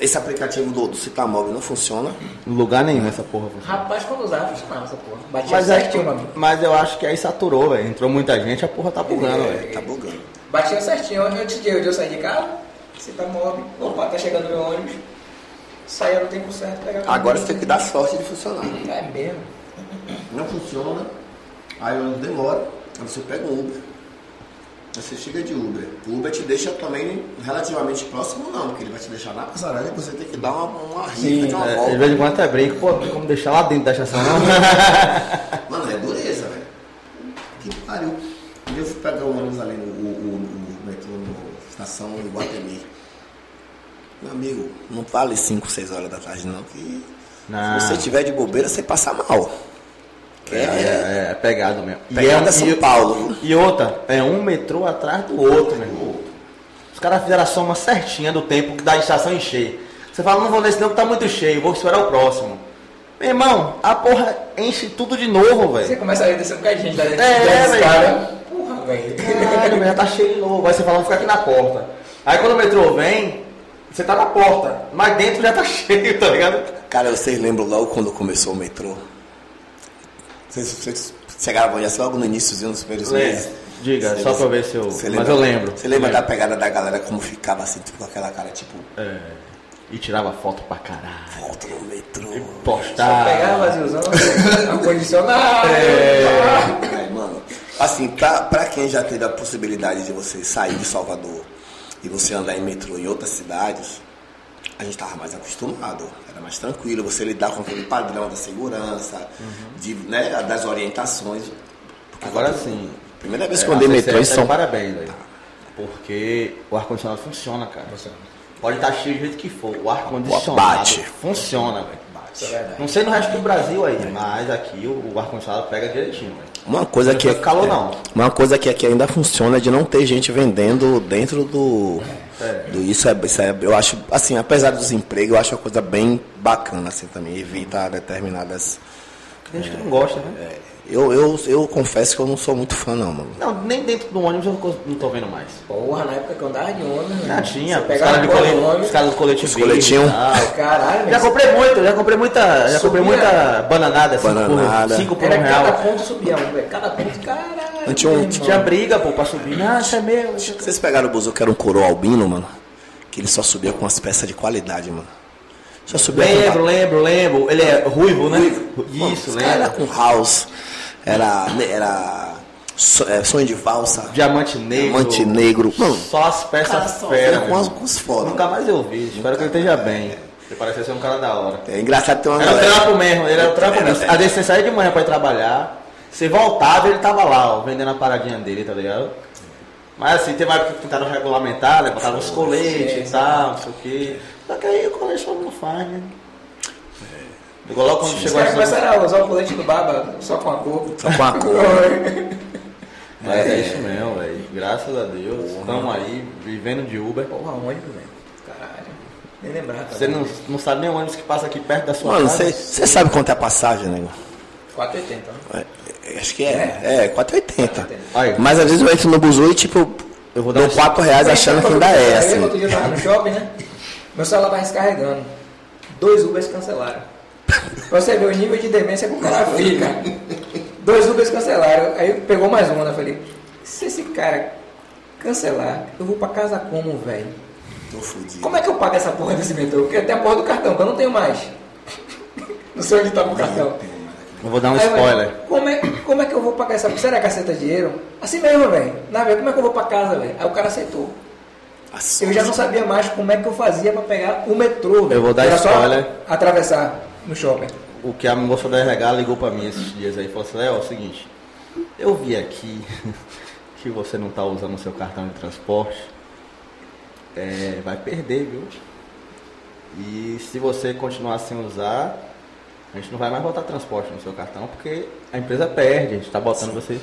[SPEAKER 2] Esse aplicativo do, do Citamóvel não funciona.
[SPEAKER 1] Lugar nenhum essa porra. velho.
[SPEAKER 3] Rapaz, quando usava, funcionava essa porra. Batia
[SPEAKER 1] Mas, aí-
[SPEAKER 3] certinho, meu amigo.
[SPEAKER 1] mas eu acho que aí saturou, velho. Entrou muita gente, a porra tá bugando, velho.
[SPEAKER 2] Tá bugando.
[SPEAKER 3] Batia certinho. Antes de eu de eu sair de casa, você tá móvel. Opa, tá chegando meu ônibus. Saia no tempo certo, pegava.
[SPEAKER 2] Agora você tem que dar sorte de funcionar.
[SPEAKER 3] É mesmo.
[SPEAKER 2] Não funciona, aí o ônibus demora, aí você pega um Uber. Aí Você chega de Uber. O Uber te deixa também relativamente próximo, não, porque ele vai te deixar na passarela e você tem que dar uma, uma rifa de uma
[SPEAKER 1] É, de
[SPEAKER 2] volta.
[SPEAKER 1] vez em quando até brinco, pô, tem como deixar lá dentro da estação, não?
[SPEAKER 2] Mano, é dureza, velho. Que pariu. Um dia eu fui pegar o ônibus ali no, o, o, o metrô no estação Iguatemi. Meu amigo, não vale 5, 6 horas da tarde não, que
[SPEAKER 1] Não.
[SPEAKER 2] se você tiver de bobeira, você passa mal. Que
[SPEAKER 1] É,
[SPEAKER 2] é,
[SPEAKER 1] é, é pegado mesmo. E, é
[SPEAKER 2] pegada
[SPEAKER 1] um,
[SPEAKER 2] São Paulo.
[SPEAKER 1] e outra, é um metrô atrás do outro, né? meu irmão. Os caras fizeram a soma certinha do tempo que da estação encher. Você fala, não vou nesse não que tá muito cheio, vou esperar o próximo. Meu irmão, a porra enche tudo de novo,
[SPEAKER 3] Você
[SPEAKER 1] velho.
[SPEAKER 3] começa a descer um bocadinho de gente, tá dentro
[SPEAKER 1] É,
[SPEAKER 3] desse
[SPEAKER 1] velho.
[SPEAKER 3] cara. Porra, velho.
[SPEAKER 1] Caralho, meu, já tá cheio de novo. Aí você fala, vou ficar aqui na porta. Aí quando o metrô vem, Você tá na porta, mas dentro já tá cheio, tá ligado?
[SPEAKER 10] Cara, vocês lembram logo quando começou o metrô? Vocês, vocês chegaram já logo no iníciozinho dos primeiros meses?
[SPEAKER 1] Diga, só pra ver se eu.
[SPEAKER 10] Você
[SPEAKER 1] Mas eu lembro.
[SPEAKER 10] Você lembra
[SPEAKER 1] Lembro.
[SPEAKER 10] da pegada da galera como ficava assim, tipo com aquela cara, tipo,
[SPEAKER 1] É. E tirava foto pra caralho.
[SPEAKER 10] volta no metrô.
[SPEAKER 1] Postava.
[SPEAKER 3] Pegava vaziozão, ar-condicionado.
[SPEAKER 1] É.
[SPEAKER 10] Ai, mano, assim, pra, pra quem já teve a possibilidade de você sair de Salvador e você andar em metrô em outras cidades, a gente tava mais acostumado, era mais tranquilo, você lidar com aquele padrão da segurança,
[SPEAKER 1] Uhum.
[SPEAKER 10] de, né, das orientações. Porque
[SPEAKER 1] Agora
[SPEAKER 10] quando-
[SPEAKER 1] sim.
[SPEAKER 10] Primeira vez
[SPEAKER 1] É,
[SPEAKER 10] que eu andei
[SPEAKER 1] a
[SPEAKER 10] metrô em
[SPEAKER 1] CCE tá de
[SPEAKER 10] São Paulo.
[SPEAKER 1] Parabéns, velho. Porque o ar-condicionado funciona, cara. Pode estar cheio do jeito que for. O ar-condicionado
[SPEAKER 10] Bate.
[SPEAKER 1] funciona, velho.
[SPEAKER 3] Isso é verdade.
[SPEAKER 1] Não sei no resto do Brasil aí, mas aqui o, o ar-condicionado pega direitinho, velho.
[SPEAKER 2] Uma coisa
[SPEAKER 1] Não
[SPEAKER 2] que
[SPEAKER 1] fica é calor, não.
[SPEAKER 2] Uma coisa que aqui ainda funciona é de não ter gente vendendo dentro do,
[SPEAKER 1] É.
[SPEAKER 2] do isso é, isso é- eu acho assim, apesar do desemprego, eu acho uma coisa bem bacana assim também, evita determinadas
[SPEAKER 1] Tem gente que não gosta, né?
[SPEAKER 2] eu, eu, eu confesso que eu não sou muito fã não, mano.
[SPEAKER 1] Não, nem dentro do ônibus eu co- não tô vendo mais.
[SPEAKER 3] Porra, na época que eu andava de ônibus.
[SPEAKER 1] Já tinha,
[SPEAKER 3] você
[SPEAKER 1] os
[SPEAKER 3] pegava
[SPEAKER 1] caras
[SPEAKER 3] a
[SPEAKER 1] de
[SPEAKER 3] porra
[SPEAKER 1] colete,
[SPEAKER 3] do ônibus.
[SPEAKER 1] os caras dos coletivos.
[SPEAKER 2] Os coletinhos.
[SPEAKER 1] e tal.
[SPEAKER 3] Caralho,
[SPEAKER 1] Já
[SPEAKER 3] velho.
[SPEAKER 1] comprei muito, já comprei muita, já comprei
[SPEAKER 3] Subia.
[SPEAKER 1] muita bananada, assim,
[SPEAKER 2] Bananada.
[SPEAKER 1] por 5 por
[SPEAKER 3] Era
[SPEAKER 1] um real.
[SPEAKER 3] cada ponto subia um, velho. Cada ponto, caralho.
[SPEAKER 2] Antes um-
[SPEAKER 3] meu irmão.
[SPEAKER 1] Tinha briga, pô, pra subir. Ah, isso é meu. isso é
[SPEAKER 2] Vocês pegaram o busão que era um coroa albino, mano? Que ele só subia com as peças de qualidade, mano. Só subia com-
[SPEAKER 1] Lembro, lembro, lembro. Ele é ruivo, né?
[SPEAKER 2] Mano,
[SPEAKER 1] Isso,
[SPEAKER 2] os caras Era
[SPEAKER 1] lembro.
[SPEAKER 2] com house, era, era so- é, sonho de valsa,
[SPEAKER 1] Diamante negro.
[SPEAKER 2] diamante negro. Mano,
[SPEAKER 1] Só as
[SPEAKER 10] Cara,
[SPEAKER 1] peças
[SPEAKER 10] só
[SPEAKER 1] fera.
[SPEAKER 2] é
[SPEAKER 10] com
[SPEAKER 1] meu
[SPEAKER 10] as-
[SPEAKER 1] irmão.
[SPEAKER 10] com os foda.
[SPEAKER 1] Nunca mais eu vi. Espero que ele esteja bem. Ele parece ser um cara da hora.
[SPEAKER 2] é engraçado ter uma
[SPEAKER 1] Era o
[SPEAKER 2] galera-
[SPEAKER 1] trampo mesmo, ele era o trampo
[SPEAKER 2] Era,
[SPEAKER 1] mesmo.
[SPEAKER 2] era.
[SPEAKER 1] Às vezes você saía de manhã pra ir trabalhar, você voltava ele tava lá, ó, vendendo a paradinha dele, tá ligado? Mas assim, teve uma época que tentaram regulamentar, né? Botaram uns coletes e tal, não sei o quê. Só que aí o colete todo mundo faz, né? Igual logo quando
[SPEAKER 3] Os
[SPEAKER 1] chegou
[SPEAKER 3] caras
[SPEAKER 1] essa.
[SPEAKER 3] começaram a usar o colete do barba só com a cor.
[SPEAKER 2] Só com a cor.
[SPEAKER 1] Mas é isso mesmo, velho. Graças a Deus. Estamos aí, vivendo de Uber.
[SPEAKER 3] Porra, ônibus, velho. Caralho. Nem lembrava.
[SPEAKER 1] Você não, não sabe nem o ônibus que passa aqui perto da sua
[SPEAKER 2] Mano,
[SPEAKER 1] casa.
[SPEAKER 2] você sabe quanto é a passagem, nego?
[SPEAKER 3] 480, né?
[SPEAKER 2] É, Acho que é. É, 4,80.
[SPEAKER 1] Aí.
[SPEAKER 2] Mas às vezes eu entro no buzu e tipo, eu vou
[SPEAKER 1] dar
[SPEAKER 2] dou
[SPEAKER 1] um-
[SPEAKER 2] 4 reais achando que ainda é,
[SPEAKER 3] Aí, outro
[SPEAKER 2] assim.
[SPEAKER 3] dia eu tava no shopping, né? Meu celular tava descarregando. Dois Ubers cancelaram. Pra você ver o nível de demência que o cara fica. Dois Ubers cancelaram. Aí pegou mais uma, né? Eu Falei, se esse cara cancelar, eu vou pra casa como, velho?
[SPEAKER 10] Tô fudido.
[SPEAKER 3] Como é que eu pago essa porra desse metrô? Porque até a porra do cartão, que eu não tenho mais. Não sei onde tá meu cartão.
[SPEAKER 1] Eu vou dar um
[SPEAKER 3] Aí, velho,
[SPEAKER 1] spoiler.
[SPEAKER 3] Como é, como é que eu vou pagar essa Será que aceita dinheiro? Assim mesmo, velho. Na verdade, como é que eu vou pra casa, velho? Aí o cara aceitou.
[SPEAKER 10] A sorte-
[SPEAKER 3] Eu já não sabia mais como é que eu fazia pra pegar o metrô, velho.
[SPEAKER 1] Eu vou dar
[SPEAKER 3] Era só
[SPEAKER 1] spoiler.
[SPEAKER 3] atravessar no shopping.
[SPEAKER 1] O que a moça da RH ligou pra mim esses dias aí e falou assim, Léo, é o seguinte, eu vi aqui que você não tá usando o seu cartão de transporte, é, vai perder, viu? E se você continuar sem usar, a gente não vai mais botar transporte no seu cartão, porque a empresa perde, a gente tá botando você.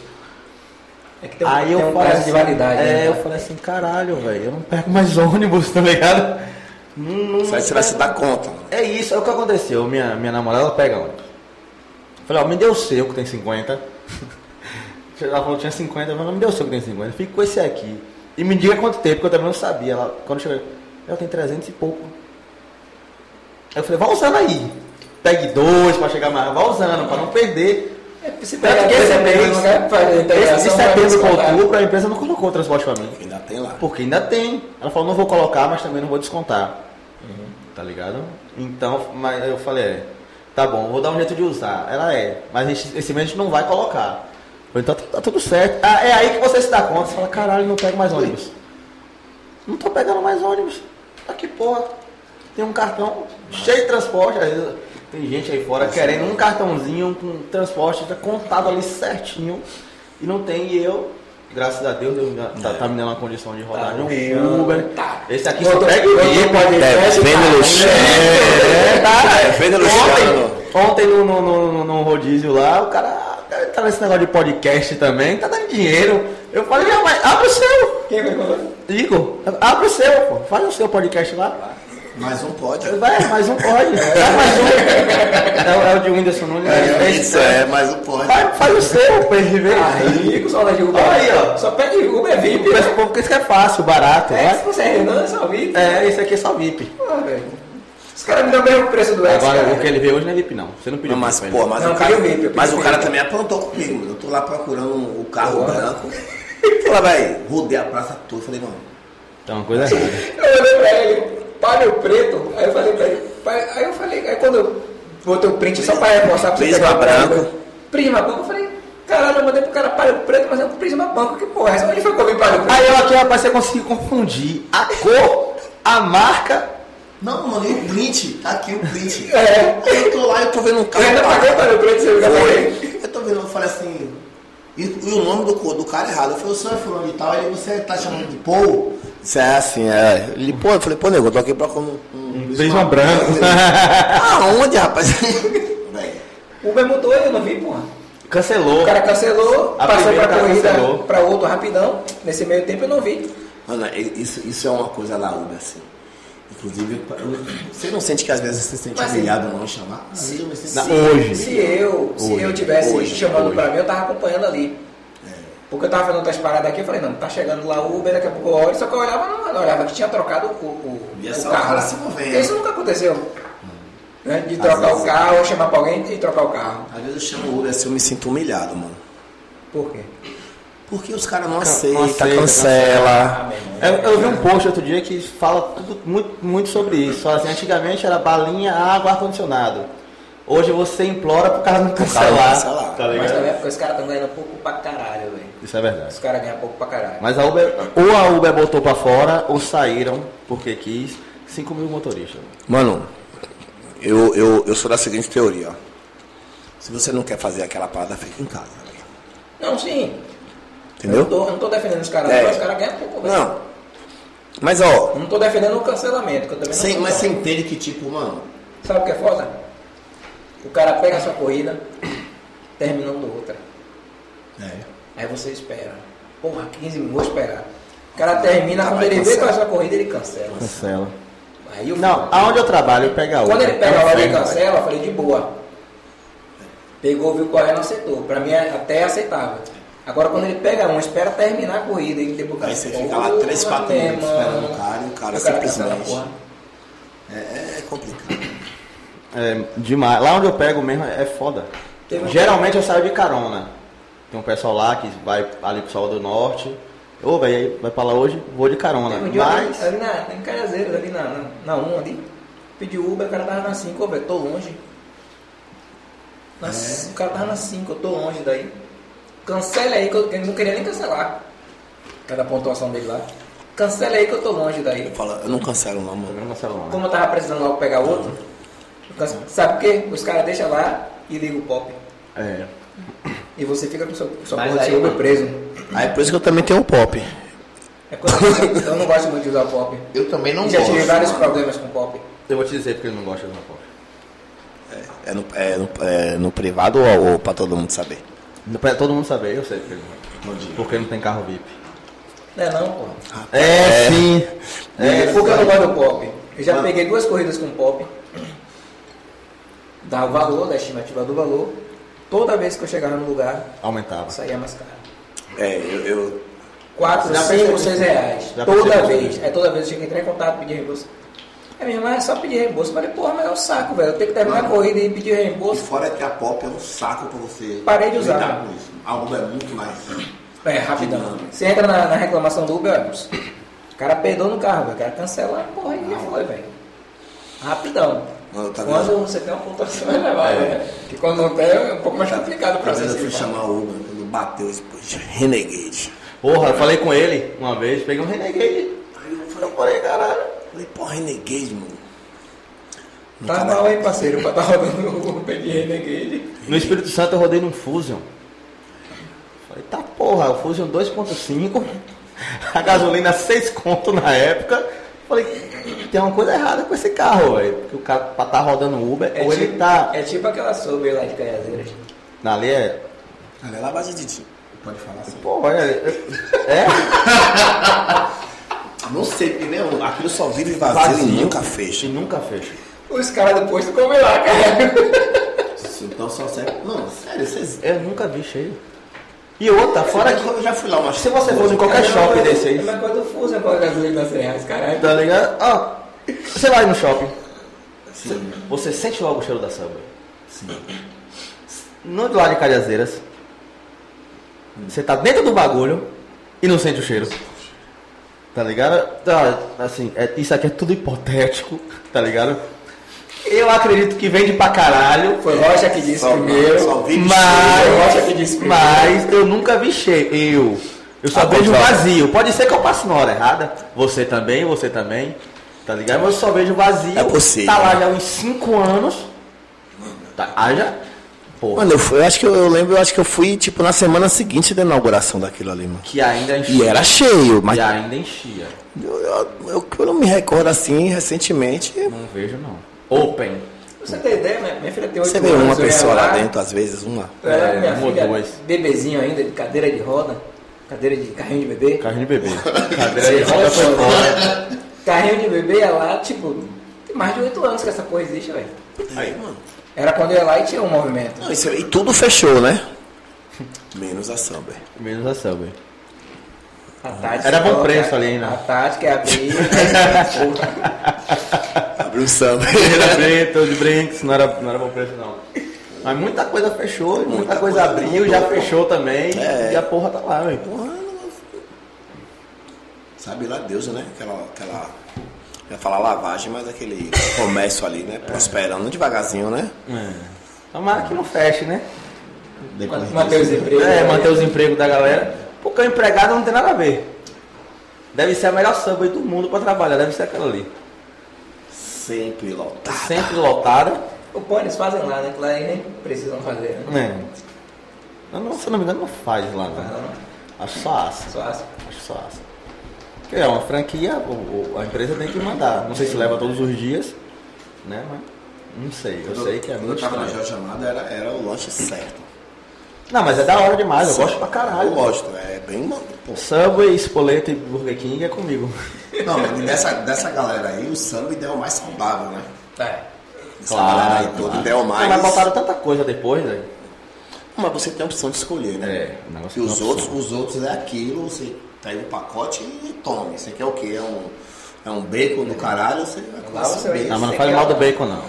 [SPEAKER 3] É que tem um, tem um prazo
[SPEAKER 1] assim,
[SPEAKER 3] de validade.
[SPEAKER 1] É,
[SPEAKER 3] né?
[SPEAKER 1] eu falei assim, caralho, velho, eu não pego mais ônibus, tá ligado? Não, não-
[SPEAKER 10] Só você vai se dar conta, mano.
[SPEAKER 1] é isso, é o que aconteceu. Minha, minha namorada ela pega ônibus. Eu Falei, ó, me deu o seu que tem 50. Ela falou que tinha 50, eu falei, me deu o seu que tem 50. Fico com esse aqui. E me diga quanto tempo, porque eu também não sabia. Ela, quando chegou, ela tem 300 e pouco. Aí eu falei, vai usando aí. Pegue dois pra chegar mais, vai usando, pra não perder.
[SPEAKER 3] É, se
[SPEAKER 1] Tanto que esse
[SPEAKER 3] coisa mesmo,
[SPEAKER 1] mês,
[SPEAKER 3] né, faz a integração,
[SPEAKER 1] esse de
[SPEAKER 3] vai
[SPEAKER 1] setembro pra
[SPEAKER 3] descontar.
[SPEAKER 1] outubro, a empresa não colocou o transporte pra mim.
[SPEAKER 10] Ainda tem lá.
[SPEAKER 1] Porque ainda tem. Ela falou, não vou colocar, mas também não vou descontar. Tá ligado? Então, mas eu falei, é, tá bom, vou dar um jeito de usar. Ela é, mas a gente- esse mês a gente não vai colocar. Eu falei, então tá, tá tudo certo. Ah, é aí que você se dá conta, você fala, caralho, não pego mais ônibus. Não tô pegando mais ônibus. Ah, que porra. Tem um cartão cheio de transporte. Às vezes tem gente aí fora querendo um cartãozinho com transporte, tá contado ali certinho. E não tem, e eu, graças a Deus, Deus me- tá, tá me dando uma condição de rodar de um Uber. Esse aqui só
[SPEAKER 3] Outro-
[SPEAKER 1] pega e
[SPEAKER 3] outro
[SPEAKER 1] vem, pode
[SPEAKER 3] podcast,
[SPEAKER 2] Defenda Luciano. Defenda Luciano.
[SPEAKER 1] tá. Ontem, ontem no, no, no, no- no rodízio lá, o cara tá nesse negócio de podcast também, tá dando dinheiro. Eu falei, não, mas abre o seu.
[SPEAKER 3] Quem vai colocar?
[SPEAKER 1] Igor, abre o seu, pô. Faz o seu podcast lá.
[SPEAKER 2] É,
[SPEAKER 10] Mas não pode.
[SPEAKER 1] Vai, mais um pode. Vai mais um. É, o- é o de Whindersson Nunes.
[SPEAKER 2] É, isso é, mas o porra.
[SPEAKER 1] Faz, faz o seu, pô, RV.
[SPEAKER 3] Aí, com saudade de Uber.
[SPEAKER 1] Aí, ó.
[SPEAKER 3] Só pede Uber VIP.
[SPEAKER 1] Mas, pô, Porque isso que é fácil, barato.
[SPEAKER 3] É,
[SPEAKER 1] né?
[SPEAKER 3] se você é Renan, é só VIP.
[SPEAKER 1] É, isso aqui é só VIP.
[SPEAKER 3] Pô, velho. Os caras me dão o mesmo preço do X,
[SPEAKER 1] Agora,
[SPEAKER 3] cara.
[SPEAKER 1] o que ele veio hoje não é VIP, não. Você não pediu
[SPEAKER 2] Não, mas,
[SPEAKER 1] pra
[SPEAKER 2] pô, mas,
[SPEAKER 3] Não,
[SPEAKER 2] o cara,
[SPEAKER 3] eu vi, eu vi,
[SPEAKER 2] mas
[SPEAKER 3] eu
[SPEAKER 2] o
[SPEAKER 3] vi.
[SPEAKER 2] cara também aprontou comigo, mano. Eu tô lá procurando o carro branco. Fui lá, vai, rodei a praça toda. Falei, mano,
[SPEAKER 1] Então, uma coisa errada.
[SPEAKER 3] Eu olhei pra ele, palho preto. Aí eu falei pra ele, pai- aí eu falei, aí quando eu botei o print só pra reforçar pra você
[SPEAKER 2] Prisma
[SPEAKER 3] pegar o
[SPEAKER 2] branco.
[SPEAKER 3] print, Prisma branco, eu falei, caralho, eu mandei pro cara palho preto, mas é um prisma branco, que porra, é essa? onde foi que eu vi palho preto?
[SPEAKER 1] Aí eu aqui, rapaz, você conseguiu confundir a cor, a marca.
[SPEAKER 5] não, mano, e o print? Tá aqui o print.
[SPEAKER 3] É.
[SPEAKER 5] Aí eu tô lá, eu tô vendo um
[SPEAKER 3] Eu
[SPEAKER 5] carro.
[SPEAKER 3] ainda paguei o palho preto, você viu que eu falei?
[SPEAKER 5] Foi. Eu tô vendo, eu falei assim. E, e o nome do, co- do cara é errado. Eu falei, o senhor é fulano de tal, ele você tá chamando de Paul? Isso é assim, é. Ele, pô, eu falei, pô, nego, eu tô aqui procurando um. um
[SPEAKER 1] prisma branco.
[SPEAKER 5] Aonde, rapaz? Véi,
[SPEAKER 3] O Uber mudou, eu não vi, porra.
[SPEAKER 1] Cancelou.
[SPEAKER 3] O cara cancelou,
[SPEAKER 1] A
[SPEAKER 3] passou
[SPEAKER 1] primeira
[SPEAKER 3] pra
[SPEAKER 1] cara
[SPEAKER 3] corrida,
[SPEAKER 1] cancelou.
[SPEAKER 3] pra outro rapidão. Nesse meio tempo eu não vi.
[SPEAKER 5] Ana, e- isso, isso é uma coisa lá, Uber, assim. Inclusive, eu- você não sente que às vezes você se sente
[SPEAKER 3] Mas,
[SPEAKER 5] humilhado ou não chamar? Sim, assim, eu me sinto.
[SPEAKER 1] Na- hoje.
[SPEAKER 3] Se eu, se
[SPEAKER 1] Hoje.
[SPEAKER 3] eu tivesse
[SPEAKER 5] Hoje.
[SPEAKER 3] chamando
[SPEAKER 1] Hoje.
[SPEAKER 3] pra mim, eu tava acompanhando ali. Porque eu tava fazendo outras paradas aqui, eu falei, não, tá chegando lá o Uber, daqui a pouco eu olho, só que eu olhava, não, não olhava que tinha trocado o, o,
[SPEAKER 5] Via
[SPEAKER 3] o
[SPEAKER 5] só o
[SPEAKER 3] carro.
[SPEAKER 5] cara se movendo.
[SPEAKER 3] Isso nunca aconteceu. Né? De trocar o
[SPEAKER 5] vezes-
[SPEAKER 3] carro, chamar pra alguém e trocar o carro.
[SPEAKER 5] Às vezes eu chamo o Uber assim, eu me sinto humilhado, mano.
[SPEAKER 3] Por quê?
[SPEAKER 5] Porque os caras não
[SPEAKER 1] Não
[SPEAKER 5] aceitam,
[SPEAKER 1] aceita,
[SPEAKER 3] Ah,
[SPEAKER 5] cancela.
[SPEAKER 1] Eu, eu vi um post outro dia que fala tudo, muito, muito sobre isso. Fala assim, antigamente era balinha, água, ar-condicionado. Hoje você implora pro cara não
[SPEAKER 5] cara não
[SPEAKER 1] cancelar.
[SPEAKER 5] cancelar.
[SPEAKER 1] Tá
[SPEAKER 3] Mas também é
[SPEAKER 1] ligado?
[SPEAKER 3] porque os caras estão ganhando pouco pra caralho, velho.
[SPEAKER 1] Isso é verdade.
[SPEAKER 3] Os caras ganham pouco pra caralho.
[SPEAKER 1] Mas a Uber, ou a Uber botou pra fora, ou saíram porque quis 5 mil motoristas.
[SPEAKER 2] Mano, eu, eu, eu sou da seguinte teoria, ó. Se você não quer fazer aquela parada, fica em casa, velho.
[SPEAKER 3] Não, sim. Eu não
[SPEAKER 2] Entendeu?
[SPEAKER 3] tô, eu não tô defendendo os caras,
[SPEAKER 2] É.
[SPEAKER 3] não, os caras ganham pouco, velho.
[SPEAKER 2] Não. Mas ó,
[SPEAKER 3] Eu não tô defendendo o cancelamento, que eu também não
[SPEAKER 5] Sem-
[SPEAKER 3] sou
[SPEAKER 5] mas
[SPEAKER 3] contra.
[SPEAKER 5] você entende que, tipo, mano,
[SPEAKER 3] Sabe o que é foda? O cara pega a sua corrida, terminando outra.
[SPEAKER 5] É.
[SPEAKER 3] Aí você espera. Porra, 15 minutos, vou esperar. O cara termina, quando ele vê com a sua corrida, ele cancela.
[SPEAKER 1] Cancela.
[SPEAKER 3] Aí eu
[SPEAKER 1] Não, aonde eu trabalho, pega a Uber.
[SPEAKER 3] Quando ele pega
[SPEAKER 1] É
[SPEAKER 3] a
[SPEAKER 1] um
[SPEAKER 3] hora e
[SPEAKER 1] inferno, velho.
[SPEAKER 3] cancela, eu falei de boa. Pegou, viu correndo, aceitou. Pra mim é até aceitável. Agora quando ele pega um, espera terminar a corrida e depois
[SPEAKER 5] Aí você fica lá três, quatro minutos esperando o cara, e o cara simplesmente- é, é complicado.
[SPEAKER 1] É, demais. Lá onde eu pego mesmo é é foda.
[SPEAKER 3] Tem um-
[SPEAKER 1] Geralmente eu saio de carona. Tem um pessoal lá que vai ali pro Salvador do Norte. Ô, velho, aí vai pra lá hoje? Vou de carona.
[SPEAKER 3] Teve um dia
[SPEAKER 1] Mas.
[SPEAKER 3] ali, ali na, em Cajazeiras, ali na, na, na 1 ali, pedi Uber, o cara tava na 5, ô velho, tô longe. Nas- O cara tava na 5, eu tô longe daí. Cancela aí, que eu, eu não queria nem cancelar. Cada pontuação dele lá. Cancela aí que eu tô longe daí.
[SPEAKER 2] eu falo, eu não cancelo não, mano.
[SPEAKER 1] Também não cancela não, né?
[SPEAKER 3] Como eu tava precisando logo pegar outro, eu cance- sabe por quê? Os caras deixam lá e ligam o pop.
[SPEAKER 1] É.
[SPEAKER 3] E você fica com seu, sua
[SPEAKER 4] Mas
[SPEAKER 3] porra de
[SPEAKER 4] aí,
[SPEAKER 3] seu Uber
[SPEAKER 4] mano-
[SPEAKER 3] preso.
[SPEAKER 2] Aí por isso que eu também tenho o pop.
[SPEAKER 3] É quando- eu não gosto muito de usar o pop.
[SPEAKER 2] Eu também
[SPEAKER 3] E já tive vários problemas com o pop.
[SPEAKER 1] Eu vou te dizer porque ele não gosta de uma porta.
[SPEAKER 2] É no, é no, é no privado ou, ou pra todo mundo saber?
[SPEAKER 1] Pra todo mundo saber, eu sei porque ele não gosta. Porque não tem carro VIP.
[SPEAKER 3] Não é não, porra.
[SPEAKER 1] É, sim.
[SPEAKER 3] É,
[SPEAKER 1] É,
[SPEAKER 3] porque eu não gosto do pop. Eu já peguei duas corridas com pop. Dá o valor, da estimativa do valor. Toda vez que eu chegava no lugar,
[SPEAKER 1] aumentava.
[SPEAKER 3] saía mais caro.
[SPEAKER 2] É, eu, eu
[SPEAKER 3] 4,
[SPEAKER 1] Já
[SPEAKER 3] 5,
[SPEAKER 1] percebi.
[SPEAKER 3] 6 reais.
[SPEAKER 1] Já
[SPEAKER 3] toda
[SPEAKER 1] percebi.
[SPEAKER 3] vez. Aí toda vez eu tinha que entrar em contato, pedir reembolso. Aí minha irmã é só pedir reembolso. Eu falei, porra, mas é um saco, velho. Eu tenho que terminar a corrida e pedir
[SPEAKER 5] E
[SPEAKER 3] reembolso.
[SPEAKER 5] fora que a pop é um saco pra você
[SPEAKER 3] Parei de usar.
[SPEAKER 5] lidar com isso. A Uber é muito mais.
[SPEAKER 3] É, rapidão. Você entra na, na reclamação do Uber, olha, o cara perdeu no carro, velho. O cara cancela, porra, e já foi, velho. Rapidão.
[SPEAKER 5] Mano, tá
[SPEAKER 3] quando
[SPEAKER 5] vendo?
[SPEAKER 3] você tem uma pontuação elevada, né? Que quando não tem, é um pouco mais complicado pra
[SPEAKER 5] Às vezes eu
[SPEAKER 3] você.
[SPEAKER 5] fui chamar o Uber, quando bateu, eu disse, "Poxa, renegade.
[SPEAKER 1] Porra, eu falei com ele uma vez, peguei um renegade.
[SPEAKER 5] Aí eu
[SPEAKER 1] Eu
[SPEAKER 5] falei,
[SPEAKER 1] falei, caralho.
[SPEAKER 5] falei, pô, renegade, mano. No
[SPEAKER 3] Tá
[SPEAKER 5] cara-
[SPEAKER 3] mal, hein, parceiro, pra tá rodando o Uber de Renegade.
[SPEAKER 1] No Espírito Santo eu rodei num Fusion. Falei, tá porra, o Fusion 2.5, a gasolina 6 conto na época. Falei, tem uma coisa errada com esse carro, velho. Porque o cara pra tá rodando Uber, ou ele tá.
[SPEAKER 3] é tipo aquela soube lá de Caiazeiras.
[SPEAKER 1] Na lei é.
[SPEAKER 5] Olha lá, base de ti. Pode falar assim.
[SPEAKER 1] Pô, olha. É.
[SPEAKER 5] Não sei, porque nem eu- aquilo só vive vazio,
[SPEAKER 1] Vazio.
[SPEAKER 5] e nunca
[SPEAKER 1] A gente
[SPEAKER 5] fecha.
[SPEAKER 1] nunca fecha.
[SPEAKER 3] Os caras do posto comem lá, cara.
[SPEAKER 2] Então só serve. Mano, sério, vocês.
[SPEAKER 1] Eu nunca vi cheio. E outra, fora que.
[SPEAKER 2] Eu já fui lá umas
[SPEAKER 1] Se você for em qualquer shopping desse
[SPEAKER 3] É a
[SPEAKER 1] aí,
[SPEAKER 3] mesma coisa do Fusa com a gasolina 100 reais, caralho.
[SPEAKER 1] tá ligado? Ó, você vai no shopping. Você sente logo o cheiro da samba. Não do lado de Cajazeiras. Você tá dentro do bagulho e não sente o cheiro. Tá ligado? Tá, assim, é- isso aqui é tudo hipotético, tá ligado? Eu acredito que vende pra caralho.
[SPEAKER 3] Foi Rocha que disse
[SPEAKER 2] Só-
[SPEAKER 3] primeiro.
[SPEAKER 2] só vi-
[SPEAKER 3] Eu acho que
[SPEAKER 1] Mas,
[SPEAKER 3] disse
[SPEAKER 1] mas eu nunca vi cheio. Eu. Eu só
[SPEAKER 11] Ao
[SPEAKER 1] vejo
[SPEAKER 11] contrário.
[SPEAKER 1] vazio. Pode ser que eu passe na hora errada. Você também, você também. Tá ligado? Mas eu só vejo vazio.
[SPEAKER 11] É possível,
[SPEAKER 1] Tá lá
[SPEAKER 11] né?
[SPEAKER 1] já há uns 5 anos. Tá, haja. Porra.
[SPEAKER 11] Mano, eu, fui- eu acho que eu, eu lembro, eu acho que eu fui, tipo, na semana seguinte da inauguração daquilo ali, mano.
[SPEAKER 1] Que ainda enchia.
[SPEAKER 11] E era cheio, mas
[SPEAKER 1] E ainda enchia.
[SPEAKER 11] eu, eu- eu- eu não me recordo assim, recentemente.
[SPEAKER 1] Não vejo não. Open.
[SPEAKER 3] Pra Você tem ideia, minha, minha filha tem 8
[SPEAKER 11] Você
[SPEAKER 3] anos.
[SPEAKER 11] vê uma
[SPEAKER 3] eu ia
[SPEAKER 11] pessoa lá
[SPEAKER 3] lá
[SPEAKER 11] dentro, às vezes, uma.
[SPEAKER 3] Eu era
[SPEAKER 1] É,
[SPEAKER 3] minha
[SPEAKER 1] uma ou
[SPEAKER 3] filha,
[SPEAKER 1] duas.
[SPEAKER 3] bebezinho ainda, de cadeira de roda, cadeira de carrinho de bebê. é
[SPEAKER 1] Carrinho de bebê. Cadeira de roda foi fora.
[SPEAKER 3] Carrinho de bebê ia lá, tipo, tem mais de 8 anos que essa porra existe, velho.
[SPEAKER 2] Aí, mano.
[SPEAKER 3] Era quando eu ia lá e tinha um movimento.
[SPEAKER 11] Não, isso- e tudo fechou, né?
[SPEAKER 2] Menos a samba.
[SPEAKER 1] Menos a Subway.
[SPEAKER 3] A Tati
[SPEAKER 1] Uhum. Era bom
[SPEAKER 3] coloca-
[SPEAKER 1] preço ali né? ainda.
[SPEAKER 3] A Tati quer abrir.
[SPEAKER 2] um
[SPEAKER 11] Abriu o samba.
[SPEAKER 1] Era preto, de brinks, não era, não era bom preço não. Mas muita coisa fechou, e muita,
[SPEAKER 2] Muita
[SPEAKER 1] coisa,
[SPEAKER 2] coisa
[SPEAKER 1] abriu,
[SPEAKER 2] mudou,
[SPEAKER 1] já
[SPEAKER 2] pô.
[SPEAKER 1] fechou também.
[SPEAKER 2] É.
[SPEAKER 1] E a porra tá lá, velho.
[SPEAKER 2] Porra, não- sabe lá Deus, né? Aquela. aquela eu ia falar lavagem, mas aquele comércio ali, né? Prosperando devagarzinho, né?
[SPEAKER 1] Então, Tomara que não feche, né?
[SPEAKER 2] Depois
[SPEAKER 3] Mateus
[SPEAKER 2] disso,
[SPEAKER 3] Emprego.
[SPEAKER 1] É, manter os empregos da galera. Porque o empregado não tem nada a ver. Deve ser a melhor samba do mundo pra trabalhar, deve ser aquela ali.
[SPEAKER 2] Sempre lotado.
[SPEAKER 1] Sempre lotada.
[SPEAKER 3] O pô, eles fazem lá, né? Que lá eles nem precisam fazer, né?
[SPEAKER 1] né? Eu não, se eu não me engano, não faz lá, não. Acho só aço.
[SPEAKER 3] Só assim.
[SPEAKER 1] Acho só aço. Porque é uma franquia, o- o- a empresa tem que mandar. Não sei se leva todos os dias, né? Mas não sei. Eu
[SPEAKER 2] Quando-
[SPEAKER 1] sei que é
[SPEAKER 2] quando
[SPEAKER 1] muito
[SPEAKER 2] eu tava na
[SPEAKER 1] estranho.
[SPEAKER 2] Jorge Amado, era, era o lanche certo.
[SPEAKER 1] Não, mas é da hora demais. Eu gosto pra caralho.
[SPEAKER 2] Eu gosto, é bem. uma- Pô,
[SPEAKER 1] Subway, Spoleto e Burger King é comigo.
[SPEAKER 2] Não, mas dessa, dessa galera aí, o samba ideal mais saudável, né?
[SPEAKER 3] Tá.
[SPEAKER 2] Essa
[SPEAKER 1] Claro,
[SPEAKER 2] galera aí toda
[SPEAKER 1] claro.
[SPEAKER 2] ideal mais.
[SPEAKER 1] Mas botaram tanta coisa depois, né?
[SPEAKER 2] Mas você tem a opção de escolher, né?
[SPEAKER 1] É, o negócio
[SPEAKER 2] Porque
[SPEAKER 1] tem
[SPEAKER 2] os
[SPEAKER 1] uma
[SPEAKER 2] outros,
[SPEAKER 1] opção.
[SPEAKER 2] os outros é aquilo, você pega o pacote e toma. Você quer o quê? É um, é um bacon do caralho, você vai comer
[SPEAKER 3] Lá
[SPEAKER 2] esse é
[SPEAKER 3] você vai-
[SPEAKER 2] bacon.
[SPEAKER 1] Não, mas não
[SPEAKER 3] Você
[SPEAKER 1] faz
[SPEAKER 3] quer
[SPEAKER 1] mal do
[SPEAKER 3] uma-
[SPEAKER 1] bacon, não.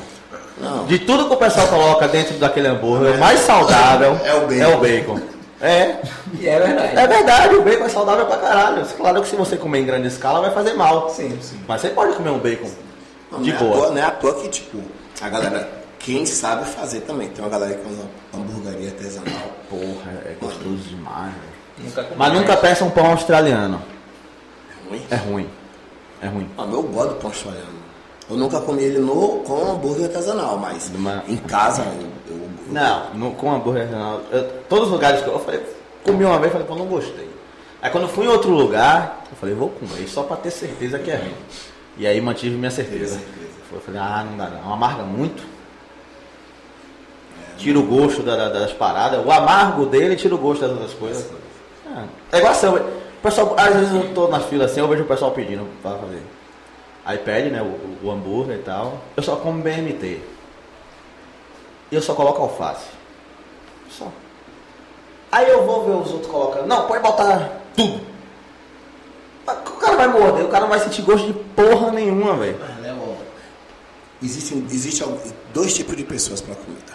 [SPEAKER 2] Não.
[SPEAKER 1] Tá, De tudo que o pessoal coloca dentro daquele hambúrguer, o mais saudável
[SPEAKER 2] É o bacon.
[SPEAKER 1] É, o bacon. é.
[SPEAKER 3] E é verdade.
[SPEAKER 1] É verdade, o bacon é saudável pra caralho. Claro que se você comer em grande escala vai fazer mal.
[SPEAKER 3] Sim, sim.
[SPEAKER 1] Mas você pode comer um bacon
[SPEAKER 2] Não,
[SPEAKER 1] de
[SPEAKER 2] não é
[SPEAKER 1] boa.
[SPEAKER 2] À toa, não é à toa que, tipo, a galera, quem sabe fazer também. Tem uma galera que usa hamburgueria artesanal.
[SPEAKER 1] Porra, é gostoso demais. velho.
[SPEAKER 3] Nunca comi,
[SPEAKER 1] Mas nunca peça um pão australiano.
[SPEAKER 2] É ruim.
[SPEAKER 1] É ruim. É ruim.
[SPEAKER 2] Ah, mas eu gosto do pão australiano. Eu nunca comi ele no, com hambúrguer artesanal, mas
[SPEAKER 1] Numa-
[SPEAKER 2] em casa eu, eu- eu-
[SPEAKER 1] Não, no- com hambúrguer regional. eu- todos os lugares que eu, eu falei, comi uma vez, falei, pô, não gostei. Aí quando eu fui em outro lugar, eu falei, vou comer, só pra ter certeza que é ruim. E aí mantive minha certeza. Eu falei, ah, não dá não. Amarga muito. Tira o gosto da- da- das paradas. O amargo dele tira o gosto das outras coisas. Ah, É igual a samba. O pessoal, às vezes eu tô na fila assim, eu vejo o pessoal pedindo pra fazer. Aí pede, né, o- o, o hambúrguer e tal. Eu só como BMT. E eu só coloco alface. Só. Aí eu vou ver os outros colocando. Não, pode botar tudo. Mas O cara vai morder, o cara não vai sentir gosto de porra nenhuma, velho.
[SPEAKER 2] Mas, Léo, Existem existe al- dois tipos de pessoas para comida.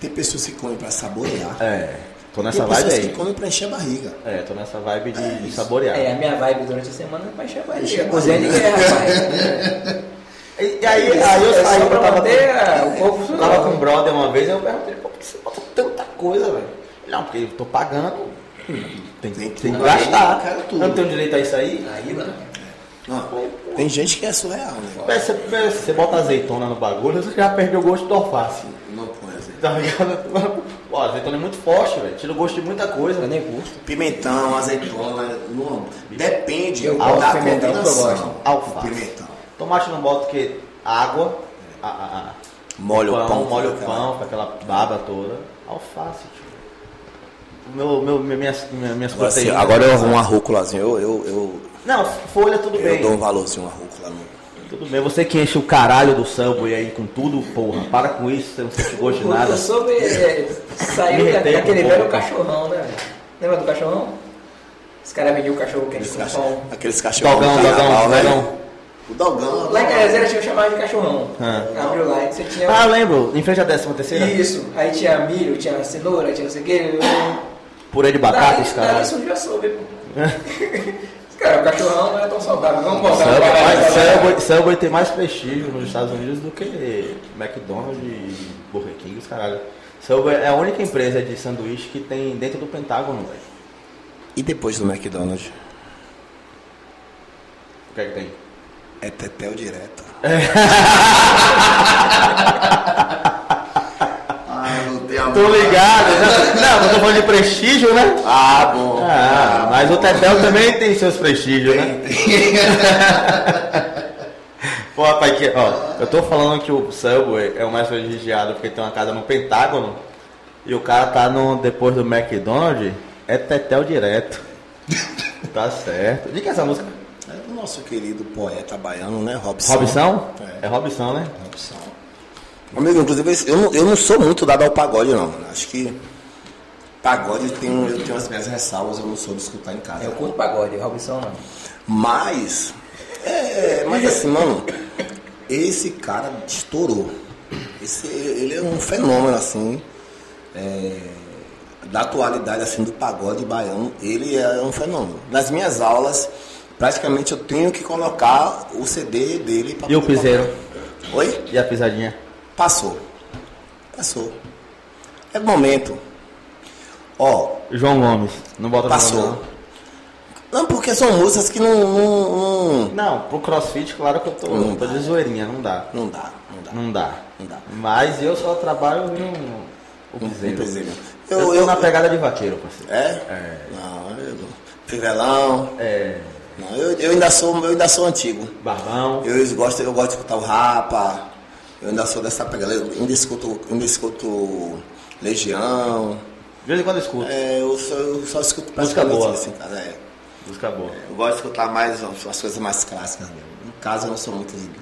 [SPEAKER 2] Tem pessoas que comem para saborear.
[SPEAKER 1] É, tô
[SPEAKER 2] tem
[SPEAKER 1] nessa
[SPEAKER 2] pessoas
[SPEAKER 1] vibe
[SPEAKER 2] que
[SPEAKER 1] aí.
[SPEAKER 2] comem para encher a barriga.
[SPEAKER 1] É, tô nessa vibe de,
[SPEAKER 2] É
[SPEAKER 1] de
[SPEAKER 2] isso.
[SPEAKER 1] saborear.
[SPEAKER 3] É, a minha vibe durante a semana é paixão barriga.
[SPEAKER 2] Encher a
[SPEAKER 3] Cozinha de guerra, rapaz.
[SPEAKER 1] E, e aí, aí eu
[SPEAKER 3] É
[SPEAKER 1] saí
[SPEAKER 3] só
[SPEAKER 1] pra
[SPEAKER 3] pra É.
[SPEAKER 1] tava,
[SPEAKER 3] manter a-
[SPEAKER 1] com,
[SPEAKER 3] o corpo
[SPEAKER 1] eu tava
[SPEAKER 3] funcionando.
[SPEAKER 1] com um brother uma vez, eu perguntei, pô, por que você bota tanta coisa, velho? Ele, Não, porque eu tô pagando. Tem,
[SPEAKER 2] Tem
[SPEAKER 1] tem, que
[SPEAKER 2] tudo.
[SPEAKER 1] gastar.
[SPEAKER 2] Aí, cara,
[SPEAKER 1] Eu
[SPEAKER 2] tudo.
[SPEAKER 1] não tenho direito a isso aí.
[SPEAKER 3] Aí não.
[SPEAKER 2] Não, tem gente que é surreal, né?
[SPEAKER 1] Aí Você, você bota azeitona no bagulho, você já perdeu o gosto do alface.
[SPEAKER 2] Não põe azeite.
[SPEAKER 1] Tá ligado? Ó, azeitona é muito forte, velho. Tira o gosto de muita coisa.
[SPEAKER 3] Eu nem curto.
[SPEAKER 2] Pimentão, azeitona, não. Depende
[SPEAKER 3] Eu gosto
[SPEAKER 2] da
[SPEAKER 3] de pimentão, eu
[SPEAKER 2] combinação.
[SPEAKER 1] gosto. Alface.
[SPEAKER 2] Pimentão.
[SPEAKER 1] Tomate não bota porque água. A, a, a-
[SPEAKER 2] Molha o pão,
[SPEAKER 1] molha o
[SPEAKER 2] fica
[SPEAKER 1] pão, com aquela baba toda. Alface, tio. Meu, meu, minha- minhas, minha- minhas
[SPEAKER 2] Agora, assim,
[SPEAKER 1] proteínas.
[SPEAKER 2] agora eu arrumo uma rúculazinha. Eu, eu, eu,
[SPEAKER 1] Não, folha tudo
[SPEAKER 2] eu
[SPEAKER 1] bem.
[SPEAKER 2] dou um valorzinho a rúcula no,
[SPEAKER 1] Tudo bem, você que enche o caralho do Subway aí com tudo, porra, para com isso, você não sente gosto de
[SPEAKER 3] O
[SPEAKER 1] nada.
[SPEAKER 3] sobre é,
[SPEAKER 1] Me
[SPEAKER 3] saiu da-
[SPEAKER 1] retém um
[SPEAKER 3] daquele
[SPEAKER 1] pouco.
[SPEAKER 3] velho cachorrão, né? Lembra do cachorrão? Os caras vendiam o cachorro quente
[SPEAKER 2] Aqueles
[SPEAKER 3] com
[SPEAKER 2] cachorros.
[SPEAKER 3] pão.
[SPEAKER 2] Aqueles tá cachorros.
[SPEAKER 1] Dogão,
[SPEAKER 2] do carnaval,
[SPEAKER 1] dogão,
[SPEAKER 2] velho.
[SPEAKER 1] dogão.
[SPEAKER 2] né? O dogão. né?
[SPEAKER 3] Lá em Cajazeiras tinha chamado de cachorrão.
[SPEAKER 1] Ah.
[SPEAKER 3] Abriu lá e você tinha...
[SPEAKER 1] Ah, lembro, em frente à décima terceira?
[SPEAKER 3] Isso, aí tinha milho, tinha cenoura, tinha não sei o que.
[SPEAKER 1] Purê de batata, os
[SPEAKER 3] Daí
[SPEAKER 1] caras.
[SPEAKER 3] surgiu a soube, pô. Os caras, o cachorrão não é tão saudável. Vamos botar
[SPEAKER 1] Subway,
[SPEAKER 3] pra lá, pra lá.
[SPEAKER 1] mas Subway, Subway tem mais prestígio nos Estados Unidos do que McDonald's e Burger King, os caralho. Subway é a única empresa de sanduíche que tem dentro do Pentágono, velho.
[SPEAKER 12] E depois do McDonald's?
[SPEAKER 1] O que é que tem?
[SPEAKER 12] É Tetel direto.
[SPEAKER 2] Ah, não tem amor.
[SPEAKER 1] Tô ligado, né? não, eu tô falando de prestígio, né?
[SPEAKER 2] Ah, bom.
[SPEAKER 1] Ah, mas o Tetel também tem seus prestígios, né? Pô, rapaz, que, ó, eu tô falando que o Subway é o mais prestigiado porque tem uma casa no Pentágono e o cara tá no, depois do McDonald's, é Tetel direto. tá certo. De que é essa música?
[SPEAKER 2] É do nosso querido poeta baiano, né, Robson?
[SPEAKER 1] Robson? É,
[SPEAKER 2] É.
[SPEAKER 1] Robson, né?
[SPEAKER 2] Robson. Amigo, inclusive, eu não, eu não sou muito dado ao pagode, não. mano. Acho que pagode tem, um- eu tenho as minhas ressalvas, eu não soube escutar em casa.
[SPEAKER 13] Eu curto pagode, Robson não.
[SPEAKER 2] Mas, é, mas assim, mano, esse cara estourou. Esse, ele é um fenômeno, assim, é, da atualidade, assim, do pagode baiano. Ele é um fenômeno. Nas minhas aulas, praticamente eu tenho que colocar o CD dele. Pra
[SPEAKER 1] E o
[SPEAKER 2] poder
[SPEAKER 1] piseiro?
[SPEAKER 2] tocar. Oi?
[SPEAKER 1] E a pisadinha?
[SPEAKER 2] Passou. Passou. É momento. Ó,
[SPEAKER 1] João Gomes. Não bota no
[SPEAKER 2] passou.
[SPEAKER 1] nome,
[SPEAKER 2] Não, porque são músicas que não. Não, não,
[SPEAKER 1] Não, Não, pro crossfit, claro que eu tô,
[SPEAKER 2] Não
[SPEAKER 1] tô de zoeirinha, não dá.
[SPEAKER 2] não dá, não dá.
[SPEAKER 1] Não dá.
[SPEAKER 2] Não dá.
[SPEAKER 1] Mas eu só trabalho no. O
[SPEAKER 2] Não
[SPEAKER 1] piseiro.
[SPEAKER 2] piseiro.
[SPEAKER 1] Eu,
[SPEAKER 2] Um Eu-
[SPEAKER 1] tô
[SPEAKER 2] eu-
[SPEAKER 1] na pegada de vaqueiro, parceiro.
[SPEAKER 2] É? Não, eu não. Fivelão.
[SPEAKER 1] É.
[SPEAKER 2] Não, eu, eu ainda sou, eu ainda sou antigo.
[SPEAKER 1] Barbão.
[SPEAKER 2] Eu gosto, eu gosto de escutar o Rapa. Eu ainda sou dessa pegada. Eu ainda escuto, ainda escuto Legião.
[SPEAKER 1] De vez em quando eu escuto.
[SPEAKER 2] É, eu, só, eu só escuto
[SPEAKER 1] Música boa.
[SPEAKER 2] praticamente isso em casa. É.
[SPEAKER 1] Música boa.
[SPEAKER 2] Eu gosto de escutar mais as as coisas mais clássicas mesmo. No caso, eu não sou muito lindo.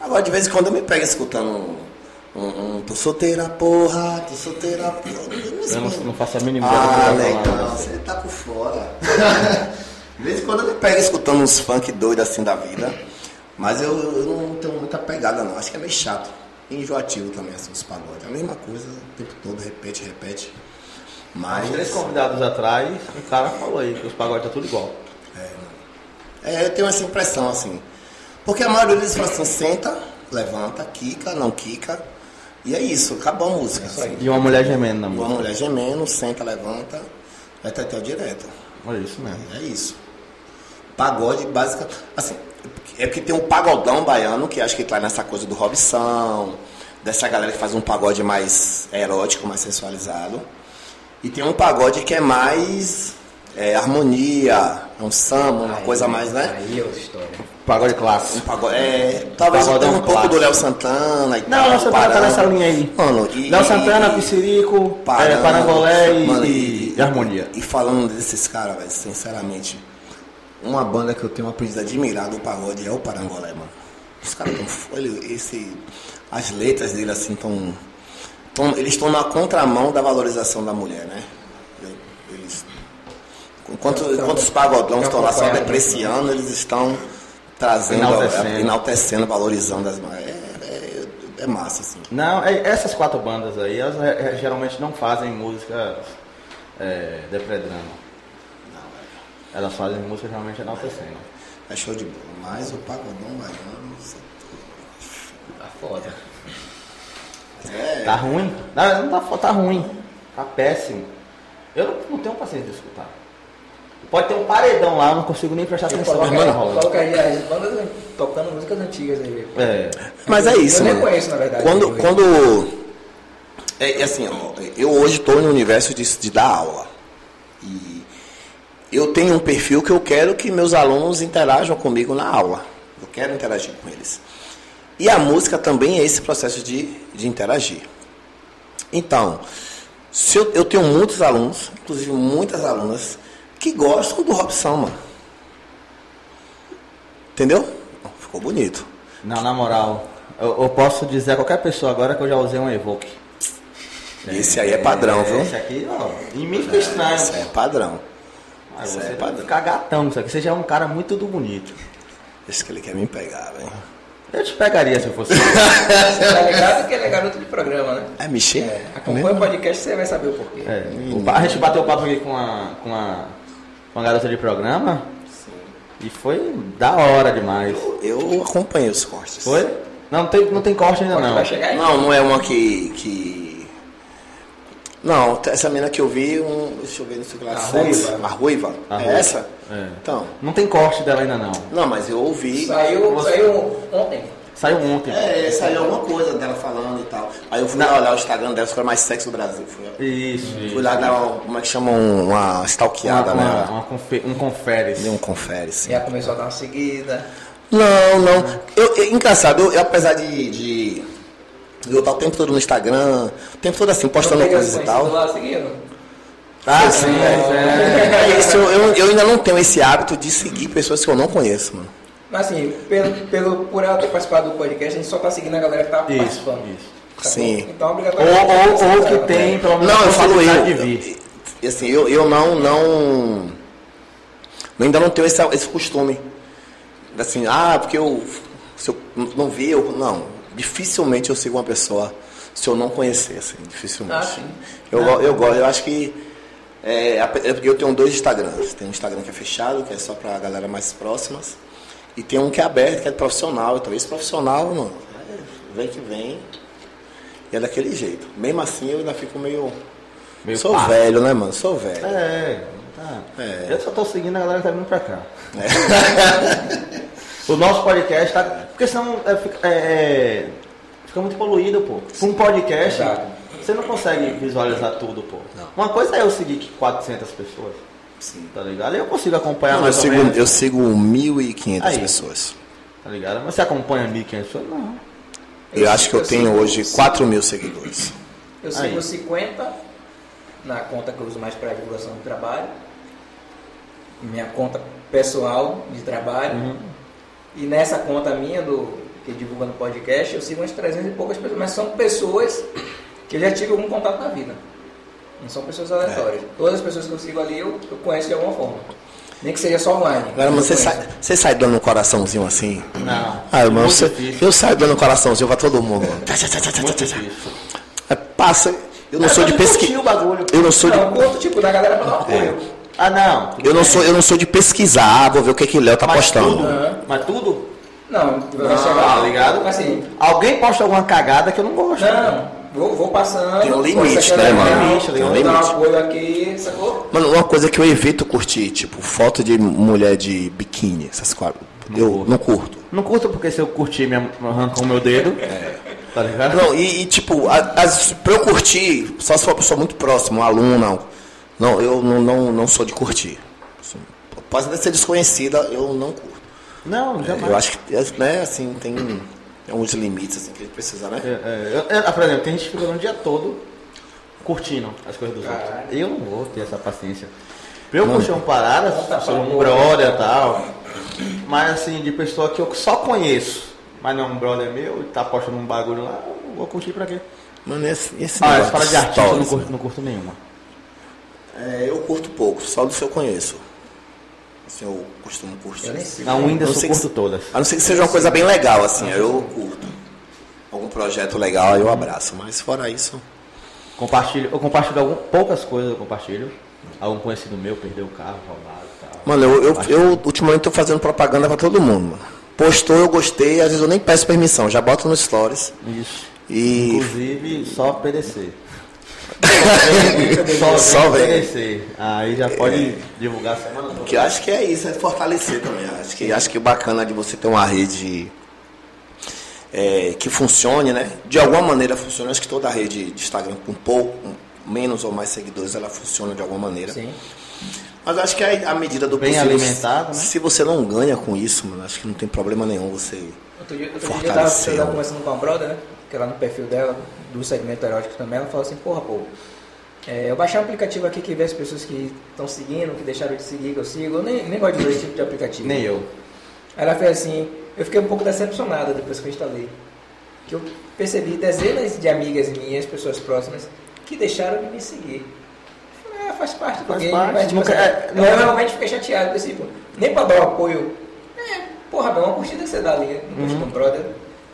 [SPEAKER 2] Agora, de vez em quando, eu me pego escutando um. um, um, tô solteira, porra, tô solteira, porra.
[SPEAKER 1] Eu não, não faço a mínima ideia
[SPEAKER 2] Ah,
[SPEAKER 1] do que eu tô
[SPEAKER 2] legal,
[SPEAKER 1] falando.
[SPEAKER 2] você tá por fora. De vez em quando eu me pego escutando uns funk doidos assim da vida. Mas eu, eu não tenho muita pegada não. Acho que é meio chato. E enjoativo também, assim, os pagodes. É a mesma coisa o tempo todo, repete, repete. Mas.
[SPEAKER 1] Os três convidados atrás, o cara falou aí que os pagodes tá tudo igual.
[SPEAKER 2] É, eu tenho essa impressão, assim. Porque a maioria deles fala assim, senta, levanta, quica, não quica. E é isso, acabou a música. assim.
[SPEAKER 1] E uma mulher gemendo na
[SPEAKER 2] Uma
[SPEAKER 1] música.
[SPEAKER 2] mulher gemendo, senta, levanta, vai até o direto.
[SPEAKER 1] Olha isso mesmo.
[SPEAKER 2] É isso. Pagode, básica. Assim, é porque tem um pagodão baiano que acho que tá nessa coisa do Robson, dessa galera que faz um pagode mais erótico, mais sensualizado. E tem um pagode que é mais é, harmonia, é um samba, uma coisa mais, né?
[SPEAKER 13] Aí é outra história.
[SPEAKER 1] Pagode clássico.
[SPEAKER 2] Pagode- é, talvez eu
[SPEAKER 1] Pagodão
[SPEAKER 2] tenha um pouco
[SPEAKER 1] clássico.
[SPEAKER 2] do Léo Santana e
[SPEAKER 1] Não,
[SPEAKER 2] tal,
[SPEAKER 1] Léo Santana tá
[SPEAKER 2] Pará.
[SPEAKER 1] nessa linha aí.
[SPEAKER 2] Mano, e,
[SPEAKER 1] Léo Santana,
[SPEAKER 2] e-
[SPEAKER 1] Piscirico,
[SPEAKER 2] Pará,
[SPEAKER 1] é, Parangolé e,
[SPEAKER 2] mano,
[SPEAKER 1] e, Harmonia.
[SPEAKER 2] E falando desses caras, velho, sinceramente, uma banda que eu tenho aprendido a admirar do pagode é o Parangolé, mano. Os caras tão folha, esse. As letras dele assim tão. tão eles estão na contramão da valorização da mulher, né? Eles Enquanto, enquanto os pagodões estão lá só depreciando, eles estão trazendo,
[SPEAKER 1] né,
[SPEAKER 2] é,
[SPEAKER 1] Enaltecendo.
[SPEAKER 2] enaltecendo, valorizando as ma- é, é, é massa, assim.
[SPEAKER 1] Não, é- essas quatro bandas aí, elas é, é, geralmente não fazem músicas é, depredando. Elas fazem música realmente enaltecendo.
[SPEAKER 2] É show de bola. Mas o pagodão baiano. você-
[SPEAKER 13] Tá foda.
[SPEAKER 2] É,
[SPEAKER 1] Tá ruim? Não, não tá, tá ruim. Tá péssimo. Eu não, não tenho paciência de escutar. Pode ter um paredão lá, eu não consigo nem prestar atenção no que tá
[SPEAKER 3] Coloca,
[SPEAKER 1] rolando.
[SPEAKER 3] coloca aí as bandas tocando músicas antigas aí.
[SPEAKER 1] É.
[SPEAKER 2] Mas é isso,
[SPEAKER 3] Eu nem
[SPEAKER 2] mano.
[SPEAKER 3] conheço, na verdade, né?
[SPEAKER 2] Quando.
[SPEAKER 3] eu-
[SPEAKER 2] quando é, é assim, ó, eu hoje estou no universo de, de dar aula. E eu tenho um perfil que eu quero que meus alunos interajam comigo na aula. Eu quero interagir com eles. E a música também é esse processo de, de interagir. Então, se eu, eu tenho muitos alunos, inclusive muitas alunas, que gostam do Robson, mano. Entendeu? Ficou bonito.
[SPEAKER 1] Não, na moral, eu, eu posso dizer a qualquer pessoa agora que eu já usei um Evoque.
[SPEAKER 2] Esse aí é padrão, viu?
[SPEAKER 1] Esse aqui, ó, em mim fica estranho.
[SPEAKER 2] Esse aí é padrão.
[SPEAKER 1] Mas
[SPEAKER 2] esse
[SPEAKER 1] você
[SPEAKER 2] é
[SPEAKER 1] pode
[SPEAKER 2] padrão.
[SPEAKER 1] ficar gatão nisso aqui, você já é um cara muito do bonito.
[SPEAKER 2] Esse que ele quer me pegar, velho.
[SPEAKER 1] Eu te pegaria se eu fosse.
[SPEAKER 3] Você tá ligado que ele é garoto de programa, né?
[SPEAKER 2] É mexer?
[SPEAKER 3] Acompanha o podcast, você vai saber o porquê.
[SPEAKER 1] É, o pa- a gente bateu papo aqui com a, com a, com a garota de programa. E foi da hora demais.
[SPEAKER 2] Eu acompanhei os cortes.
[SPEAKER 1] Foi? Não, não tem, não tem corte ainda não.
[SPEAKER 3] Vai chegar aí.
[SPEAKER 2] Não, não é uma que. que... Não, essa menina que eu vi, um, deixa eu ver, não sei o que lá.
[SPEAKER 3] A
[SPEAKER 2] seis,
[SPEAKER 3] ruiva.
[SPEAKER 2] A ruiva.
[SPEAKER 1] A
[SPEAKER 2] É
[SPEAKER 1] ruiva.
[SPEAKER 2] essa?
[SPEAKER 1] É.
[SPEAKER 2] Então.
[SPEAKER 1] Não tem corte dela ainda não.
[SPEAKER 2] Não, mas eu ouvi.
[SPEAKER 3] Saiu, saiu ontem.
[SPEAKER 1] Saiu ontem.
[SPEAKER 2] É, saiu alguma coisa dela falando e tal. Aí eu fui lá olhar o Instagram dela, foi mais sexo do Brasil. Fui,
[SPEAKER 1] Isso. isso.
[SPEAKER 2] fui lá dar uma, como é que chama, uma
[SPEAKER 1] Uma,
[SPEAKER 2] stalkeada
[SPEAKER 1] uma,
[SPEAKER 2] nela.
[SPEAKER 1] uma confe- um confere.
[SPEAKER 2] Dei um confere, sim.
[SPEAKER 3] Já começou a dar uma seguida.
[SPEAKER 2] Não, não. Eu, é engraçado, eu, eu, apesar de, de, de eu estar o tempo todo no Instagram, o tempo todo assim, postando
[SPEAKER 3] Não pega
[SPEAKER 2] coisas e
[SPEAKER 3] o
[SPEAKER 2] tal.
[SPEAKER 3] celular seguindo?
[SPEAKER 1] Ah, sim, é, é.
[SPEAKER 2] É isso, eu, eu ainda não tenho esse hábito de seguir pessoas que eu não conheço, mano.
[SPEAKER 3] Mas assim, pelo, pelo, por ela ter participado do podcast, a gente só tá seguindo a galera que tá
[SPEAKER 1] Isso,
[SPEAKER 3] participando.
[SPEAKER 1] isso.
[SPEAKER 3] Tá bom?
[SPEAKER 2] Sim.
[SPEAKER 3] Então,
[SPEAKER 1] Ou,
[SPEAKER 3] obrigatoriamente.
[SPEAKER 1] ou, ou
[SPEAKER 3] você
[SPEAKER 1] que
[SPEAKER 3] sabe,
[SPEAKER 1] tem,
[SPEAKER 3] né?
[SPEAKER 1] pelo menos,
[SPEAKER 2] Não, eu falo eu.
[SPEAKER 1] possibilidade de vir.
[SPEAKER 2] eu- Assim, eu, eu não, não. eu ainda não tenho esse, esse costume. Assim, ah, porque eu. Se eu não vi, eu. Não. Dificilmente eu sigo uma pessoa se eu não conhecer, assim, dificilmente.
[SPEAKER 3] Ah, sim.
[SPEAKER 2] Eu, go- eu gosto, eu acho que. É, a- é porque eu tenho dois Instagrams. Tem um Instagram que é fechado, que é só pra galera mais próximas. E tem um que é aberto, que é de profissional. Então, esse profissional, mano, é, vem que vem. E é daquele jeito. Mesmo assim, eu ainda fico meio.
[SPEAKER 1] Meio
[SPEAKER 2] Sou
[SPEAKER 1] pá.
[SPEAKER 2] velho, né, mano? Sou velho.
[SPEAKER 1] É, tá.
[SPEAKER 2] É.
[SPEAKER 1] Eu só tô seguindo a galera que tá vindo pra cá.
[SPEAKER 2] É.
[SPEAKER 1] o nosso podcast tá. Porque senão é, fica, é, é, fica muito poluído, pô. Com um podcast,
[SPEAKER 3] Exato.
[SPEAKER 1] você não consegue visualizar tudo, pô. Uma coisa é eu seguir 400 pessoas,
[SPEAKER 2] Sim.
[SPEAKER 1] tá ligado? Aí eu consigo acompanhar
[SPEAKER 2] Não,
[SPEAKER 1] É,
[SPEAKER 2] eu,
[SPEAKER 1] mais ou
[SPEAKER 2] sigo,
[SPEAKER 1] menos,
[SPEAKER 2] eu sigo 1.500
[SPEAKER 1] Aí.
[SPEAKER 2] pessoas.
[SPEAKER 1] tá ligado? Mas você acompanha 1.500 pessoas? Não.
[SPEAKER 2] Eu, acho que eu,
[SPEAKER 3] eu
[SPEAKER 2] tenho
[SPEAKER 3] sigo-
[SPEAKER 2] hoje 4 mil seguidores.
[SPEAKER 3] Eu
[SPEAKER 1] Aí.
[SPEAKER 3] sigo 50 na conta que eu uso mais para divulgação do trabalho, minha conta pessoal de trabalho,
[SPEAKER 1] Uhum.
[SPEAKER 2] Uhum.
[SPEAKER 3] e nessa conta minha do que divulga no podcast, eu sigo umas 300 e poucas pessoas, mas são pessoas que eu já tive algum contato na vida. Não são pessoas
[SPEAKER 2] É.
[SPEAKER 3] aleatórias. Todas as pessoas que eu sigo ali eu, eu conheço de alguma forma. Nem que seja só online.
[SPEAKER 2] Agora,
[SPEAKER 3] Eu
[SPEAKER 2] mano, você
[SPEAKER 3] conheço.
[SPEAKER 2] sai, você sai dando um coraçãozinho assim?
[SPEAKER 1] Não.
[SPEAKER 2] Ah, irmão,
[SPEAKER 1] Muito
[SPEAKER 2] você-
[SPEAKER 1] difícil.
[SPEAKER 2] eu saio dando um coraçãozinho pra todo mundo. mano. Tá, tá, tá, tá, tá,
[SPEAKER 1] Muito
[SPEAKER 2] tá, tá.
[SPEAKER 1] difícil. É,
[SPEAKER 2] É, Passa. Eu não sou de
[SPEAKER 1] pesquisar
[SPEAKER 2] pesquisar.
[SPEAKER 1] o bagulho.
[SPEAKER 2] Eu não sou de.
[SPEAKER 3] Não, eu curto, tipo, da galera pra
[SPEAKER 2] É.
[SPEAKER 3] dar apoio.
[SPEAKER 1] Ah, não.
[SPEAKER 2] Eu não sou, eu não sou de pesquisar, ah, vou ver o que que Léo tá
[SPEAKER 1] Mas
[SPEAKER 2] postando.
[SPEAKER 1] tudo. Mas tudo?
[SPEAKER 3] Não, vai
[SPEAKER 1] Não,
[SPEAKER 3] chegar.
[SPEAKER 1] tá ligado?
[SPEAKER 3] Assim,
[SPEAKER 1] Alguém posta alguma cagada que eu não gosto.
[SPEAKER 3] Não, vou, vou passando.
[SPEAKER 2] Tem um
[SPEAKER 3] pô,
[SPEAKER 2] limite,
[SPEAKER 3] essa aqui
[SPEAKER 2] né,
[SPEAKER 3] é
[SPEAKER 2] mano?
[SPEAKER 3] legal,
[SPEAKER 2] Limite, tem um
[SPEAKER 3] vou dar
[SPEAKER 2] limite.
[SPEAKER 3] um apoio aqui, sacou?
[SPEAKER 2] Mano, uma coisa que eu evito curtir, tipo, foto de mulher de biquíni, essas coisas. Eu não curto.
[SPEAKER 1] Não curto porque se eu curtir, me arrancou o meu dedo.
[SPEAKER 2] É.
[SPEAKER 1] Tá ligado?
[SPEAKER 2] Não, e, e, tipo, a- as, pra eu curtir, só se for uma pessoa muito próxima, um aluno, não. Não, eu não, não, não sou de curtir. Assim, Pode até ser desconhecida, eu não curto.
[SPEAKER 1] Não, jamais.
[SPEAKER 2] Eu acho que, né, assim, tem uns limites assim, que a gente precisa,
[SPEAKER 1] É,
[SPEAKER 2] né?
[SPEAKER 1] é, eu- eu- por exemplo, tem gente que fica o dia todo curtindo as coisas dos outros.
[SPEAKER 3] Caralho.
[SPEAKER 1] Eu não vou ter essa paciência. Pra eu curtir uma
[SPEAKER 3] Conta
[SPEAKER 2] tá
[SPEAKER 1] parada,
[SPEAKER 3] pra
[SPEAKER 1] sou um
[SPEAKER 3] porra.
[SPEAKER 1] brother e tal. Mas assim, de pessoa que eu só conheço, mas não é um brother meu e tá postando um bagulho lá, eu vou curtir pra quê?
[SPEAKER 2] Mano, esse, esse
[SPEAKER 1] Ah,
[SPEAKER 2] negócio
[SPEAKER 1] essa parada de artista eu não
[SPEAKER 2] stories, né?
[SPEAKER 1] curto, não curto nenhuma.
[SPEAKER 2] É, eu curto pouco, só do que eu conheço. Assim, eu costumo curtir.
[SPEAKER 3] Eu nem sei.
[SPEAKER 1] Na
[SPEAKER 2] Não
[SPEAKER 1] Whindersson
[SPEAKER 2] sei
[SPEAKER 1] eu
[SPEAKER 2] que
[SPEAKER 1] curto
[SPEAKER 2] se-
[SPEAKER 1] todas.
[SPEAKER 2] A não ser que seja uma coisa bem legal, assim, aí eu curto. Algum projeto legal, aí eu abraço. Mas fora isso.
[SPEAKER 1] Compartilho, eu compartilho algum, poucas coisas, eu compartilho. Algum conhecido meu perdeu o carro, roubado e tal.
[SPEAKER 2] Mano, eu, eu, eu ultimamente tô fazendo propaganda pra todo mundo, mano. Postou, eu gostei, às vezes eu nem peço permissão, já boto no stories.
[SPEAKER 1] Isso.
[SPEAKER 2] E.
[SPEAKER 1] Inclusive, só PDC.
[SPEAKER 2] Só vem.
[SPEAKER 1] PDC. Aí já pode divulgar a semana toda.
[SPEAKER 2] Que eu acho que é isso, é fortalecer também. Acho que, acho que o bacana de você ter uma rede é, que funcione, né? De alguma maneira funciona. Acho que toda rede de Instagram com pouco, menos ou mais seguidores, ela funciona de alguma maneira.
[SPEAKER 3] Sim.
[SPEAKER 2] Mas acho que é a, a medida do
[SPEAKER 1] Bem
[SPEAKER 2] possível.
[SPEAKER 1] alimentado, né?
[SPEAKER 2] Se você não ganha com isso, mano, acho que não tem problema nenhum você.
[SPEAKER 3] Outro dia, outro dia eu, tava,
[SPEAKER 2] Fortaleceu.
[SPEAKER 3] eu tava conversando com a brother, né? Que ela no perfil dela, do segmento erótico também, ela falou assim, porra, pô, é, eu baixei um aplicativo aqui que vê as pessoas que estão seguindo, que deixaram de seguir, que eu sigo. Eu nem, nem gosto de ver esse tipo de aplicativo.
[SPEAKER 1] Nem eu.
[SPEAKER 3] Ela fez assim, eu fiquei um pouco decepcionada depois que eu instalei. Que eu percebi dezenas de amigas minhas, pessoas próximas, que deixaram de me seguir. Eu falei, "Ah, faz parte do
[SPEAKER 1] Faz
[SPEAKER 3] game,
[SPEAKER 1] parte,
[SPEAKER 3] mas, tipo,
[SPEAKER 1] nunca-
[SPEAKER 3] assim,
[SPEAKER 1] é, não
[SPEAKER 3] eu
[SPEAKER 1] é-
[SPEAKER 3] realmente fiquei chateado desse tipo, nem pra dar o apoio. É, porra, é uma curtida que você dá ali, um
[SPEAKER 1] Uhum.
[SPEAKER 3] curte do brother,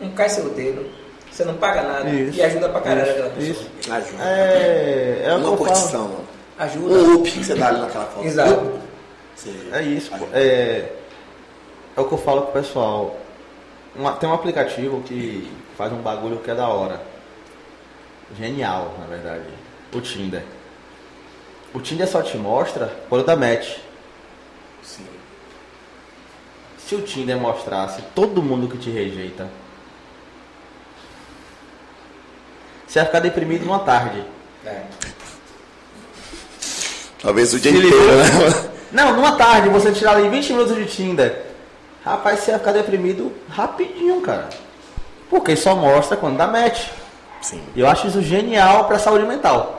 [SPEAKER 3] um cai seu dedo, você não paga nada
[SPEAKER 1] Isso,
[SPEAKER 3] e ajuda pra caralho
[SPEAKER 1] isso,
[SPEAKER 3] aquela pessoa.
[SPEAKER 1] isso.
[SPEAKER 2] Ajuda.
[SPEAKER 1] É, é o que
[SPEAKER 2] uma
[SPEAKER 1] eu falo.
[SPEAKER 2] curtição, mano.
[SPEAKER 3] Ajuda.
[SPEAKER 2] Um up que você dá ali naquela foto.
[SPEAKER 3] Exato.
[SPEAKER 2] Sim.
[SPEAKER 1] É isso, pô. É, é o que eu falo pro pessoal. Uma- tem um aplicativo que faz um bagulho que é da hora. Genial, na verdade. O Tinder. O Tinder só te mostra quando dá match.
[SPEAKER 2] Sim.
[SPEAKER 1] É. Se o Tinder mostrasse todo mundo que te rejeita, você ia ficar deprimido numa tarde.
[SPEAKER 3] É.
[SPEAKER 2] Talvez o dia
[SPEAKER 1] Se
[SPEAKER 2] inteiro,
[SPEAKER 1] ligou?
[SPEAKER 2] né?
[SPEAKER 1] Não, numa tarde, você tirar ali 20 minutos de Tinder. Rapaz, você ia ficar deprimido rapidinho, cara. Porque só mostra quando dá match.
[SPEAKER 2] Sim.
[SPEAKER 1] Eu acho isso genial pra saúde mental.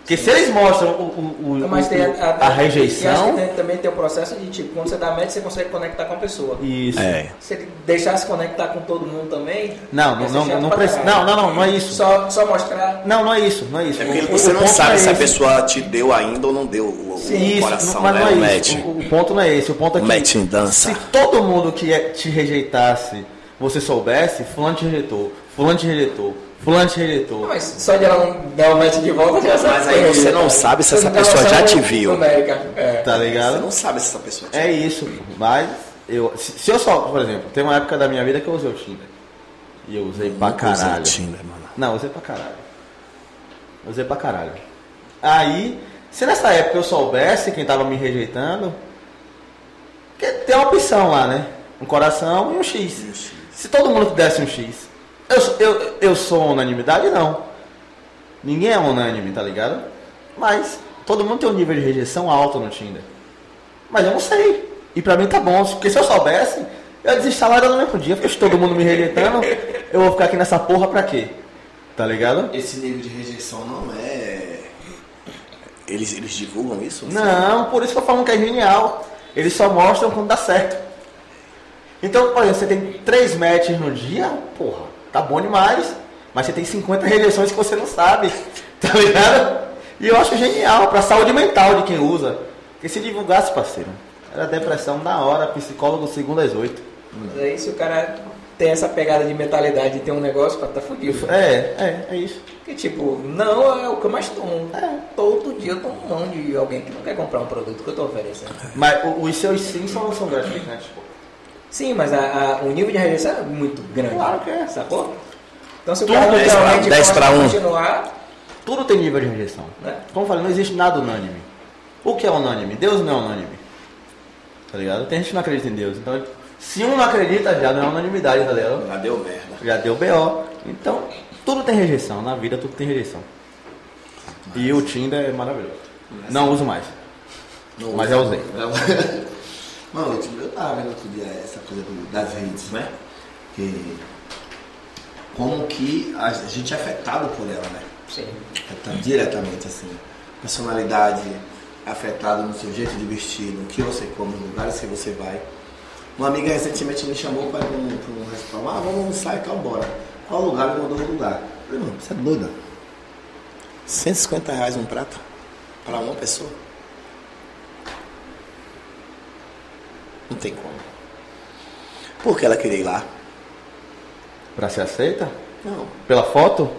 [SPEAKER 1] Porque se eles mostram o, o- o-
[SPEAKER 3] Mas
[SPEAKER 1] o-
[SPEAKER 3] tem a,
[SPEAKER 1] a rejeição.
[SPEAKER 3] e acho que tem- também tem o processo de tipo, quando você dá match, você consegue conectar com a pessoa.
[SPEAKER 1] Isso.
[SPEAKER 2] É.
[SPEAKER 3] Se ele deixasse conectar com todo mundo também.
[SPEAKER 1] Não,
[SPEAKER 3] ia
[SPEAKER 1] não,
[SPEAKER 3] ser
[SPEAKER 1] não,
[SPEAKER 3] chato
[SPEAKER 1] não
[SPEAKER 3] pra
[SPEAKER 1] precisa. Não,
[SPEAKER 3] caralho.
[SPEAKER 1] não, não, não é isso.
[SPEAKER 3] Só, só mostrar.
[SPEAKER 1] Não, não é isso, não é isso.
[SPEAKER 2] É porque
[SPEAKER 1] O- o-
[SPEAKER 2] você
[SPEAKER 1] o
[SPEAKER 2] não
[SPEAKER 1] ponto
[SPEAKER 2] sabe
[SPEAKER 1] é
[SPEAKER 2] se a
[SPEAKER 1] esse.
[SPEAKER 2] pessoa te deu ainda ou não deu o, o
[SPEAKER 1] Sim, isso,
[SPEAKER 2] coração,
[SPEAKER 1] mas
[SPEAKER 2] né?
[SPEAKER 1] não
[SPEAKER 2] o
[SPEAKER 1] é
[SPEAKER 2] match.
[SPEAKER 1] isso. O, o ponto não é esse. O ponto é
[SPEAKER 2] O
[SPEAKER 1] que
[SPEAKER 2] match em dança.
[SPEAKER 1] se todo mundo que é- te rejeitasse, você soubesse, fulano te rejeitou, fulano te rejeitou, fulano te rejeitou.
[SPEAKER 3] Mas só de ela não dar o match de volta já sabe. é
[SPEAKER 2] Mas aí você
[SPEAKER 3] né?
[SPEAKER 2] não sabe se essa pessoa já te viu.
[SPEAKER 3] América. É.
[SPEAKER 1] Tá
[SPEAKER 2] Você
[SPEAKER 1] ligado?
[SPEAKER 2] não sabe se essa pessoa te
[SPEAKER 1] É isso, mas eu. Se, se eu só, por exemplo, tem uma época da minha vida que eu usei o Tinder. E eu usei pra
[SPEAKER 2] Nunca usei
[SPEAKER 1] caralho.
[SPEAKER 2] Tinder, assim, né, mano.
[SPEAKER 1] Não, usei pra caralho. Usei pra caralho. Aí, se nessa época eu soubesse quem tava me rejeitando, que tem uma opção lá, né? Um coração e um X. Se todo mundo desse um X, eu, sou- eu, eu sou unanimidade? Não. Ninguém é unânime, tá ligado? Mas todo mundo tem um nível de rejeição alto no Tinder. Mas eu não sei. E pra mim tá bom, porque se eu soubesse, eu desinstalaria no mesmo dia. Porque se todo mundo me rejeitando, eu vou ficar aqui nessa porra pra quê? Tá ligado?
[SPEAKER 2] Esse nível de rejeição não é. Eles, eles divulgam isso?
[SPEAKER 1] Não, por isso que eu falo que é genial. Eles só mostram quando dá certo. Então, por exemplo, você tem três matches no dia, porra, tá bom demais. Mas você tem 50 rejeições que você não sabe, tá ligado? E eu acho genial pra saúde mental de quem usa. Porque se divulgasse, parceiro, era depressão na hora, psicólogo segundo às oito.
[SPEAKER 3] Mas aí se o cara tem essa pegada de mentalidade e tem um negócio, tá fudido.
[SPEAKER 1] É, é, é isso.
[SPEAKER 3] Porque tipo, não é o que eu mais tomo.
[SPEAKER 1] É.
[SPEAKER 3] Todo dia eu tomo mão de alguém que não quer comprar um produto que eu tô oferecendo.
[SPEAKER 1] Mas o- os seus sims só não são né, tipo? gratificantes, pô.
[SPEAKER 3] Sim, mas a- a- o nível de rejeição é muito grande.
[SPEAKER 1] Claro que é.
[SPEAKER 3] Sacou? Então se o
[SPEAKER 1] Tudo
[SPEAKER 3] cara
[SPEAKER 1] dez
[SPEAKER 2] pra-
[SPEAKER 3] realmente
[SPEAKER 2] dez
[SPEAKER 3] gosta
[SPEAKER 2] pra
[SPEAKER 3] de
[SPEAKER 2] um.
[SPEAKER 3] continuar,
[SPEAKER 1] Tudo tem nível de rejeição.
[SPEAKER 3] né?
[SPEAKER 1] Como eu falei, não existe nada unânime. O que é unânime? Deus não é unânime. Tá ligado? Tem gente que não acredita em Deus. Então, se um não acredita, já não é unanimidade, tá ligado?
[SPEAKER 2] Já deu merda.
[SPEAKER 1] Já deu BO. Então, tudo tem rejeição. Na vida, tudo tem rejeição. E o Tinder é maravilhoso. Não uso mais.
[SPEAKER 2] Não
[SPEAKER 1] Mas já usei.
[SPEAKER 2] é Mano, tipo, eu- eu tava vendo outro dia essa coisa do- das redes, né? Que, como que a gente é afetado por ela, né?
[SPEAKER 3] Sim.
[SPEAKER 2] afetado diretamente assim. Personalidade afetada no seu jeito de vestir, no que você come, nos lugares que você vai. Uma amiga recentemente me chamou para um, pra um restaurante, ah, vamos almoçar e tal, bora. Qual lugar? Me mandou um lugar. Eu falei, mano, você é doida? 150 reais um prato para uma pessoa? Não tem como. Por que ela queria ir lá?
[SPEAKER 1] Pra ser aceita?
[SPEAKER 2] Não.
[SPEAKER 1] Pela foto?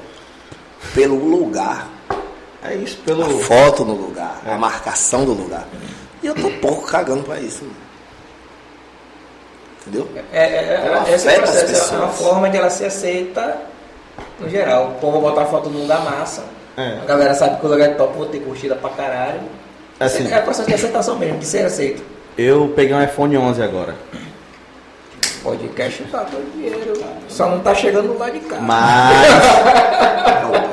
[SPEAKER 2] Pelo lugar.
[SPEAKER 1] É isso, pelo.
[SPEAKER 2] a foto no lugar, a marcação do lugar. E eu tô pouco cagando pra isso, mano. Entendeu?
[SPEAKER 3] É, é, é,
[SPEAKER 2] Ela
[SPEAKER 3] esse
[SPEAKER 2] afeta as
[SPEAKER 3] processo é uma
[SPEAKER 2] pessoas.
[SPEAKER 3] forma de ela ser aceita no geral. O povo botar foto no lugar massa.
[SPEAKER 1] É.
[SPEAKER 3] A galera sabe que o lugar é top, vou ter curtida pra caralho.
[SPEAKER 1] Assim.
[SPEAKER 3] É processo de aceitação mesmo, de ser aceito.
[SPEAKER 1] Eu peguei um iPhone 11 agora.
[SPEAKER 3] Podcast tá todo dinheiro. Só não tá chegando lá de cá.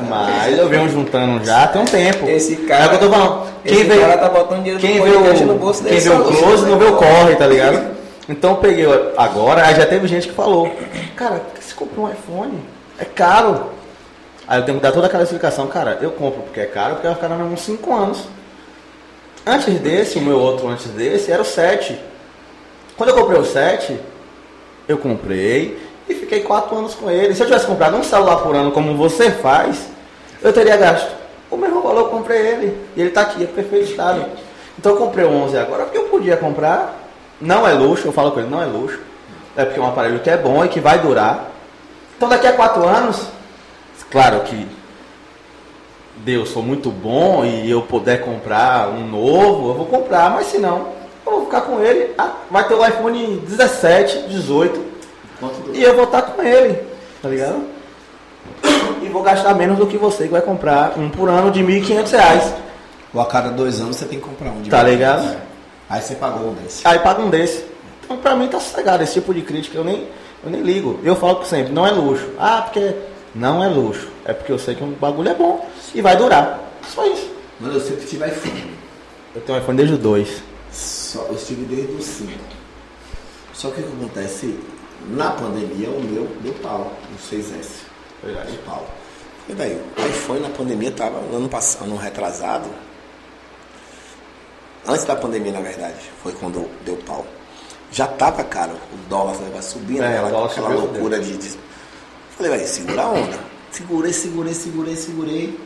[SPEAKER 1] Mas. mas eu venho juntando já tem um tempo.
[SPEAKER 3] Esse cara-
[SPEAKER 1] É o que eu tô falando.
[SPEAKER 3] esse
[SPEAKER 1] Quem vê,
[SPEAKER 3] cara tá botando dinheiro do
[SPEAKER 1] quem vê
[SPEAKER 3] podcast
[SPEAKER 1] o,
[SPEAKER 3] no bolso dele,
[SPEAKER 1] Quem vê o
[SPEAKER 3] só você
[SPEAKER 1] close
[SPEAKER 3] não
[SPEAKER 1] não vê o
[SPEAKER 3] vê.
[SPEAKER 1] corre, tá ligado? Então eu peguei agora, aí já teve gente que falou: Cara, por que você comprou um iPhone? É caro. Aí eu tenho que dar toda aquela explicação: Cara, eu compro porque é caro, porque vai ficar na minha mão 5 anos. Antes desse, o meu outro antes desse, era o 7. Quando eu comprei o 7, eu comprei e fiquei 4 anos com ele. Se eu tivesse comprado um celular por ano, como você faz, eu teria gasto o mesmo valor, eu comprei ele. E ele tá aqui, é perfeito estado. Então eu comprei o 11 agora porque eu podia comprar. Não é luxo, eu falo com ele, não é luxo. É porque é um aparelho que é bom e que vai durar. Então daqui a 4 anos, claro que Deus sou muito bom e eu puder comprar um novo, eu vou comprar, mas se não, eu vou ficar com ele. Ah, Vai ter o iPhone 17, 18 e eu vou estar com ele, tá ligado? E vou gastar menos do que você que vai comprar um por ano de 1.500 reais,
[SPEAKER 14] Ou a cada dois anos você tem que comprar um de
[SPEAKER 1] tá
[SPEAKER 14] verdade.
[SPEAKER 1] ligado?
[SPEAKER 14] Aí você pagou um desse.
[SPEAKER 1] Aí paga um desse. Então pra mim tá sossegado esse tipo de crítica, eu nem, eu nem ligo. Eu falo sempre, não é luxo. Ah, porque não é luxo. É porque eu sei que um bagulho é bom e vai durar. Só isso.
[SPEAKER 14] Mano, eu sempre tive iPhone.
[SPEAKER 1] Eu tenho um iPhone desde o 2.
[SPEAKER 14] Só, eu estive desde o 5. Só que o que acontece? Na pandemia, o meu deu pau. O 6S. Deu pau.
[SPEAKER 2] E daí? O iPhone na pandemia tava no ano passado, no retrasado. Antes da pandemia, na verdade, foi quando deu pau. Já tava caro, o dólar foi vai subindo,
[SPEAKER 1] É,
[SPEAKER 2] né? aquela,
[SPEAKER 1] o dólar
[SPEAKER 2] aquela
[SPEAKER 1] subiu, né?
[SPEAKER 2] loucura de, de. Falei, vai, segura a onda. Segurei, segurei, segurei, segurei.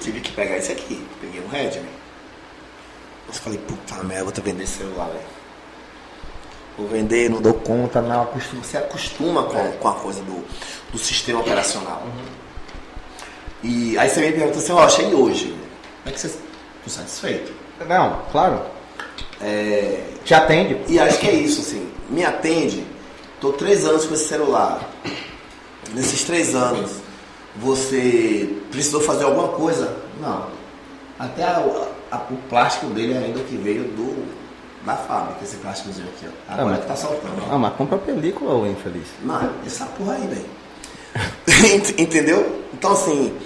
[SPEAKER 2] Tive que pegar esse aqui. Peguei um Redmi. Mas falei, puta merda, vou ter que vender esse celular, velho. Vou vender, não dou conta, não. Acostuma- Você acostuma com, com a coisa do, do sistema operacional. E aí você me pergunta assim, ó, achei hoje. Como é que você ficou satisfeito?
[SPEAKER 1] Não, claro. Te atende.
[SPEAKER 2] E acho que é isso, assim. Me atende. Tô três anos com esse celular. Nesses três anos, você precisou fazer alguma coisa? Não.
[SPEAKER 14] Até a- a- o plástico dele ainda é o que veio do, da fábrica, esse plásticozinho aqui, ó. Agora
[SPEAKER 1] Ah, mas-
[SPEAKER 14] que tá soltando, ó.
[SPEAKER 1] Ah, mas compra película, ô infeliz.
[SPEAKER 2] Mano, essa porra aí, velho. Ent- Entendeu? Então, assim,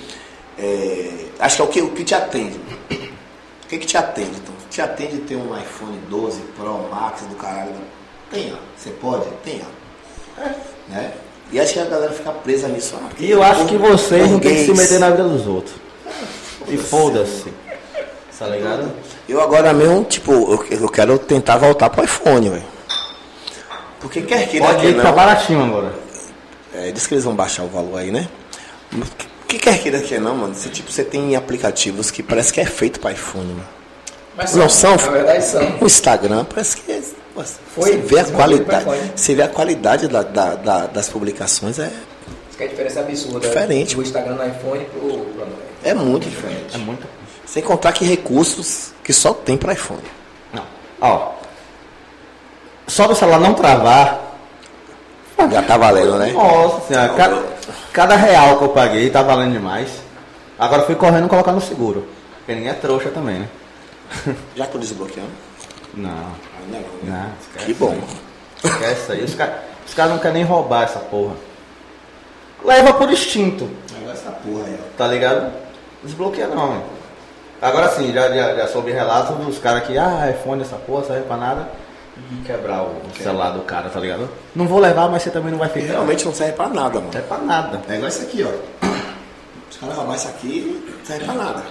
[SPEAKER 2] é, acho que é o que, o que te atende. O que, que te atende, então? Te atende ter um iPhone 12 Pro Max do caralho? né? Tem, ó. Você pode? Tem, ó. Né? E acho que a galera fica presa nisso. ah, porque
[SPEAKER 1] E eu acho que
[SPEAKER 2] por-
[SPEAKER 1] vocês não tem que se
[SPEAKER 2] português.
[SPEAKER 1] meter na vida dos outros. E foda-se. Tá ligado?
[SPEAKER 2] Eu agora mesmo, tipo, eu, eu quero tentar voltar pro iPhone, velho. Porque quer que
[SPEAKER 1] Pode ir pra Baratinho agora.
[SPEAKER 2] É, diz que eles vão baixar o valor aí, né? Mas que- que quer queira que não, mano? Você, tipo, você tem aplicativos que parece que é feito para iPhone, mano.
[SPEAKER 3] Mas
[SPEAKER 2] Não são?
[SPEAKER 3] Na verdade são.
[SPEAKER 2] O Instagram parece que é, nossa,
[SPEAKER 3] Foi
[SPEAKER 2] você vê a
[SPEAKER 3] desenvolvido
[SPEAKER 2] qualidade,
[SPEAKER 3] pra iPhone.
[SPEAKER 2] você vê a qualidade da- da- da- das publicações é,
[SPEAKER 3] Isso que é a diferença absurda.
[SPEAKER 2] Diferente.
[SPEAKER 3] Do Instagram no iPhone pro... pro Android.
[SPEAKER 2] é muito diferente.
[SPEAKER 1] É muito.
[SPEAKER 2] Sem contar que recursos que só tem para iPhone.
[SPEAKER 1] Não. Ó. Só do celular não travar,
[SPEAKER 2] Já tá valendo, né?
[SPEAKER 1] Nossa senhora, ca- cada, real que eu paguei tá valendo demais. Agora eu fui correndo colocar no seguro. Porque ninguém é trouxa também, né?
[SPEAKER 2] Já tô desbloqueando.
[SPEAKER 1] Não,
[SPEAKER 2] Ainda não, né?
[SPEAKER 1] não.
[SPEAKER 2] Que bom.
[SPEAKER 1] é. Esquece aí. Os caras os cara não querem nem roubar essa porra. Leva por instinto,
[SPEAKER 14] Agora essa porra aí, ó.
[SPEAKER 1] tá ligado? Desbloqueia não, velho. Agora sim, já, já, já soube relato dos caras que, ah, iPhone essa porra, serve pra nada. E quebrar o celular do cara, tá ligado? Não vou levar, mas você também não vai
[SPEAKER 2] E
[SPEAKER 1] ficar.
[SPEAKER 2] realmente não serve para nada,
[SPEAKER 1] Não
[SPEAKER 2] mano.
[SPEAKER 1] serve pra nada.
[SPEAKER 14] É igual isso aqui, ó.
[SPEAKER 2] Os caras roubar isso aqui não serve para nada.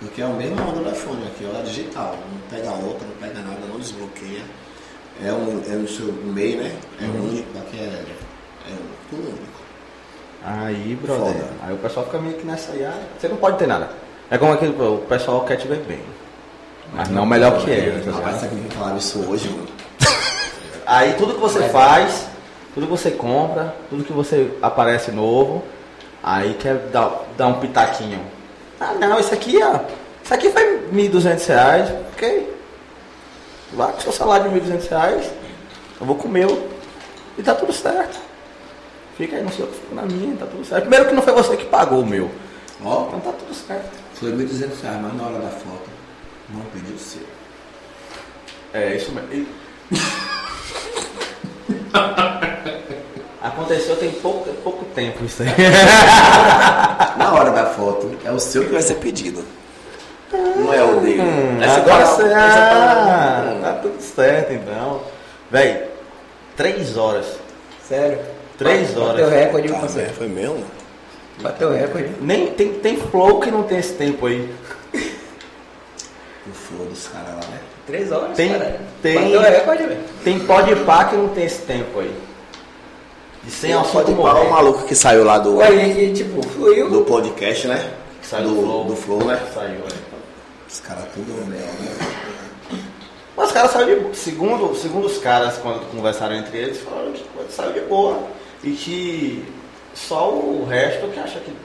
[SPEAKER 14] Porque é o mesmo onda do iPhone aqui, ó. É digital. Não pega outra, não pega nada, não desbloqueia. É um, é um seu meio, né? É único, aqui é, é um- tudo único.
[SPEAKER 1] Aí, brother.
[SPEAKER 14] Foda.
[SPEAKER 1] Aí o pessoal fica meio que nessa aí, ah, você não pode ter nada. É como aquele, pô, o pessoal quer te ver bem. Mas não é melhor que ele. tá
[SPEAKER 14] Rapaz,
[SPEAKER 1] ligado?
[SPEAKER 14] sabe que me falaram isso hoje, mano?
[SPEAKER 1] Aí tudo que você faz, tudo que você compra, tudo que você aparece novo, aí quer dar, dar um pitaquinho. Ah não, isso aqui, ó. Isso aqui foi 1.200 reais, ok? Lá com seu salário de 1.200 reais, eu vou com o meu. E tá tudo certo. Fica aí, não sei o que fica na minha, tá tudo certo. Primeiro que não foi você que pagou o meu.
[SPEAKER 14] Ó,
[SPEAKER 1] Então tá tudo certo.
[SPEAKER 14] foi 1.200 reais, mas na hora da foto, não pediu o seu.
[SPEAKER 1] É, isso mesmo. E- Aconteceu tem pouco, pouco tempo isso aí.
[SPEAKER 14] Ah, Na hora da foto, é o seu
[SPEAKER 2] O que vai ser pedido? Não é o dele.
[SPEAKER 14] Hum, é
[SPEAKER 1] Agora
[SPEAKER 2] fala,
[SPEAKER 1] você.
[SPEAKER 2] aí
[SPEAKER 1] Ah,
[SPEAKER 2] fala,
[SPEAKER 1] tá tudo certo então. Véi, três horas.
[SPEAKER 3] Sério.
[SPEAKER 1] Três
[SPEAKER 3] Bateu
[SPEAKER 1] horas.
[SPEAKER 3] recorde, viu,
[SPEAKER 2] "Tá, velho,
[SPEAKER 3] parceiro?
[SPEAKER 2] foi mesmo?
[SPEAKER 3] Bateu recorde.
[SPEAKER 1] Nem, tem, tem flow que não tem esse tempo aí.
[SPEAKER 15] o flow dos caras lá, né?
[SPEAKER 4] Três horas,
[SPEAKER 1] Tem-
[SPEAKER 4] cara.
[SPEAKER 1] tem-
[SPEAKER 4] Bateu recorde, velho.
[SPEAKER 1] Tem pode pá que não tem esse tempo aí. E sem
[SPEAKER 2] Tem um
[SPEAKER 1] assunto
[SPEAKER 2] foto pau, o
[SPEAKER 1] morrer.
[SPEAKER 2] maluco que saiu lá do,
[SPEAKER 4] Aí, tipo, fluiu.
[SPEAKER 2] do podcast, né?
[SPEAKER 1] Que saiu
[SPEAKER 2] do,
[SPEAKER 1] do Flow.
[SPEAKER 2] do Flow, né?
[SPEAKER 1] Saiu, né?
[SPEAKER 15] Os caras tudo mel, né?
[SPEAKER 1] Mas os caras saíram de boa. Segundo, segundo os caras, quando conversaram entre eles, falaram que saiu de boa. E que só o resto que acha que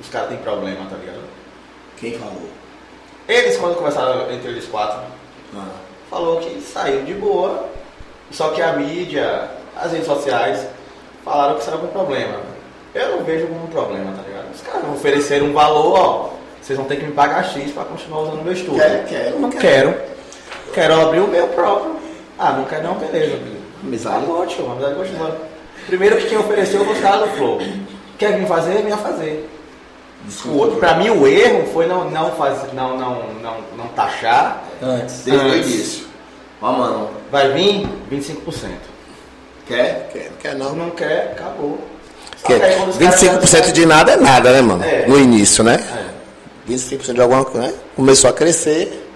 [SPEAKER 1] os caras têm problema, tá ligado?
[SPEAKER 15] Quem falou?
[SPEAKER 1] Eles, quando conversaram entre eles quatro,
[SPEAKER 15] Ah,
[SPEAKER 1] falou que saiu de boa. Só que a mídia, as redes sociais, falaram que saiu com problema. Eu não vejo como um problema, tá ligado? Os caras ofereceram um valor, ó. Vocês vão ter que me pagar X pra continuar usando meu estúdio.
[SPEAKER 15] Quero, quero,
[SPEAKER 1] não
[SPEAKER 15] quero.
[SPEAKER 1] quero. Quero abrir o meu próprio. Ah, não quer não, beleza.
[SPEAKER 15] amizade.
[SPEAKER 1] Tá ótimo, amizade continua. Primeiro que quem ofereceu foi os caras do Flow. Quer vir fazer, venha fazer.
[SPEAKER 2] Uhum.
[SPEAKER 1] O outro, pra mim, o erro foi não, não, faz, não, não, não, não taxar
[SPEAKER 4] Antes.
[SPEAKER 15] Desde o
[SPEAKER 1] Antes.
[SPEAKER 15] início. Ó, mano,
[SPEAKER 1] Vai vir 25%.
[SPEAKER 15] quer?
[SPEAKER 2] Quer, quer
[SPEAKER 1] Se
[SPEAKER 2] não.
[SPEAKER 1] não quer, acabou. Só
[SPEAKER 2] Quer.
[SPEAKER 1] que aí quando os caras
[SPEAKER 2] 25% de nada é nada, né, mano?
[SPEAKER 1] É.
[SPEAKER 2] No início, né?
[SPEAKER 1] É.
[SPEAKER 2] 25% de alguma coisa, né? Começou a crescer.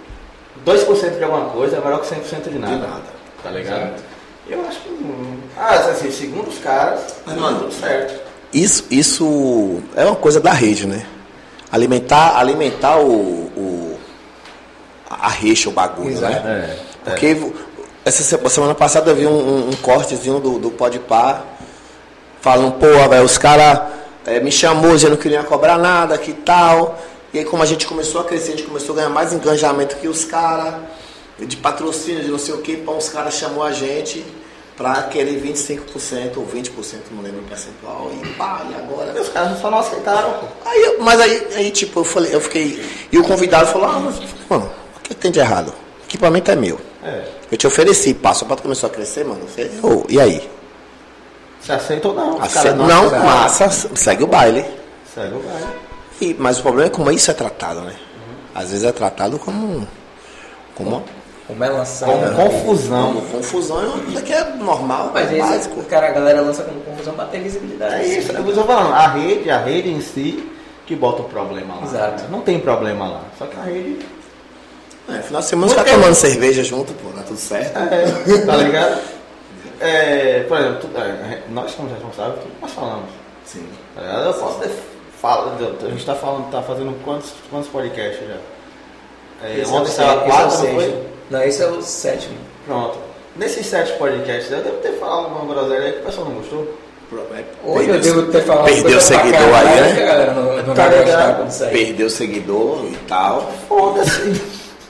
[SPEAKER 1] 2% de alguma coisa é melhor que 100% de nada.
[SPEAKER 15] De nada.
[SPEAKER 1] Tá ligado? Eu acho que. não. Ah, assim, segundo os caras, é
[SPEAKER 15] Mas, mano,
[SPEAKER 1] tudo certo.
[SPEAKER 2] Isso, isso é uma coisa da rede, né? Alimentar, alimentar o, o- a reixa, o bagulho, né? Porque essa se- semana passada eu vi um, um- um cortezinho do, do Podpah falando, pô, velho, os caras me chamou dizendo que não ia cobrar nada, que tal. E aí como a gente começou a crescer, a gente começou a ganhar mais engajamento que os caras, de patrocínio, de não sei o que, pão, os caras chamou a gente pra aquele 25% ou 20%, não lembro o percentual, e pá, e agora?
[SPEAKER 1] E os caras só não aceitaram. pô.
[SPEAKER 2] Aí, eu- mas aí, aí, tipo, eu falei, eu fiquei. E o convidado falou, ah, mas, mano, o que tem de errado? O equipamento é meu.
[SPEAKER 1] É.
[SPEAKER 2] Eu te ofereci, pá, só pra tu começou a crescer, mano. Você, ô, e aí?
[SPEAKER 1] Se aceita ou não? os
[SPEAKER 2] Ace-
[SPEAKER 1] caras
[SPEAKER 2] não,
[SPEAKER 1] aceitaram.
[SPEAKER 2] massa, segue o baile.
[SPEAKER 1] Segue o baile.
[SPEAKER 2] E, mas o problema é como isso é tratado, né? Às vezes é tratado como. Como,
[SPEAKER 4] O
[SPEAKER 3] Tá
[SPEAKER 4] melançado.
[SPEAKER 1] Como É confusão.
[SPEAKER 2] como confusão, é uma coisa que é normal,
[SPEAKER 4] Mas
[SPEAKER 2] é
[SPEAKER 4] esse,
[SPEAKER 2] básico.
[SPEAKER 4] o cara, a galera lança como confusão pra ter visibilidade.
[SPEAKER 1] É isso, é o que eu estou falando. A rede, a rede em si que bota o problema lá.
[SPEAKER 4] Exato.
[SPEAKER 1] né? Não tem problema lá. Só que a rede.
[SPEAKER 2] É, final de semana os caras tomando cerveja junto, pô, tá tudo certo.
[SPEAKER 1] É, tá ligado? É, por exemplo, tu- é, nós somos responsáveis por tudo que nós falamos.
[SPEAKER 15] Sim.
[SPEAKER 1] Tá ligado? Eu posso ter. Fala, a gente tá falando, tá fazendo quantos, quantos podcasts já? É,
[SPEAKER 4] Esse
[SPEAKER 1] ontem
[SPEAKER 4] é o
[SPEAKER 1] saiu a
[SPEAKER 4] sexto,
[SPEAKER 1] quatro,
[SPEAKER 4] esse é o
[SPEAKER 1] não foi?
[SPEAKER 4] sexto. Não, esse é o sétimo.
[SPEAKER 1] Pronto. Nesses sete podcasts, eu devo ter falado alguma groselha aí que o pessoal não gostou.
[SPEAKER 4] Hoje eu devo ter falado.
[SPEAKER 2] é, perdeu
[SPEAKER 4] coisa pra
[SPEAKER 2] seguidor
[SPEAKER 4] caralho
[SPEAKER 2] aí, né?
[SPEAKER 4] que a galera não, não
[SPEAKER 1] Tá
[SPEAKER 4] vai
[SPEAKER 1] ligado?
[SPEAKER 4] gostar quando sair.
[SPEAKER 2] Perdeu seguidor e tal.
[SPEAKER 1] Foda-se.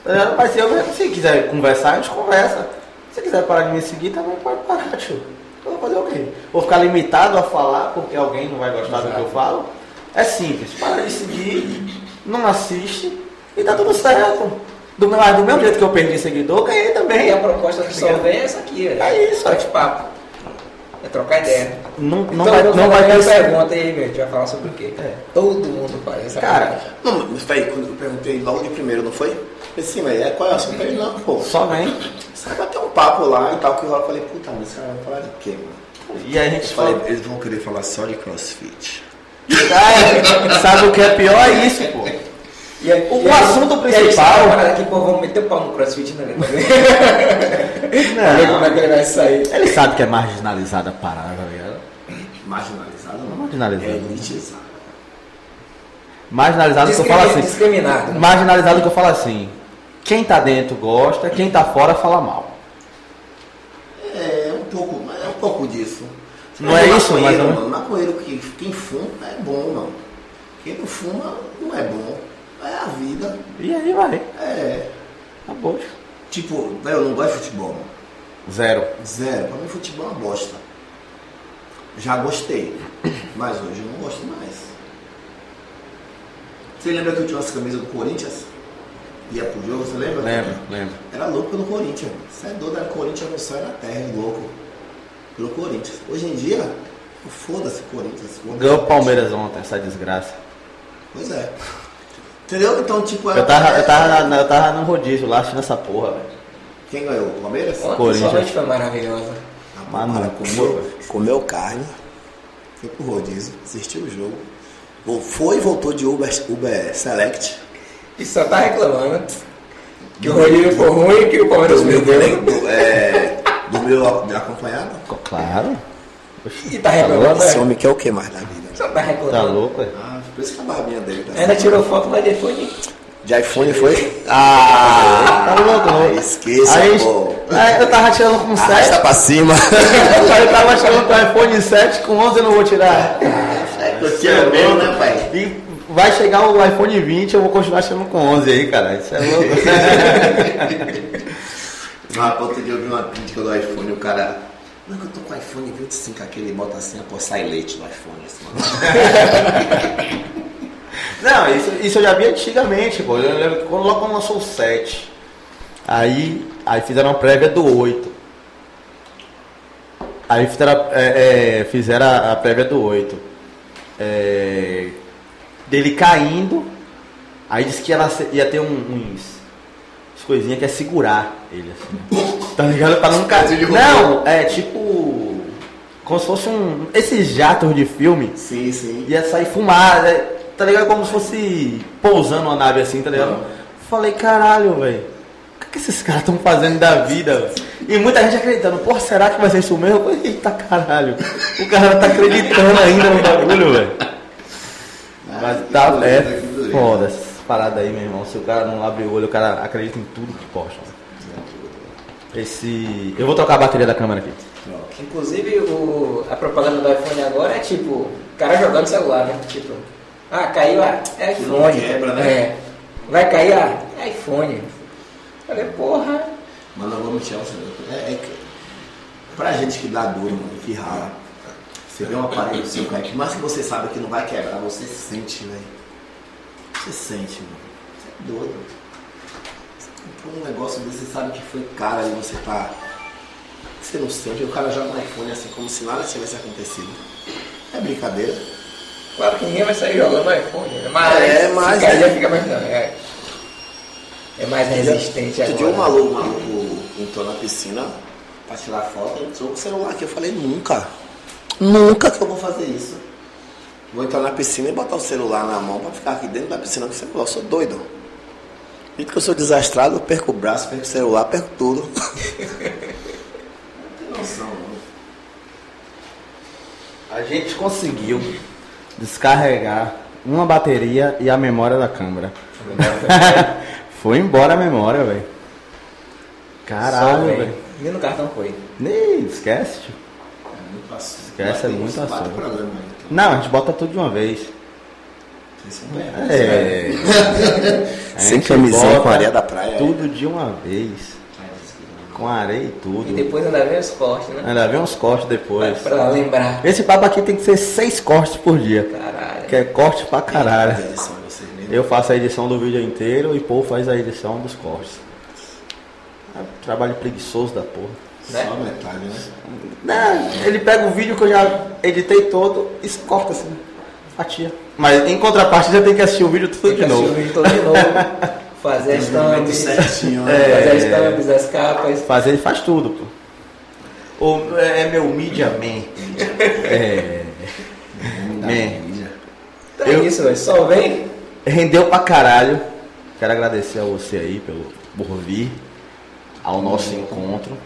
[SPEAKER 1] Tá ligado? Mas eu mesmo, se quiser conversar, a gente conversa. Se quiser parar de me seguir, também pode parar, tio. Eu vou fazer o quê? Vou ficar limitado a falar porque alguém não vai gostar do que eu
[SPEAKER 4] Exato.
[SPEAKER 1] falo? É simples, para de seguir, não assiste e tá tudo certo. Do, meu- mas do mesmo jeito que eu perdi seguidor, eu ganhei também.
[SPEAKER 4] E a proposta que só vem é essa aqui, velho.
[SPEAKER 1] É isso,
[SPEAKER 4] só de papo. É trocar ideia.
[SPEAKER 1] Não, não
[SPEAKER 4] Então,
[SPEAKER 1] vai,
[SPEAKER 4] eu
[SPEAKER 1] não vai
[SPEAKER 4] fazer
[SPEAKER 1] ter É.
[SPEAKER 4] uma pergunta aí, meu. A gente vai falar sobre o quê? Todo mundo faz essa
[SPEAKER 1] Cara,
[SPEAKER 4] pergunta.
[SPEAKER 2] Não, mas peraí, quando eu perguntei logo de primeiro, não foi? Eu disse, mas é qual é o assunto? Ele, não, pô,
[SPEAKER 1] Só vem.
[SPEAKER 2] só bater um papo lá e tal, que eu falei, puta, mas esse cara vai falar de quê, mano?
[SPEAKER 1] E aí a gente
[SPEAKER 15] Eu
[SPEAKER 1] fala.
[SPEAKER 15] falei, eles vão querer falar só de crossfit.
[SPEAKER 1] Ah, é. sabe o que é pior? É isso, pô.
[SPEAKER 4] E aí-
[SPEAKER 1] O
[SPEAKER 4] e aí-
[SPEAKER 1] assunto
[SPEAKER 4] e aí,
[SPEAKER 1] principal-
[SPEAKER 4] essa parada aqui, pô, vamos meter o pau no crossfit, né? velho? Ver como é que ele vai sair.
[SPEAKER 1] Ele sabe que é marginalizada a parada, tá ligado?
[SPEAKER 15] Marginalizado não?
[SPEAKER 1] Marginalizado.
[SPEAKER 15] É elitizado.
[SPEAKER 1] Marginalizado que eu falo
[SPEAKER 4] Discrimi-
[SPEAKER 1] assim.
[SPEAKER 4] Discriminado.
[SPEAKER 3] né?
[SPEAKER 1] Marginalizado que eu falo assim. Quem tá dentro gosta, quem tá fora fala mal.
[SPEAKER 15] É um pouco, mas é um pouco disso.
[SPEAKER 1] Não é isso, mas
[SPEAKER 15] maconheiro,
[SPEAKER 1] não-
[SPEAKER 15] mano, maconheiro que quem fuma é bom, mano. Quem não fuma não é bom. É a vida.
[SPEAKER 1] E aí vai.
[SPEAKER 15] É.
[SPEAKER 1] Acabou.
[SPEAKER 15] Tipo, né, eu não gosto de futebol, mano.
[SPEAKER 1] Zero.
[SPEAKER 15] Zero. Pra mim futebol é uma bosta. Já gostei. Mas hoje eu não gosto mais. Você lembra que eu tinha umas camisas do Corinthians? Ia pro jogo, você lembra?
[SPEAKER 2] é.
[SPEAKER 1] lembro.
[SPEAKER 15] Era louco pelo Corinthians. Você é doido, era Corinthians, não sai na terra, louco. Pelo Corinthians. Hoje em dia, foda-se Corinthians. foda-se.
[SPEAKER 1] Ganhou o Palmeiras ontem, essa desgraça.
[SPEAKER 15] Pois é. Entendeu? Então, tipo, era-
[SPEAKER 1] Eu
[SPEAKER 2] é.
[SPEAKER 1] tava, eu tava, na- eu tava no rodízio lá assistindo essa porra, velho.
[SPEAKER 15] Quem ganhou? O Palmeiras?
[SPEAKER 4] Ontem
[SPEAKER 1] Corinthians.
[SPEAKER 4] sua noite foi maravilhosa.
[SPEAKER 15] Ah,
[SPEAKER 1] Mano,
[SPEAKER 15] para, comeu,
[SPEAKER 2] Comeu carne,
[SPEAKER 15] foi pro rodízio, assistiu o jogo.
[SPEAKER 2] vo- foi e voltou de Uber, Uber Select.
[SPEAKER 4] E só tá reclamando.
[SPEAKER 3] Que o Rodinho foi ruim e que o Palmeiras
[SPEAKER 16] Do meu
[SPEAKER 3] perdeu.
[SPEAKER 16] grupo, é, do meu meu acompanhado.
[SPEAKER 1] Claro.
[SPEAKER 3] E tá reclamando,
[SPEAKER 2] Esse
[SPEAKER 3] né?
[SPEAKER 2] homem quer o que mais da vida? É, né?
[SPEAKER 3] Só tá
[SPEAKER 1] Tá
[SPEAKER 3] reclamando.
[SPEAKER 1] louco, é?
[SPEAKER 16] Ah, por isso que a barbinha dele tá.
[SPEAKER 3] Ainda tirou foto lá de iPhone.
[SPEAKER 2] De iPhone foi?
[SPEAKER 1] Ah, tá louco,
[SPEAKER 2] Ah,
[SPEAKER 1] não.
[SPEAKER 2] esqueça,
[SPEAKER 1] Aí,
[SPEAKER 2] pô.
[SPEAKER 1] aí eu tava tirando com 7.
[SPEAKER 2] Arrasta pra cima.
[SPEAKER 1] eu tava tirando com iPhone 7, com 11 eu não vou tirar.
[SPEAKER 16] Eu tinha meu, né, pai?
[SPEAKER 1] é E vai chegar o iPhone 20, eu vou continuar tirando com 11 aí, cara. Isso é louco.
[SPEAKER 16] Ah, outro dia eu vi uma crítica do iPhone, o cara. Não, que eu tô com o iPhone 25 aqui, ele bota assim, pô, sai leite do iPhone. Assim, mano.
[SPEAKER 1] Não, isso, isso eu já vi antigamente, pô. Eu lembro que quando, logo quando lançou o 7. Aí, aí fizeram a prévia do 8. Aí fizeram, a- é, é, fizeram a, a prévia do 8. É, dele caindo. Aí disse que ela se- ia ter um, uns, umas coisinhas que é segurar ele, assim. tá ligado? Pra não cair. Não, é tipo. Como se fosse um. Esses jatos de filme
[SPEAKER 16] Sim, sim.
[SPEAKER 1] ia sair fumar, né? tá ligado? Como se fosse pousando uma nave assim, tá ligado? Falei, caralho, velho. O que, que esses caras estão fazendo da vida? velho? E muita gente acreditando, pô, será que vai ser isso mesmo? Eu falei, Eita caralho, o cara tá acreditando ainda no bagulho, velho.
[SPEAKER 16] Ah,
[SPEAKER 1] Mas tá, é
[SPEAKER 16] né?
[SPEAKER 1] foda essas paradas aí, meu irmão. Se o cara não abre o olho, o cara acredita em tudo que posta. Esse. Eu vou trocar a bateria da câmera aqui.
[SPEAKER 3] Inclusive, o, a propaganda do iPhone agora é tipo, o cara jogando celular, né? Tipo, ah, caiu a é iPhone.
[SPEAKER 16] quebra, né?
[SPEAKER 3] É. Vai cair a é iPhone. Falei, porra.
[SPEAKER 16] Mas não vamos tirar o celular. É, é, que- pra gente que dá duro, mano, que rala. Você vê um aparelho seu, cara, que mais que você sabe que não vai quebrar, você sente, velho. Você sente, mano. Você é doido. Você comprou um negócio desse, você sabe que foi caro e você tá. Você não sente, o cara joga um iPhone assim, como se nada tivesse acontecido. É brincadeira.
[SPEAKER 3] Claro que ninguém vai sair jogando no iPhone, né? mas,
[SPEAKER 2] É, mas-
[SPEAKER 3] se cair já fica mais não, é, é mais resistente
[SPEAKER 2] Outro dia
[SPEAKER 3] agora.
[SPEAKER 2] um maluco, um maluco entrou na piscina pra tirar foto, ele entrou com o celular aqui. Eu falei, nunca. Nunca que eu vou fazer isso. Vou entrar na piscina e botar o celular na mão pra ficar aqui dentro da piscina com o celular. Eu sou doido. Dito que eu sou desastrado, eu perco o braço, perco o celular, perco tudo.
[SPEAKER 16] Não tem noção, né? mano.
[SPEAKER 1] A gente conseguiu descarregar uma bateria e a memória da câmera. Foi embora a memória, velho. Caralho, velho.
[SPEAKER 3] Nem no cartão foi.
[SPEAKER 1] Nem esquece, tio.
[SPEAKER 16] É muito assunto.
[SPEAKER 1] Esquece, é
[SPEAKER 16] Mas tem
[SPEAKER 1] muito
[SPEAKER 16] uns quatro
[SPEAKER 1] assunto.
[SPEAKER 16] programas aí, então.
[SPEAKER 1] Não, a gente bota tudo de uma vez.
[SPEAKER 16] Isso não é.
[SPEAKER 1] É. A
[SPEAKER 2] Sem
[SPEAKER 1] gente
[SPEAKER 2] camisinha,
[SPEAKER 1] bota
[SPEAKER 2] com areia da praia.
[SPEAKER 1] Tudo de uma vez.
[SPEAKER 16] é
[SPEAKER 1] Com areia e
[SPEAKER 3] E
[SPEAKER 1] tudo. É,
[SPEAKER 3] depois ainda vem os cortes, né?
[SPEAKER 1] Ainda vem uns cortes depois.
[SPEAKER 3] Pra lembrar.
[SPEAKER 1] Esse papo aqui tem que ser seis cortes por dia.
[SPEAKER 3] Caralho.
[SPEAKER 1] Que é corte pra caralho.
[SPEAKER 16] Mas eles são vocês mesmos.
[SPEAKER 1] Eu faço a edição do vídeo inteiro e Paul faz a edição dos cortes. É um trabalho preguiçoso da porra.
[SPEAKER 3] Né?
[SPEAKER 16] Só metade, né?
[SPEAKER 1] Não, ele pega o vídeo que eu já editei todo e se corta assim, fatia. Mas em contrapartida tem que assistir o vídeo tudo
[SPEAKER 3] Tem
[SPEAKER 1] de
[SPEAKER 3] que assistir o
[SPEAKER 1] novo.
[SPEAKER 3] vídeo todo de novo. Fazer
[SPEAKER 2] um
[SPEAKER 3] as
[SPEAKER 16] Muito
[SPEAKER 3] thumbs. É.
[SPEAKER 16] certinho, né?
[SPEAKER 2] É.
[SPEAKER 3] Fazer as thumbs, as capas.
[SPEAKER 1] Fazer ele faz tudo, pô. O, é meu media man. É,
[SPEAKER 2] É.
[SPEAKER 1] man.
[SPEAKER 3] Então é
[SPEAKER 1] Eu-
[SPEAKER 3] isso, velho. Só vem.
[SPEAKER 1] Rendeu pra caralho. Quero agradecer a você aí pelo, por vir ao nosso encontro,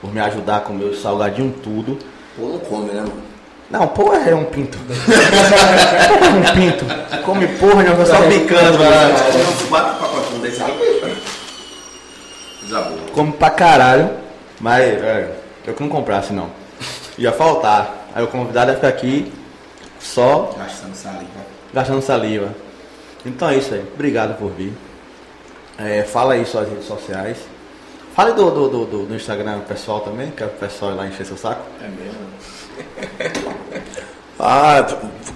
[SPEAKER 1] por me ajudar com o meu salgadinho tudo.
[SPEAKER 2] Pô, não come, né, mano?
[SPEAKER 1] Não, porra é um pinto. porra é um pinto. Come porra, não, só
[SPEAKER 2] Tá
[SPEAKER 1] picando, mano.
[SPEAKER 16] Tinha uns quatro pacotões desse aqui. Desabou.
[SPEAKER 1] Come pra caralho. Mas, velho, eu que não comprasse não. Ia faltar. Aí o convidado ia ficar aqui só
[SPEAKER 16] Gastando saliva.
[SPEAKER 1] gastando saliva. Então é isso aí. Obrigado por vir. É, fala aí suas redes sociais. Fale do, do, do, do- do Instagram pessoal também, que é o pessoal ir lá encher seu saco.
[SPEAKER 16] É mesmo?
[SPEAKER 2] Ah,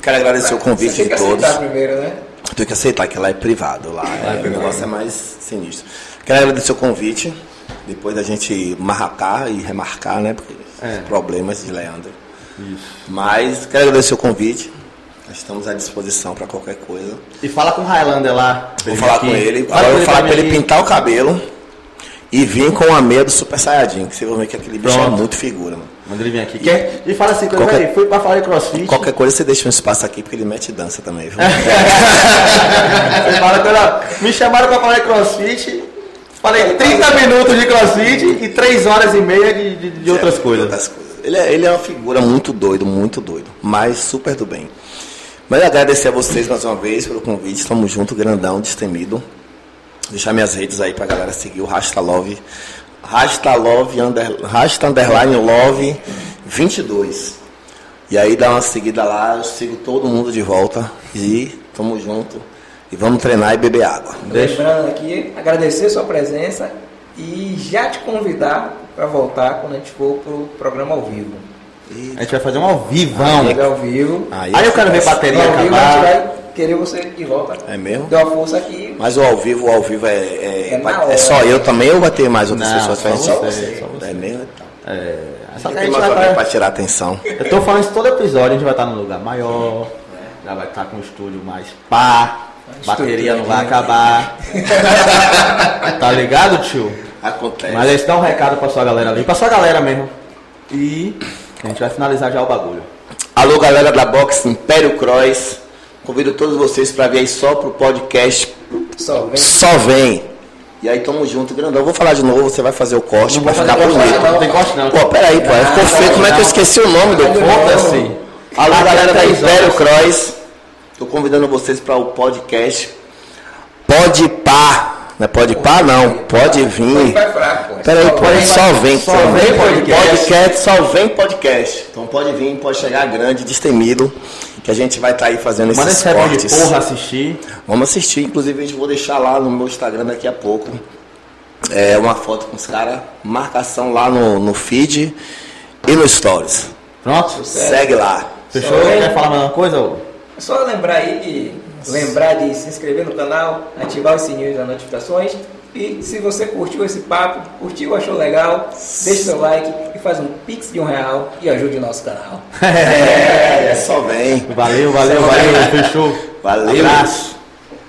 [SPEAKER 2] quero agradecer o convite
[SPEAKER 3] Você tem
[SPEAKER 2] de
[SPEAKER 3] que
[SPEAKER 2] todos.
[SPEAKER 3] aceitar primeiro, né?
[SPEAKER 2] Tem que aceitar que lá é privado, lá é, o negócio é mais sinistro. Quero agradecer o convite, depois da gente marcar e remarcar, né? Porque
[SPEAKER 1] É.
[SPEAKER 2] problemas de Leandro.
[SPEAKER 1] Isso.
[SPEAKER 2] Mas quero agradecer o convite. Nós Estamos à disposição para qualquer coisa.
[SPEAKER 1] E fala com o Highlander lá.
[SPEAKER 2] Vou falar com ele. Agora eu vou falar para ele
[SPEAKER 1] pintar.
[SPEAKER 2] pintar o cabelo e vir com a meia do Super Saiyajin, que vocês vão ver que aquele bicho é
[SPEAKER 1] Pronto.
[SPEAKER 2] muito figura, mano.
[SPEAKER 1] Manda ele vir aqui. Quer? E fala assim, quando
[SPEAKER 2] Qualquer-
[SPEAKER 1] aí, fui pra falar de crossfit.
[SPEAKER 2] Qualquer coisa você deixa um espaço aqui, porque ele mete dança também, viu?
[SPEAKER 1] Você fala, quando, me chamaram pra falar de crossfit. Falei 30 minutos de crossfit e 3 horas e meia de, de, de outras coisas.
[SPEAKER 2] outras coisas. Ele é, ele é uma figura muito doido, muito doido, mas super do bem. Mas eu agradecer a vocês mais uma vez pelo convite. Estamos junto, grandão, destemido. Deixar minhas redes aí pra galera seguir o Rasta Love. Rasta Love, under, Rasta Underline Love 22. E aí dá uma seguida lá, eu sigo todo mundo de volta. E tamo junto. E vamos treinar e beber água.
[SPEAKER 3] Lembrando aqui, agradecer sua presença e já te convidar para voltar quando a gente for pro programa ao vivo.
[SPEAKER 1] A gente vai fazer um ao vivão.
[SPEAKER 3] Chega é ao vivo.
[SPEAKER 1] Aí eu quero ver bateria
[SPEAKER 3] ao vivo a gente
[SPEAKER 1] acabar.
[SPEAKER 3] vai querer você de volta.
[SPEAKER 2] É mesmo?
[SPEAKER 3] Deu uma força aqui.
[SPEAKER 2] Mas o ao vivo, o ao vivo é, é,
[SPEAKER 3] É na
[SPEAKER 2] é só
[SPEAKER 3] hora.
[SPEAKER 2] eu também ou vai ter mais outras
[SPEAKER 1] Não,
[SPEAKER 2] pessoas pra
[SPEAKER 1] só
[SPEAKER 2] gente?
[SPEAKER 1] você, só você.
[SPEAKER 2] É mesmo? Então.
[SPEAKER 1] É, só que a
[SPEAKER 2] Tem
[SPEAKER 1] gente
[SPEAKER 2] mais
[SPEAKER 1] vai
[SPEAKER 2] alguém
[SPEAKER 1] pra-
[SPEAKER 2] pra tirar atenção.
[SPEAKER 1] Eu tô falando isso todo episódio, a gente vai estar num lugar maior, já vai estar com o estúdio mais pá, bateria não vai acabar. tá ligado, tio?
[SPEAKER 2] Acontece.
[SPEAKER 1] Mas eles dão um recado pra sua galera ali, pra sua galera mesmo. E a gente vai finalizar já o bagulho.
[SPEAKER 2] Alô, galera da Box Império Cross. Convido todos vocês pra vir aí só pro podcast.
[SPEAKER 3] Só vem.
[SPEAKER 2] Só vem. E aí, tamo junto, grandão. Eu Vou falar de novo, você vai fazer o corte pra
[SPEAKER 1] Não
[SPEAKER 2] ficar
[SPEAKER 1] tem corte,
[SPEAKER 2] bonito.
[SPEAKER 1] não tem corte não.
[SPEAKER 2] Pô, peraí, pô. Aí ficou feio. Como é que eu
[SPEAKER 1] não.
[SPEAKER 2] esqueci o nome do
[SPEAKER 1] Foda-se.
[SPEAKER 2] Alô,
[SPEAKER 1] Até
[SPEAKER 2] galera da
[SPEAKER 1] três
[SPEAKER 2] Império
[SPEAKER 1] horas.
[SPEAKER 2] Cross. Tô convidando vocês para o podcast. Pode pá. Não é pode pá, não. Pode vir.
[SPEAKER 3] Vai fraco. pô.
[SPEAKER 2] Peraí, pode só vem.
[SPEAKER 1] só
[SPEAKER 2] pô.
[SPEAKER 1] vem podcast.
[SPEAKER 2] podcast. Só vem podcast. Então pode vir, pode chegar grande, destemido. Que a gente vai estar aí fazendo
[SPEAKER 1] Manda esse
[SPEAKER 2] esses
[SPEAKER 1] rap de
[SPEAKER 2] cortes.
[SPEAKER 1] porra assistir.
[SPEAKER 2] Vamos assistir. Inclusive, a gente vou deixar lá no meu Instagram daqui a pouco. É uma foto com os caras. Marcação lá no, no feed e no stories.
[SPEAKER 1] Pronto?
[SPEAKER 2] Segue lá.
[SPEAKER 1] Fechou?
[SPEAKER 3] Só vem.
[SPEAKER 1] Quer falar mais alguma coisa? ô?
[SPEAKER 3] Só lembrar aí de lembrar de se inscrever no canal, ativar os sininhos das notificações. E se você curtiu esse papo, curtiu, achou legal, deixa seu like e faz um pix de um real e ajude o nosso canal.
[SPEAKER 2] É, só vem.
[SPEAKER 1] Valeu, valeu, valeu. Fechou.
[SPEAKER 2] Valeu.
[SPEAKER 1] Abraço.